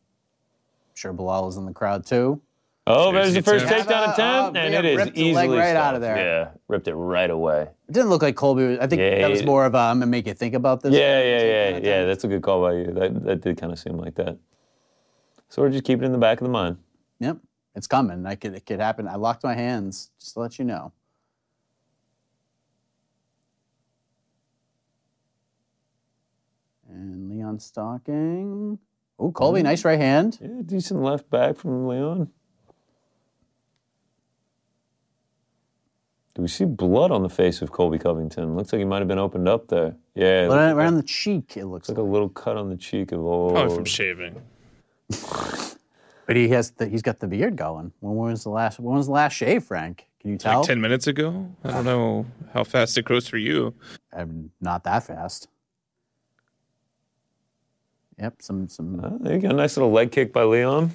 Speaker 2: I'm sure Bilal is in the crowd too.
Speaker 3: Oh, there's the
Speaker 4: There's
Speaker 3: first
Speaker 4: the attempt.
Speaker 3: takedown
Speaker 2: Yeah,
Speaker 3: attempt,
Speaker 2: uh,
Speaker 3: and
Speaker 2: yeah,
Speaker 3: it is
Speaker 2: ripped the
Speaker 3: easily
Speaker 2: leg right out of there.
Speaker 3: stopped. Yeah, ripped it right away.
Speaker 2: It didn't look like Colby. Was, I think
Speaker 3: Yeah,
Speaker 2: that was
Speaker 3: he-
Speaker 2: more of a, I'm going to make you think about this.
Speaker 3: Yeah, yeah, yeah,
Speaker 2: kinda
Speaker 3: yeah.
Speaker 2: thing.
Speaker 3: That's a good call by you. That that did kind of seem like that. So we're just keeping it in the back of the mind.
Speaker 2: Yep. It's coming. I could, it could happen. I locked my hands just to let you know. And Leon Stocking. Oh, Colby, nice right hand.
Speaker 3: Yeah, decent left back from Leon. Do we see blood on the face of Colby Covington? Looks like he might have been opened up there. Yeah, it looks
Speaker 2: Right, right on the cheek, it looks
Speaker 3: like
Speaker 2: like.
Speaker 3: a little cut on the cheek of
Speaker 4: Probably from
Speaker 3: old.
Speaker 4: shaving.
Speaker 2: But he has the, he's got the beard going. When was the last when was the last shave, Frank? Can you tell?
Speaker 4: Like ten minutes ago. I don't know how fast it grows for you.
Speaker 2: I'm not that fast. Yep, some some
Speaker 3: Oh, there you go. Nice little leg kick by Leon.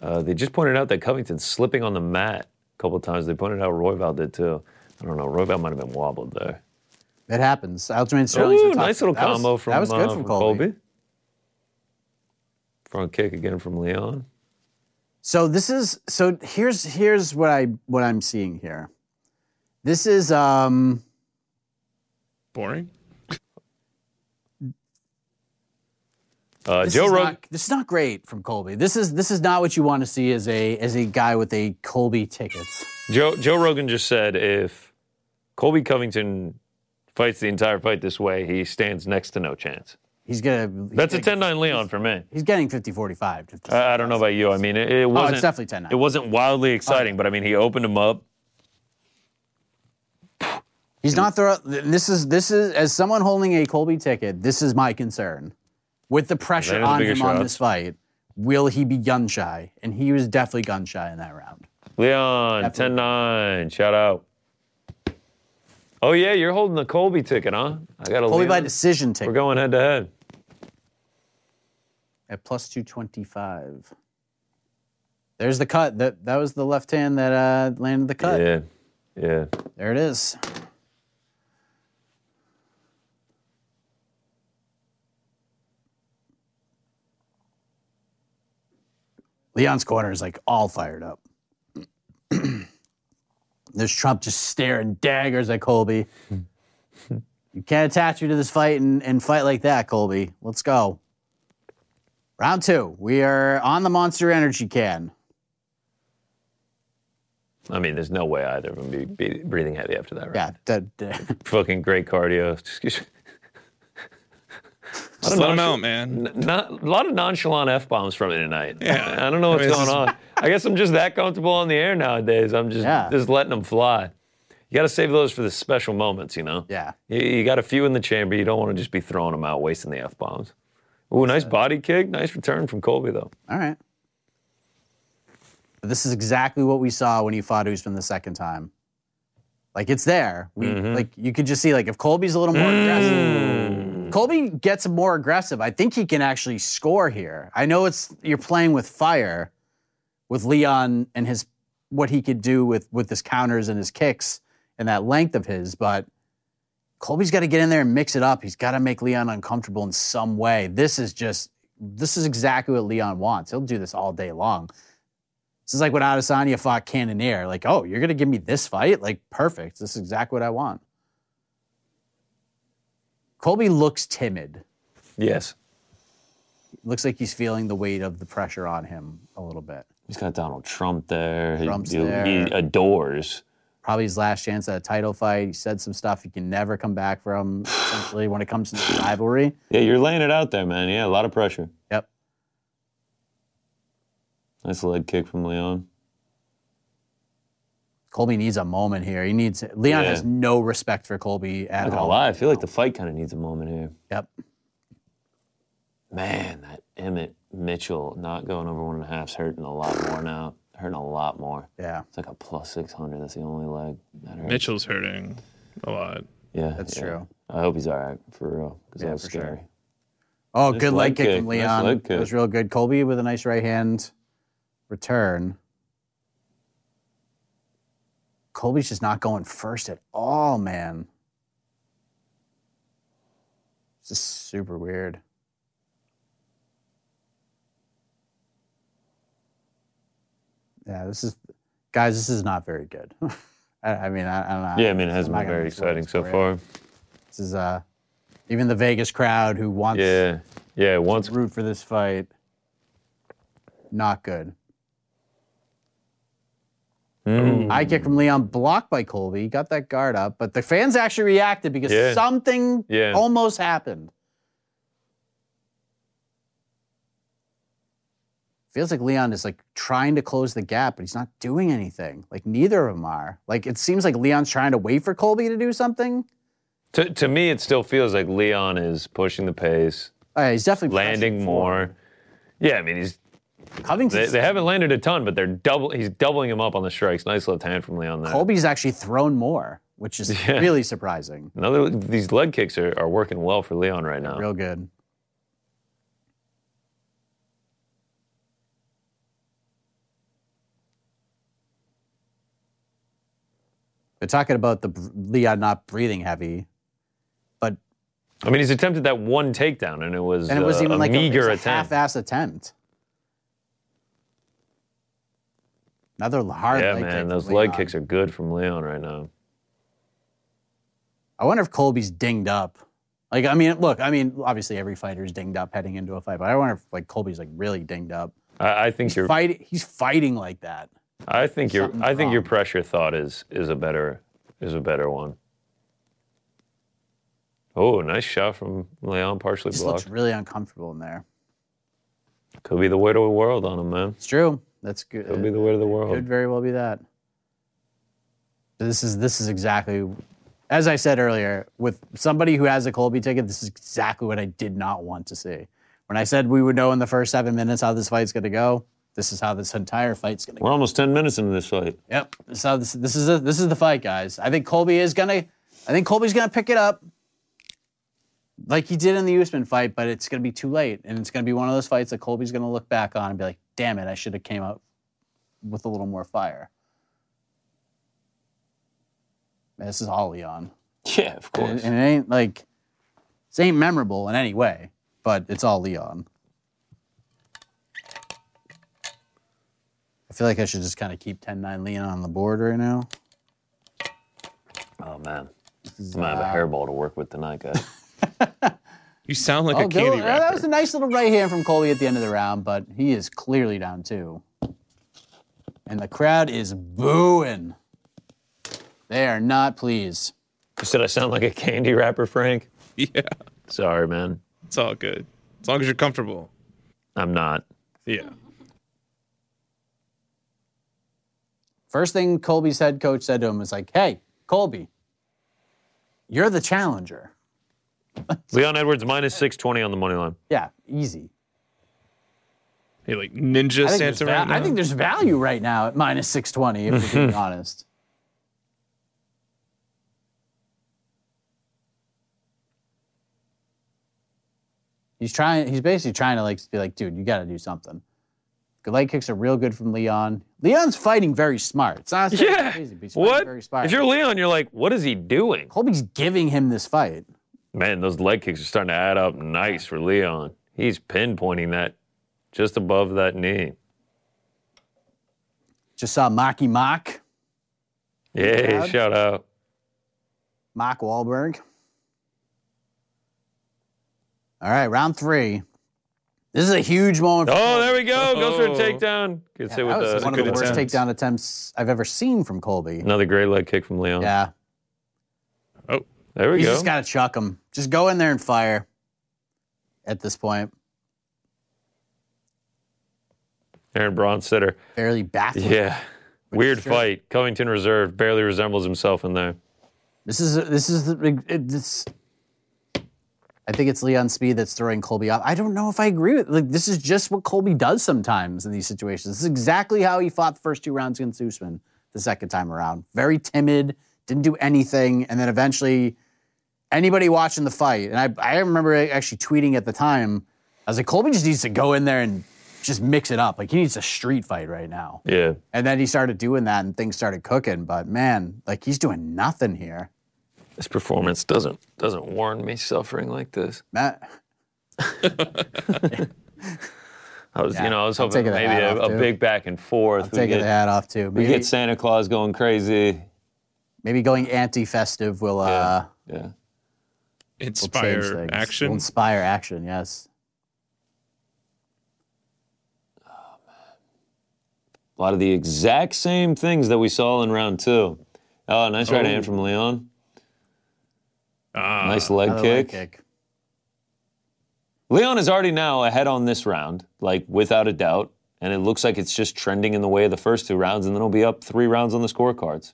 Speaker 3: Uh, they just pointed out that Covington's slipping on the mat a couple times. They pointed out Royval did too. I don't know. Royval might have been wobbled there.
Speaker 2: it happens. Aljamain Sterling's
Speaker 3: Ooh,
Speaker 2: been
Speaker 3: nice
Speaker 2: talking-
Speaker 3: little
Speaker 2: that was-
Speaker 3: combo from,
Speaker 2: that was good
Speaker 3: uh,
Speaker 2: from
Speaker 3: from
Speaker 2: Colby.
Speaker 3: Colby. Front kick again from Leon.
Speaker 2: So this is so here's here's what I what I'm seeing here. This is um
Speaker 4: Boring.
Speaker 3: Uh,
Speaker 2: this
Speaker 3: Joe
Speaker 2: is
Speaker 3: Rogan.
Speaker 2: not, this is not great from Colby. This is this is not what you want to see as a as a guy with a Colby tickets.
Speaker 3: Joe, Joe Rogan just said if Colby Covington fights the entire fight this way, he stands next to no chance.
Speaker 2: He's gonna he's
Speaker 3: That's a
Speaker 2: gonna-
Speaker 3: 10 9 Leon for me.
Speaker 2: He's getting 50 45.
Speaker 3: I, I don't know about you. I mean, it, it
Speaker 2: oh,
Speaker 3: wasn't.
Speaker 2: it's definitely Oh. 10
Speaker 3: It wasn't wildly exciting, but I mean, he opened him up.
Speaker 2: He's not throw this is this is as someone holding a Colby ticket, this is my concern. With the pressure
Speaker 3: They're the
Speaker 2: on
Speaker 3: bigger
Speaker 2: him on this
Speaker 3: shots.
Speaker 2: fight, will he be gun shy? And he was definitely gun shy in that round.
Speaker 3: Leon, 10 9. Shout out. Oh, yeah, you're holding the Colby ticket, huh? I got a
Speaker 2: Colby by
Speaker 3: Leon.
Speaker 2: decision ticket.
Speaker 3: We're going head to head.
Speaker 2: at plus 225. There's the cut. That that was the left hand that uh, landed the cut.
Speaker 3: Yeah. Yeah.
Speaker 2: There it is. Leon's corner is like all fired up. *clears throat* There's Trump just staring daggers at Colby. you can't attach me to this fight and, and fight like that, Colby. Let's go. Round two. We are on the Monster Energy can.
Speaker 3: I mean, there's no way either of them be, be breathing heavy after that, right?
Speaker 2: Yeah, that- that- *laughs*
Speaker 3: Fucking great cardio. *laughs* Excuse me.
Speaker 4: Just let him out, man.
Speaker 3: N- Not, a lot of nonchalant f bombs from me tonight.
Speaker 4: Yeah.
Speaker 3: I don't know
Speaker 4: I
Speaker 3: what's
Speaker 4: mean, this
Speaker 3: going on. I guess I'm just that comfortable on the air nowadays. I'm just
Speaker 2: Yeah.
Speaker 3: just letting them fly. You got to save those for the special moments, you know.
Speaker 2: yeah.
Speaker 3: You, you got a few in the chamber. You don't want to just be throwing them out, wasting the f bombs. Ooh, nice body kick. Nice return from Colby though.
Speaker 2: All right. But this is exactly what we saw when he fought Usman the second time. Like it's there. We like you could just see like if Colby's a little more aggressive. Colby gets more aggressive. I think he can actually score here. I know it's you're playing with fire with Leon and his what he could do with with his counters and his kicks and that length of his, but Colby's got to get in there and mix it up. He's got to make Leon uncomfortable in some way. This is just this is exactly what Leon wants. He'll do this all day long. This is like when Adesanya fought Cannonier. Like, oh, you're gonna give me this fight? Like, perfect. This is exactly what I want. Colby looks timid.
Speaker 3: Yes.
Speaker 2: Looks like he's feeling the weight of the pressure on him a little bit.
Speaker 3: He's got Donald Trump there. He-
Speaker 2: Trump's
Speaker 3: he,
Speaker 2: there.
Speaker 3: he adores.
Speaker 2: probably his last chance at a title fight. He said some stuff you can never come back from, essentially, when it comes to the rivalry.
Speaker 3: Yeah, you're laying it out there, man. Yeah, a lot of pressure.
Speaker 2: Yep.
Speaker 3: Nice leg kick from Leon.
Speaker 2: Colby needs a moment here. He needs Leon
Speaker 3: Yeah.
Speaker 2: has no respect for Colby at
Speaker 3: Not gonna
Speaker 2: all.
Speaker 3: lie, I feel like the fight kind of needs a moment here.
Speaker 2: Yep.
Speaker 3: Man, that Emmett Mitchell not going over one and a half's hurting a lot more now. Hurting a lot more.
Speaker 2: Yeah.
Speaker 3: It's like a plus six hundred. That's the only leg that hurts.
Speaker 4: Mitchell's hurting a lot.
Speaker 3: Yeah,
Speaker 2: That's
Speaker 3: yeah.
Speaker 2: true.
Speaker 3: I hope he's all right for real because
Speaker 2: Yeah,
Speaker 3: that was
Speaker 2: for sure.
Speaker 3: scary.
Speaker 2: Oh,
Speaker 3: Nice
Speaker 2: good leg
Speaker 3: leg
Speaker 2: kick,
Speaker 3: kick.
Speaker 2: from
Speaker 3: Nice
Speaker 2: Leon.
Speaker 3: leg kick.
Speaker 2: It was real good. Colby with a nice right hand return. Colby's just not going first at all, man. This is super weird. Yeah, this is, guys, this is not very good. *laughs* I, I mean, I, I don't know.
Speaker 3: Yeah, I mean it hasn't
Speaker 2: I'm not gonna
Speaker 3: been very
Speaker 2: make some words
Speaker 3: exciting so
Speaker 2: for it.
Speaker 3: far.
Speaker 2: This is, uh, even the Vegas crowd who wants
Speaker 3: Yeah, yeah. Once
Speaker 2: root for this fight. Not good.
Speaker 3: mm.
Speaker 2: High kick from Leon, blocked by Colby. He got that guard up, but the fans actually reacted because
Speaker 3: Yeah.
Speaker 2: something
Speaker 3: Yeah.
Speaker 2: almost happened. Feels like Leon is like trying to close the gap, but he's not doing anything. Like neither of them are. Like it seems like Leon's trying to wait for Colby to do something.
Speaker 3: to, to me, it still feels like Leon is pushing the pace,
Speaker 2: Oh, yeah, he's definitely pushing
Speaker 3: landing
Speaker 2: forward.
Speaker 3: more. Yeah, I mean he's
Speaker 2: *laughs*
Speaker 3: They,
Speaker 2: Covington's
Speaker 3: they haven't landed a ton, but they're double. He's doubling him up on the strikes. Nice left hand from Leon there.
Speaker 2: Colby's actually thrown more, which is
Speaker 3: *laughs* Yeah.
Speaker 2: really surprising.
Speaker 3: Another. These leg kicks are, are working well for Leon right now.
Speaker 2: Real good. They're talking about the br- Leon not breathing heavy, but
Speaker 3: I mean, he's attempted that one takedown, and it was
Speaker 2: and it was
Speaker 3: uh,
Speaker 2: even
Speaker 3: a
Speaker 2: like a, it was
Speaker 3: meager
Speaker 2: a
Speaker 3: attempt.
Speaker 2: half-ass attempt. Another hard
Speaker 3: yeah,
Speaker 2: leg kick
Speaker 3: man,
Speaker 2: from
Speaker 3: those leg
Speaker 2: Leon.
Speaker 3: kicks are good from Leon right now.
Speaker 2: I wonder if Colby's dinged up. Like, I mean, look, I mean, obviously every fighter's dinged up heading into a fight, but I wonder if like Colby's like really dinged up.
Speaker 3: I, I think
Speaker 2: He's
Speaker 3: your
Speaker 2: fighting. He's fighting like that.
Speaker 3: I think your
Speaker 2: something's
Speaker 3: I think your
Speaker 2: wrong.
Speaker 3: pressure thought is is a better is a better one. Oh, nice shot from Leon, partially
Speaker 2: Just
Speaker 3: blocked.
Speaker 2: looks really uncomfortable in there.
Speaker 3: Could be the weight of the world on him, man.
Speaker 2: It's true. That's good.
Speaker 3: Could be the weight of the
Speaker 2: Could
Speaker 3: world.
Speaker 2: very well be that. This is this is exactly, as I said earlier, with somebody who has a Colby ticket, this is exactly what I did not want to see. When I said we would know in the first seven minutes how this fight's going to go, this is how this entire fight's going to go.
Speaker 3: We're almost ten minutes into this fight.
Speaker 2: Yep. So this, this is a, this is the fight, guys. I think Colby is gonna. I think Colby's gonna pick it up, like he did in the Usman fight. But it's gonna be too late, and it's gonna be one of those fights that Colby's gonna look back on and be like, "Damn it, I should have came out with a little more fire." And this is all Leon,
Speaker 3: Yeah, of course.
Speaker 2: and, and it ain't like this ain't memorable in any way, but it's all Leon. I feel like I should just kind of keep 10-9 Leon on the board right now.
Speaker 3: Oh man, I'm gonna have
Speaker 2: uh,
Speaker 3: a hairball to work with
Speaker 2: *laughs*
Speaker 3: tonight, guys.
Speaker 4: You sound like
Speaker 2: Oh,
Speaker 4: a
Speaker 2: good-
Speaker 4: candy
Speaker 2: yeah, that
Speaker 4: wrapper.
Speaker 2: was a nice little right hand from Coley at the end of the round, but he is clearly down two. And the crowd is booing. They are not pleased.
Speaker 3: you said I sound like a candy wrapper, Frank.
Speaker 4: yeah,
Speaker 3: Sorry, man.
Speaker 4: it's all good as long as you're comfortable.
Speaker 3: I'm not.
Speaker 4: Yeah.
Speaker 2: First thing Colby's head coach said to him was like, "Hey, Colby, you're the challenger."
Speaker 3: Leon Edwards minus six twenty on the money line.
Speaker 2: Yeah, easy.
Speaker 4: Hey, like Ninja
Speaker 2: I think, there's
Speaker 4: Santa
Speaker 2: va-
Speaker 4: right now.
Speaker 2: I think there's value right now at minus 620, if we're being
Speaker 4: *laughs*
Speaker 2: honest. He's trying. He's basically trying to like be like, dude, you got to do something. Good leg kicks are real good from Leon. Leon's fighting very smart. It's not
Speaker 3: Yeah.
Speaker 2: crazy, but he's fighting
Speaker 3: What?
Speaker 2: very smart.
Speaker 3: If you're Leon, you're like, what is he doing?
Speaker 2: Colby's giving him this fight.
Speaker 3: Man, those leg kicks are starting to add up nice for Leon. He's pinpointing that just above that knee.
Speaker 2: Just saw Maki Mock,
Speaker 3: Yeah,
Speaker 2: Dad?
Speaker 3: shout out.
Speaker 2: Mock Wahlberg. All right, round three. This is a huge moment. For
Speaker 3: Oh, there we go. Goes for a
Speaker 4: Oh.
Speaker 3: takedown. Gets hit
Speaker 2: that
Speaker 3: with uh,
Speaker 2: was
Speaker 3: a,
Speaker 2: one of the
Speaker 4: good
Speaker 2: worst
Speaker 4: attempt.
Speaker 2: takedown attempts I've ever seen from Colby.
Speaker 3: another great leg kick from Leon.
Speaker 2: Yeah,
Speaker 4: Oh,
Speaker 3: There we
Speaker 2: he's
Speaker 3: go.
Speaker 2: just got to chuck him. Just go in there and fire. At this point,
Speaker 3: Aaron
Speaker 2: *laughs*
Speaker 3: Braun sitter.
Speaker 2: fairly baffling.
Speaker 3: Yeah. Weird
Speaker 2: sure.
Speaker 3: fight. Covington Reserve barely resembles himself in there.
Speaker 2: This is this is the big- it- this. I think it's Leon Speed that's throwing Colby off. I don't know if I agree with like this is just what Colby does sometimes in these situations. This is exactly how he fought the first two rounds against Usman the second time around. Very timid, didn't do anything, and then eventually anybody watching the fight, and I, I remember actually tweeting at the time, I was like, Colby just needs to go in there and just mix it up. Like he needs a street fight right now.
Speaker 3: Yeah.
Speaker 2: And then he started doing that and things started cooking. But man, like he's doing nothing here.
Speaker 3: This performance doesn't doesn't warn me suffering like this.
Speaker 2: Matt.
Speaker 3: I was,
Speaker 2: Yeah,
Speaker 3: you know, I was
Speaker 2: I'm
Speaker 3: hoping
Speaker 2: taking
Speaker 3: maybe
Speaker 2: the hat
Speaker 3: a,
Speaker 2: off,
Speaker 3: a
Speaker 2: too.
Speaker 3: big back and forth.
Speaker 2: I'm
Speaker 3: we
Speaker 2: taking
Speaker 3: get,
Speaker 2: the hat off too.
Speaker 3: we
Speaker 2: Maybe,
Speaker 3: get Santa Claus going crazy.
Speaker 2: maybe going anti-festive will uh,
Speaker 3: Yeah.
Speaker 2: will change
Speaker 4: inspire
Speaker 2: things. Will
Speaker 4: action.
Speaker 2: inspire action. Yes.
Speaker 3: A lot of the exact same things that we saw in round two. Oh, nice right
Speaker 4: Oh.
Speaker 3: hand from Leon.
Speaker 4: Ah,
Speaker 3: Nice leg
Speaker 2: Another
Speaker 3: kick.
Speaker 2: leg kick.
Speaker 3: Leon is already now ahead on this round, like without a doubt, and it looks like it's just trending in the way of the first two rounds, and then he'll be up three rounds on the scorecards.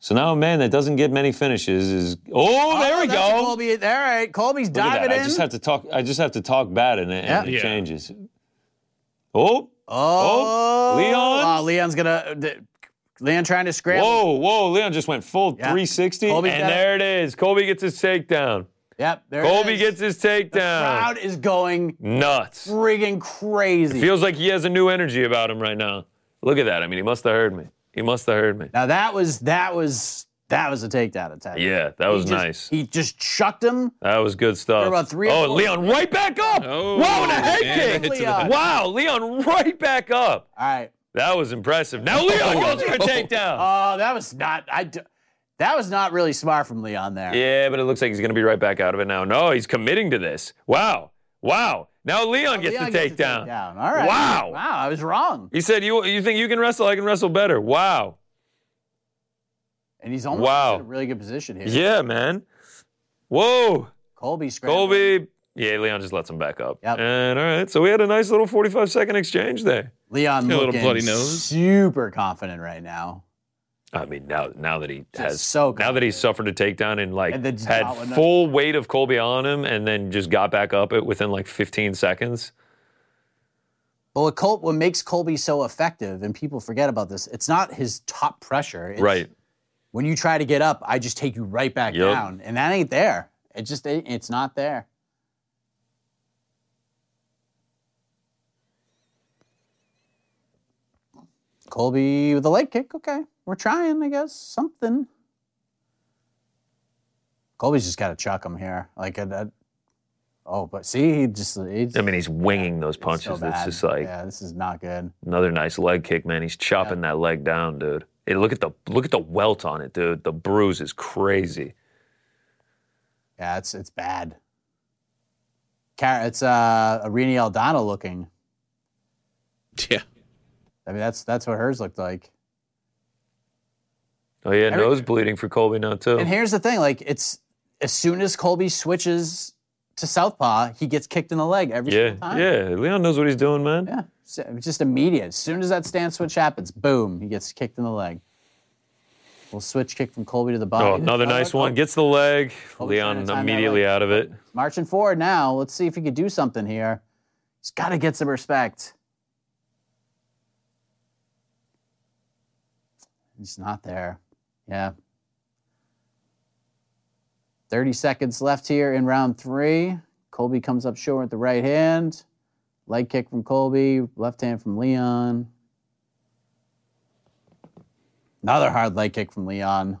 Speaker 3: So now a man that doesn't get many finishes is oh, there
Speaker 2: Oh,
Speaker 3: we
Speaker 2: that's a
Speaker 3: go.
Speaker 2: Colby. All right, Colby's
Speaker 3: Look at
Speaker 2: diving
Speaker 3: that. I
Speaker 2: in.
Speaker 3: just have to talk. I just have to talk bad, and it, and
Speaker 2: Yeah.
Speaker 3: it
Speaker 4: Yeah.
Speaker 3: changes. Oh,
Speaker 2: oh,
Speaker 3: Oh, Leon.
Speaker 2: Oh, Leon's gonna. th- Leon trying to scramble.
Speaker 3: whoa, whoa! Leon just went full
Speaker 2: Yeah.
Speaker 3: 360,
Speaker 2: Colby's
Speaker 3: and
Speaker 2: got it.
Speaker 3: there it is. Colby gets his takedown.
Speaker 2: Yep. There it
Speaker 3: Colby
Speaker 2: is.
Speaker 3: gets his
Speaker 2: The
Speaker 3: takedown.
Speaker 2: crowd is going
Speaker 3: Nuts.
Speaker 2: friggin' crazy.
Speaker 3: Feels like he has a new energy about him right now. Look at that. I mean, he must have heard me. He must have heard me.
Speaker 2: now that was that was that was a takedown attack.
Speaker 3: Yeah, that
Speaker 2: He
Speaker 3: was
Speaker 2: just-
Speaker 3: nice.
Speaker 2: He just chucked him.
Speaker 3: That was good stuff.
Speaker 2: For about three or
Speaker 3: oh,
Speaker 2: four-
Speaker 3: Leon right back up.
Speaker 4: Oh,
Speaker 3: wow, and a
Speaker 4: and a
Speaker 3: head
Speaker 4: hit
Speaker 3: kick.
Speaker 4: to the
Speaker 2: Leon.
Speaker 4: back.
Speaker 3: Wow, Leon right back up.
Speaker 2: All right.
Speaker 3: That was impressive. Now Leon goes for a takedown.
Speaker 2: Oh, that was not. I. d- That was not really smart from Leon there.
Speaker 3: Yeah, but it looks like he's going to be right back out of it now. No, he's committing to this. Wow. Wow. Now Leon gets
Speaker 2: Leon
Speaker 3: the
Speaker 2: gets the
Speaker 3: takedown.
Speaker 2: takedown. All right.
Speaker 3: Wow.
Speaker 2: Wow. I was wrong.
Speaker 3: He said, you, you think you can wrestle? I can wrestle better. Wow.
Speaker 2: And he's almost
Speaker 3: Wow.
Speaker 2: in a really good position here.
Speaker 3: Yeah, man. Whoa.
Speaker 2: Colby scrambled.
Speaker 3: Colby. Yeah, Leon just lets him back up.
Speaker 2: Yep.
Speaker 3: And all right, so we had a nice little 45 second exchange there.
Speaker 2: Leon
Speaker 4: Got a little
Speaker 2: looking
Speaker 4: bloody nose.
Speaker 2: super confident right now.
Speaker 3: I mean, now now that he has
Speaker 2: so
Speaker 3: now that he suffered a takedown and like
Speaker 2: And then just
Speaker 3: had
Speaker 2: not enough-
Speaker 3: full weight of Colby on him, and then just got back up it within like 15 seconds.
Speaker 2: But what, Col- what makes Colby so effective, and people forget about this, it's not his top pressure. It's
Speaker 3: right.
Speaker 2: When you try to get up, I just take you right back
Speaker 3: Yep.
Speaker 2: down, and that ain't there. It just ain't, it's not there. Colby with a leg kick. Okay, we're trying, I guess. Something. Colby's just got to chuck him here. Like a, that. Oh, but see, he just. He's,
Speaker 3: I mean, he's winging those
Speaker 2: it's so
Speaker 3: punches. it's
Speaker 2: bad.
Speaker 3: just like
Speaker 2: yeah, this is not good.
Speaker 3: another nice leg kick, man. He's chopping that leg down, dude. Hey, look at the look at the welt on it, dude. The bruise is crazy.
Speaker 2: Yeah, it's it's bad. Car- it's uh Irene Aldana looking.
Speaker 4: *laughs* yeah.
Speaker 2: I mean, that's that's what hers looked like.
Speaker 3: Oh yeah,
Speaker 2: Every-
Speaker 3: nose bleeding for Colby now too.
Speaker 2: And here's the thing: like, it's as soon as Colby switches to southpaw, he gets kicked in the leg every
Speaker 3: yeah,
Speaker 2: single time.
Speaker 3: yeah. Leon knows what he's doing, man.
Speaker 2: yeah. So it's just immediate. As soon as that stand switch happens, boom, he gets kicked in the leg. Well, switch kick from Colby to the body.
Speaker 3: Oh, another nice one. Gets the leg.
Speaker 2: trying
Speaker 3: Leon
Speaker 2: to time that
Speaker 3: immediately
Speaker 2: leg.
Speaker 3: out of it.
Speaker 2: Marching forward now. Let's see if he could do something here. He's got to get some respect. He's not there. Yeah. 30 seconds left here in round three. Colby comes up short with the right hand. Leg kick from Colby, left hand from Leon. Another hard leg kick from Leon.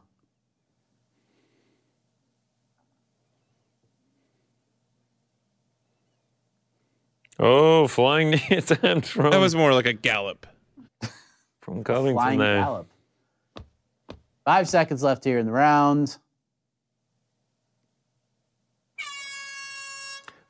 Speaker 3: Oh, flying *laughs* knee attempt from
Speaker 4: That was more like a gallop.
Speaker 3: from Covington
Speaker 2: Flying
Speaker 3: there.
Speaker 2: gallop. Five seconds left here in the round.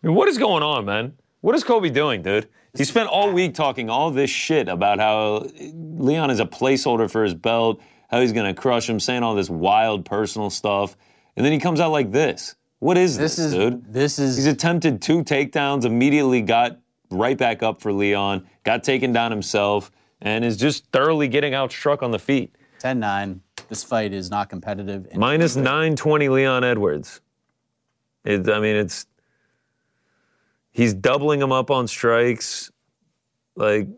Speaker 3: I mean, what is going on, man? What is Kobe doing, dude? He spent all week talking all this shit about how Leon is a placeholder for his belt, how he's gonna crush him, saying all this wild personal stuff, and then he comes out like this. What is this,
Speaker 2: This is
Speaker 3: dude?
Speaker 2: this is
Speaker 3: He's attempted two takedowns, immediately got right back up for Leon, got taken down himself, and is just thoroughly getting outstruck on the feet.
Speaker 2: 10-9. This fight is not competitive. And
Speaker 3: Minus 920 Leon Edwards. It, I mean, it's. He's doubling him up on strikes. Like,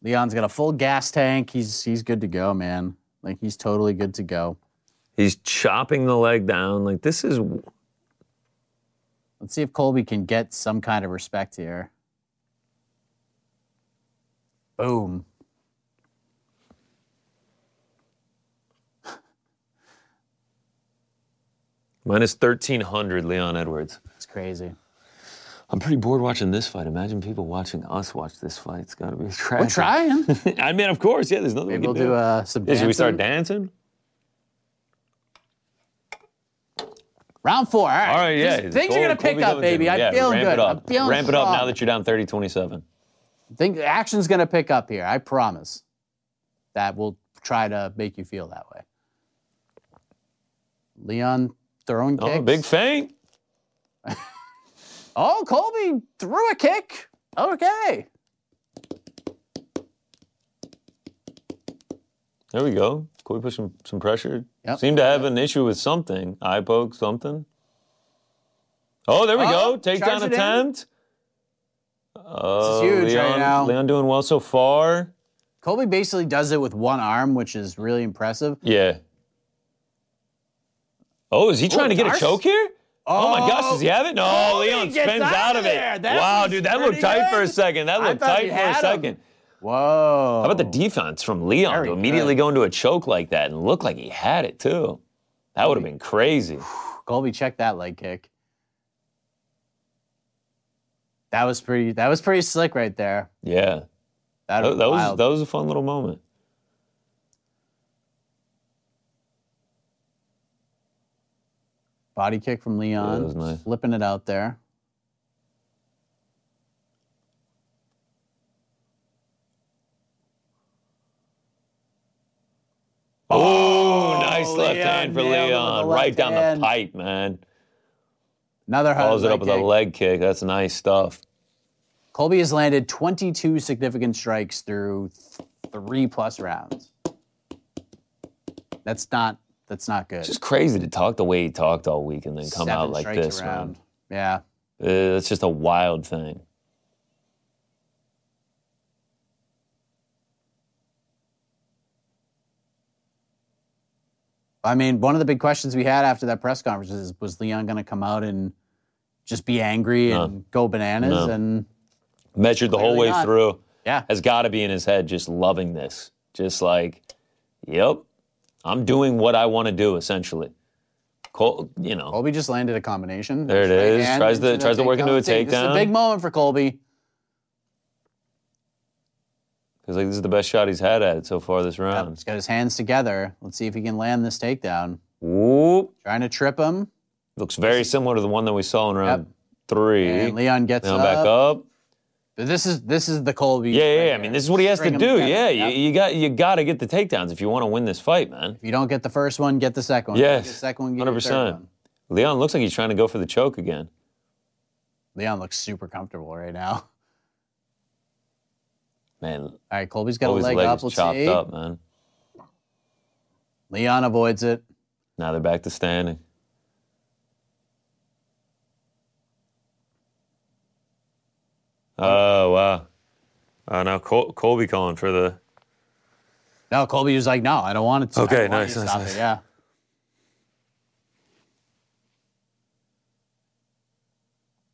Speaker 2: Leon's got a full gas tank. He's he's good to go, man. Like he's totally good to go.
Speaker 3: he's chopping the leg down. Like, this is.
Speaker 2: Let's see if Colby can get some kind of respect here. Boom.
Speaker 3: Minus 1300 Leon Edwards.
Speaker 2: It's crazy.
Speaker 3: I'm pretty bored watching this fight. Imagine people watching us watch this fight. It's got to be tragic.
Speaker 2: We're trying.
Speaker 3: *laughs* I mean, of course, yeah, there's nothing
Speaker 2: Maybe
Speaker 3: we
Speaker 2: we'll
Speaker 3: can
Speaker 2: do uh, some
Speaker 3: Yeah,
Speaker 2: dancing.
Speaker 3: should we start dancing?
Speaker 2: Round four. All right.
Speaker 3: All right, yeah.
Speaker 2: Things- things are gonna
Speaker 3: Kobe
Speaker 2: pick up,
Speaker 3: Covington,
Speaker 2: baby. I'm
Speaker 3: yeah,
Speaker 2: feeling
Speaker 3: ramp
Speaker 2: good.
Speaker 3: It up.
Speaker 2: I'm feeling
Speaker 3: ramp it up now
Speaker 2: strong.
Speaker 3: that you're down 30 27.
Speaker 2: Think action's gonna pick up here. I promise. That will try to make you feel that way. Leon throwing kicks.
Speaker 3: Oh, big feint.
Speaker 2: Oh, Colby threw a kick. Okay.
Speaker 3: There we go. Could we put some, some pressure?
Speaker 2: Yep.
Speaker 3: Seemed to have an issue with something. Eye poke, something. Oh, there we
Speaker 2: Oh,
Speaker 3: go. Takedown
Speaker 2: charge it in.
Speaker 3: attempt. Oh,
Speaker 2: huge right
Speaker 3: Leon,
Speaker 2: now.
Speaker 3: Leon doing well so far.
Speaker 2: Colby basically does it with one arm, which is really impressive.
Speaker 3: Yeah. Oh, is he trying to get a
Speaker 2: Darce?
Speaker 3: choke here? Oh, my gosh, does he have it? No,
Speaker 2: Oh, he
Speaker 3: Leon
Speaker 2: gets
Speaker 3: spins
Speaker 2: out
Speaker 3: out,
Speaker 2: of
Speaker 3: of it.
Speaker 2: there. That
Speaker 3: wow,
Speaker 2: was
Speaker 3: dude, that looked
Speaker 2: pretty
Speaker 3: tight for a
Speaker 2: good.
Speaker 3: second. That
Speaker 2: I
Speaker 3: looked
Speaker 2: thought
Speaker 3: tight
Speaker 2: he
Speaker 3: for
Speaker 2: had
Speaker 3: a
Speaker 2: him.
Speaker 3: second.
Speaker 2: Whoa.
Speaker 3: How about the defense from Leon
Speaker 2: Oh. Very
Speaker 3: to immediately
Speaker 2: good.
Speaker 3: go into a choke like that and look like he had it too? That would have been crazy.
Speaker 2: Colby checked that leg kick. That was pretty. That was pretty slick right there.
Speaker 3: Yeah,
Speaker 2: That,
Speaker 3: that,
Speaker 2: was
Speaker 3: that was
Speaker 2: wild.
Speaker 3: that was a fun little moment.
Speaker 2: body kick from Leon,
Speaker 3: Yeah, that was nice.
Speaker 2: flipping it out there.
Speaker 3: Oh, nice left
Speaker 2: Leon
Speaker 3: hand for
Speaker 2: nailed it with
Speaker 3: Leon,
Speaker 2: the
Speaker 3: right
Speaker 2: left
Speaker 3: down
Speaker 2: hand.
Speaker 3: the pipe, man.
Speaker 2: Another hard
Speaker 3: Follows it
Speaker 2: leg
Speaker 3: up with
Speaker 2: kick.
Speaker 3: a leg kick. That's nice stuff.
Speaker 2: Colby has landed 22 significant strikes through th- three plus rounds. That's not. That's not good.
Speaker 3: It's just crazy to talk the way he talked all week and then come out like
Speaker 2: strikes
Speaker 3: this, man.
Speaker 2: Yeah.
Speaker 3: Uh, That's just a wild thing.
Speaker 2: I mean, one of the big questions we had after that press conference is was Leon going to come out and just be angry and go bananas?
Speaker 3: No.
Speaker 2: And
Speaker 3: Measured the whole
Speaker 2: Clearly
Speaker 3: way
Speaker 2: not.
Speaker 3: through.
Speaker 2: yeah,
Speaker 3: Has got to be in his head just loving this. Just like, yep, I'm doing what I want to do essentially. Col- you know,
Speaker 2: Colby just landed a combination.
Speaker 3: There it
Speaker 2: Straight
Speaker 3: is.
Speaker 2: hand
Speaker 3: Tries to-
Speaker 2: the
Speaker 3: tries to work into a
Speaker 2: See, This is a
Speaker 3: takedown.
Speaker 2: big moment for Colby.
Speaker 3: because like this is the best shot he's had at it so far this
Speaker 2: Yep,
Speaker 3: round.
Speaker 2: he's got his hands together. Let's see if he can land this takedown.
Speaker 3: Whoop.
Speaker 2: Trying to trip him,
Speaker 3: Looks very similar to the one that we saw in round
Speaker 2: Yep.
Speaker 3: three.
Speaker 2: and Leon gets
Speaker 3: Now
Speaker 2: up.
Speaker 3: back up.
Speaker 2: But This is this is the Colby.
Speaker 3: Yeah, yeah.
Speaker 2: right
Speaker 3: yeah. I
Speaker 2: here.
Speaker 3: mean, this is what he has
Speaker 2: String
Speaker 3: to
Speaker 2: 'em
Speaker 3: do.
Speaker 2: together.
Speaker 3: Yeah,
Speaker 2: Yep.
Speaker 3: you, you got you got to get the takedowns if you want to win this fight, man.
Speaker 2: If you don't get the first one, get the second one.
Speaker 3: Yes,
Speaker 2: Get the second one, get 100%.
Speaker 3: 100%. Leon looks like he's trying to go for the choke again.
Speaker 2: Leon looks super comfortable right now. *laughs*
Speaker 3: Man,
Speaker 2: All right, Colby's got
Speaker 3: always
Speaker 2: a leg,
Speaker 3: leg
Speaker 2: up.
Speaker 3: is
Speaker 2: Let's
Speaker 3: chopped
Speaker 2: see.
Speaker 3: up, man.
Speaker 2: Leon avoids it.
Speaker 3: Now they're back to standing. Oh wow! Uh, now Col- Colby calling for the.
Speaker 2: No, Colby was like, no, I don't want it to. I
Speaker 3: Okay,
Speaker 2: don't want
Speaker 3: nice,
Speaker 2: you to
Speaker 3: nice,
Speaker 2: stop
Speaker 3: nice.
Speaker 2: it, Yeah.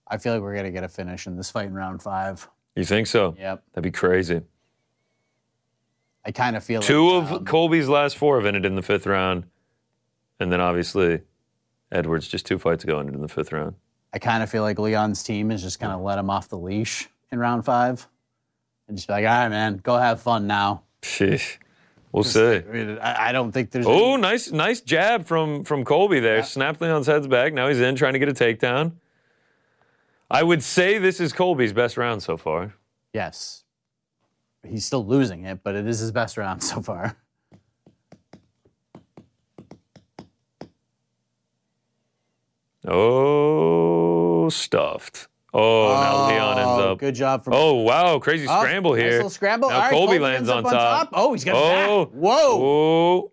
Speaker 2: I feel like we're gonna get a finish in this fight in round five.
Speaker 3: You think so?
Speaker 2: Yep.
Speaker 3: That'd be crazy.
Speaker 2: I kind of feel
Speaker 3: Two
Speaker 2: like,
Speaker 3: of
Speaker 2: um,
Speaker 3: Colby's last four have ended in the fifth round, and then obviously Edwards just two fights ago ended in the fifth round.
Speaker 2: I kind of feel like Leon's team is just kind of let him off the leash in round five, and just be like, all right, man, go have fun now.
Speaker 3: Sheesh. We'll see.
Speaker 2: I, mean, I, I don't think there's.
Speaker 3: Oh, nice, nice jab from from Colby there. Snapped Leon's heads back. Now he's in, trying to get a takedown. I would say this is Colby's best round so far.
Speaker 2: Yes, he's still losing it, but it is his best round *laughs* so far.
Speaker 3: Oh, stuffed. Oh, now Leon ends
Speaker 2: Oh,
Speaker 3: up.
Speaker 2: Good job from.
Speaker 3: Oh wow, crazy
Speaker 2: Oh,
Speaker 3: scramble
Speaker 2: nice
Speaker 3: here.
Speaker 2: little scramble.
Speaker 3: Now
Speaker 2: All right,
Speaker 3: Colby, lands
Speaker 2: up
Speaker 3: on top.
Speaker 2: Oh, he's got
Speaker 3: Oh,
Speaker 2: oh. back. Whoa.
Speaker 3: Oh,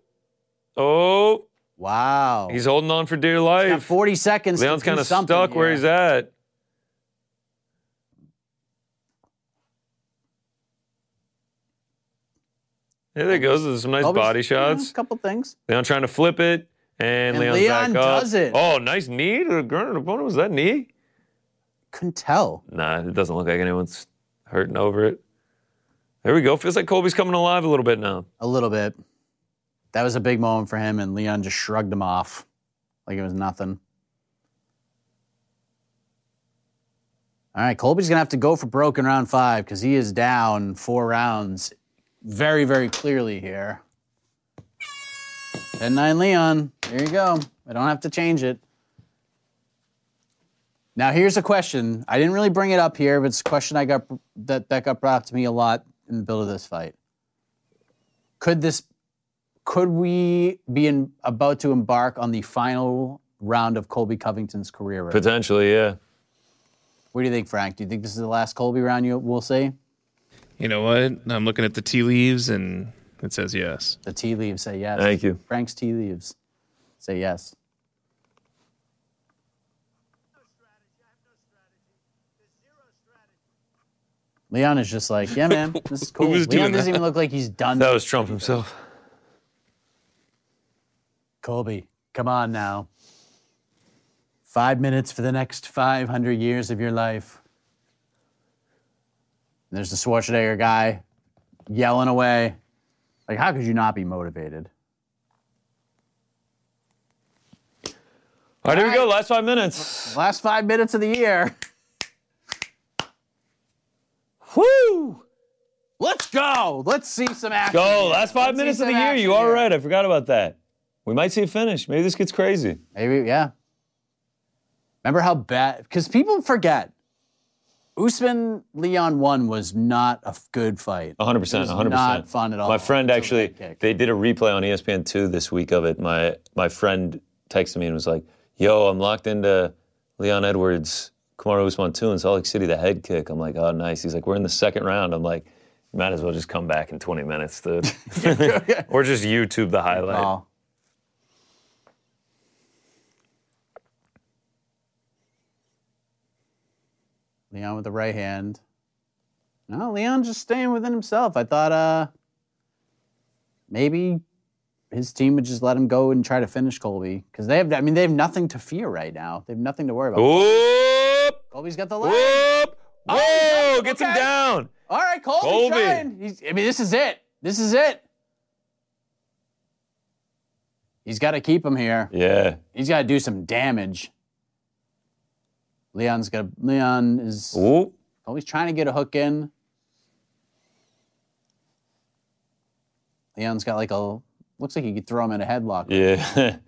Speaker 3: oh,
Speaker 2: Wow.
Speaker 3: he's holding on for dear
Speaker 2: got
Speaker 3: life.
Speaker 2: 40 seconds.
Speaker 3: Leon's
Speaker 2: kind of
Speaker 3: stuck where he's at. There they goes. There's some nice body shots.
Speaker 2: A couple things.
Speaker 3: Leon trying to flip it, and,
Speaker 2: And
Speaker 3: Leon's
Speaker 2: Leon
Speaker 3: back up.
Speaker 2: does it.
Speaker 3: Oh, nice knee to the ground opponent. Was that knee?
Speaker 2: Couldn't tell.
Speaker 3: Nah, it doesn't look like anyone's hurting over it. There we go. Feels like Colby's coming alive a little bit now.
Speaker 2: A little bit. That was a big moment for him, and Leon just shrugged him off like it was nothing. All right, Colby's going to have to go for broke in round five because he is down four rounds very, very clearly here. 10 9 Leon. There you go. I don't have to change it. Now, here's a question. I didn't really bring it up here, but it's a question I got that, that got brought up to me a lot in the build of this fight could this could we be in, about to embark on the final round of Colby Covington's career? round?
Speaker 3: Potentially, yeah.
Speaker 2: What do you think, Frank? Do you think this is the last Colby round you will see?
Speaker 4: You know what? I'm looking at the tea leaves and it says yes.
Speaker 2: The tea leaves say yes.
Speaker 3: Thank you.
Speaker 2: Frank's tea leaves say yes. Leon is just like, yeah, man,
Speaker 3: *laughs*
Speaker 2: this is cool. Leon
Speaker 4: was doing
Speaker 2: doesn't
Speaker 4: that?
Speaker 2: even look like he's done.
Speaker 3: That was Trump himself.
Speaker 2: Colby, come on now. Five minutes for the next 500 years of your life. And there's the Schwarzenegger guy yelling away. Like, how could you not be motivated?
Speaker 3: All right, here we go. Last five minutes.
Speaker 2: Last five minutes of the year. *laughs*
Speaker 3: Woo!
Speaker 2: Let's go. Let's see some action.
Speaker 3: Go.
Speaker 2: here.
Speaker 3: Last 5
Speaker 2: Let's see
Speaker 3: minutes of the
Speaker 2: some
Speaker 3: year.
Speaker 2: action
Speaker 3: You are
Speaker 2: here.
Speaker 3: right. I forgot about that. We might see a finish. Maybe this gets crazy.
Speaker 2: Maybe, yeah. Remember how bad? Because people forget. Usman Leon one was not a f- good fight.
Speaker 3: 100%.
Speaker 2: It was
Speaker 3: 100%.
Speaker 2: not fun at all.
Speaker 3: My friend
Speaker 2: until
Speaker 3: actually,
Speaker 2: that kick.
Speaker 3: they did a replay on E ESPN2 this week of it. My, my friend texted me and was like, yo, I'm locked into Leon Edwards, Kamaru Usman 2 in Salt Lake City, the head kick. I'm like, oh, nice. He's like, we're in the second round. I'm like, you might as well just come back in 20
Speaker 2: *laughs*
Speaker 3: minutes, dude. *laughs* or just YouTube the highlight.
Speaker 2: Oh. Leon with the right hand. No, Leon just staying within himself. I thought uh maybe his team would just let him go and try to finish Colby. Because they have I mean they have nothing to fear right now. They have nothing to worry about.
Speaker 3: Whoop!
Speaker 2: Colby's got the leg.
Speaker 3: Whoop!
Speaker 2: Oh,
Speaker 3: Whoa! Gets him
Speaker 2: okay.
Speaker 3: down.
Speaker 2: All right, Colby's
Speaker 3: Colby.
Speaker 2: trying. He's, I mean, this is it. This is it. He's got to keep him here.
Speaker 3: Yeah.
Speaker 2: He's got to do some damage. Leon's got Leon is
Speaker 3: Ooh.
Speaker 2: always trying to get a hook in. Leon's got like a looks like he could throw him in a headlock.
Speaker 3: Yeah. *laughs*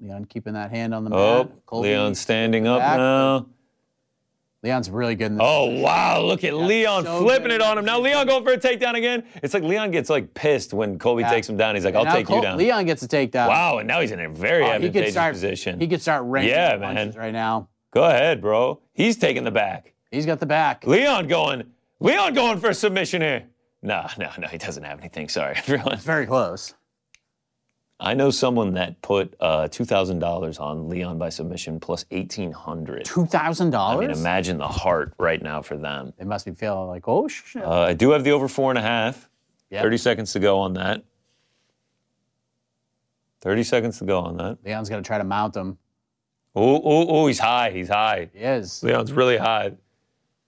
Speaker 2: Leon keeping that hand on the mat.
Speaker 3: oh,
Speaker 2: Colby-
Speaker 3: Leon standing up
Speaker 2: back.
Speaker 3: now.
Speaker 2: Leon's really good in this.
Speaker 3: Oh wow! Look at Leon
Speaker 2: so
Speaker 3: flipping
Speaker 2: good.
Speaker 3: it on him. Now Leon going for a takedown again. It's like Leon gets like pissed when Colby
Speaker 2: Yeah.
Speaker 3: takes him down. He's like,
Speaker 2: And
Speaker 3: "I'll
Speaker 2: now
Speaker 3: take
Speaker 2: Col-
Speaker 3: you down."
Speaker 2: Leon gets a takedown.
Speaker 3: Wow! And now he's in a very
Speaker 2: Oh, he
Speaker 3: advantageous
Speaker 2: could start
Speaker 3: position.
Speaker 2: He could start ranking
Speaker 3: Yeah,
Speaker 2: punches
Speaker 3: man.
Speaker 2: right now.
Speaker 3: Go ahead, bro. He's taking the back.
Speaker 2: He's got the back.
Speaker 3: Leon going. Leon going for a submission here. No, no, no. He doesn't have anything. Sorry, *laughs* everyone.
Speaker 2: Very close.
Speaker 3: I know someone that put uh, two thousand dollars on Leon by submission plus eighteen hundred.
Speaker 2: Two thousand
Speaker 3: I mean,
Speaker 2: dollars.
Speaker 3: imagine the heart right now for them.
Speaker 2: They must be feeling like, oh shit.
Speaker 3: Uh, I do have the over four and a half.
Speaker 2: Yeah.
Speaker 3: 30 seconds to go on that. 30 seconds to go on that.
Speaker 2: Leon's gonna try to mount him.
Speaker 3: Oh, oh, oh, he's high. He's high.
Speaker 2: He is.
Speaker 3: Leon's really high.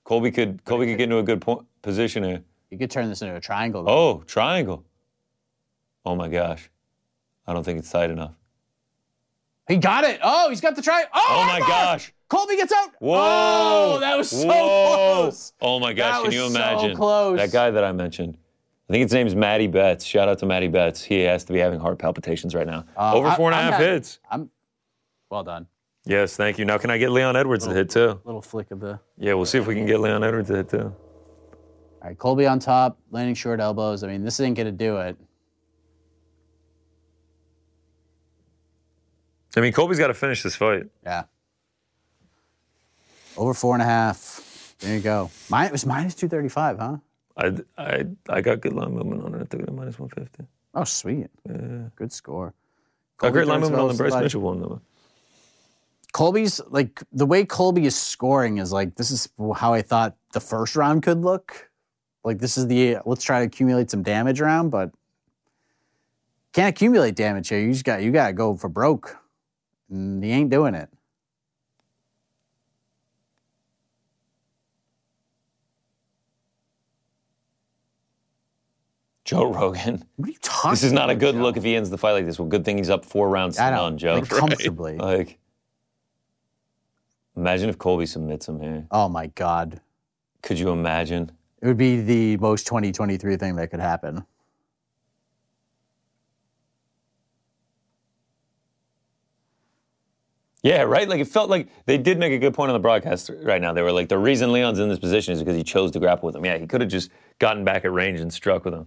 Speaker 3: Colby could Colby could get into a good point, position here.
Speaker 2: You could turn this into a triangle. though.
Speaker 3: Oh, triangle. Oh my gosh. I don't think it's tight enough.
Speaker 2: He got it. Oh, he's got the try. Oh,
Speaker 3: Oh my
Speaker 2: armbar!
Speaker 3: gosh.
Speaker 2: Colby gets out.
Speaker 3: Whoa.
Speaker 2: Oh, that was so
Speaker 3: Whoa.
Speaker 2: close.
Speaker 3: Oh my gosh,
Speaker 2: That
Speaker 3: can you
Speaker 2: was so
Speaker 3: imagine?
Speaker 2: close.
Speaker 3: That guy that I mentioned. I think his name's Matty Betts. Shout out to Matty Betts. He has to be having heart palpitations right now. Over
Speaker 2: Uh, I-
Speaker 3: four and a
Speaker 2: I'm
Speaker 3: half
Speaker 2: not-
Speaker 3: hits.
Speaker 2: Well done.
Speaker 3: Yes, thank you. Now can I get Leon Edwards to hit too?
Speaker 2: Little flick of the.
Speaker 3: Yeah, we'll see if we can get Leon Edwards to hit too.
Speaker 2: All right, Colby on top, landing short elbows. I mean, this ain't gonna do it.
Speaker 3: I mean, Colby's got to finish this fight.
Speaker 2: Yeah. Over four and a half. There you go. Mine, it was minus 235, huh?
Speaker 3: I, I, I got good line movement on it. I took it at minus 150.
Speaker 2: Oh, sweet. Good score.
Speaker 3: Got great line
Speaker 2: throws
Speaker 3: movement on the
Speaker 2: those,
Speaker 3: Bryce
Speaker 2: like-
Speaker 3: Mitchell one, though.
Speaker 2: Colby's, like, the way Colby is scoring is like, this is how I thought the first round could look. Like, this is the, let's try to accumulate some damage round, but can't accumulate damage here. You just got, you got to go for broke. And he ain't doing it.
Speaker 3: Joe Rogan.
Speaker 2: What are you talking
Speaker 3: This is not a
Speaker 2: about,
Speaker 3: good
Speaker 2: Joe?
Speaker 3: look if he ends the fight like this. Well, good thing he's up four rounds to
Speaker 2: I know,
Speaker 3: none, Joe. *laughs*
Speaker 2: like, comfortably.
Speaker 3: Like, imagine if Colby submits him here.
Speaker 2: Oh, my God.
Speaker 3: Could you imagine?
Speaker 2: It would be the most 2023 thing that could happen.
Speaker 3: Yeah, right? Like, it felt like they did make a good point on the broadcast right now. They were like, the reason Leon's in this position is because he chose to grapple with him. Yeah, he could have just gotten back at range and struck with him.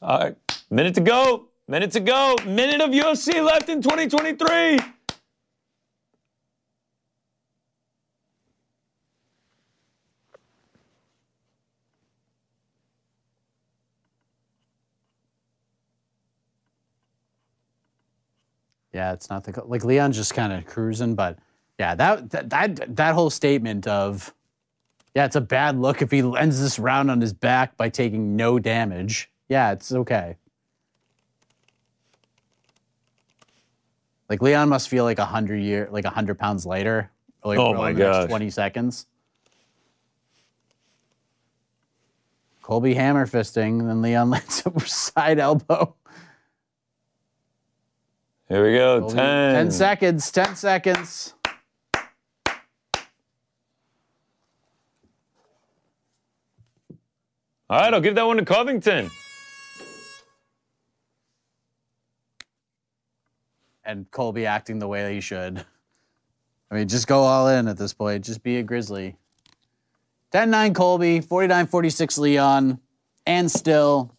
Speaker 3: All right, minute to go. Minute to go. Minute of UFC left in 2023.
Speaker 2: Yeah, it's not the co- like Leon's just kind of cruising, but yeah, that, that that that whole statement of yeah, it's a bad look if he ends this round on his back by taking no damage. Yeah, it's okay. Like Leon must feel like a hundred year, like a hundred pounds lighter. Like
Speaker 3: Oh
Speaker 2: in
Speaker 3: my
Speaker 2: the next
Speaker 3: gosh.
Speaker 2: Twenty seconds. Colby hammer fisting, then Leon *laughs* lands a side elbow.
Speaker 3: Here we go.
Speaker 2: Colby,
Speaker 3: 10.
Speaker 2: seconds. Ten seconds.
Speaker 3: All right, I'll give that one to Covington.
Speaker 2: and Colby acting the way he should. I mean, just go all in at this point. Just be a Grizzly. 10 9 Colby, 49 46 Leon, and still.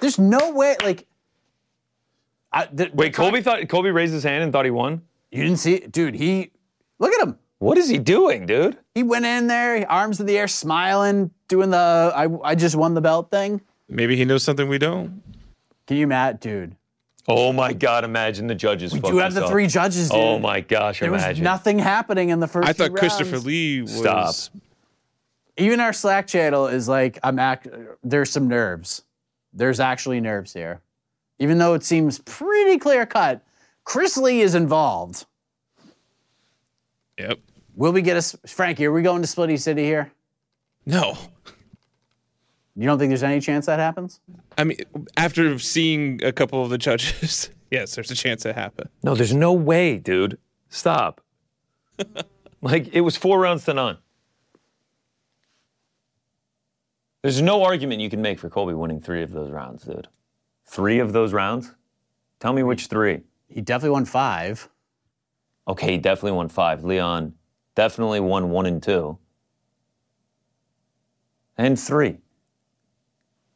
Speaker 2: There's no way, like. I, th-
Speaker 3: Wait, Colby thought Colby raised his hand and thought he won.
Speaker 2: You didn't see Dude, he. Look at him.
Speaker 3: What is he doing, dude?
Speaker 2: He went in there, arms in the air, smiling, doing the I, I just won the belt thing.
Speaker 4: Maybe he knows something we don't.
Speaker 2: Can you, Matt, dude?
Speaker 3: Oh my God! Imagine the judges.
Speaker 2: Do you have the three judges, dude?
Speaker 3: Oh my gosh!
Speaker 2: There was
Speaker 3: imagine.
Speaker 2: nothing happening in the first.
Speaker 4: I
Speaker 2: few
Speaker 4: thought Christopher
Speaker 2: rounds.
Speaker 4: Lee was.
Speaker 3: Stop.
Speaker 2: Even our Slack channel is like, I'm act. There's some nerves. There's actually nerves here, even though it seems pretty clear cut. Chris Lee is involved.
Speaker 4: Yep.
Speaker 2: Will we get us, Frankie? Are we going to Splitty City here?
Speaker 4: No.
Speaker 2: You don't think there's any chance that happens?
Speaker 4: I mean, after seeing a couple of the judges, *laughs* yes, there's a chance that happened.
Speaker 3: No, there's no way, dude.
Speaker 4: *laughs*
Speaker 3: Stop. like it was four rounds to none. There's no argument you can make for Colby winning three of those rounds, dude. Three of those rounds? Tell me which three.
Speaker 2: He definitely won five.
Speaker 3: Okay, he definitely won five. Leon definitely won one and two. And three.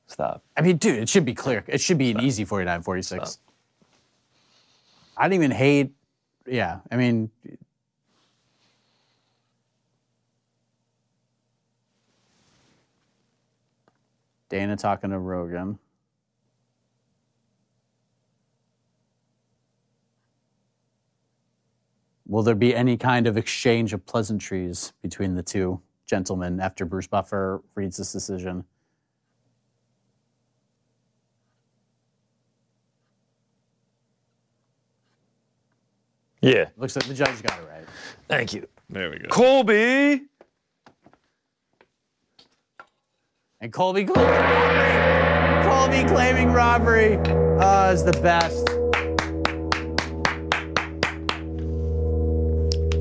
Speaker 3: Stop.
Speaker 2: I mean, dude, it should be clear. It should be an easy 49 46. I didn't even hate. Yeah, I mean, Dana talking to Rogan. Will there be any kind of exchange of pleasantries between the two gentlemen after Bruce Buffer reads this decision?
Speaker 3: Yeah.
Speaker 2: Looks like the judge got it right.
Speaker 3: Thank you.
Speaker 4: There we go.
Speaker 3: Colby
Speaker 2: And Colby claiming robbery. Colby claiming robbery uh, is the best.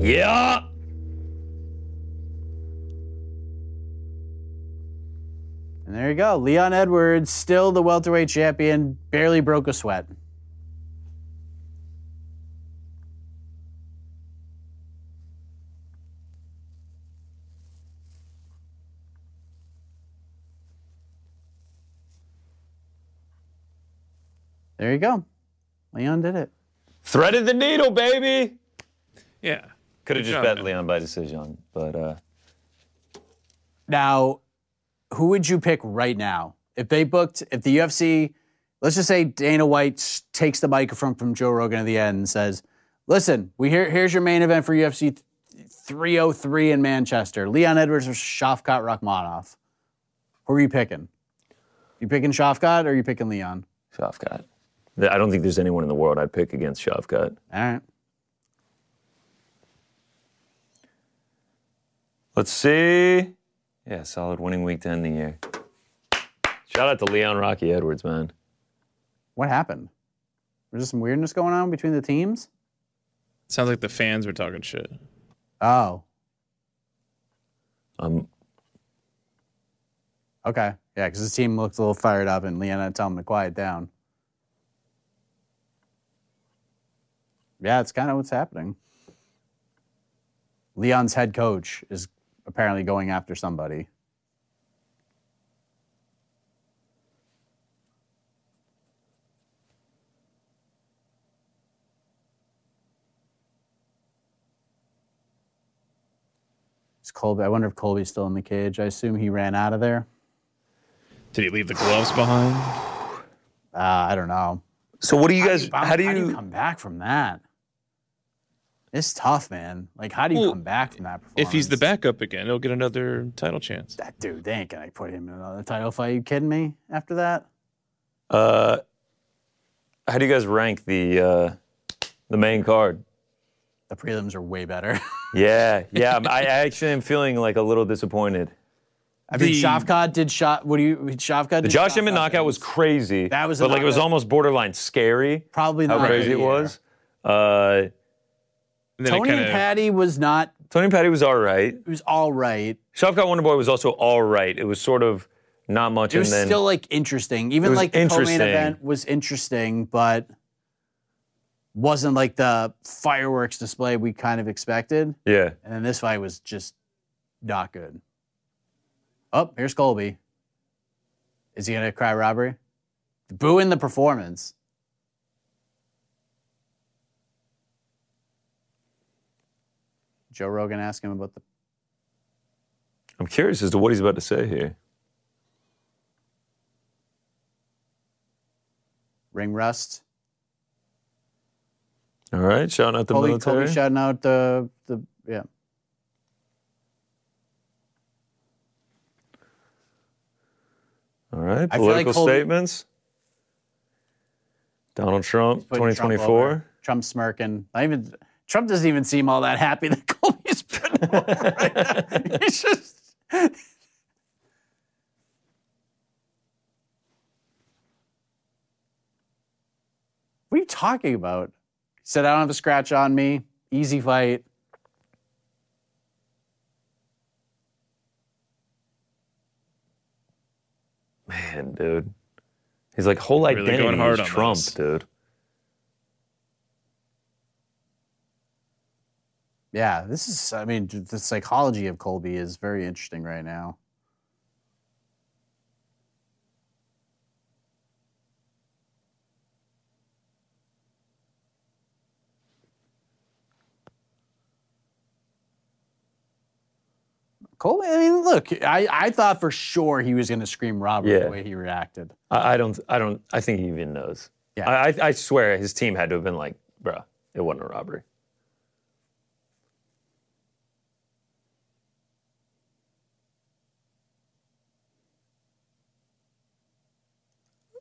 Speaker 3: Yeah.
Speaker 2: And there you go. Leon Edwards, still the welterweight champion, barely broke a sweat. There you go. Leon did it.
Speaker 3: Threaded the needle, baby.
Speaker 4: Yeah.
Speaker 3: Could have just
Speaker 4: Good job,
Speaker 3: bet
Speaker 4: man.
Speaker 3: Leon by decision, but uh,
Speaker 2: Now, who would you pick right now? If they booked, if the UFC, let's just say Dana White s- takes the microphone from Joe Rogan at the end and says, listen, we here, here's your main event for UFC th- 303 in Manchester. Leon Edwards versus Shafkat Rachmanov. Who are you picking? You picking Shafkat or are you picking Leon?
Speaker 3: Shavkat. I don't think there's anyone in the world I'd pick against Shavkat.
Speaker 2: All right.
Speaker 3: Let's see. Yeah, solid winning week to end the year. Shout out to Leon Rocky Edwards, man.
Speaker 2: What happened? Was there some weirdness going on between the teams?
Speaker 4: Sounds like the fans were talking shit.
Speaker 2: Oh,
Speaker 3: Um,
Speaker 2: okay. Yeah, because his team looked a little fired up and Leon had to tell him to quiet down. Yeah, it's kind of what's happening. Leon's head coach is apparently going after somebody. Is Colby? I wonder if Colby's still in the cage. I assume he ran out of there.
Speaker 4: Did he leave the gloves behind?
Speaker 2: Uh, I don't know.
Speaker 3: so what do you guys?
Speaker 2: bounce-
Speaker 3: How do you?
Speaker 2: come back from that? It's tough, man. Like, how do you
Speaker 4: Well,
Speaker 2: come back from that? Performance?
Speaker 4: If he's the backup again, he'll get another title chance.
Speaker 2: that dude, they ain't gonna put him in another title fight. you kidding me? After that,
Speaker 3: Uh, how do you guys rank the uh, the main card?
Speaker 2: the prelims are way better. *laughs*
Speaker 3: Yeah, yeah. I'm- I I actually am feeling like a little disappointed.
Speaker 2: I mean,
Speaker 4: The-
Speaker 2: Shavkat did shot. What do you? Shavkat.
Speaker 3: The
Speaker 2: did
Speaker 3: Josh
Speaker 2: Shavkat
Speaker 3: Emmett knockout was crazy.
Speaker 2: That was a
Speaker 3: but like it was
Speaker 2: knockout.
Speaker 3: almost borderline scary.
Speaker 2: probably
Speaker 3: How
Speaker 2: not
Speaker 3: crazy it
Speaker 2: here.
Speaker 3: was. Uh,
Speaker 4: And then it
Speaker 2: Tony and
Speaker 4: kinda-
Speaker 2: Patty was not.
Speaker 3: Tony Patty was all right.
Speaker 2: It was all right.
Speaker 3: Shavkat Wonderboy was also all right. It was sort of not much,
Speaker 2: It was
Speaker 3: and then
Speaker 2: still like interesting. Even
Speaker 3: was
Speaker 2: like the co-main
Speaker 3: interesting.
Speaker 2: event was interesting, but wasn't like the fireworks display we kind of expected.
Speaker 3: yeah.
Speaker 2: And then this fight was just not good. Oh, here's Colby. Is he gonna cry robbery? Boo in the performance. Joe Rogan asked him about the
Speaker 3: I'm curious as to what he's about to say here.
Speaker 2: ring rust.
Speaker 3: All right, shouting out the
Speaker 2: Colby,
Speaker 3: military.
Speaker 2: Colby shouting out the the yeah.
Speaker 3: All right,
Speaker 2: I feel like
Speaker 3: political
Speaker 2: Colby-
Speaker 3: statements. Donald Trump,
Speaker 2: Putting Trump
Speaker 3: 2024.
Speaker 2: over. Trump smirking. Not even Trump doesn't even seem all that happy that *laughs* Colby's putting him over *laughs* right now. It's just What are you talking about? He said I don't have a scratch on me. Easy fight.
Speaker 3: Man, dude. He's like whole
Speaker 4: Really
Speaker 3: identity
Speaker 4: going hard
Speaker 3: is
Speaker 4: on
Speaker 3: Trump,
Speaker 4: this.
Speaker 3: dude.
Speaker 2: Yeah, this is I mean, the psychology of Colby is very interesting right now. Colby, I mean, look, I, I thought for sure he was going to scream Robert
Speaker 3: Yeah.
Speaker 2: the way he reacted.
Speaker 3: I, I don't I don't I think he even knows.
Speaker 2: Yeah.
Speaker 3: I, I I swear his team had to have been like, bruh, it wasn't a robbery.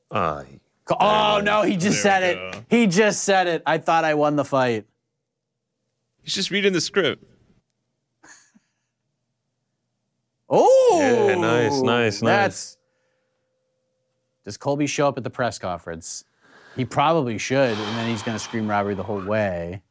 Speaker 3: Uh,
Speaker 2: Co- Oh, no, he just
Speaker 4: There
Speaker 2: said
Speaker 4: we go.
Speaker 2: it. He just said it. I thought I won the fight.
Speaker 4: He's just reading the script.
Speaker 2: Oh,
Speaker 3: Okay, nice, nice, nice.
Speaker 2: That's. Does Colby show up at the press conference? He probably should, and then he's going to scream robbery the whole way.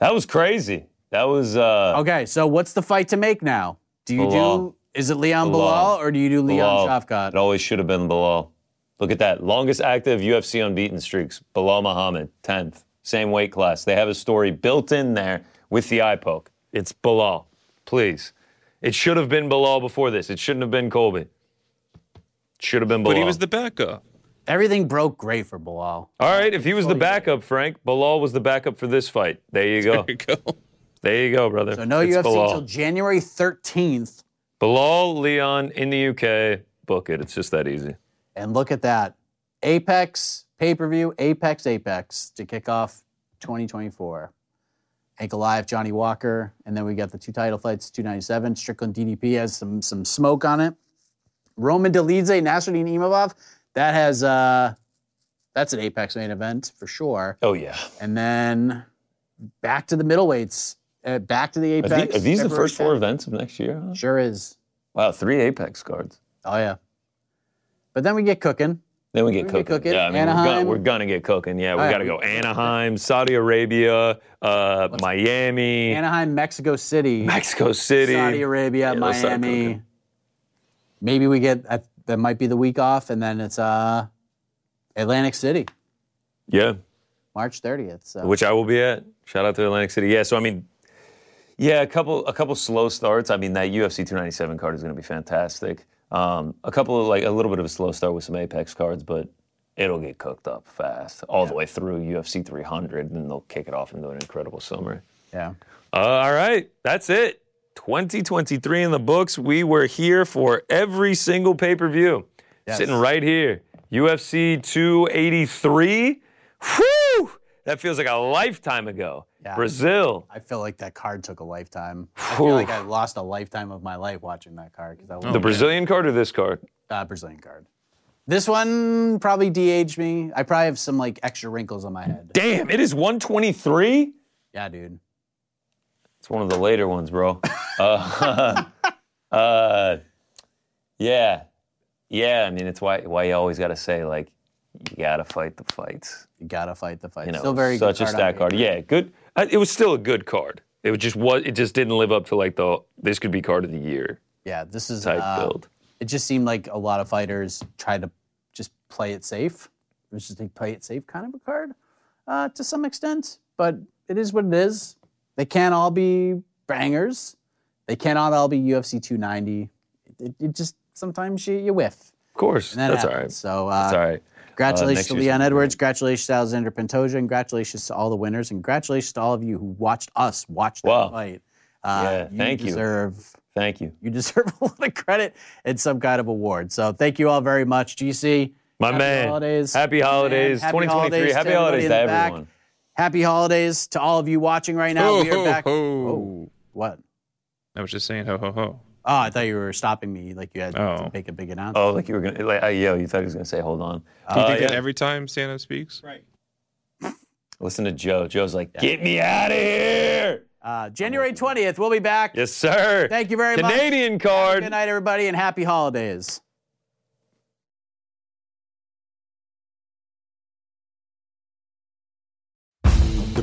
Speaker 3: That was crazy. That was uh
Speaker 2: Okay, so what's the fight to make now? Do you
Speaker 3: Bilal.
Speaker 2: do? Is it Leon Bilal,
Speaker 3: Bilal.
Speaker 2: or do you do Leon
Speaker 3: Bilal.
Speaker 2: Shafkat?
Speaker 3: It always should have been Bilal. Look at that. Longest active UFC unbeaten streaks. Bilal Muhammad, 10th. Same weight class. They have a story built in there with the eye poke. It's Bilal. Please. It should have been Bilal before this. It shouldn't have been Colby. It should have been Bilal.
Speaker 4: But he was the backup.
Speaker 2: Everything broke great for Bilal.
Speaker 3: All right, if he was the backup, Frank, Bilal was the backup for this fight. There you go.
Speaker 4: There you go.
Speaker 3: There you go, brother.
Speaker 2: So no
Speaker 3: It's
Speaker 2: UFC
Speaker 3: Bilal.
Speaker 2: until January 13th.
Speaker 3: Bilal, Leon in the UK. Book it. It's just that easy.
Speaker 2: And look at that. Apex pay per view, Apex Apex to kick off 2024. Ankle Live, Johnny Walker. And then we got the two title fights, 297. Strickland DDP has some some smoke on it. Roman Delidze, Nasruddin Imavov. That has, uh, that's an Apex main event for sure.
Speaker 3: Oh yeah.
Speaker 2: And then back to the middleweights, uh, back to the
Speaker 3: Are,
Speaker 2: Apex.
Speaker 3: the- are these the
Speaker 2: February
Speaker 3: first four
Speaker 2: 10th.
Speaker 3: events of next year? huh?
Speaker 2: Sure is.
Speaker 3: Wow, three Apex cards.
Speaker 2: Oh, yeah. But then we get cooking.
Speaker 3: Then we get
Speaker 2: We get
Speaker 3: cooking.
Speaker 2: cooking.
Speaker 3: Yeah, I mean, we're gonna-
Speaker 2: Anaheim.
Speaker 3: We're, gonna get cooking. Yeah, we
Speaker 2: All
Speaker 3: gotta
Speaker 2: right.
Speaker 3: go Anaheim, Saudi Arabia, uh, Miami,
Speaker 2: Anaheim, Mexico City.
Speaker 3: Mexico City.
Speaker 2: Saudi Arabia,
Speaker 3: Yeah, let's start
Speaker 2: Miami.
Speaker 3: cooking.
Speaker 2: Maybe we get uh, that might be the week off, and then it's uh, Atlantic City,
Speaker 3: Yeah,
Speaker 2: March 30th. So
Speaker 3: which I will be at. Shout out to Atlantic City. Yeah, so I mean, yeah, a couple a couple slow starts. I mean, that UFC 297 card is going to be fantastic. Um, a couple of like a little bit of a slow start with some Apex cards, but it'll get cooked up fast all the way through UFC 300, and they'll kick it off into an incredible summer.
Speaker 2: yeah,
Speaker 3: Uh, all right, that's it. 2023 in the books. We were here for every single pay per view. Sitting right here. UFC 283. Whew! That feels like a lifetime ago.
Speaker 2: Yeah.
Speaker 3: Brazil.
Speaker 2: I feel like that card took a lifetime. I feel like I lost a lifetime of my life watching that card because I was
Speaker 3: Oh, the Brazilian card or this card?
Speaker 2: uh, Brazilian card. This one probably de-aged me. I probably have some like extra wrinkles on my head.
Speaker 3: Damn, it is 123?
Speaker 2: Yeah, dude.
Speaker 3: It's one of the later ones, bro. Uh, *laughs* uh, yeah. Yeah, I mean, it's why, why you always got to say, like, you got to fight the fights.
Speaker 2: You gotta fight the fight.
Speaker 3: you know,
Speaker 2: Still very
Speaker 3: such
Speaker 2: good
Speaker 3: a
Speaker 2: card on
Speaker 3: stack card.
Speaker 2: paper.
Speaker 3: Yeah, good. uh, It was still a good card. It was just what it just didn't live up to like the this could be card of the year
Speaker 2: Yeah, this is
Speaker 3: type
Speaker 2: uh,
Speaker 3: build.
Speaker 2: it just seemed like a lot of fighters tried to just play it safe. It was just a play it safe kind of a card uh, to some extent, but it is what it is. They can't all be bangers. They cannot all be UFC 290. It, it just sometimes you, you whiff.
Speaker 3: Of course,
Speaker 2: And that
Speaker 3: that's all right.
Speaker 2: happens. So uh,
Speaker 3: That's all right.
Speaker 2: congratulations
Speaker 3: next
Speaker 2: to
Speaker 3: year's
Speaker 2: Leon
Speaker 3: gonna be
Speaker 2: Edwards. Congratulations to Alexander Pantoja. And congratulations to all the winners. And congratulations to all of you who watched us watch that
Speaker 3: Wow.
Speaker 2: fight. Uh,
Speaker 3: Yeah, thank you.
Speaker 2: deserve
Speaker 3: Thank you,
Speaker 2: you deserve *laughs* a lot of credit and some kind of award. So thank you all very much, GC.
Speaker 3: my
Speaker 2: happy
Speaker 3: man.
Speaker 2: Holidays.
Speaker 3: Happy
Speaker 2: My man,
Speaker 3: holidays,
Speaker 2: happy
Speaker 3: 2023.
Speaker 2: holidays to
Speaker 3: happy
Speaker 2: everybody
Speaker 3: holidays
Speaker 2: in
Speaker 3: to
Speaker 2: the back.
Speaker 3: everyone.
Speaker 2: Happy holidays to all of you watching right now.
Speaker 4: Ho,
Speaker 2: we are
Speaker 4: ho,
Speaker 2: back.
Speaker 4: ho.
Speaker 2: Oh, what?
Speaker 4: I was just saying ho ho ho.
Speaker 2: Oh, I thought you were stopping me. Like you had to
Speaker 4: Oh.
Speaker 2: make a big announcement.
Speaker 3: Oh, like you were gonna, like, uh, yo, you thought he was gonna say, hold on.
Speaker 4: Do you
Speaker 3: Uh,
Speaker 4: think that
Speaker 3: yeah.
Speaker 4: every time Santa speaks? Right.
Speaker 3: Listen to Joe. Joe's like, get me out of here.
Speaker 4: Oh.
Speaker 2: Uh, January twentieth, we'll be back.
Speaker 3: Yes, sir.
Speaker 2: Thank you very much.
Speaker 3: Canadian
Speaker 2: Have a
Speaker 3: card.
Speaker 2: Good night, everybody, and happy holidays.
Speaker 5: The